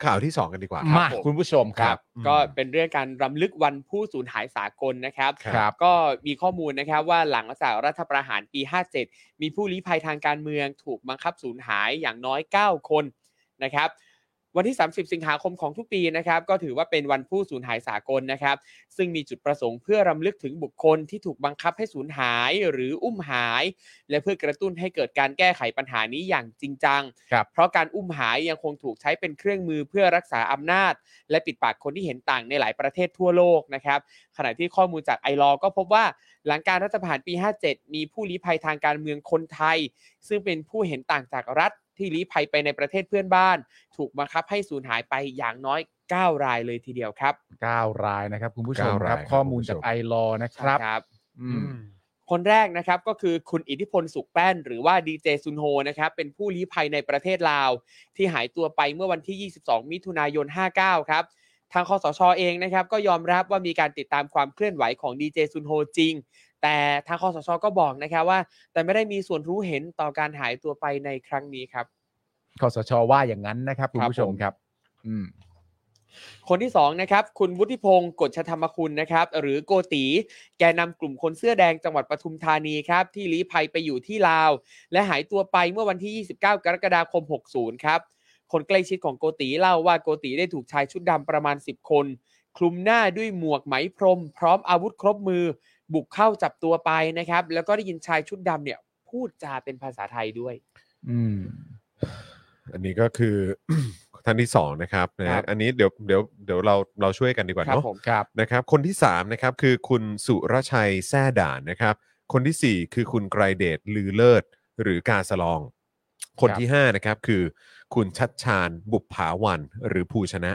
[SPEAKER 3] ข่าวที่ 2 กันดีกว่า
[SPEAKER 6] มา
[SPEAKER 3] ครับผม
[SPEAKER 6] คุณผู้ชมครับ
[SPEAKER 3] อืม
[SPEAKER 5] ก็เป็นเรื่องการรำลึกวันผู้สูญหายสากลนะครับ
[SPEAKER 3] ครับ
[SPEAKER 5] ก็มีข้อมูลนะครับว่าหลังจากรัฐประหารปี 57 มีผู้ลี้ภัยทางการเมืองถูกบังคับสูญหายอย่างน้อย 9 คนนะครับ วันที่ 30 สิงหาคมของทุกปีนะครับ ก็ถือว่าเป็นวันผู้สูญหายสากลนะครับ ซึ่งมีจุดประสงค์เพื่อรำลึกถึงบุคคลที่ถูกบังคับให้สูญหายหรืออุ้มหาย และเพื่อกระตุ้นให้เกิดการแก้ไขปัญหานี้อย่างจริงจัง
[SPEAKER 6] ครับ
[SPEAKER 5] เพราะการอุ้มหายยังคงถูกใช้เป็นเครื่องมือเพื่อรักษาอำนาจ และปิดปากคนที่เห็นต่างในหลายประเทศทั่วโลกนะครับ ขณะที่ข้อมูลจากไอรอก็พบว่าหลังการรัฐประหารปี 57 มีผู้ลี้ภัยทางการเมืองคนไทย ซึ่งเป็นผู้เห็นต่างจากรัฐที่ลี้ภัยไปในประเทศเพื่อนบ้าน ถูกบังคับให้สูญหายไปอย่างน้อย 9 รายเลยทีเดียวครับ
[SPEAKER 6] 9 รายนะครับคุณผู้ชม
[SPEAKER 3] เก้าราย
[SPEAKER 6] ครับ
[SPEAKER 3] ครับ
[SPEAKER 6] ข้อมูล
[SPEAKER 3] คุณผู้ช
[SPEAKER 6] จาก
[SPEAKER 3] ม
[SPEAKER 6] ไอรอนะครับ
[SPEAKER 5] ครับ
[SPEAKER 6] อืม
[SPEAKER 5] คนแรกนะครับก็คือคุณอิทธิพลสุขแป้น หรือว่าดีเจซุนโฮนะครับเป็นผู้ลี้ภัยในประเทศลาว ที่หายตัวไปเมื่อวันที่ 22 มิถุนายน 59 ครับ ทางคอสชอเองนะครับก็ยอมรับว่ามีการติดตามความเคลื่อนไหวของดีเจซุนโฮจริง แต่ทางคอสชอก็บอกนะครับว่า แต่ไม่ได้มีส่วนรู้เห็นต่อการหายตัวไปในครั้งนี้ครับ
[SPEAKER 6] คอสชว่าอย่างนั้นนะครับคุณผู้ชมครับ อืม
[SPEAKER 5] คนที่สองนะครับคุณวุฒิพงศ์กฎชธรรมคุณนะครับหรือโกตี แกนนำกลุ่มคนเสื้อแดงจังหวัดปทุมธานีครับที่ลี้ภัยไปอยู่ที่ลาว และหายตัวไปเมื่อวันที่ 29 กรกฎาคม 60 ครับ คนใกล้ชิดของโกตีเล่าว่าโกตีได้ถูกชายชุดดำประมาณ 10 คน คลุมหน้าด้วยหมวกไหมพรม พร้อมอาวุธครบมือ บุกเข้าจับตัวไปนะครับแล้วก็ได้ยินชายชุดดำเนี่ยพูดจาเป็นภาษาไทยด้วย
[SPEAKER 6] อืม
[SPEAKER 3] อันนี้ก็คือ ท่านที่ 2 นะครับนะ
[SPEAKER 5] ครั
[SPEAKER 3] ฮะ
[SPEAKER 5] บ
[SPEAKER 3] อันนี้เดี๋ยวเดี๋ยวเดี๋ยวเราเราช่วยกันดีกว่า
[SPEAKER 5] ครับ
[SPEAKER 3] เนาะ
[SPEAKER 5] ผม
[SPEAKER 6] ครับ
[SPEAKER 3] นะครับคนที่ 3 นะครับ คือคุณสุรชัยแซ่ด่านนะครับ คนทีสี่ 4 คือคุณไกรเดชลือเลิศ หรือกาสลอง คนที่ 5 นะครับ คือคุณชัดชาญบุปผาวันหรือภูชนะ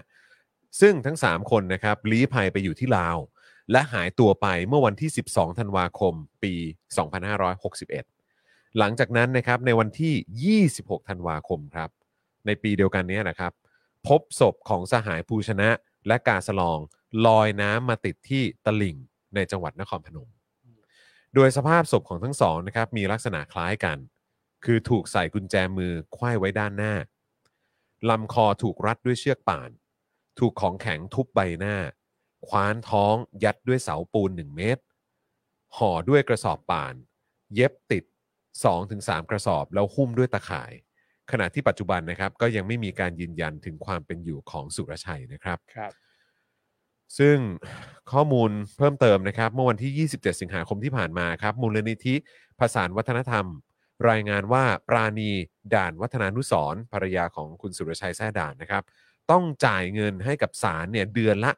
[SPEAKER 3] ซึ่งทั้ง 3 คนนะครับลี้ภัยไปอยู่ที่ลาว และหายตัวไปเมื่อวันที่ 12 ธันวาคม ปี 2561 หลังจากนั้นนะครับในวันที่ 26 ธันวาคมครับ ในปีเดียวกันเนี้นะครับ พบศพของสหายภูชนะและกาสลองลอยน้ำมาติดที่ตลิ่งในจังหวัดนครพนม โดยสภาพศพของทั้งสองนะครับมีลักษณะคล้ายกัน คือถูกใส่กุญแจมือไขว้ไว้ด้านหน้าลำคอถูกรัดด้วยเชือกป่าน ถูกของแข็งทุบใบหน้า คว้านท้องยัดด้วยเสาปูน 1 เมตร ห่อด้วยกระสอบป่าน เย็บติด 2-3 กระสอบแล้วหุ้มด้วยตะข่าย ขณะที่ปัจจุบันนะครับก็ยังไม่มีการยืนยันถึงความเป็นอยู่ของสุรชัยนะครับ
[SPEAKER 5] ครับ
[SPEAKER 3] ซึ่งข้อมูลเพิ่มเติมนะครับ เมื่อวันที่ 27 สิงหาคมที่ผ่านมาครับ มูลนิธิภาษานวัฒนธรรม รายงานว่าปราณีด่านวัฒนานุสรณ์ภรรยาของคุณสุรชัยแซ่ด่านนะครับ ต้องจ่ายเงินให้กับศาลเนี่ยเดือนละ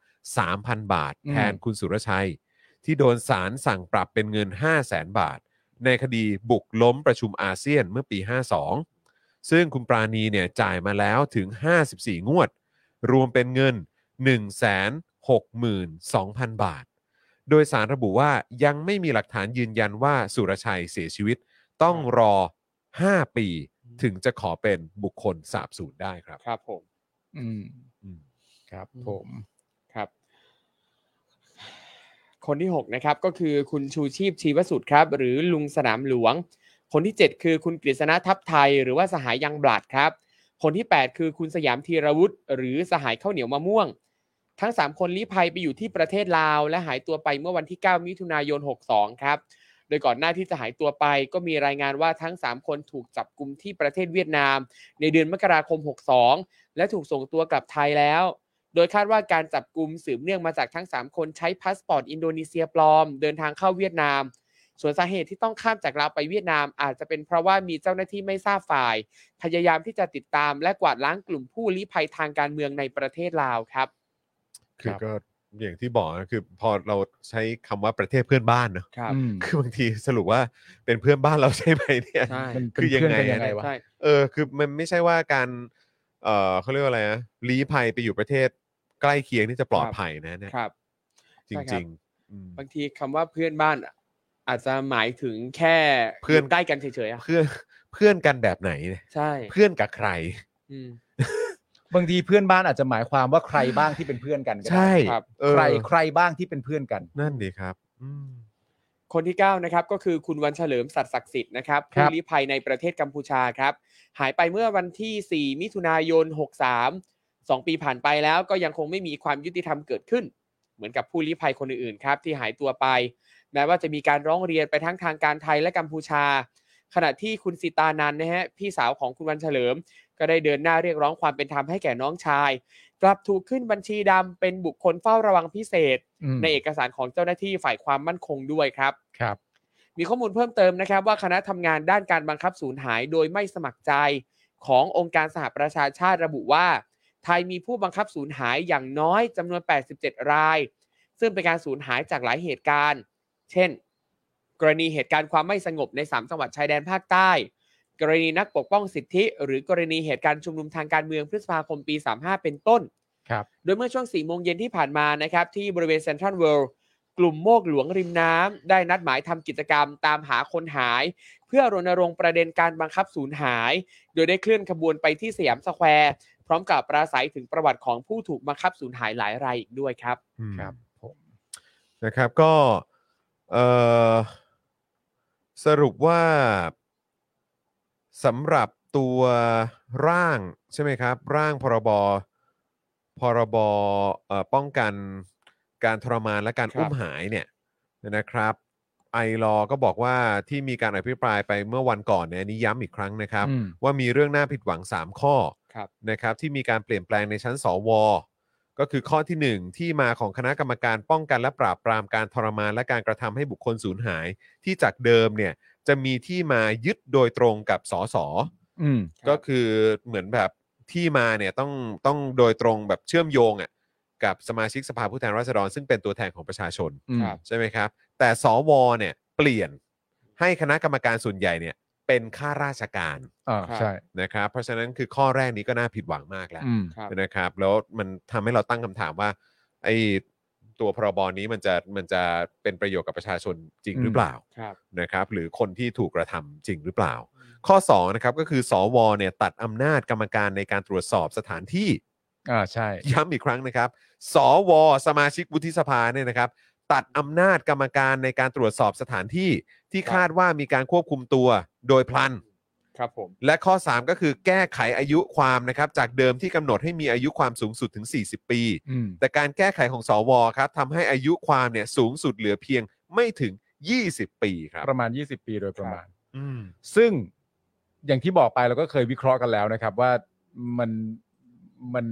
[SPEAKER 3] 3,000 บาท
[SPEAKER 6] อืม
[SPEAKER 3] แทนคุณสุรชัย ที่โดนศาลสั่งปรับเป็นเงิน 5 0 0แสนบาท ในคดีบุกล้มประชุมอาเซียนเมื่อปี 52 ซึ่งคุณปราณีเนี่ยจ่ายมาแล้วถึง 54 งวด รวมเป็นเงิน 162,000 บาท โดยสารระบุว่ายังไม่มีหลักฐานยืนยันว่าสุรชัยเสียชีวิต ต้องรอ 5 ปีถึงจะขอเป็นบุคคลสาบสูญได้ครับ
[SPEAKER 5] ครับผม
[SPEAKER 6] อืม
[SPEAKER 3] อืม
[SPEAKER 6] ครับผม
[SPEAKER 5] ครับ คนที่ 6 นะครับ ก็คือคุณชูชีพชีวสุดครับ หรือลุงสนามหลวง คนที่ 7 คือคุณกฤษณะทัพไทย หรือว่าสหายยังบลัดครับ คนที่ 8 คือคุณสยามธีรวุฒิหรือสหายข้าวเหนียวมะม่วง ทั้ง 3 คนลี้ภัยไปอยู่ที่ประเทศลาว และหายตัวไปเมื่อวันที่ 9 มิถุนายน 62 ครับ โดยก่อนหน้าที่จะหายตัวไป ก็มีรายงานว่าทั้ง 3 คนถูกจับกลุ่มที่ประเทศเวียดนาม ในเดือนมกราคม 62 และถูกส่งตัวกลับไทยแล้ว โดยคาดว่าการจับกลุ่มสืบเนื่องมาจากทั้ง 3 คนใช้พาสปอร์ตอินโดนีเซียปลอม เดินทางเข้าเวียดนาม ส่วนสาเหตุที่ต้องข้ามจากลาวไปเวียดนาม อาจจะเป็นเพราะว่ามีเจ้าหน้าที่ไม่ทราบฝ่าย พยายามที่จะติดตามและกวาดล้างกลุ่มผู้ลี้ภัยทางการเมืองในประเทศลาวครับ
[SPEAKER 3] คือ
[SPEAKER 6] ครับ
[SPEAKER 3] ก็อย่างที่บอกนะคือพอเราใช้คำว่าประเทศเพื่อนบ้านเนอะ
[SPEAKER 5] ครับ
[SPEAKER 6] อืม
[SPEAKER 3] คือบางทีสรุปว่าเป็นเพื่อนบ้านเราใช่ไหมเนี่ย
[SPEAKER 5] ใช่
[SPEAKER 6] มัน
[SPEAKER 3] คือน
[SPEAKER 6] เป็
[SPEAKER 3] ยัง
[SPEAKER 6] เพื่อน
[SPEAKER 3] ไง
[SPEAKER 6] กันยังไงวะ
[SPEAKER 5] ใช่
[SPEAKER 3] เออคือมันไม่ใช่ว่าการ เออเขาเรียกว่าอะไรนะลี้ภัยไปอยู่ประเทศใกล้เคียงนี่จะปลอดภัยนะเนี่ย
[SPEAKER 5] ครับ
[SPEAKER 3] จ
[SPEAKER 5] ใช่ครั
[SPEAKER 3] ริ
[SPEAKER 5] บ
[SPEAKER 3] งๆอืม
[SPEAKER 5] บางทีคำว่าเพื่อนบ้าน อาจจะหมายถึงแค่
[SPEAKER 3] เพื่อน
[SPEAKER 5] ยู่ใกล้กันเฉยๆอะ
[SPEAKER 3] เพื่อน เพื่อนกันแบบไหนเนี่ย
[SPEAKER 5] ใช่
[SPEAKER 3] เพื่อนกับใคร
[SPEAKER 5] อืม
[SPEAKER 6] บางทีเพื่อนบ้านอาจจะหมายความว่าใครบ้างที่เป็นเพื่อนกันก็ได้
[SPEAKER 3] ใช่
[SPEAKER 5] ครับ
[SPEAKER 3] เออ
[SPEAKER 6] ใครใครบ้างที่เป็นเพื่อนกัน
[SPEAKER 3] นั่นดีครับ อืม
[SPEAKER 5] คนที่ 9 นะครับ ก็คือคุณวันเฉลิมสัตย์ศักดิ์สิทธิ์นะครับ
[SPEAKER 6] ครั
[SPEAKER 5] ผู้
[SPEAKER 6] บ
[SPEAKER 5] ลี้ภัยในประเทศกัมพูชาครับ หายไปเมื่อวันที่ 4 มิถุนายน 63 2 ปีผ่านไปแล้วก็ยังคงไม่มีความยุติธรรมเกิดขึ้น เหมือนกับผู้ลี้ภัยคนอื่นๆครับที่หายตัวไป แม้ว่าจะมีการร้องเรียนไปทั้งทางการไทยและกัมพูชา ขณะที่คุณสิตานันนะฮะพี่สาวของคุณวันเฉลิม ก็ได้เดินหน้าเรียกร้องความเป็นธรรมให้แก่น้องชาย กลับถูกขึ้นบัญชีดำเป็นบุคคลเฝ้าระวังพิเศษ
[SPEAKER 6] อืม
[SPEAKER 5] ในเอกสารของเจ้าหน้าที่ฝ่ายความมั่นคงด้วยครับ
[SPEAKER 6] ครับ
[SPEAKER 5] มีข้อมูลเพิ่มเติมนะครับ ว่าคณะทำงานด้านการบังคับสูญหายโดยไม่สมัครใจขององค์การสหประชาชาติระบุว่า ไทยมีผู้บังคับสูญหายอย่างน้อยจำนวน 87 ราย ซึ่งเป็นการสูญหายจากหลายเหตุการณ์ เช่น กรณีเหตุการณ์ความไม่สงบใน 3 จังหวัดชายแดนภาคใต้ กรณีนักปกป้องสิทธิ หรือกรณีเหตุการณ์ชุมนุมทางการเมืองพฤษภาคมปี 35 เป็นต้น
[SPEAKER 6] ครับ
[SPEAKER 5] โดยเมื่อช่วง 4 โมงเย็นที่ผ่านมานะครับ ที่บริเวณเซ็นทรัลเวิลด์กลุ่มโมกหลวงริมน้ำได้นัดหมายทำกิจกรรมตามหาคนหาย เพื่อรณรงค์ประเด็นการบังคับสูญหาย โดยได้เคลื่อนขบวนไปที่สยามสแควร์ พร้อมกับปราศัยถึงประวัติของผู้ถูกบังคับสูญหายหลายรายอีกด้วยครับ
[SPEAKER 3] อืม
[SPEAKER 6] ครับผม
[SPEAKER 3] นะครับก็เอ่อสรุปว่าสำหรับตัวร่างใช่ไหมครับ ร่างพรบพรบเอ่อป้องกันการทรมานและการ
[SPEAKER 5] ครับ
[SPEAKER 3] อุ้มหายเนี่ยนะครับไอรอก็บอกว่าที่มีการอภิปรายไปเมื่อวันก่อนเนี่ยอันนี้ย้ำอีกครั้งนะครับ
[SPEAKER 6] อืม
[SPEAKER 3] ว่ามีเรื่องน่าผิดหวัง 3 ข้อ
[SPEAKER 5] ครับ
[SPEAKER 3] นะครับที่มีการเปลี่ยนแปลงในชั้นสว ก็คือข้อทีหนึ่1 ที่มาของคณะกรรมการป้องกันและปราบปรามการทรมานและการกระทำให้บุคคลสูญหาย ที่จากเดิมเนี่ยจะมีที่มายึดโดยตรงกับสส
[SPEAKER 6] อืม
[SPEAKER 3] ก็คือเหมือนแบบที่มาเนี่ยต้องต้องโดยตรงแบบเชื่อมโยงอ่ะกับสมาชิกสภาผู้แทนราษฎร ซึ่งเป็นตัวแทนของประชาชน
[SPEAKER 6] อืม
[SPEAKER 5] ครับ
[SPEAKER 3] ใช่ไหมครับ แต่สวเนี่ยเปลี่ยนให้คณะกรรมการส่วนใหญ่เนี่ยเป็นข้าราชการ
[SPEAKER 6] อ่าใช่
[SPEAKER 3] นะครับเพราะฉะนั้นคือข้อแรกนี้ก็น่าผิดหวังมากแล้ว
[SPEAKER 6] อืม
[SPEAKER 5] ครับ
[SPEAKER 3] นะครับแล้วมันทำให้เราตั้งคำถามว่าไอ้ตัวพรบนี้มันจะมันจะเป็นประโยชน์กับประชาชนจริงหรือเปล่า
[SPEAKER 5] ครับ
[SPEAKER 3] นะครับหรือคนที่ถูกกระทำจริงหรือเปล่า ข้อ2นะครับก็คือสวเนี่ยตัดอำนาจกรรมการในการตรวจสอบสถานที่
[SPEAKER 6] อ่าใช่
[SPEAKER 3] ย้ำอีกครั้งนะครับ สว สมาชิกวุฒิสภาเนี่ยนะครับ ตัดอำนาจกรรมการในการตรวจสอบสถานที่ที่
[SPEAKER 5] ครับ
[SPEAKER 3] คาดว่ามีการควบคุมตัวโดยพลัน
[SPEAKER 5] ครับผม
[SPEAKER 3] และข้อ 3 ก็คือแก้ไขอายุความนะครับจากเดิมที่กำหนดให้มีอายุความสูงสุดถึง 40 ปี
[SPEAKER 6] อืม
[SPEAKER 3] แต่การแก้ไขของสวครับทำให้อายุความเนี่ยสูงสุดเหลือเพียงไม่ถึง 20 ปีครับ
[SPEAKER 6] ประมาณ 20 ปีโดยประมาณ
[SPEAKER 3] อืม
[SPEAKER 6] ซึ่งอย่างที่บอกไปเราก็เคยวิเคราะห์กันแล้วนะครับ ว่ามันมัน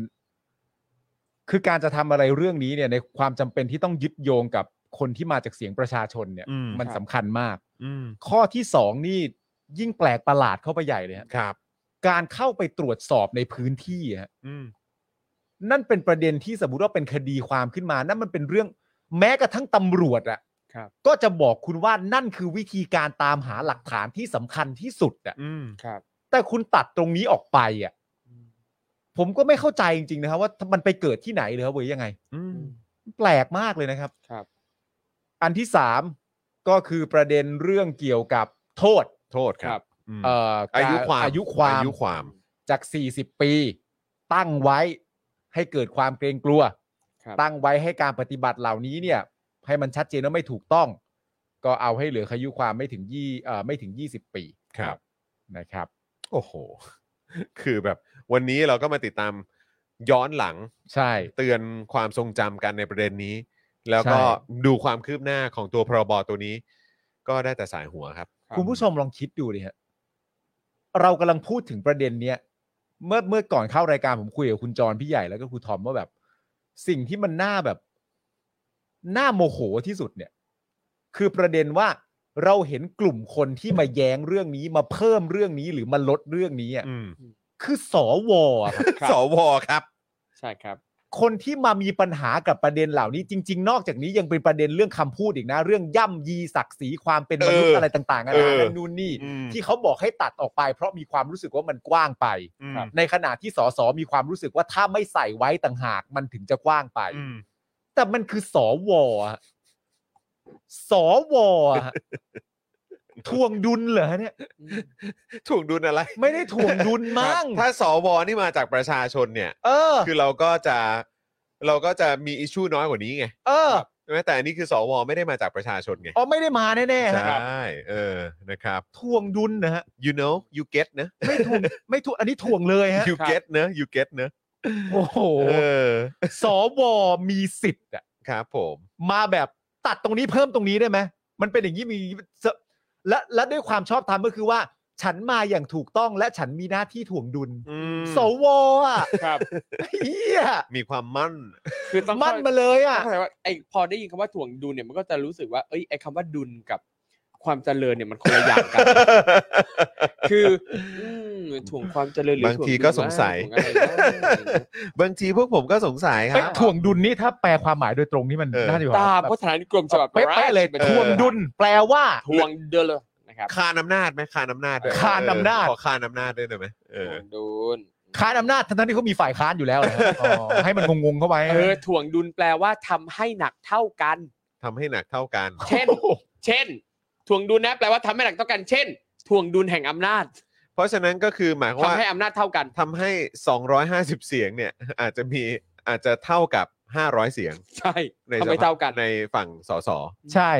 [SPEAKER 6] คือการจะทำอะไรเรื่องนี้เนี่ยในความจำเป็นที่ต้องยึดโยงกับคนที่มาจากเสียงประชาชนเนี่ย
[SPEAKER 3] อืม
[SPEAKER 6] มันสำคัญมาก
[SPEAKER 3] อืม
[SPEAKER 6] ข้อที่สองนี่ยิ่งแปลกประหลาดเข้าไปใหญ่เลยฮะ
[SPEAKER 3] ครับ
[SPEAKER 6] การเข้าไปตรวจสอบในพื้นที่ฮะ
[SPEAKER 3] อืม
[SPEAKER 6] นั่นเป็นประเด็นที่สมมติว่าเป็นคดีความขึ้นมา นั่นมันเป็นเรื่องแม้กระทั่งตำรวจอะ
[SPEAKER 5] ครับ
[SPEAKER 6] ก็จะบอกคุณว่านั่นคือวิธีการตามหาหลักฐานที่สำคัญที่สุดอะ
[SPEAKER 3] อืม
[SPEAKER 5] ครับ
[SPEAKER 6] แต่คุณตัดตรงนี้ออกไปอะผมก็ไม่เข้าใจจริงๆนะครับว่ามันไปเกิดที่ไหนเลยครับเว้ยยังไง
[SPEAKER 3] อืม
[SPEAKER 6] แปลกมากเลยนะครับ
[SPEAKER 5] ครับ
[SPEAKER 6] อันที่สามก็คือประเด็นเรื่องเกี่ยวกับโทษ
[SPEAKER 3] โทษครับอืม
[SPEAKER 6] เอ่อ
[SPEAKER 3] อายุความ
[SPEAKER 6] อายุความ
[SPEAKER 3] อายุความ
[SPEAKER 6] จาก 40 ปี ตั้งไว้ให้เกิดความเกรงกลัว
[SPEAKER 5] ครับ
[SPEAKER 6] ตั้งไว้ให้การปฏิบัติเหล่านี้เนี่ย ให้มันชัดเจนว่าไม่ถูกต้อง ก็เอาให้เหลืออายุความไม่ถึงยี่เอ่อไม่ถึง 20 ปี
[SPEAKER 3] ครับ
[SPEAKER 6] นะครับ
[SPEAKER 3] โอ้โห คือแบบวันนี้เราก็มาติดตามย้อนหลัง
[SPEAKER 6] ใช่
[SPEAKER 3] เตือนความทรงจำกันในประเด็นนี้ แล้วก็
[SPEAKER 6] ใช่
[SPEAKER 3] ดูความคืบหน้าของตัวพรบตัวนี้ ก็ได้แต่สายหัวครับ
[SPEAKER 5] ครับ
[SPEAKER 6] คุณผู้ชมลองคิดดูดิฮะเรากำลังพูดถึงประเด็นเนี้ยเมื่อเมื่อก่อนเข้ารายการผมคุยกับคุณจรพี่ใหญ่แล้วก็คุณทอมว่าแบบ สิ่งที่มันน่าแบบน่าโมโหที่สุดเนี่ย คือประเด็นว่าเราเห็นกลุ่มคนที่มาแย้งเรื่องนี้มาเพิ่มเรื่องนี้หรือมาลดเรื่องนี้อ่ะ
[SPEAKER 3] อืม
[SPEAKER 6] คือสวอะครับ
[SPEAKER 5] ครับ
[SPEAKER 3] สวครับ
[SPEAKER 5] ใช่ครับ
[SPEAKER 6] คนที่มามีปัญหากับประเด็นเหล่านี้ จริง ๆ นอกจากนี้ยังเป็นประเด็นเรื่องคำพูดอีกนะ เรื่องย่ำยีศักดิ์ศรีความเป็นมนุษ
[SPEAKER 3] เออ
[SPEAKER 6] ย์
[SPEAKER 3] อ
[SPEAKER 6] อะไรต่างๆกันา
[SPEAKER 3] เอ
[SPEAKER 6] นา
[SPEAKER 3] อ
[SPEAKER 6] นั่นนู่นนี่
[SPEAKER 3] อืม
[SPEAKER 6] ที่เขาบอกให้ตัดออกไป เพราะมีความรู้สึกว่ามันกว้างไป
[SPEAKER 3] อืม
[SPEAKER 6] ในขณะที่สสมีความรู้สึกว่าถ้าไม่ใส่ไว้ต่างหากมันถึงจะกว้างไป
[SPEAKER 3] อืม
[SPEAKER 6] แต่มันคือสวอะสว อะทวงดุลเหรอเนี่ย
[SPEAKER 3] ถูกดุลอะไร
[SPEAKER 6] ไม่ได้ทวงดุลมั้ง
[SPEAKER 3] ครับถ้าสวนี่มาจากประชาชนเนี่ย
[SPEAKER 6] เออ
[SPEAKER 3] คือเราก็จะเราก็จะมีอิชชูน้อยกว่านี้ไง
[SPEAKER 6] เออ
[SPEAKER 3] ใช่ไหมแต่อันนี้คือสวไม่ได้มาจากประชาชนไง
[SPEAKER 6] อ๋อไม่ได้มาแน่ๆ
[SPEAKER 3] ใช
[SPEAKER 6] ฮะ
[SPEAKER 3] ่เออนะครับ
[SPEAKER 6] ทวงดุลนะฮะ
[SPEAKER 3] you know you get นะ
[SPEAKER 6] ไม่ทวงไม่ทวงอันนี้ทวงเลยฮะ
[SPEAKER 3] you get นะ you get นะ
[SPEAKER 6] โอ้โห
[SPEAKER 3] เออ
[SPEAKER 6] สวมีสิทธิ์อะ
[SPEAKER 3] ครับผม
[SPEAKER 6] มาแบบตัดตรงนี้เพิ่มตรงนี้ได้ไหมมันเป็นอย่างนี้มีและและด้วยความชอบธรรมก็คือว่า ฉันมาอย่างถูกต้องและฉันมีหน้าที่ถ่วงดุล
[SPEAKER 3] อืม
[SPEAKER 6] สวอ่ะ
[SPEAKER 5] ครับ
[SPEAKER 6] เฮีย
[SPEAKER 3] มีความมั่น
[SPEAKER 5] คือต้อง
[SPEAKER 6] มั่นมาเลยอ่ะ
[SPEAKER 5] เข้าใจว่าไอพอได้ยินคำว่าถ่วงดุลเนี่ยมันก็จะรู้สึกว่าเอ้ยไอคำว่าดุลกับความเจริญเนี่ยมันคนละอย่างกัน คืออืมถ่วงความเจริญหรือบ
[SPEAKER 3] าง
[SPEAKER 5] ถ่ว
[SPEAKER 3] ที
[SPEAKER 5] ดุล
[SPEAKER 3] ก็สงสัย
[SPEAKER 5] วะถ่วงอะไรวะ
[SPEAKER 3] บางทีพวกผมก็สงสัยค
[SPEAKER 6] เอ้ย
[SPEAKER 3] รับ
[SPEAKER 6] ถ่วงดุลนี่ถ้าแปลความหมายโดยตรงนี่มัน
[SPEAKER 3] เออ
[SPEAKER 6] น่า จะอยู่
[SPEAKER 5] ตามพจนานุกรมฉบับ
[SPEAKER 6] เป๊ะๆเลย
[SPEAKER 5] ราชบัณฑิต
[SPEAKER 6] ถ่วงดุลแปลว่า
[SPEAKER 5] ทวงเดอเลยนะครับ
[SPEAKER 3] คานอำนาจไหมคานอำนาจด้วย
[SPEAKER 6] คานอำนาจ
[SPEAKER 3] เขอคานอำนาจด้วยหน่อยไหมเออ
[SPEAKER 5] ถ่วงดุล
[SPEAKER 6] ค้านอำนาจทั้งๆที่เขามีฝ่ายค้านอยู่แล้วนะฮะอ๋อให้มันงงๆเข้าไป
[SPEAKER 5] เออถ่วงดุลแปลว่าทำให้หนักเท่ากัน
[SPEAKER 3] ทำให้หนักเท่ากัน
[SPEAKER 5] เช่น เช่นถ่วงดุลนะแปลว่าทำให้หนักเท่ากัน เช่นถ่วงดุลแห่งอำนาจ
[SPEAKER 3] เพราะฉะนั้นก็คือหมายความ
[SPEAKER 5] ทำ
[SPEAKER 3] ว่า
[SPEAKER 5] ให้อำนาจเท่ากัน
[SPEAKER 3] ทำให้ 250 เสียงเนี่ย อาจจะมีอาจจะเท่ากับ 500 เสียง
[SPEAKER 5] ใช่
[SPEAKER 3] ใน
[SPEAKER 5] ทำให้เท่ากัน
[SPEAKER 3] ในฝั่งสส
[SPEAKER 6] ใช่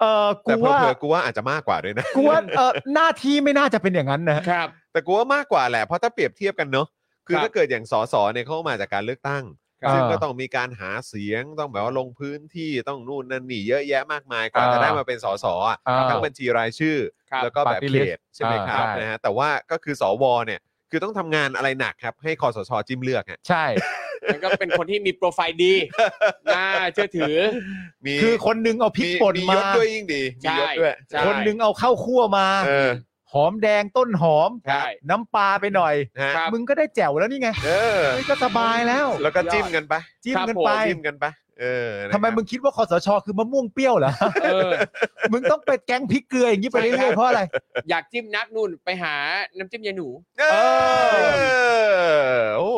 [SPEAKER 6] เออกู
[SPEAKER 3] แต่เพ
[SPEAKER 6] ว่า
[SPEAKER 3] ่อๆกูว่าอาจจะมากกว่าด้วยนะ
[SPEAKER 6] กูว่าเออหน้าที่ไม่น่าจะเป็นอย่างนั้นนะฮะ
[SPEAKER 5] ครับ
[SPEAKER 3] แต่กูว่ามากกว่าแหละเพราะถ้าเปรียบเทียบกันเนาะคือ
[SPEAKER 5] ครับ
[SPEAKER 3] ถ้าเกิดอย่างสสเนี่ยเขามาจากการเลือกตั้ง
[SPEAKER 6] ครับ
[SPEAKER 3] ซึ่ง
[SPEAKER 6] เออ
[SPEAKER 3] ก็ต้องมีการหาเสียงต้องแบบว่าลงพื้นที่ต้องนู่นนั่นนี่เยอะแยะมากมายกว่า
[SPEAKER 6] เออ
[SPEAKER 3] จะได้มาเป็นสสอ่ะ
[SPEAKER 6] เออ
[SPEAKER 3] ทั้งบัญชีรายชื่อ
[SPEAKER 5] ครับ
[SPEAKER 3] แล้วก็แบบ
[SPEAKER 6] Party
[SPEAKER 3] เข
[SPEAKER 6] list
[SPEAKER 3] ตใช่ไหมครับ
[SPEAKER 6] เออใช่
[SPEAKER 3] นะฮะแต่ว่าก็คือสวเนี่ยคือต้องทำงานอะไรหนักครับ ให้คอสชจิ้มเลือกฮะ
[SPEAKER 6] ใช่
[SPEAKER 5] มันก็เป็นคนที่มีโปรไฟล์ ดีน่าเชื่อถือ
[SPEAKER 3] มี
[SPEAKER 6] คือคนนึงเอาพริก
[SPEAKER 3] มี
[SPEAKER 6] ป่น
[SPEAKER 3] มี
[SPEAKER 6] มาย
[SPEAKER 3] ศด้วยยิ่งดีมี
[SPEAKER 5] ใช่
[SPEAKER 3] ยศด้วย
[SPEAKER 5] ใช่
[SPEAKER 6] คนนึงเอาข้าวคั่วมา
[SPEAKER 3] เออ
[SPEAKER 6] หอมแดงต้นหอม
[SPEAKER 5] ใช่
[SPEAKER 6] น้ำปลาไปหน่อย
[SPEAKER 3] นะฮะ
[SPEAKER 5] ครับ
[SPEAKER 6] มึงก็ได้แจ่วแล้วนี่ไง
[SPEAKER 3] เออ
[SPEAKER 6] เฮ้ยก็สบายแล้ว
[SPEAKER 3] แล้วก็จิ้มกันไป
[SPEAKER 6] จิ้ม
[SPEAKER 5] ครับ
[SPEAKER 6] กัน
[SPEAKER 5] ผม
[SPEAKER 6] ไป
[SPEAKER 3] จิ้มกันไปเออนะครับ
[SPEAKER 6] ทำไมมึงคิดว่าคอสชคือมะม่วงเปรี้ยว เหรอ
[SPEAKER 5] เออ
[SPEAKER 6] มึงต้องไปแกงพริกเกลืออย่างนี้ไปเรื่อยๆเพราะอะไร
[SPEAKER 5] อยากจิ้มนักนู่นไปหาน้ำจิ้มยายหนู
[SPEAKER 3] เออโอ้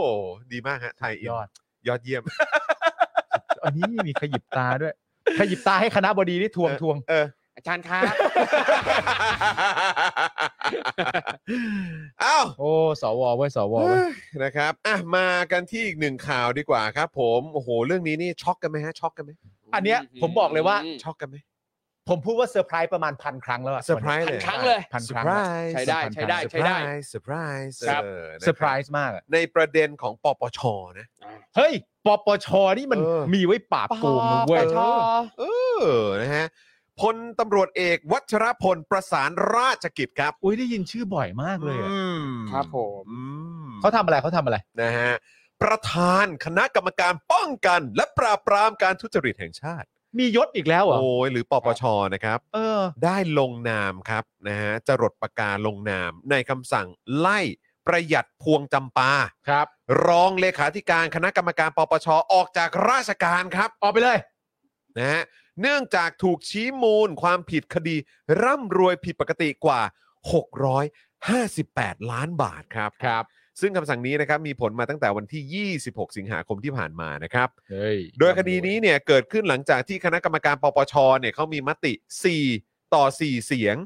[SPEAKER 3] ดีมากฮะไทยอิน
[SPEAKER 6] ยอด
[SPEAKER 3] ยอดเยี่ยม
[SPEAKER 6] อันนี้มีขยิบตาด้วย ขยิบตาให้คณะบดีนี่ทวงทวง
[SPEAKER 3] เออ
[SPEAKER 5] อาจารย์ครับ
[SPEAKER 3] เอ้า
[SPEAKER 6] โอ้สวเว้ยสวเว้ย
[SPEAKER 3] นะครับอ่ะมากันที่อีกหนึ่งข่าวดีกว่าครับ ผมโอ้โหเรื่องนี้นี่ช็อกกันไหมฮะช็อกกันไหม
[SPEAKER 6] อันเนี้ยผมบอกเลยว่า
[SPEAKER 3] ช็อกกันไหม
[SPEAKER 6] ผมพูดว่าเซอร์ไพรส์ประมาณพันครั้งแล้วอะ
[SPEAKER 3] เซอร์ไพรส์เลย
[SPEAKER 5] พันครั้งเลย
[SPEAKER 6] พัน
[SPEAKER 3] เซอ
[SPEAKER 6] ครั้
[SPEAKER 3] ร์
[SPEAKER 6] ง
[SPEAKER 3] ไพร
[SPEAKER 6] อะ
[SPEAKER 3] ส์
[SPEAKER 5] ใช้ได้ใช้ได้ใช้ได้
[SPEAKER 3] เซอร์ไพรส์
[SPEAKER 5] ครับ
[SPEAKER 6] เซอร์ไพรส์มากอะ
[SPEAKER 3] ในประเด็นของปปชนะ
[SPEAKER 6] เฮ้ยปปชนี่มัน
[SPEAKER 3] เออ
[SPEAKER 6] มีไว้ปราบโกงนะเว้ย
[SPEAKER 5] ปปช
[SPEAKER 3] เออนะฮะพลตำรวจเอกวัชรพลประสานราชกิจครับ
[SPEAKER 6] อุ้ยได้ยินชื่อบ่อยมากเลยอะ
[SPEAKER 3] อืม
[SPEAKER 5] ครับผม
[SPEAKER 3] อืม
[SPEAKER 6] เขาทำอะไรเขาทำอะไร
[SPEAKER 3] นะฮะประธานคณะกรรมการป้องกัน และปราบปรามการทุจริตแห่งชาติ
[SPEAKER 6] มียศอีกแล้วเหรอ
[SPEAKER 3] โอ้ยหรือปปชนะครับ
[SPEAKER 6] เออ
[SPEAKER 3] ได้ลงนามครับนะฮะจรดประกาลงนาม ในคำสั่งไล่ประหยัดพวงจำปา
[SPEAKER 6] ครับ
[SPEAKER 3] รองเลขาธิการคณะกรรมการปปชออกจากราชการครับ
[SPEAKER 6] ออกไปเลย
[SPEAKER 3] นะฮะเนื่องจากถูกชี้มูลความผิดคดี ร่ำรวยผิดปกติกว่า 658 ล้านบาทครับ
[SPEAKER 6] ครับ
[SPEAKER 3] ซึ่งคำสั่งนี้นะครับมีผลมาตั้งแต่วันที่ 26 สิงหาคมที่ผ่านมานะครับ
[SPEAKER 6] เฮ้ย
[SPEAKER 3] โดยคดีนี้เนี่ยเกิดขึ้นหลังจากที่คณะกรรมการปปชเนี่ยเขามีมติ 4 ต่อ 4 เสียง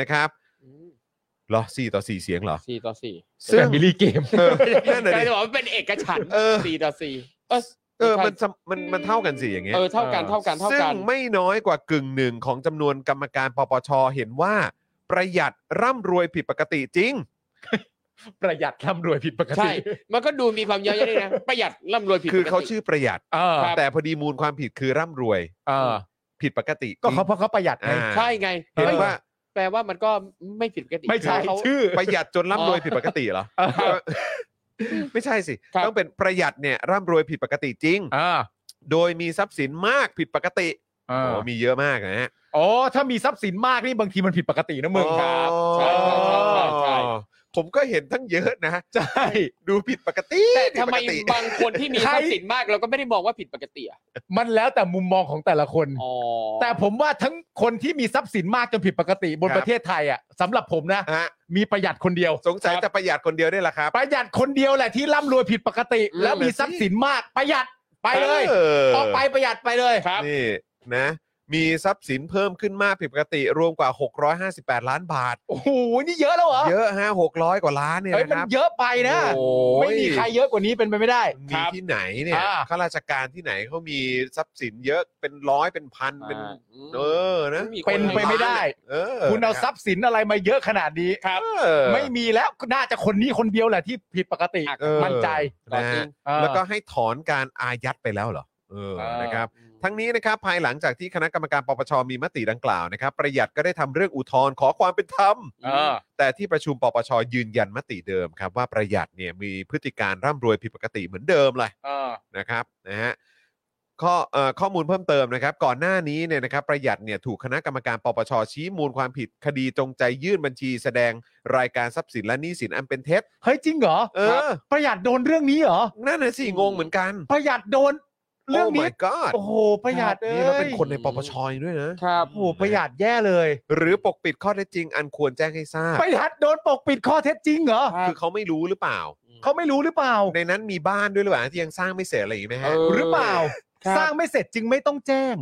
[SPEAKER 3] นะครับเหรอ 4 ต่อ 4 เสียงเหรอ
[SPEAKER 5] สี่ต่อสี่
[SPEAKER 3] ซึ่ง
[SPEAKER 6] แฟมิลี่เกม
[SPEAKER 3] เออนั่นน่ะ
[SPEAKER 5] ใคร
[SPEAKER 3] ดิ
[SPEAKER 5] จะบอกว่าเป็นเอกฉันท์
[SPEAKER 3] เออ
[SPEAKER 5] สี่ต่อสี่เออ
[SPEAKER 3] เออมันสมมันมันเท่ากันสิอย่างเงี้ย
[SPEAKER 5] เออเท่ากันเท่ากันเท่า
[SPEAKER 3] ซึ่ง
[SPEAKER 5] กัน
[SPEAKER 3] ไม่น้อยกว่ากึ่งหนึ่งของจำนวนกรรมการปปชเห็นว่า ประหยัดร่ำรวยผิดปกติจริง
[SPEAKER 6] ประหยัดร่ำรวยผิดปก
[SPEAKER 5] ใช่
[SPEAKER 6] ติ
[SPEAKER 5] มันก็ดูมีความเย้ยๆด้วยนะประหยัดร่ำรวยผิด
[SPEAKER 3] คือเขา
[SPEAKER 5] ปกติ
[SPEAKER 3] ชื่อประหยัด
[SPEAKER 6] เออ
[SPEAKER 5] ครับ
[SPEAKER 3] แต่พอดีมูลความผิดคือร่ำรวย
[SPEAKER 6] เออ
[SPEAKER 3] ผิดปกติ
[SPEAKER 6] ก็เขาเพราะเขาประหยัดไง
[SPEAKER 3] อ่า
[SPEAKER 5] ใช่ไง
[SPEAKER 3] เห็น
[SPEAKER 5] เฮ้ย
[SPEAKER 3] ว่า
[SPEAKER 5] แปลว่ามันก็ไม่ผิดปกติ
[SPEAKER 6] ไม่ใช่
[SPEAKER 5] เขา
[SPEAKER 6] ชื่อ
[SPEAKER 3] ประหยัดจนร่ำรวยผิดปกติเหรอ
[SPEAKER 6] เออ
[SPEAKER 3] ไม่ใช่สิ
[SPEAKER 5] ครับ
[SPEAKER 3] ต้องเป็นประหยัดเนี่ยร่ำรวยผิดปกติจริง
[SPEAKER 6] เออ
[SPEAKER 3] โดยมีทรัพย์สินมากผิดปกติ
[SPEAKER 6] เอ
[SPEAKER 3] โอ้
[SPEAKER 6] อ
[SPEAKER 3] มีเยอะมากนะฮะ
[SPEAKER 6] อ๋อถ้ามีทรัพย์สินมากนี่บางทีมันผิดปกตินะมึง
[SPEAKER 5] ครับใช่
[SPEAKER 3] อ๋อ
[SPEAKER 5] ใช่ใช่ใช่
[SPEAKER 3] ผมก็เห็นทั้งเยอะนะ
[SPEAKER 6] ใช่
[SPEAKER 3] ดูผิดปกติ
[SPEAKER 5] แต่
[SPEAKER 3] ผิด
[SPEAKER 5] ทำ
[SPEAKER 3] ป
[SPEAKER 5] ไม
[SPEAKER 3] กติ
[SPEAKER 5] บางคนที่มีทรัพย์สินมากเราก็ไม่ได้มองว่าผิดปกติอ่ะ
[SPEAKER 6] มันแล้วแต่มุมมองของแต่ละคน
[SPEAKER 5] อ๋อ
[SPEAKER 6] แต่ผมว่าทั้งคนที่มีทรัพย์สินมากจนผิดปกติบนประเทศไทยอ่ะสำหรับผมนะ
[SPEAKER 3] ฮะ
[SPEAKER 6] มีประหยัดคนเดียว
[SPEAKER 3] สงสัยจะประหยัดคนเดียวได้ละครับ
[SPEAKER 6] ประหยัดคนเดียวแหละที่ร่ำรวยผิดปกติ
[SPEAKER 3] อืม
[SPEAKER 6] แล้วมีทรัพย์สินมากประหยัดไปเลย
[SPEAKER 3] เออ
[SPEAKER 6] ออกไปประหยัดไปเลย
[SPEAKER 5] ครับ
[SPEAKER 3] นี่นะ มีทรัพย์สินเพิ่มขึ้นมากผิดปกติรวมกว่า 658 ล้านบาท
[SPEAKER 6] โอ้โหนี่เยอะแล้วเหรอ
[SPEAKER 3] เยอะฮะ600 กว่าล้านเนี่ย
[SPEAKER 6] เฮ้ย
[SPEAKER 3] นะค
[SPEAKER 6] มั
[SPEAKER 3] น รับ
[SPEAKER 6] เยอะไปนะ
[SPEAKER 3] โอ้ย
[SPEAKER 6] ไม่มีใครเยอะกว่านี้เป็นไปไม่ได้
[SPEAKER 3] มีที่ไหนเนี่ย
[SPEAKER 6] อ่า
[SPEAKER 3] ข้าราชการที่ไหนเขามีทรัพย์สินเยอะเป็นร้อยเป็นพันเป็นเออนะ
[SPEAKER 5] ไม่มี
[SPEAKER 6] เป็นไปไม่ได้
[SPEAKER 3] เออ
[SPEAKER 6] คุณเอาทรัพย์สินอะไรมาเยอะขนาดนี้
[SPEAKER 3] ครับ
[SPEAKER 6] ไม่มีแล้วน่าจะคนนี้คนเดียวแหละที่ผิดปกติ
[SPEAKER 5] อ่ะ
[SPEAKER 3] เออ
[SPEAKER 6] มั่นใจ
[SPEAKER 3] นะฮะ
[SPEAKER 6] เออ
[SPEAKER 3] แล้วก็ให้ถอนการอายัดไปแล้วเหรอ เออ
[SPEAKER 6] เออ
[SPEAKER 3] นะครับ ทั้งนี้นะครับภายหลังจากที่คณะกรรมการปปชมีมติดังกล่าวนะครับ ประหยัดก็ได้ทำเรื่องอุทธรณ์ขอความเป็นธรรม
[SPEAKER 6] เออ
[SPEAKER 3] แต่ที่ประชุมปปชยืนยันมติเดิมครับว่าประหยัดเนี่ยมีพฤติการร่ำรวยผิดปกติเหมือนเดิมเลย
[SPEAKER 6] เออ
[SPEAKER 3] นะครับนะฮะข้อเอ่อข้อมูลเพิ่มเติมนะครับ ก่อนหน้านี้เนี่ยนะครับประหยัดเนี่ยถูกคณะกรรมการปปชชี้มูลความผิด คดีจงใจยื่นบัญชี แสดงรายการทรัพย์สินและหนี้สินอันเป็นเท็จ
[SPEAKER 6] เฮ้ยจริงเหรอ
[SPEAKER 3] เอ
[SPEAKER 6] ครับ
[SPEAKER 3] อ
[SPEAKER 6] ประหยัดโดนเรื่องนี้เหรอ
[SPEAKER 3] นั่นน่ะสิงงเหมือนกัน
[SPEAKER 6] ประหยัดโดนเรื่องนี้
[SPEAKER 3] โ my god
[SPEAKER 6] โอ้โห ประหยัดเอ้
[SPEAKER 3] นี่แล้ว
[SPEAKER 6] ย
[SPEAKER 3] เป็นคนในปปชด้วยนะ
[SPEAKER 5] ครับ
[SPEAKER 6] โอ้โหประหยัดแย่เลย
[SPEAKER 3] หรือปกปิดข้อเท็จจริงอันควรแจ้งให้ทราบ
[SPEAKER 6] ประหยัดโดนปกปิดข้อเท็จจริงเหรอ
[SPEAKER 3] คือเขาไม่รู้หรือเปล่า
[SPEAKER 6] เขาไม่รู้หรือเปล่า
[SPEAKER 3] ในนั้นมีบ้านด้วยหรือเปล่าที่ยังสร้างไม่เสร็จอะไรอย่างนี้ไหมฮะ
[SPEAKER 5] เออ
[SPEAKER 6] หรือเปล่า
[SPEAKER 5] ครับ
[SPEAKER 6] สร้างไม่เสร็จจึงไม่ต้องแจ้ง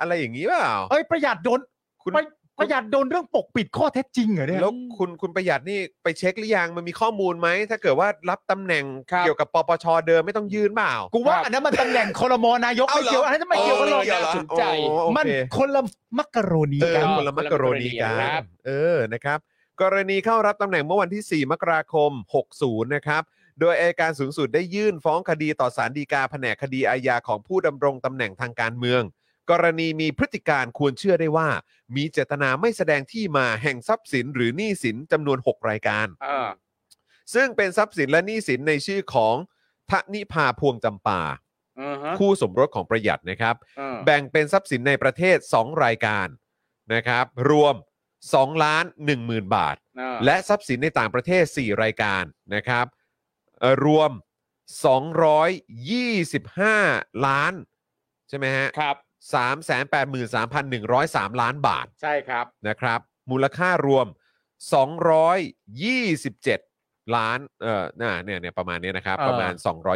[SPEAKER 3] อะไรอย่างนี้เปล่า
[SPEAKER 6] เอ้ยประหยัดโดน
[SPEAKER 3] คุณ
[SPEAKER 6] ประประหยัดโดนเรื่องปกปิดข้อเท็จจริงเหรอเนี่ย
[SPEAKER 3] แล้วคุณคุณประหยัดนี่ไปเช็คหรือยังมันมีข้อมูลไหมถ้าเกิดว่ารับตำแหน่ง
[SPEAKER 5] ครับ
[SPEAKER 3] เกี่ยวกับปปชเดิมไม่ต้องยื่นเปล่า
[SPEAKER 6] กู
[SPEAKER 5] ค
[SPEAKER 6] ว่า
[SPEAKER 5] รับ
[SPEAKER 6] อันนั้นมันตำแหน่งคอรมอนายก
[SPEAKER 3] เอา
[SPEAKER 6] ไม่
[SPEAKER 3] เหรอ
[SPEAKER 6] เกี่ยวอันนั้นไม่เกี่ยวกันหรอก
[SPEAKER 5] เออเกี่ยวเหรอ
[SPEAKER 3] โอ้โอเค
[SPEAKER 6] มันคนละมักกะโรนี
[SPEAKER 3] เออ
[SPEAKER 6] กัน
[SPEAKER 3] คนละมักกะโรนีกั
[SPEAKER 5] ครับ
[SPEAKER 3] นเออนะครับ กรณีเข้ารับตำแหน่งเมื่อวันที่ 4 มกราคม 60 นะครับ โดยอัยการสูงสุดได้ยื่นฟ้องคดีต่อศาลฎีกาแผนกคดีอาญาของผู้ดำรงตำแหน่งทางการเมือง กรณีมีพฤติการควรเชื่อได้ว่า มีเจตนาไม่แสดงที่มาแห่งทรัพย์สินหรือหนี้สินจำนวน 6 รายการ ซึ่งเป็นทรัพย์สินและหนี้สินในชื่อของทนิพาพวงจำปา คู่สมรสของประหยัดนะครับ แบ่งเป็นทรัพย์สินในประเทศ 2 รายการนะครับ รวม2ล้าน1 0,000 บาท และทรัพย์สินในต่างประเทศ 4 รายการนะครับเอ่อรวม 225 ล้าน ใช่ไหมฮะ
[SPEAKER 5] ครับ
[SPEAKER 3] 383,103 ล้านบาท
[SPEAKER 6] ใช่ครับ
[SPEAKER 3] นะครับ มูลค่ารวม 227 ล้านเอ่อน่ะเนี่ยเนี่ยประมาณเนี้ยนะครับ
[SPEAKER 6] เออ
[SPEAKER 3] ประมาณ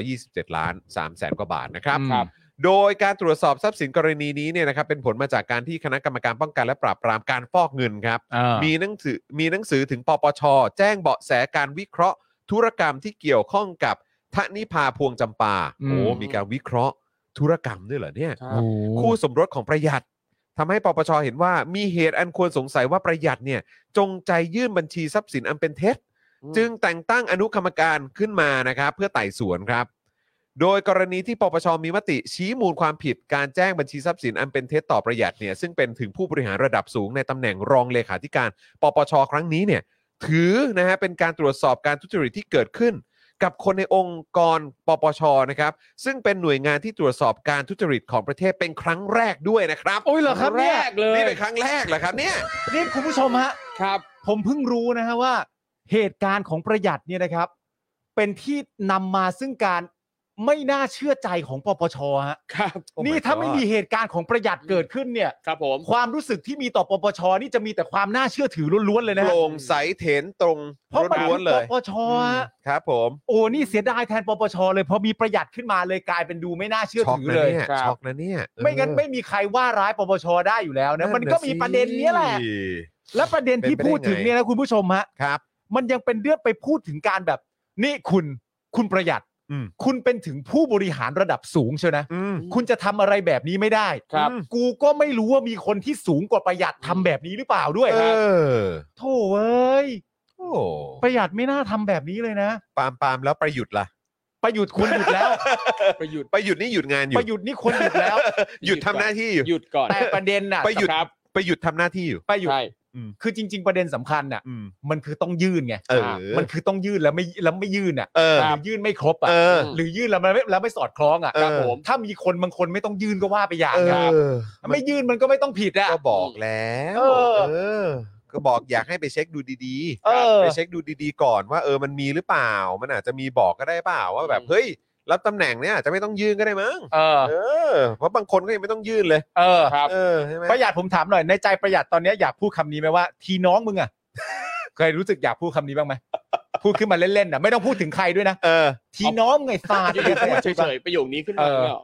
[SPEAKER 3] 227 ล้าน3แสนกว่าบาทนะครับ
[SPEAKER 6] ครับ
[SPEAKER 3] โดยการตรวจสอบทรัพย์สินกรณีนี้เนี่ยนะครับเป็นผลมาจากการที่คณะกรรมการป้องกันและปราบปรามการฟอกเงินครับ มีหนังสือมีหนังสือถึงปปช แจ้งเบาะแสการวิเคราะห์ ธุรกรรมที่เกี่ยวข้องกับทนิพาพวงจำปา
[SPEAKER 6] อืม
[SPEAKER 3] โอ้มีการวิเคราะห์ ธุรกรรมด้วยเหรอเนี่ย
[SPEAKER 5] ครับ
[SPEAKER 6] โอ้โห
[SPEAKER 3] คู่สมรสของประหยัดทำให้ปปชเห็นว่ามีเหตุอันควรสงสัยว่าประหยัดเนี่ยจงใจยื่นบัญชีทรัพย์สินอันเป็นเท็จ
[SPEAKER 5] อืม
[SPEAKER 3] จึงแต่งตั้งอนุกรรมการขึ้นมานะครับ เพื่อไต่สวนครับ โดยกรณีที่ปปชมีมติชี้มูลความผิดการแจ้งบัญชีทรัพย์สินอันเป็นเท็จต่อประหยัดเนี่ยซึ่งเป็นถึงผู้บริหารระดับสูงในตำแหน่งรองเลขาธิการ ปปชครั้งนี้เนี่ยถือนะฮะเป็นการตรวจสอบการทุจริตที่เกิดขึ้น กับคนในองค์กรปปชนะครับ ซึ่งเป็นหน่วยงานที่ตรวจสอบการทุจริตของประเทศเป็นครั้งแรกด้วยนะครับ
[SPEAKER 6] โอ้ยเหรอครับเนี่ย
[SPEAKER 5] แรกเลย
[SPEAKER 3] นี่เป็นครั้งแรกเหรอครับเนี่ย
[SPEAKER 6] นี่คุณผู้ชมฮะ
[SPEAKER 5] ครับ
[SPEAKER 6] ผมเพิ่งรู้นะฮะว่าเหตุการณ์ของประหยัดเนี่ยนะครับ เป็นที่นำมาซึ่งการไม่น่าเชื่อใจของปปชฮะ
[SPEAKER 5] ครับ
[SPEAKER 3] Oh my
[SPEAKER 6] นี่ถ้าไม่
[SPEAKER 3] God
[SPEAKER 6] มีเหตุการณ์ของประหยัดเกิดขึ้นเนี่ย
[SPEAKER 5] ครับผม
[SPEAKER 6] ความรู้สึกที่มีต่อปปชนี่จะมีแต่ความน่าเชื่อถือล้วนๆเลยนะ
[SPEAKER 3] โป
[SPEAKER 6] ฮะ
[SPEAKER 3] ร่งใสเถนตรง
[SPEAKER 6] เพราะมัน
[SPEAKER 3] ล้วน
[SPEAKER 6] คื
[SPEAKER 3] ๆ
[SPEAKER 6] อ
[SPEAKER 3] เล
[SPEAKER 6] ป
[SPEAKER 3] ย
[SPEAKER 6] ปชฮะ
[SPEAKER 3] ครับผม
[SPEAKER 6] โอ้นี่เสียดายแทนปปชเลยพอมีประหยัดขึ้นมาเลยกลายเป็นดูไม่น่าเชื่อ
[SPEAKER 3] ช็อก
[SPEAKER 6] ถือ
[SPEAKER 3] นะ
[SPEAKER 6] เลย
[SPEAKER 3] เนี่ย
[SPEAKER 5] ครับ
[SPEAKER 3] ช็อกนะเนี่ย
[SPEAKER 6] ไม่งั้นไม่มีใครว่าร้ายปปชได้อยู่แล้วนะมันก็มีประเด็นเนี้ยแหละ
[SPEAKER 3] สิ
[SPEAKER 6] และประเด็นที่พูดถึงเนี่ยนะคุณผู้ชมฮะ
[SPEAKER 3] ครับ
[SPEAKER 6] มันยังเป็นเรื่องไปพูดถึงการแบบ นี่คุณคุณประหยัด
[SPEAKER 3] อืม
[SPEAKER 6] คุณเป็นถึงผู้บริหารระดับสูงเชียวนะ
[SPEAKER 3] อืม
[SPEAKER 6] คุณจะทำอะไรแบบนี้ไม่ได้
[SPEAKER 5] ครับ
[SPEAKER 6] กูก็ไม่รู้ว่ามีคนที่สูงกว่าประหยัดทำแบบนี้หรือเปล่าด้วย
[SPEAKER 3] เออ
[SPEAKER 6] โถ่เอ้ย
[SPEAKER 3] โอ้
[SPEAKER 6] ประหยัดไม่น่าทำแบบนี้เลยนะ
[SPEAKER 3] ปาล์มปาล์มแล้วประหยุดล่ะ
[SPEAKER 6] ประหยุดคุณหยุดแล้ว
[SPEAKER 5] ประยุทธ์
[SPEAKER 3] ประหยุดนี่ หยุดงานอ
[SPEAKER 6] ป
[SPEAKER 3] ยู่
[SPEAKER 6] ระหยุดนี่ควรหยุดแล้ว
[SPEAKER 3] หยุดทำหน้าที่อยู่
[SPEAKER 5] หยุดก่อน
[SPEAKER 6] แต่ประเด็นน่ะ
[SPEAKER 3] ประหยุด
[SPEAKER 5] ครับ
[SPEAKER 3] ไปหยุดทำหน้าที่อยู่
[SPEAKER 6] ประหยุด
[SPEAKER 5] ใช่
[SPEAKER 6] คือจริง ๆ ประเด็นสำคัญน่ะ
[SPEAKER 3] อืม
[SPEAKER 6] มันคือต้องยื่นไง
[SPEAKER 3] เออ
[SPEAKER 6] มันคือต้องยื่นแล้วไม่แล้วไม่ยื่นอ่ะ
[SPEAKER 3] เออ
[SPEAKER 6] หรือยื่นไม่ครบอ่ะ
[SPEAKER 3] เออ
[SPEAKER 6] หรือยื่นแล้วมันไม่แล้วไม่สอดคล้องอ่ะ
[SPEAKER 5] ครับผม
[SPEAKER 6] ถ้ามีคนบางคนไม่ต้องยื่นก็ว่าไปอย่าง
[SPEAKER 3] เอ
[SPEAKER 6] นะ
[SPEAKER 3] อ
[SPEAKER 6] ไม่ยื่นมันก็ไม่ต้องผิดอะ
[SPEAKER 3] ก็บอกแล้ว
[SPEAKER 6] เออ
[SPEAKER 3] เออ ก็บอกอยากให้ไปเช็คดูดี
[SPEAKER 6] เออ
[SPEAKER 3] ๆ ไปเช็คดูดีๆก่อนว่าเออมันมีหรือเปล่า มันอาจจะมีบอกก็ได้เปล่าว่าแบบเฮ้ยรับตำแหน่งเนี่ยอาจจะไม่ต้องยื่นก็ได้มั้ง
[SPEAKER 6] เออ
[SPEAKER 3] เออ เพราะบางคนก็ยังไม่ต้องยื่นเลย
[SPEAKER 6] เออ
[SPEAKER 5] ครับ
[SPEAKER 3] เออใช่ไหม
[SPEAKER 6] ประหยัดผมถามหน่อยในใจประหยัดตอนเนี้ยอยากพูดคำนี้ไหมว่า ทีน้องมึงอะ เคยรู้สึกอยากพูดคำนี้บ้างไหมพูดขึ้นมาเล่นๆนะไม่ต้องพูดถึงใครด้วยนะ
[SPEAKER 3] เออ
[SPEAKER 6] ทีน้องไงฟาด
[SPEAKER 5] หยุดพูดเฉยๆประโยคนี้ขึ้นมาเนี่ยหรอ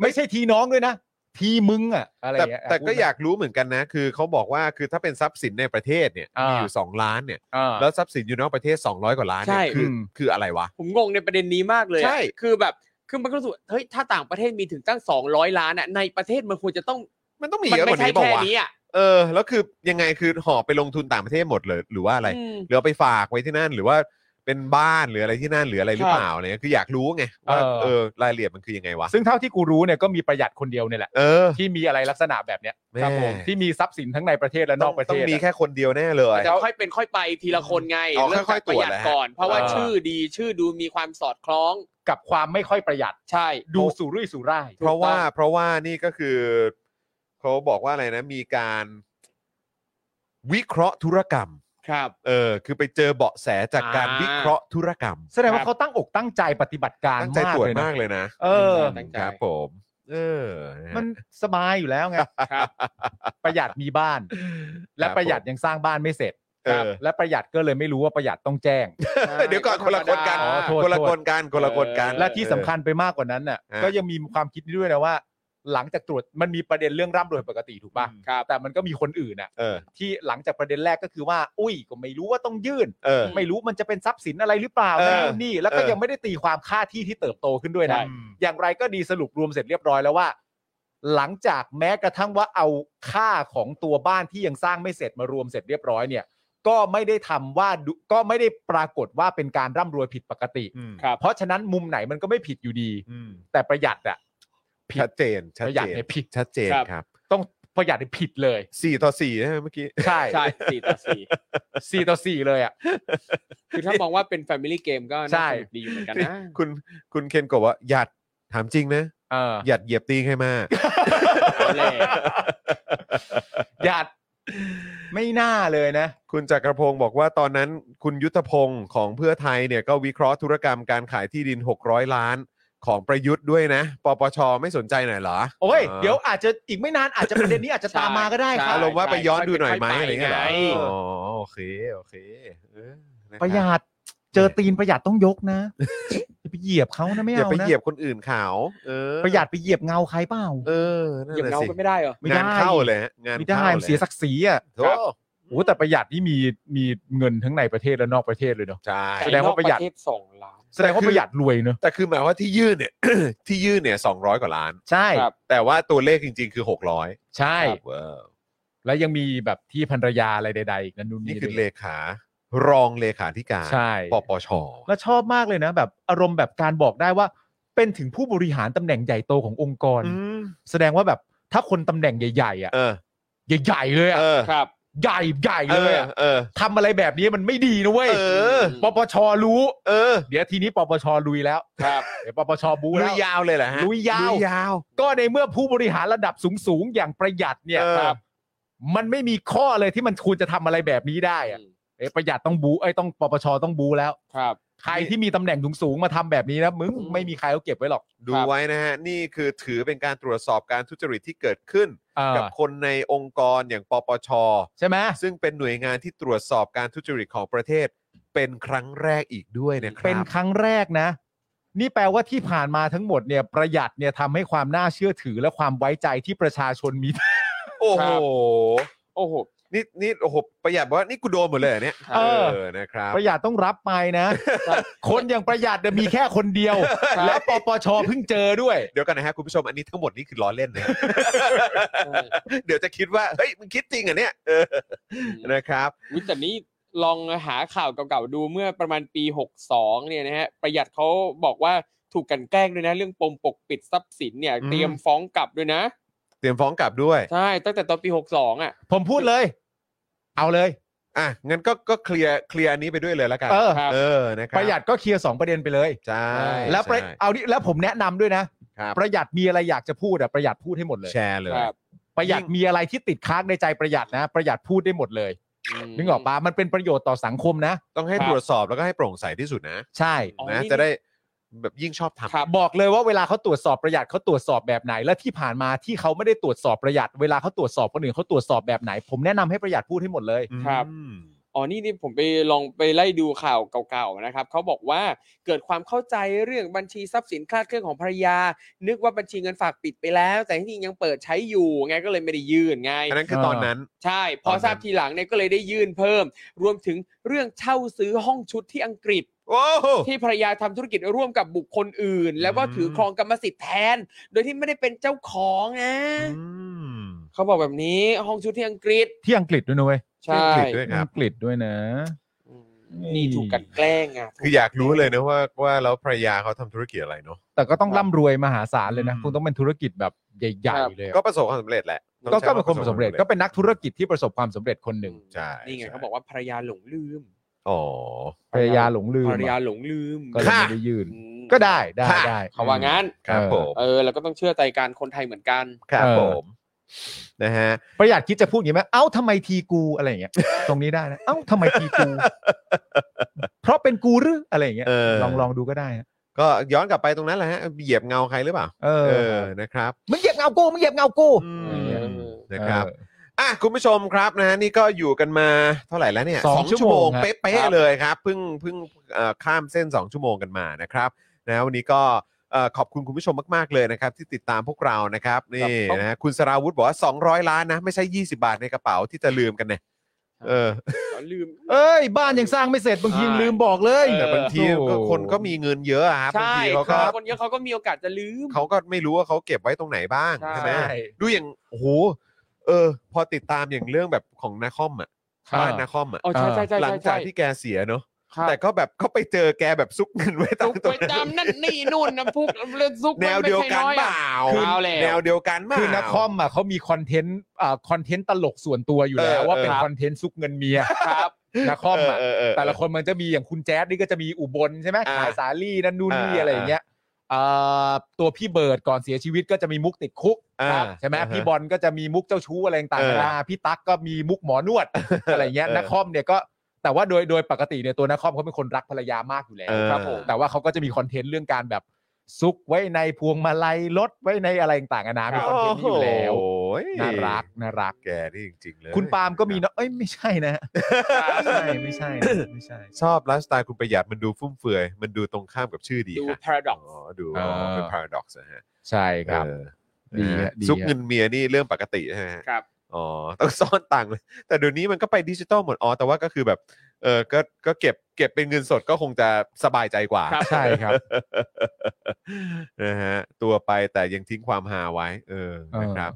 [SPEAKER 6] ไม่ใช่ทีน้องด้วยนะ ทีมึงอะอะไร
[SPEAKER 3] แต่
[SPEAKER 6] เงี้ย
[SPEAKER 3] แต่
[SPEAKER 6] พูด
[SPEAKER 3] ก็
[SPEAKER 6] ไหม
[SPEAKER 3] อยากรู้เหมือนกันนะ คือเขาบอกว่าคือถ้าเป็นทรัพย์สินในประเทศเนี่ย
[SPEAKER 6] อ่ามี
[SPEAKER 3] มีอยู่ 2 ล้านเนี่ย
[SPEAKER 6] อ่า
[SPEAKER 3] แล้วทรัพย์สินอยู่นอกประเทศ 200 กว่าล้านเนี่
[SPEAKER 5] ใช่
[SPEAKER 3] ยคืออ
[SPEAKER 6] ม
[SPEAKER 3] คืออะไรวะ
[SPEAKER 5] ผมงงในประเด็นนี้มากเลยอะ
[SPEAKER 3] ใช่
[SPEAKER 5] คือแบบคือมันก็รู้สึกว่าเฮ้ยถ้าต่างประเทศมีถึงตั้ง 200 ล้านอ่ะในประเทศมันควรจะต้อง
[SPEAKER 3] มันต้องมี
[SPEAKER 5] มั
[SPEAKER 3] เยอะก
[SPEAKER 5] ไม่
[SPEAKER 3] ว่า
[SPEAKER 5] ใช่
[SPEAKER 3] นี้เปล่า
[SPEAKER 5] แค่
[SPEAKER 3] วะ
[SPEAKER 5] นี้อ่ะ
[SPEAKER 3] เออแล้วคือยังไงคือหอบไปลงทุนต่างประเทศหมดเลยหรือว่าอะไร
[SPEAKER 5] อืม
[SPEAKER 3] หรือเอาไปฝากไว้ที่นั่นหรือว่าเป็นบ้านหรืออะไรที่นั่นหรืออะไรหรือเปล่าเนี่ยคืออยากรู้ไงว่า
[SPEAKER 6] เออ
[SPEAKER 3] เออรายละเอียดมันคือยังไงวะ
[SPEAKER 6] ซึ่งเท่าที่กูรู้เนี่ยก็มีประหยัดคนเดียวเนี่ยแหละ
[SPEAKER 3] เออ
[SPEAKER 6] ที่มีอะไรลักษณะแบบเนี้ย
[SPEAKER 3] แม่
[SPEAKER 6] ครับผมที่มีทรัพย์สินทั้งในประเทศและน
[SPEAKER 3] ต้อ
[SPEAKER 6] อง กประเท
[SPEAKER 3] ต้อง
[SPEAKER 6] ศ
[SPEAKER 3] มี
[SPEAKER 6] อะ
[SPEAKER 3] แค่คนเดียวแน่เลย
[SPEAKER 5] แต่ค่อยเป็นค่อยไปทีละคนไง
[SPEAKER 3] อ๋อ
[SPEAKER 5] เริ่ม
[SPEAKER 3] ค่
[SPEAKER 5] จา
[SPEAKER 3] อย
[SPEAKER 5] ก
[SPEAKER 3] ๆต
[SPEAKER 5] ป
[SPEAKER 3] ร
[SPEAKER 5] ระ
[SPEAKER 3] วจ
[SPEAKER 5] หยัด
[SPEAKER 3] แล้วฮะ
[SPEAKER 5] ก่อน เพราะว่า
[SPEAKER 6] เออ
[SPEAKER 5] ชื่อดีชื่อดูมีความสอดคล้อง
[SPEAKER 6] กับความไม่ค่อยประหยัด
[SPEAKER 5] ใช่
[SPEAKER 6] ดูสุรุ่ยสุร่าย
[SPEAKER 3] เพราะว่าเพราะว่านี่ก็คือเขาบอกว่าอะไรนะ มีการวิเคราะห์ธุรกรรม
[SPEAKER 5] ครับ
[SPEAKER 3] เออ คือไปเจอเบาะแสจากการ
[SPEAKER 5] อ่า
[SPEAKER 3] วิเคราะห์ธุรกรรม
[SPEAKER 6] แสดงว่าเขาตั้งอกตั้งใจปฏิบัติการ
[SPEAKER 3] ตั้งใจ
[SPEAKER 6] มา
[SPEAKER 3] ตรวจ
[SPEAKER 6] เลยนะ
[SPEAKER 3] มากเลยนะ
[SPEAKER 6] เออ
[SPEAKER 5] ตั้งใจ
[SPEAKER 3] ครับผม เออนะฮะ
[SPEAKER 6] มันสบายอยู่แล้วไง
[SPEAKER 5] ครับ
[SPEAKER 6] ประหยัดมีบ้าน และประหยัดยังสร้างบ้านไม่เสร็จครับ
[SPEAKER 3] เออ
[SPEAKER 6] และประหยัดก็เลยไม่รู้ว่าประหยัดต้องแจ้ง
[SPEAKER 3] เดี๋ยวก่อนคนละคนกัน
[SPEAKER 6] อ๋อโทษ
[SPEAKER 3] คนละคนกันคนละคนกัน
[SPEAKER 6] และที่สำคัญไปมากกว่านั้นน่ะ
[SPEAKER 3] อ่า
[SPEAKER 6] ก็ยังมีความคิดนี้ด้วยนะว่า หลังจากตรวจมันมีประเด็นเรื่องร่ำรวยปกติถูกป่ะ
[SPEAKER 5] ครับ
[SPEAKER 6] แต่มันก็มีคนอื่นน่ะ
[SPEAKER 3] เออ
[SPEAKER 6] ที่หลังจากประเด็นแรกก็คือว่า อุ้ยก็ไม่รู้ว่าต้องยื่น
[SPEAKER 3] เออ
[SPEAKER 6] ไม่รู้มันจะเป็นทรัพย์สินอะไรหรือเปล่า
[SPEAKER 3] เออ
[SPEAKER 6] นั่นนู่นนี่แล้วก็
[SPEAKER 3] เออ
[SPEAKER 6] ยังไม่ได้ตีความค่าที่ที่เติบโตขึ้นด้วยนะ
[SPEAKER 5] ใช่
[SPEAKER 6] อย่างไรก็ดีสรุปรวมเสร็จเรียบร้อยแล้วว่า หลังจากแม้กระทั่งว่าเอาค่าของตัวบ้านที่ยังสร้างไม่เสร็จมารวมเสร็จเรียบร้อยเนี่ย ก็ไม่ได้ทำว่าดูก็ไม่ได้ปรากฏว่าเป็นการร่ำรวยผิดปกติ
[SPEAKER 3] อืม
[SPEAKER 5] ครับ
[SPEAKER 6] เพราะฉะนั้นมุมไหนมันก็ไม่ผิดอยู่ดี
[SPEAKER 3] อืม
[SPEAKER 6] แต่ประหยัดอะผิด
[SPEAKER 3] ชัดเจนชั
[SPEAKER 6] ป
[SPEAKER 3] ด
[SPEAKER 6] ระห
[SPEAKER 3] เจ
[SPEAKER 6] ยัด
[SPEAKER 3] น
[SPEAKER 6] เนี่ยผิด
[SPEAKER 3] ชัดเจน
[SPEAKER 5] ครับ
[SPEAKER 3] ครับ
[SPEAKER 6] ต้องประหยัดเนี่ยผิดเลย
[SPEAKER 3] สี่ต่อสี่นะเมื่อกี้
[SPEAKER 6] ใช่
[SPEAKER 5] ใช่สี่ต่อสี่
[SPEAKER 6] สี่ต่อสี่เลยอะ
[SPEAKER 5] คือถ้ามองว่าเป็น Family Game ก็
[SPEAKER 6] ใช่
[SPEAKER 5] น่าสนุกดีอยู่เหมือนกันนะ
[SPEAKER 3] คุณคุณเคนก็บอกว่าหยัดถามจริงนะ
[SPEAKER 6] เออ
[SPEAKER 3] หยัดเหยียบตีนให้มา
[SPEAKER 5] เอาแหละ
[SPEAKER 6] หยัดไม่น่าเลยนะ
[SPEAKER 3] คุณจักรพงศ์บอกว่าตอนนั้นคุณยุทธพงศ์ของเพื่อไทยเนี่ยก็วิเคราะห์ธุรกรรมการขายที่ดิน 600 ล้านของประยุทธ์ด้วยนะ ปปชไม่สนใจหน่อยเหรอ
[SPEAKER 6] โอ้ย
[SPEAKER 3] ออ
[SPEAKER 6] เดี๋ยวอาจจะอีกไม่นานอาจจะประเด็นนี้อาจจะตามมาก็ได้ค
[SPEAKER 5] ใช่
[SPEAKER 6] รับ
[SPEAKER 3] อารมณ์ว่าไปย้อนดูหน่อยไหม
[SPEAKER 5] ค่อยๆไป
[SPEAKER 3] อะไรเงี้ยเหรอ
[SPEAKER 5] ไง
[SPEAKER 3] อ๋อโอเคโอเคเออนะคบ
[SPEAKER 6] ประหยัดเจอตีนประหยัดต้องยกนะ อย่าไปเหยียบเขานะไม่
[SPEAKER 3] อย่า
[SPEAKER 6] เอา
[SPEAKER 3] ไป
[SPEAKER 6] นะ
[SPEAKER 3] เหยียบคนอื่นเขาเออ
[SPEAKER 6] ประหยัดไปเหยียบเงาใครเปล่า
[SPEAKER 3] เออนั่น
[SPEAKER 5] เหยียบ
[SPEAKER 3] น่ะ
[SPEAKER 5] เงา
[SPEAKER 3] สิ
[SPEAKER 5] ก็ไม่ได้เหรอ
[SPEAKER 6] ไม่ได้
[SPEAKER 3] งานเข้าเลยฮะงาน
[SPEAKER 6] ไม่
[SPEAKER 3] เข้า
[SPEAKER 6] ได้
[SPEAKER 3] เลย
[SPEAKER 6] เสียศักดิ์ศรีอ่ะ
[SPEAKER 3] โถ่
[SPEAKER 6] โอ้แต่ประหยัดนี่มีมีเงินทั้งในประเทศและนอกประเทศเลยเนาะ
[SPEAKER 3] ใช่
[SPEAKER 6] แสดงว่าประหยัด
[SPEAKER 5] นอกปะเทศสองล้าน
[SPEAKER 6] แสดงว่าประหยัดรวยเนาะ
[SPEAKER 3] แต่คือหมายว่าที่ยื่นเนี่ย ที่ยื่นเนี่ยสองร้อยกว่าล้าน
[SPEAKER 6] ใช่
[SPEAKER 5] ครับ
[SPEAKER 3] แต่ว่าตัวเลขจริง ๆ คือหกร้อย
[SPEAKER 6] ใช่
[SPEAKER 3] ว้าว
[SPEAKER 6] แล้วยังมีแบบที่ภรรยาอะไรใดๆอีกนั่นนู่น
[SPEAKER 3] นี่
[SPEAKER 6] นี่
[SPEAKER 3] คือ
[SPEAKER 6] ด้วย
[SPEAKER 3] เลขา รองเลขาธิการ
[SPEAKER 6] ใช่
[SPEAKER 3] ปปช
[SPEAKER 6] แล้วชอบมากเลยนะ แบบอารมณ์แบบการบอกได้ว่า เป็นถึงผู้บริหารตำแหน่งใหญ่โตขององค์กร
[SPEAKER 3] อืม
[SPEAKER 6] แสดงว่าแบบถ้าคนตำแหน่งใหญ่ๆอ่ะ
[SPEAKER 3] เออ
[SPEAKER 6] ใหญ่ๆเลยอ่ะ
[SPEAKER 3] เออ
[SPEAKER 5] ครับ
[SPEAKER 6] ใหญ่ใหญ่
[SPEAKER 3] เอ
[SPEAKER 6] ๆเลย
[SPEAKER 3] อ
[SPEAKER 6] อะ
[SPEAKER 3] เออ
[SPEAKER 6] ทำอะไรแบบนี้มันไม่ดีนะเว้ย
[SPEAKER 3] เออ
[SPEAKER 6] ปปชรู้
[SPEAKER 3] เออ
[SPEAKER 6] เดี๋ยวทีนี้ปปชลุยแล้ว
[SPEAKER 5] ครับ
[SPEAKER 6] เดี๋ยวปปชบู
[SPEAKER 3] ลุ
[SPEAKER 6] แล้
[SPEAKER 3] ยว ยาวเลยเหรอฮะ
[SPEAKER 6] ลุยยาว
[SPEAKER 3] ลุยยาว
[SPEAKER 6] ก็ในเมื่อผู้บริหารระดับสูงๆ อย่างประหยัดเนี่ย
[SPEAKER 3] เออ
[SPEAKER 6] ครับ มันไม่มีข้อเลยที่มันควรจะทำอะไรแบบนี้ได้อะเอ้ยประหยัดต้องบูไอ้ยต้องปปชต้องบูแล้ว
[SPEAKER 5] ครับ
[SPEAKER 6] ใครที่มีตำแหน่งสูงๆมาทำแบบนี้นะมึง
[SPEAKER 5] อืม
[SPEAKER 6] ไม่มีใครเขาเก็บไว้หรอก
[SPEAKER 3] ดูไว้นะฮะ นี่คือถือเป็นการตรวจสอบการทุจริตที่เกิดขึ้น
[SPEAKER 6] เออ
[SPEAKER 3] กับคนในองค์กรอย่างปปช
[SPEAKER 6] ใช่ไหม
[SPEAKER 3] ซึ่งเป็นหน่วยงานที่ตรวจสอบการทุจริตของประเทศ เป็นครั้งแรกอีกด้วยนะค
[SPEAKER 6] เป็น
[SPEAKER 3] รับ
[SPEAKER 6] ครั้งแรกนะ นี่แปลว่าที่ผ่านมาทั้งหมดเนี่ยประหยัดเนี่ยทำให้ความน่าเชื่อถือและความไว้ใจที่ประชาชนมี
[SPEAKER 3] โอ้โห
[SPEAKER 5] โอ้โห
[SPEAKER 3] นี่นี่โอ้โหประหยัดบอกว่านี่กูโดนหมดเลยเหรอเนี่ย
[SPEAKER 5] เอ
[SPEAKER 6] อ
[SPEAKER 3] เออนะครับ
[SPEAKER 6] ประหยัดต้องรับไปนะ คนอย่างประหยัดเนี่ยมีแค่คนเดียว แล้วปปชเพิ่งเจอด้วย
[SPEAKER 3] เดี๋ยวกันนะฮะคุณผู้ชมอันนี้ทั้งหมดนี่คือล้อเล่นนะ เดี๋ยวจะคิดว่า เฮ้ยมึงคิดจริงเหรอ่ะเนี่ยเออนะครับ
[SPEAKER 5] วิแต่นี้ลองหาข่าวเก่าๆดูเมื่อประมาณปี 62 เนี่ยนะฮะ ประหยัดเขาบอกว่าถูกกลันแกล้งด้วยนะ เรื่องปมปกปิดทรัพย์สินเนี่ย
[SPEAKER 3] อืม
[SPEAKER 5] เตรียมฟ้องกลับด้วยนะ
[SPEAKER 3] เตรียมฟ้องกลับด้วย
[SPEAKER 5] ใช่ ตั้งแต่ตอนปี 62 อ่ะ
[SPEAKER 6] ผมพูดเลย เอาเลย
[SPEAKER 3] อ่ะงั้นก็ก็เคลียร์เคลียร์อันนี้ไปด้วยเลยละกัน
[SPEAKER 6] เออ
[SPEAKER 5] ครับ
[SPEAKER 3] เออนะครับ
[SPEAKER 6] ประหยัดก็เคลียร์สองประเด็นไปเลย
[SPEAKER 3] ใช่
[SPEAKER 6] แล้วประ
[SPEAKER 3] ใช่
[SPEAKER 6] เอาดิแล้วผมแนะนำด้วยนะ
[SPEAKER 3] ครับ
[SPEAKER 6] ประหยัดมีอะไรอยากจะพูดอะประหยัดพูดให้หมดเลย
[SPEAKER 3] แชร์เลย
[SPEAKER 5] ครับ
[SPEAKER 6] ประหยัดมีอะไรที่ติดค้างในใจประหยัดนะ ประหยัดพูดได้หมดเลย
[SPEAKER 5] ม
[SPEAKER 6] นึกออกปะมันเป็นประโยชน์ต่อสังคมนะ
[SPEAKER 3] ต้องให้
[SPEAKER 5] ครับ
[SPEAKER 3] ตรวจสอบแล้วก็ให้โปร่งใสที่สุดนะ
[SPEAKER 6] ใช่
[SPEAKER 5] อ๋อ
[SPEAKER 3] นะ
[SPEAKER 5] นี่
[SPEAKER 3] จะได้แบบยิ่งชอบทำ
[SPEAKER 5] ครับ
[SPEAKER 6] บอกเลยว่าเวลาเขาตรวจสอบประหยัดเขาตรวจสอบแบบไหน และที่ผ่านมาที่เขาไม่ได้ตรวจสอบประหยัด เวลาเขาตรวจสอบคนอื่นเขาตรวจสอบแบบไหน ผมแนะนำให้ประหยัดพูดให้หมดเลย
[SPEAKER 5] ครับ อ๋อนี่นี่ผมไปลองไปไล่ดูข่าวเก่าๆนะครับเขาบอกว่าเกิดความเข้าใจเรื่องบัญชีทรัพย์สินคลาดเคลื่อนของภรรยา นึกว่าบัญชีเงินฝากปิดไปแล้ว แต่ที่จริงยังเปิดใช้อยู่ไงก็เลยไม่ได้ยื่นไง
[SPEAKER 3] อันนั้นคือตอนนั้น
[SPEAKER 5] ใช่ พ
[SPEAKER 3] ต
[SPEAKER 5] อ
[SPEAKER 3] อนนั้น
[SPEAKER 5] ทราบทีหลังเนี่ยก็เลยได้ยื่นเพิ่ม รวมถึงเรื่องเช่าซื้อห้องชุดที่อังกฤษ
[SPEAKER 3] โอ้โห
[SPEAKER 5] ที่ภรรยาทำธุรกิจร่วมกับบุคคลอื่น แล้วก็
[SPEAKER 3] อืม
[SPEAKER 5] ถือครองกรรมสิทธิ์แทน โดยที่ไม่ได้เป็นเจ้าของนะ
[SPEAKER 3] อืม
[SPEAKER 5] เขาบอกแบบนี้ห้องชุดที่อังกฤษ
[SPEAKER 6] ที่อังกฤษด้วยนะเว้ย
[SPEAKER 5] ใช่
[SPEAKER 3] ผิดด้วยครับ
[SPEAKER 6] อังกฤษด้วยนะ
[SPEAKER 5] อืมนี่ถูกกลันแกล้งอ่ะ
[SPEAKER 3] คืออยากรู้เลยนะว่าว่าแล้วภรรยาเขาทำธุรกิจอะไรเนาะ
[SPEAKER 6] แต่ก็ต้องร่ำรวยมหาศาลเลยนะ
[SPEAKER 3] อืม
[SPEAKER 6] คงต้องเป็นธุรกิจแบบใหญ่ๆเลยอะ
[SPEAKER 3] ก็ประสบความสำเร็จแหละต้อง
[SPEAKER 6] ก็
[SPEAKER 3] ใช้
[SPEAKER 6] ก็
[SPEAKER 3] ว่า
[SPEAKER 6] เป็นคนประสบความสำเร็จก็เป็นนักธุรกิจที่ประสบความสำเร็จคนหนึ่ง
[SPEAKER 3] ใช่
[SPEAKER 5] นี่ไง
[SPEAKER 3] ใช่
[SPEAKER 5] เขาบอกว่าภรรยาหลงลืม
[SPEAKER 3] อ๋อ
[SPEAKER 6] ภรรยาหลงลืม
[SPEAKER 5] ภรรยา
[SPEAKER 6] อะ
[SPEAKER 5] หลงลืม
[SPEAKER 6] ก็เลย
[SPEAKER 3] ค่ะ
[SPEAKER 6] ไม่ได้ยืน
[SPEAKER 5] อืม
[SPEAKER 6] ก็ได้ได้
[SPEAKER 3] ค่ะ
[SPEAKER 6] ได้
[SPEAKER 5] เขาว่างั้น
[SPEAKER 3] ครับ
[SPEAKER 6] เออ
[SPEAKER 3] ผม
[SPEAKER 5] เออเราก็ต้องเชื่อใจการคนไทยเหมือนกัน
[SPEAKER 3] ครับ
[SPEAKER 6] เออ
[SPEAKER 3] ผมนะฮะ
[SPEAKER 6] ประหยัดคิดจะพูดอย่างนี้ไหมเอ้าทำไมทีกูอะไรอย่างเงี้ย ตรงนี้ได้นะเอ้าทำไมทีกู เพราะเป็นกูหรืออะไรอย่างเงี้ย
[SPEAKER 3] เออ
[SPEAKER 6] ลองลองดูก็ได้นะ
[SPEAKER 3] ก็ย้อนกลับไปตรงนั้นแหละฮะเหยียบเงาใครหรือเปล่า
[SPEAKER 6] เอ
[SPEAKER 3] เอ
[SPEAKER 6] อ
[SPEAKER 3] อนะครับ
[SPEAKER 6] มึงเหยียบเงากูมึงเหยียบเงากู
[SPEAKER 3] อืม
[SPEAKER 6] อะไรอย่างเงี้ย
[SPEAKER 3] นะครับ
[SPEAKER 6] เออ
[SPEAKER 3] อ่ะคุณผู้ชมครับนะฮะนี่ก็อยู่กันมาเท่าไหร่แล้วเนี่ย
[SPEAKER 6] สองชั่วโมงครับ
[SPEAKER 3] เป๊ะๆเลยครับเพิ่งเพิ่งเอ่อข้ามเส้น 2 ชั่วโมงกันมานะครับนะฮะวันนี้ก็เอ่อขอบคุณคุณผู้ชมมากๆเลยนะครับ ที่ติดตามพวกเรานะครับนี่นะฮะคุณสราวุธบอกว่า 200 ล้านนะ ไม่ใช่ 20 บาทในกระเป๋าที่จะลืมกันเนี่ยเออ
[SPEAKER 5] เขาลืม
[SPEAKER 6] เอ้ย บ้านยังสร้างไม่เสร็จบางทีลืมบอกเลย
[SPEAKER 5] เออ
[SPEAKER 3] แต่บางที
[SPEAKER 6] โอ้โห
[SPEAKER 3] ก็คนก็มีเงินเยอะอะครับบาง
[SPEAKER 5] ใช่
[SPEAKER 3] ทีเขา
[SPEAKER 5] ค
[SPEAKER 3] ก็
[SPEAKER 5] รับคนเยอะเขาก็มีโอกาสจะลืม
[SPEAKER 3] เขาก็ไม่รู้ว่าเขาเก็บไว้ตรงไหนบ้าง
[SPEAKER 5] ใช่
[SPEAKER 3] ใช่ไหม
[SPEAKER 6] ใช่
[SPEAKER 3] ดูอย่างโอ้โหเออ พอติดตามอย่างเรื่องแบบของนาคอมอ่ะ
[SPEAKER 6] ครับ
[SPEAKER 3] บ้านนาคอมอ่ะ
[SPEAKER 5] อ๋อใช่ใช่ใช่
[SPEAKER 3] หลัง
[SPEAKER 5] ใช่
[SPEAKER 3] จาก
[SPEAKER 5] ใช่
[SPEAKER 3] ที่แกเสียเนอะ
[SPEAKER 5] ครับ
[SPEAKER 3] แต่ก็แบบก็ไปเจอแกแบบซุกเงินไว้ตร
[SPEAKER 5] ซุ
[SPEAKER 3] ง
[SPEAKER 5] ก
[SPEAKER 3] ตร
[SPEAKER 5] ไป
[SPEAKER 3] งนั้
[SPEAKER 5] ตาม
[SPEAKER 3] น
[SPEAKER 5] นั่นนี่นู่นนะพวกเรื่องซุก
[SPEAKER 3] แนวเดียวกัน
[SPEAKER 5] ไม่ใช่
[SPEAKER 3] เป
[SPEAKER 5] อะ
[SPEAKER 3] ล่า
[SPEAKER 5] เอาแล้ว
[SPEAKER 3] แนวเดียวกันเปล่า
[SPEAKER 6] คือนคอมอ่ะเขามีคอนเทนต์อ่าคอนเทนต์ตลกส่วนตัวอยู่แล้ว
[SPEAKER 3] เออ
[SPEAKER 6] ว่าเป็น
[SPEAKER 3] ครับ
[SPEAKER 6] คอนเทนต์ซุกเงินเมีย
[SPEAKER 5] ครับ
[SPEAKER 6] นคอมอ่ะ
[SPEAKER 3] เออเออเออ
[SPEAKER 6] แต่ละคนมันจะมีอย่างคุณแจ๊ดนี่ก็จะมีอุบลใช่ไหม
[SPEAKER 3] อ่า
[SPEAKER 6] ขายสาลี่นั่นนู่นนี่
[SPEAKER 3] อ่า
[SPEAKER 6] อะไรอย่างเงี้ยเอ่อตัวพี่เบิร์ดก่อนเสียชีวิตก็จะมีมุกติดคุก
[SPEAKER 3] อ่า
[SPEAKER 6] ครับใช่ไหม
[SPEAKER 3] อ่าฮะ
[SPEAKER 6] พี่บอลก็จะมีมุกเจ้าชู้อะไรต่าง
[SPEAKER 3] เออ
[SPEAKER 6] ๆนาพี่ตั๊กก็มีมุกหมอนวด อะไรเงี้ย
[SPEAKER 3] เออ
[SPEAKER 6] นักคอมเนี่ยก็แต่ว่าโดยโดยปกติเนี่ยตัวนักคอมเขาเป็นคนรักภรรยามากอยู่แล้ว
[SPEAKER 3] เออ
[SPEAKER 6] ครับผมแต่ว่าเขาก็จะมีคอนเทนต์เรื่องการแบบซุกไว้ในพวงมาลัยรถไว้ในอะไรต่างๆนานามีคอนเทนต์นี้อยู่แล้ว
[SPEAKER 3] โอ้ย
[SPEAKER 6] น่ารักน่ารัก
[SPEAKER 3] แกนี่จริงๆเลย
[SPEAKER 6] คุณปาล์มก็มีเนาะเอ้ยไม่ใช่นะฮะไม่ใช่ไม่ใช่นะไม่ใช่
[SPEAKER 3] ชอบไลฟ์สไตล์คุณประหยัดมันดูฟุ่มเฟือย มันดูตรงข้ามกับชื่อดี
[SPEAKER 5] ดู
[SPEAKER 3] ค่ะ
[SPEAKER 5] paradox
[SPEAKER 3] อ๋อดูอ๋อเป็น
[SPEAKER 6] อ่า
[SPEAKER 3] paradox นะฮะ
[SPEAKER 6] ใช่ครับ
[SPEAKER 3] เออ
[SPEAKER 6] ดีฮะ
[SPEAKER 3] นะฮะ
[SPEAKER 6] ดีฮะ
[SPEAKER 3] ซุกเงินเมียนี่เรื่องปกติใช่ไหมฮะ
[SPEAKER 5] ครับ
[SPEAKER 3] อ๋อต้องซ่อนตังค์เลยแต่เดี๋ยวนี้มันก็ไปดิจิตอลหมดอ๋อแต่ว่าก็คือแบบเออก็ก็เก็บเก็บเป็นเงินสดก็คงจะสบายใจกว่า
[SPEAKER 5] ครับ
[SPEAKER 6] ใช่ครับ
[SPEAKER 3] นะฮะตัวไปแต่ยังทิ้งความหาไว้ เออ
[SPEAKER 6] เออ
[SPEAKER 3] นะครับ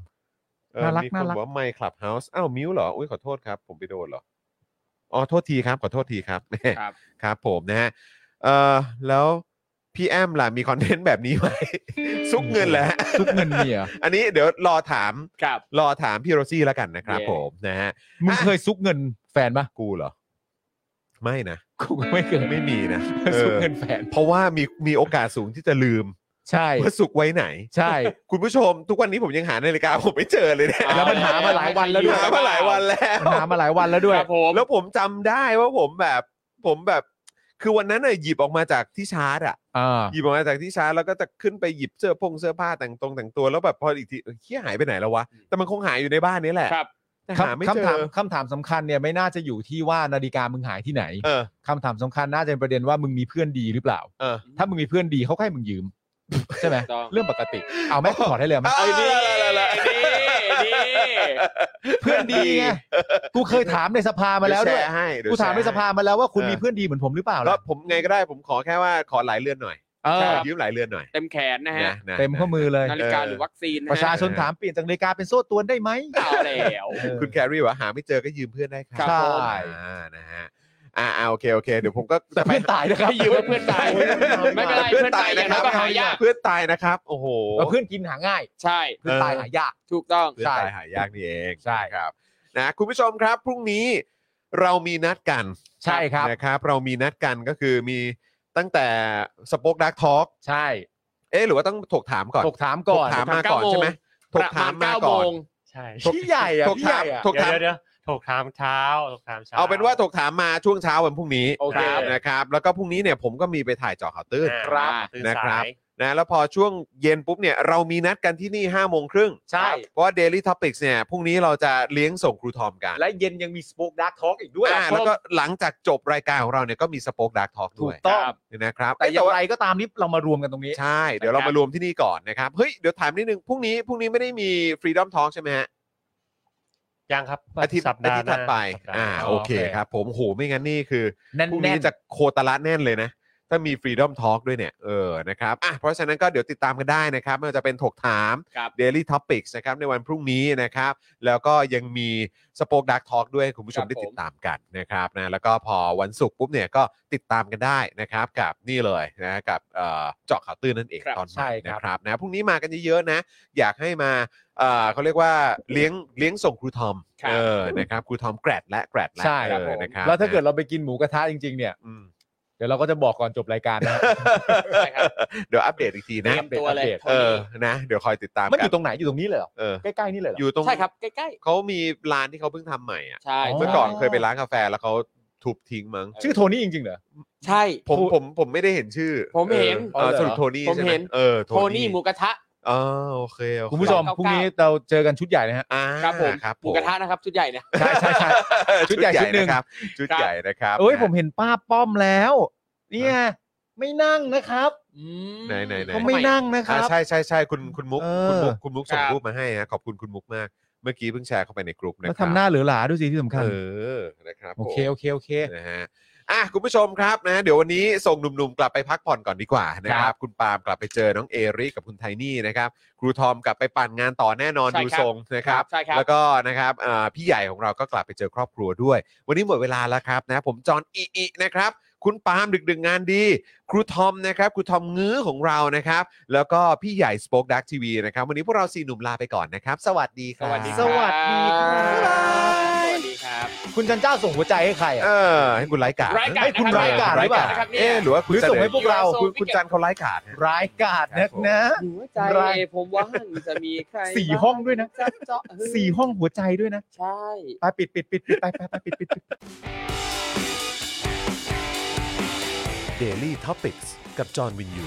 [SPEAKER 3] เออ
[SPEAKER 6] น่ารัก
[SPEAKER 3] มีค
[SPEAKER 6] น่าน รัก
[SPEAKER 3] บอกว่าไม่คลับเฮาส์อ้าวมิวเหรออุ้ยขอโทษครับ ผมไปโดนเหรออ๋อโทษทีครับ ขอโทษทีครับ
[SPEAKER 5] ครับ
[SPEAKER 3] ครับผมนะฮะเออแล้วพี่แอมล่ะมีคอนเทนต์แบบนี้ไหม ซุกเงินแหละ
[SPEAKER 6] ซุกเงินเมีย
[SPEAKER 3] อันนี้เดี๋ยวรอถาม
[SPEAKER 5] ครับ
[SPEAKER 3] รอถามพี่โรซี่แล้วกันนะครับ
[SPEAKER 5] เย้
[SPEAKER 3] ผมนะฮะ
[SPEAKER 6] มึงเคยซุกเงินแฟนปะ
[SPEAKER 3] กูเหรอ ไม่นะ
[SPEAKER 6] กูไม่เคย
[SPEAKER 3] ไม่มี นะเอ
[SPEAKER 6] ซุก
[SPEAKER 3] อ
[SPEAKER 6] เงินแฟน
[SPEAKER 3] เพราะว่ามีมีโอกาสสูงที่จะลืม
[SPEAKER 6] ใช่
[SPEAKER 3] ว่าสุกไว้ไหน
[SPEAKER 6] ใช่
[SPEAKER 3] คุณผู้ชม ทุกวันนี้ผมยังหานาฬิกาผมไม่เจอเลยเนี่ย
[SPEAKER 6] แล้วมันหามาหลายวันแล้วด้วย
[SPEAKER 3] หามาหลายวันแล้ว
[SPEAKER 6] หามาหลายวันแล้วด้วย
[SPEAKER 5] ครับผม
[SPEAKER 3] แล้วผมจำได้ว่าผมแบบ ผมแบบ คือวันนั้นน่ะหยิบออกมาจากที่ชาร์จอ่ะ
[SPEAKER 6] อ่า
[SPEAKER 3] หยิบออกมาจากที่ชาร์จแล้วก็จะขึ้นไปหยิบเสื้อพงเสื้อผ้าแต่งตรงแต่งตัวแล้วแบบพออีกทีเออเฮียหายไปไหนแล้ววะ แต่มันคงหายอยู่ในบ้านนี้แหละ
[SPEAKER 5] ครับ
[SPEAKER 3] แต่หาไม่
[SPEAKER 6] คำ
[SPEAKER 3] เจ
[SPEAKER 6] คำถาม
[SPEAKER 3] อ
[SPEAKER 6] คำถามสำคัญเนี่ยไม่น่าจะอยู่ที่ว่านาฬิกามึงหายที่ไหน
[SPEAKER 3] เออ
[SPEAKER 6] คำถามสำคัญน่าจะเป็นประเด็นว่ามึงมีเพื่อนดีหรือเปล่า
[SPEAKER 3] เออ
[SPEAKER 6] ถ้ามึงมีเพื่อนดีเขาก็ให้มึงยืม ใช่ไหม
[SPEAKER 5] ต้อง
[SPEAKER 6] เรื่องปกติ เอาไหมถอดให้เลยไหม
[SPEAKER 3] เอา
[SPEAKER 5] ดี
[SPEAKER 3] ละละละ
[SPEAKER 5] ดีดี
[SPEAKER 6] เพื่อนดีไงกูเคยถามในสภามาแล้วด้วย
[SPEAKER 3] เชร์ให้เดี๋ยว
[SPEAKER 6] กูถามในสภา
[SPEAKER 3] แชร์
[SPEAKER 6] มาแล้วว่าคุณ
[SPEAKER 3] เออ
[SPEAKER 6] มีเพื่อนดีเหมือนผมหรือเปล่า
[SPEAKER 3] ให้
[SPEAKER 6] ล่ะ
[SPEAKER 3] แล้วผมไงก็ได้ผมขอแค่ว่าขอหลายเลื่อนหน่อย
[SPEAKER 6] เออ
[SPEAKER 3] ยืมหลายเลื่อนหน่อย
[SPEAKER 5] เต็มแขนนะฮะ
[SPEAKER 3] นะนะ
[SPEAKER 6] เต็มข้อมือเลย
[SPEAKER 5] นาฬิกาหรือวัคซีนนะ
[SPEAKER 6] ประชา
[SPEAKER 5] ฮะ
[SPEAKER 6] ชนถามเปลี่ยนจากนาฬิกาเป็นโซ่ตรวนได้ไหม
[SPEAKER 5] เอาแล้ว
[SPEAKER 3] คุณแครี่ว่าหาไม่เจอก็ยืมเพื่อนได้ครั
[SPEAKER 6] ใช่
[SPEAKER 3] อ่านะฮะอ่าอ่าโอเคโอเคเดี๋ยวผมก็
[SPEAKER 6] แต่
[SPEAKER 3] จะไป
[SPEAKER 6] เพื่อนตายนะครับ
[SPEAKER 5] ให้ยืมเพื่อนตาย ไม่เป็นไรเพื่อนตายอย่างน้อยก็หายาก
[SPEAKER 3] เพื่อนตายนะครับโอ้โห
[SPEAKER 6] เออเพื่อนกินหาง่าย
[SPEAKER 5] ใช่
[SPEAKER 6] เพื่อนตายหายาก
[SPEAKER 5] ถูกต้อง
[SPEAKER 3] เพื่อนตายหายากนี่เอง
[SPEAKER 6] ใช่
[SPEAKER 3] ครับนะคุณผู้ชมครับพรุ่งนี้เรามีนัดกัน
[SPEAKER 6] ใช่ครับ
[SPEAKER 3] นะครับเรามีนัดกันก็คือมีตั้งแต่สป็อคดักทอล์ก
[SPEAKER 6] ใช่
[SPEAKER 3] เอ๊ะหรือว่าต้องถกถามก่อน
[SPEAKER 6] ถกถามก่อน
[SPEAKER 3] ถามมาก่อน
[SPEAKER 5] ถกถาม
[SPEAKER 3] ใช่ไหมถกถามมาก่อน
[SPEAKER 12] ใช่
[SPEAKER 6] พี่ใหญ่อะ
[SPEAKER 3] ถก
[SPEAKER 6] พี่ให
[SPEAKER 3] ถาม
[SPEAKER 6] ญ่อะ
[SPEAKER 3] ถก
[SPEAKER 12] เดี๋ย
[SPEAKER 3] ถาวม
[SPEAKER 12] เดี๋ยวเดี๋ยวถกถามเช้าถกถามเช้า
[SPEAKER 3] เอาเป็นว่าถกถามมาช่วงเช้าวันพรุ่งนี้
[SPEAKER 6] โอเค
[SPEAKER 3] นะครับแล้วก็พรุ่งนี้เนี่ยผมก็มีไปถ่ายเจอข่าวตื้น
[SPEAKER 12] อ่า
[SPEAKER 3] ครับ
[SPEAKER 12] ตื่น
[SPEAKER 3] นะ
[SPEAKER 12] สาย
[SPEAKER 3] ครับ นะแล้วพอช่วงเย็นปุ๊บเนี่ยเรามีนัดกันที่นี่5้าโมงครึ่ง
[SPEAKER 6] ใช่
[SPEAKER 3] เพราะว่า Daily Topics เนี่ยพรุ่งนี้เราจะเลี้ยงส่งครูทอมกัน
[SPEAKER 6] และเย็นยังมีสป o อ e ดาร์กทอ k อีกด้วย
[SPEAKER 3] อ่าแล้วก็หลังจากจบรายการของเราเนี่ยก็มีสป็อคดักทอก
[SPEAKER 6] ถู
[SPEAKER 3] ด้ว
[SPEAKER 6] ก
[SPEAKER 3] ย
[SPEAKER 6] ต้อง
[SPEAKER 3] นะครับ
[SPEAKER 6] แต่อย่า
[SPEAKER 3] เอ้ย
[SPEAKER 6] งไรก็ตามนี่เรามารวมกันตรงนี้
[SPEAKER 3] ใช่ เดี๋ยวเรามารวมที่นี่ก่อนนะครับ เฮ้ย เดี๋ยวถามนิดนึงพรุ่งนี้พรุ่งนี้ไม่ได้มี Freedom Talk ใช่ไหมฮะ
[SPEAKER 12] ยังครับ
[SPEAKER 3] อาทิตย์
[SPEAKER 12] สัป
[SPEAKER 3] อา
[SPEAKER 12] ดา
[SPEAKER 3] ทิ
[SPEAKER 12] ห์
[SPEAKER 3] ตย์
[SPEAKER 12] หน้
[SPEAKER 3] ถัดไป
[SPEAKER 12] สัปดาห์หน้
[SPEAKER 3] อ่า โอเค
[SPEAKER 6] โอเค
[SPEAKER 3] ครับผมโหไม่งั้นนี่คือ
[SPEAKER 6] แน่น
[SPEAKER 3] พรุ่ง
[SPEAKER 6] แน่
[SPEAKER 3] นี้
[SPEAKER 6] น
[SPEAKER 3] จะโคตรละแน่นเลยนะ ถ้ามี Freedom Talk ด้วยเนี่ย เออ นะครับ อ่ะ เพราะฉะนั้นก็เดี๋ยวติดตามกันได้นะครับ ไม่ว่าจะเป็นถกถาม
[SPEAKER 5] ครับ
[SPEAKER 3] Daily Topics นะครับ ในวันพรุ่งนี้นะครับ แล้วก็ยังมีสป o อ e Dark Talk ด้วยให้คุณผู้ช
[SPEAKER 5] ค
[SPEAKER 3] ม
[SPEAKER 5] รับ
[SPEAKER 3] ได้
[SPEAKER 5] ผม
[SPEAKER 3] ติดตามกันนะครับนะ แล้วก็พอวันศุกร์ปุ๊บเนี่ยก็ติดตามกันได้นะครับ กับนี่เลยนะกับเอ่อเจาะข่าวตื้นนั่นเองตอนบ่ายนะครับนะ พรุ่งนี้มากันเยอะๆนะ อยากให้มาเอ่อเขาเรียกว่าเลี้ยงเลี้ยงส่งครูทอม
[SPEAKER 5] ครับ
[SPEAKER 3] เออ นะครับ ครูทอมแกรดและแกรดและ
[SPEAKER 6] ใช่
[SPEAKER 3] เออนะครับ
[SPEAKER 6] แล้วถ้าเกิดเราไปกินหมูกระทะจริงๆเนี่ย
[SPEAKER 3] อืม
[SPEAKER 6] เดี๋ยวเราก็จะบอกก่อนจบรายการนะ
[SPEAKER 5] ใช่ครับ
[SPEAKER 3] เดี๋ยวอัปเดตอีกที
[SPEAKER 5] เต
[SPEAKER 3] นะ
[SPEAKER 5] รียมตัวเลย
[SPEAKER 3] เออ นะ เดี๋ยวคอยติดตาม
[SPEAKER 6] มันอ
[SPEAKER 3] กั
[SPEAKER 6] ยู่ตรงไหนอยู่ตรงนี้เลยเหรอ
[SPEAKER 3] เออ
[SPEAKER 6] ใกล้ๆนี่เลยเหรอ
[SPEAKER 3] อ
[SPEAKER 6] อ
[SPEAKER 3] ยู่ตรง
[SPEAKER 5] ใช่ครับ ใกล้
[SPEAKER 3] เขามีร้านที่เขาเพิ่งทำใหม่อ่ะ
[SPEAKER 5] ๆ ใช่
[SPEAKER 6] อ๋อ
[SPEAKER 3] เมื่อก่อนเคยไปร้านกาแฟแล้วเขาทุบทิ้งมั้ง
[SPEAKER 6] ชื่อโทนี่จริงๆเหรอ
[SPEAKER 5] ใช่
[SPEAKER 3] ผมผมผมไม่ได้เห็นชื่อ
[SPEAKER 5] ผมเห็น
[SPEAKER 3] ออออสรุปโทนี่
[SPEAKER 5] ผม
[SPEAKER 3] ใช่ไหม
[SPEAKER 5] เห็น
[SPEAKER 3] เออ
[SPEAKER 5] โทนี่หมูกระทะ
[SPEAKER 3] อ๋อโอเคโอเ
[SPEAKER 6] คุณผู้ชม
[SPEAKER 5] เก้าเก้า
[SPEAKER 6] พรุ่งนี้เราเจอกันชุดใหญ่นะฮะ
[SPEAKER 3] อ่า
[SPEAKER 5] ครับผม
[SPEAKER 3] ครับ
[SPEAKER 5] หมูกระทะ นะครับชุดใหญ่นะ
[SPEAKER 6] ใช่ใช่ใช่ ชุดใหญ่ชุดหนึ่ง
[SPEAKER 3] นะครับ ชุด
[SPEAKER 5] ครับ
[SPEAKER 3] ใหญ่นะครับ
[SPEAKER 6] เอ้ยผมเห็นป้าป้อมแล้ว เนี่ย ไม่นั่งนะครับ
[SPEAKER 5] อืม
[SPEAKER 3] ไหนไหนไหน
[SPEAKER 6] เขาไม่นั่งนะค
[SPEAKER 3] อ่า
[SPEAKER 6] รับ
[SPEAKER 3] ใช่ใช่ใช่คุณคุณมุก
[SPEAKER 6] เออ
[SPEAKER 3] คุณมุกคุณมุกส่ง
[SPEAKER 5] ครับ
[SPEAKER 3] รูปมาให้นะขอบคุณคุณมุกมาก เมื่อกี้เพิ่งแชร์เข้าไปในกลุ่มนะค
[SPEAKER 6] แล้
[SPEAKER 3] รั
[SPEAKER 6] วทำหน้าเหลือหลาด้วยสิที่สำคัญ
[SPEAKER 3] เออนะครับ
[SPEAKER 6] โอ
[SPEAKER 3] ผม
[SPEAKER 6] เคโอเคโอเค
[SPEAKER 3] นะฮะอ่ะคุณผู้ชมครับนะเดี๋ยววันนี้ส่งหนุ่มๆกลับไปพักผ่อนก่อนดีกว่านะค
[SPEAKER 6] ค
[SPEAKER 3] รั
[SPEAKER 6] รั
[SPEAKER 3] บบ คุณปาล์มกลับไปเจอน้องเอริกับคุณไทนี่นะครับครูทอมกลับไปปั่นงานต่อแน่นอน
[SPEAKER 5] ใช่
[SPEAKER 3] ดู
[SPEAKER 5] ครับ
[SPEAKER 3] ทรงนะครับ
[SPEAKER 5] ใช่ครับ
[SPEAKER 3] แล้วก็นะครับอ่าพี่ใหญ่ของเราก็กลับไปเจอครอบครัวด้วย วันนี้หมดเวลาแล้วครับนะผมจอห์นอีอีนะครับ คุณปาล์มดึกดึงงานดี ครูทอมนะครับครูทอมงื้อของเรานะครับ แล้วก็พี่ใหญ่สป็อคดักทีวีนะครับวันนี้พวกเราสี่หนุ่มลาไปก่อนนะครับ สวัสดีค
[SPEAKER 5] ส
[SPEAKER 3] รับ
[SPEAKER 5] วัสดีค
[SPEAKER 6] ส
[SPEAKER 5] รับ
[SPEAKER 6] วัสดีครับ
[SPEAKER 5] สวัสดีครับ
[SPEAKER 6] คุณจันเจ้าส่งหัวใจให้ใครอะ
[SPEAKER 3] เออให้คุณไร้กาด
[SPEAKER 5] ไร้กาด
[SPEAKER 3] ให้คุณ
[SPEAKER 5] นะครับ
[SPEAKER 3] ไร้กาดไร้กาก
[SPEAKER 6] ไร้า
[SPEAKER 3] ด
[SPEAKER 6] ด
[SPEAKER 5] นะครับเนี่ย
[SPEAKER 3] เอ๊ะหรือว่าคุณ
[SPEAKER 6] หรือส่งให้พวกเรา
[SPEAKER 3] คุณคุณจันเขาไร้กาด
[SPEAKER 6] ร้ายกาจนักนะ
[SPEAKER 5] หัวใจ
[SPEAKER 6] ราย
[SPEAKER 5] ผมว่างจะมีใคร
[SPEAKER 6] สี่ห้องด้วยนะ
[SPEAKER 5] จ๊เจาะเฮ้ย
[SPEAKER 6] สี่ห้องหัวใจด้วยนะ
[SPEAKER 5] ใช่
[SPEAKER 6] ไปปิดปิดปิดปิดไปไปไปปิดปิดปิด
[SPEAKER 2] Daily Topics กับจอห์นวินยู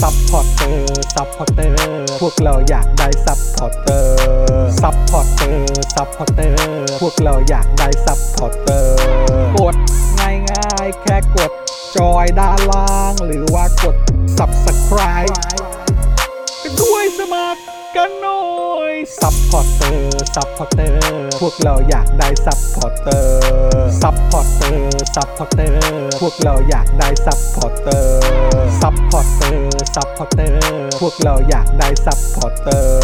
[SPEAKER 1] ซัพพอร์เตอร์ ซัพพอร์เตอร์ พวกเราอยากได้ซัพพอร์เตอร์ ซัพพอร์เตอร์ ซัพพอร์เตอร์ พวกเราอยากได้ซัพพอร์เตอร์ กดง่ายๆ แค่กดจอยด้านล่าง หรือว่ากด subscribe กันด้วยสมัครกันหน่อย ซัพพอร์เตอร์ ซัพพอร์เตอร์ พวกเราอยากได้ซัพพอร์เตอร์ ซัพพอร์เตอร์ ซัพพอร์เตอร์ พวกเราอยากได้ซัพพอร์เตอร์ ซัพพอร์เตอร์ ซัพพอร์เตอร์ พวกเราอยากได้ซัพพอร์เตอร์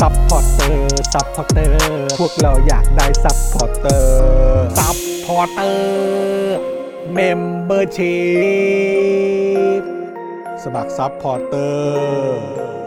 [SPEAKER 1] ซัพพอร์เตอร์ ซัพพอร์เตอร์ พวกเราอยากได้ซัพพอร์เตอร์ ซัพพอร์เตอร์ เมมเบอร์ชีพสมัครซัพพอร์เตอร์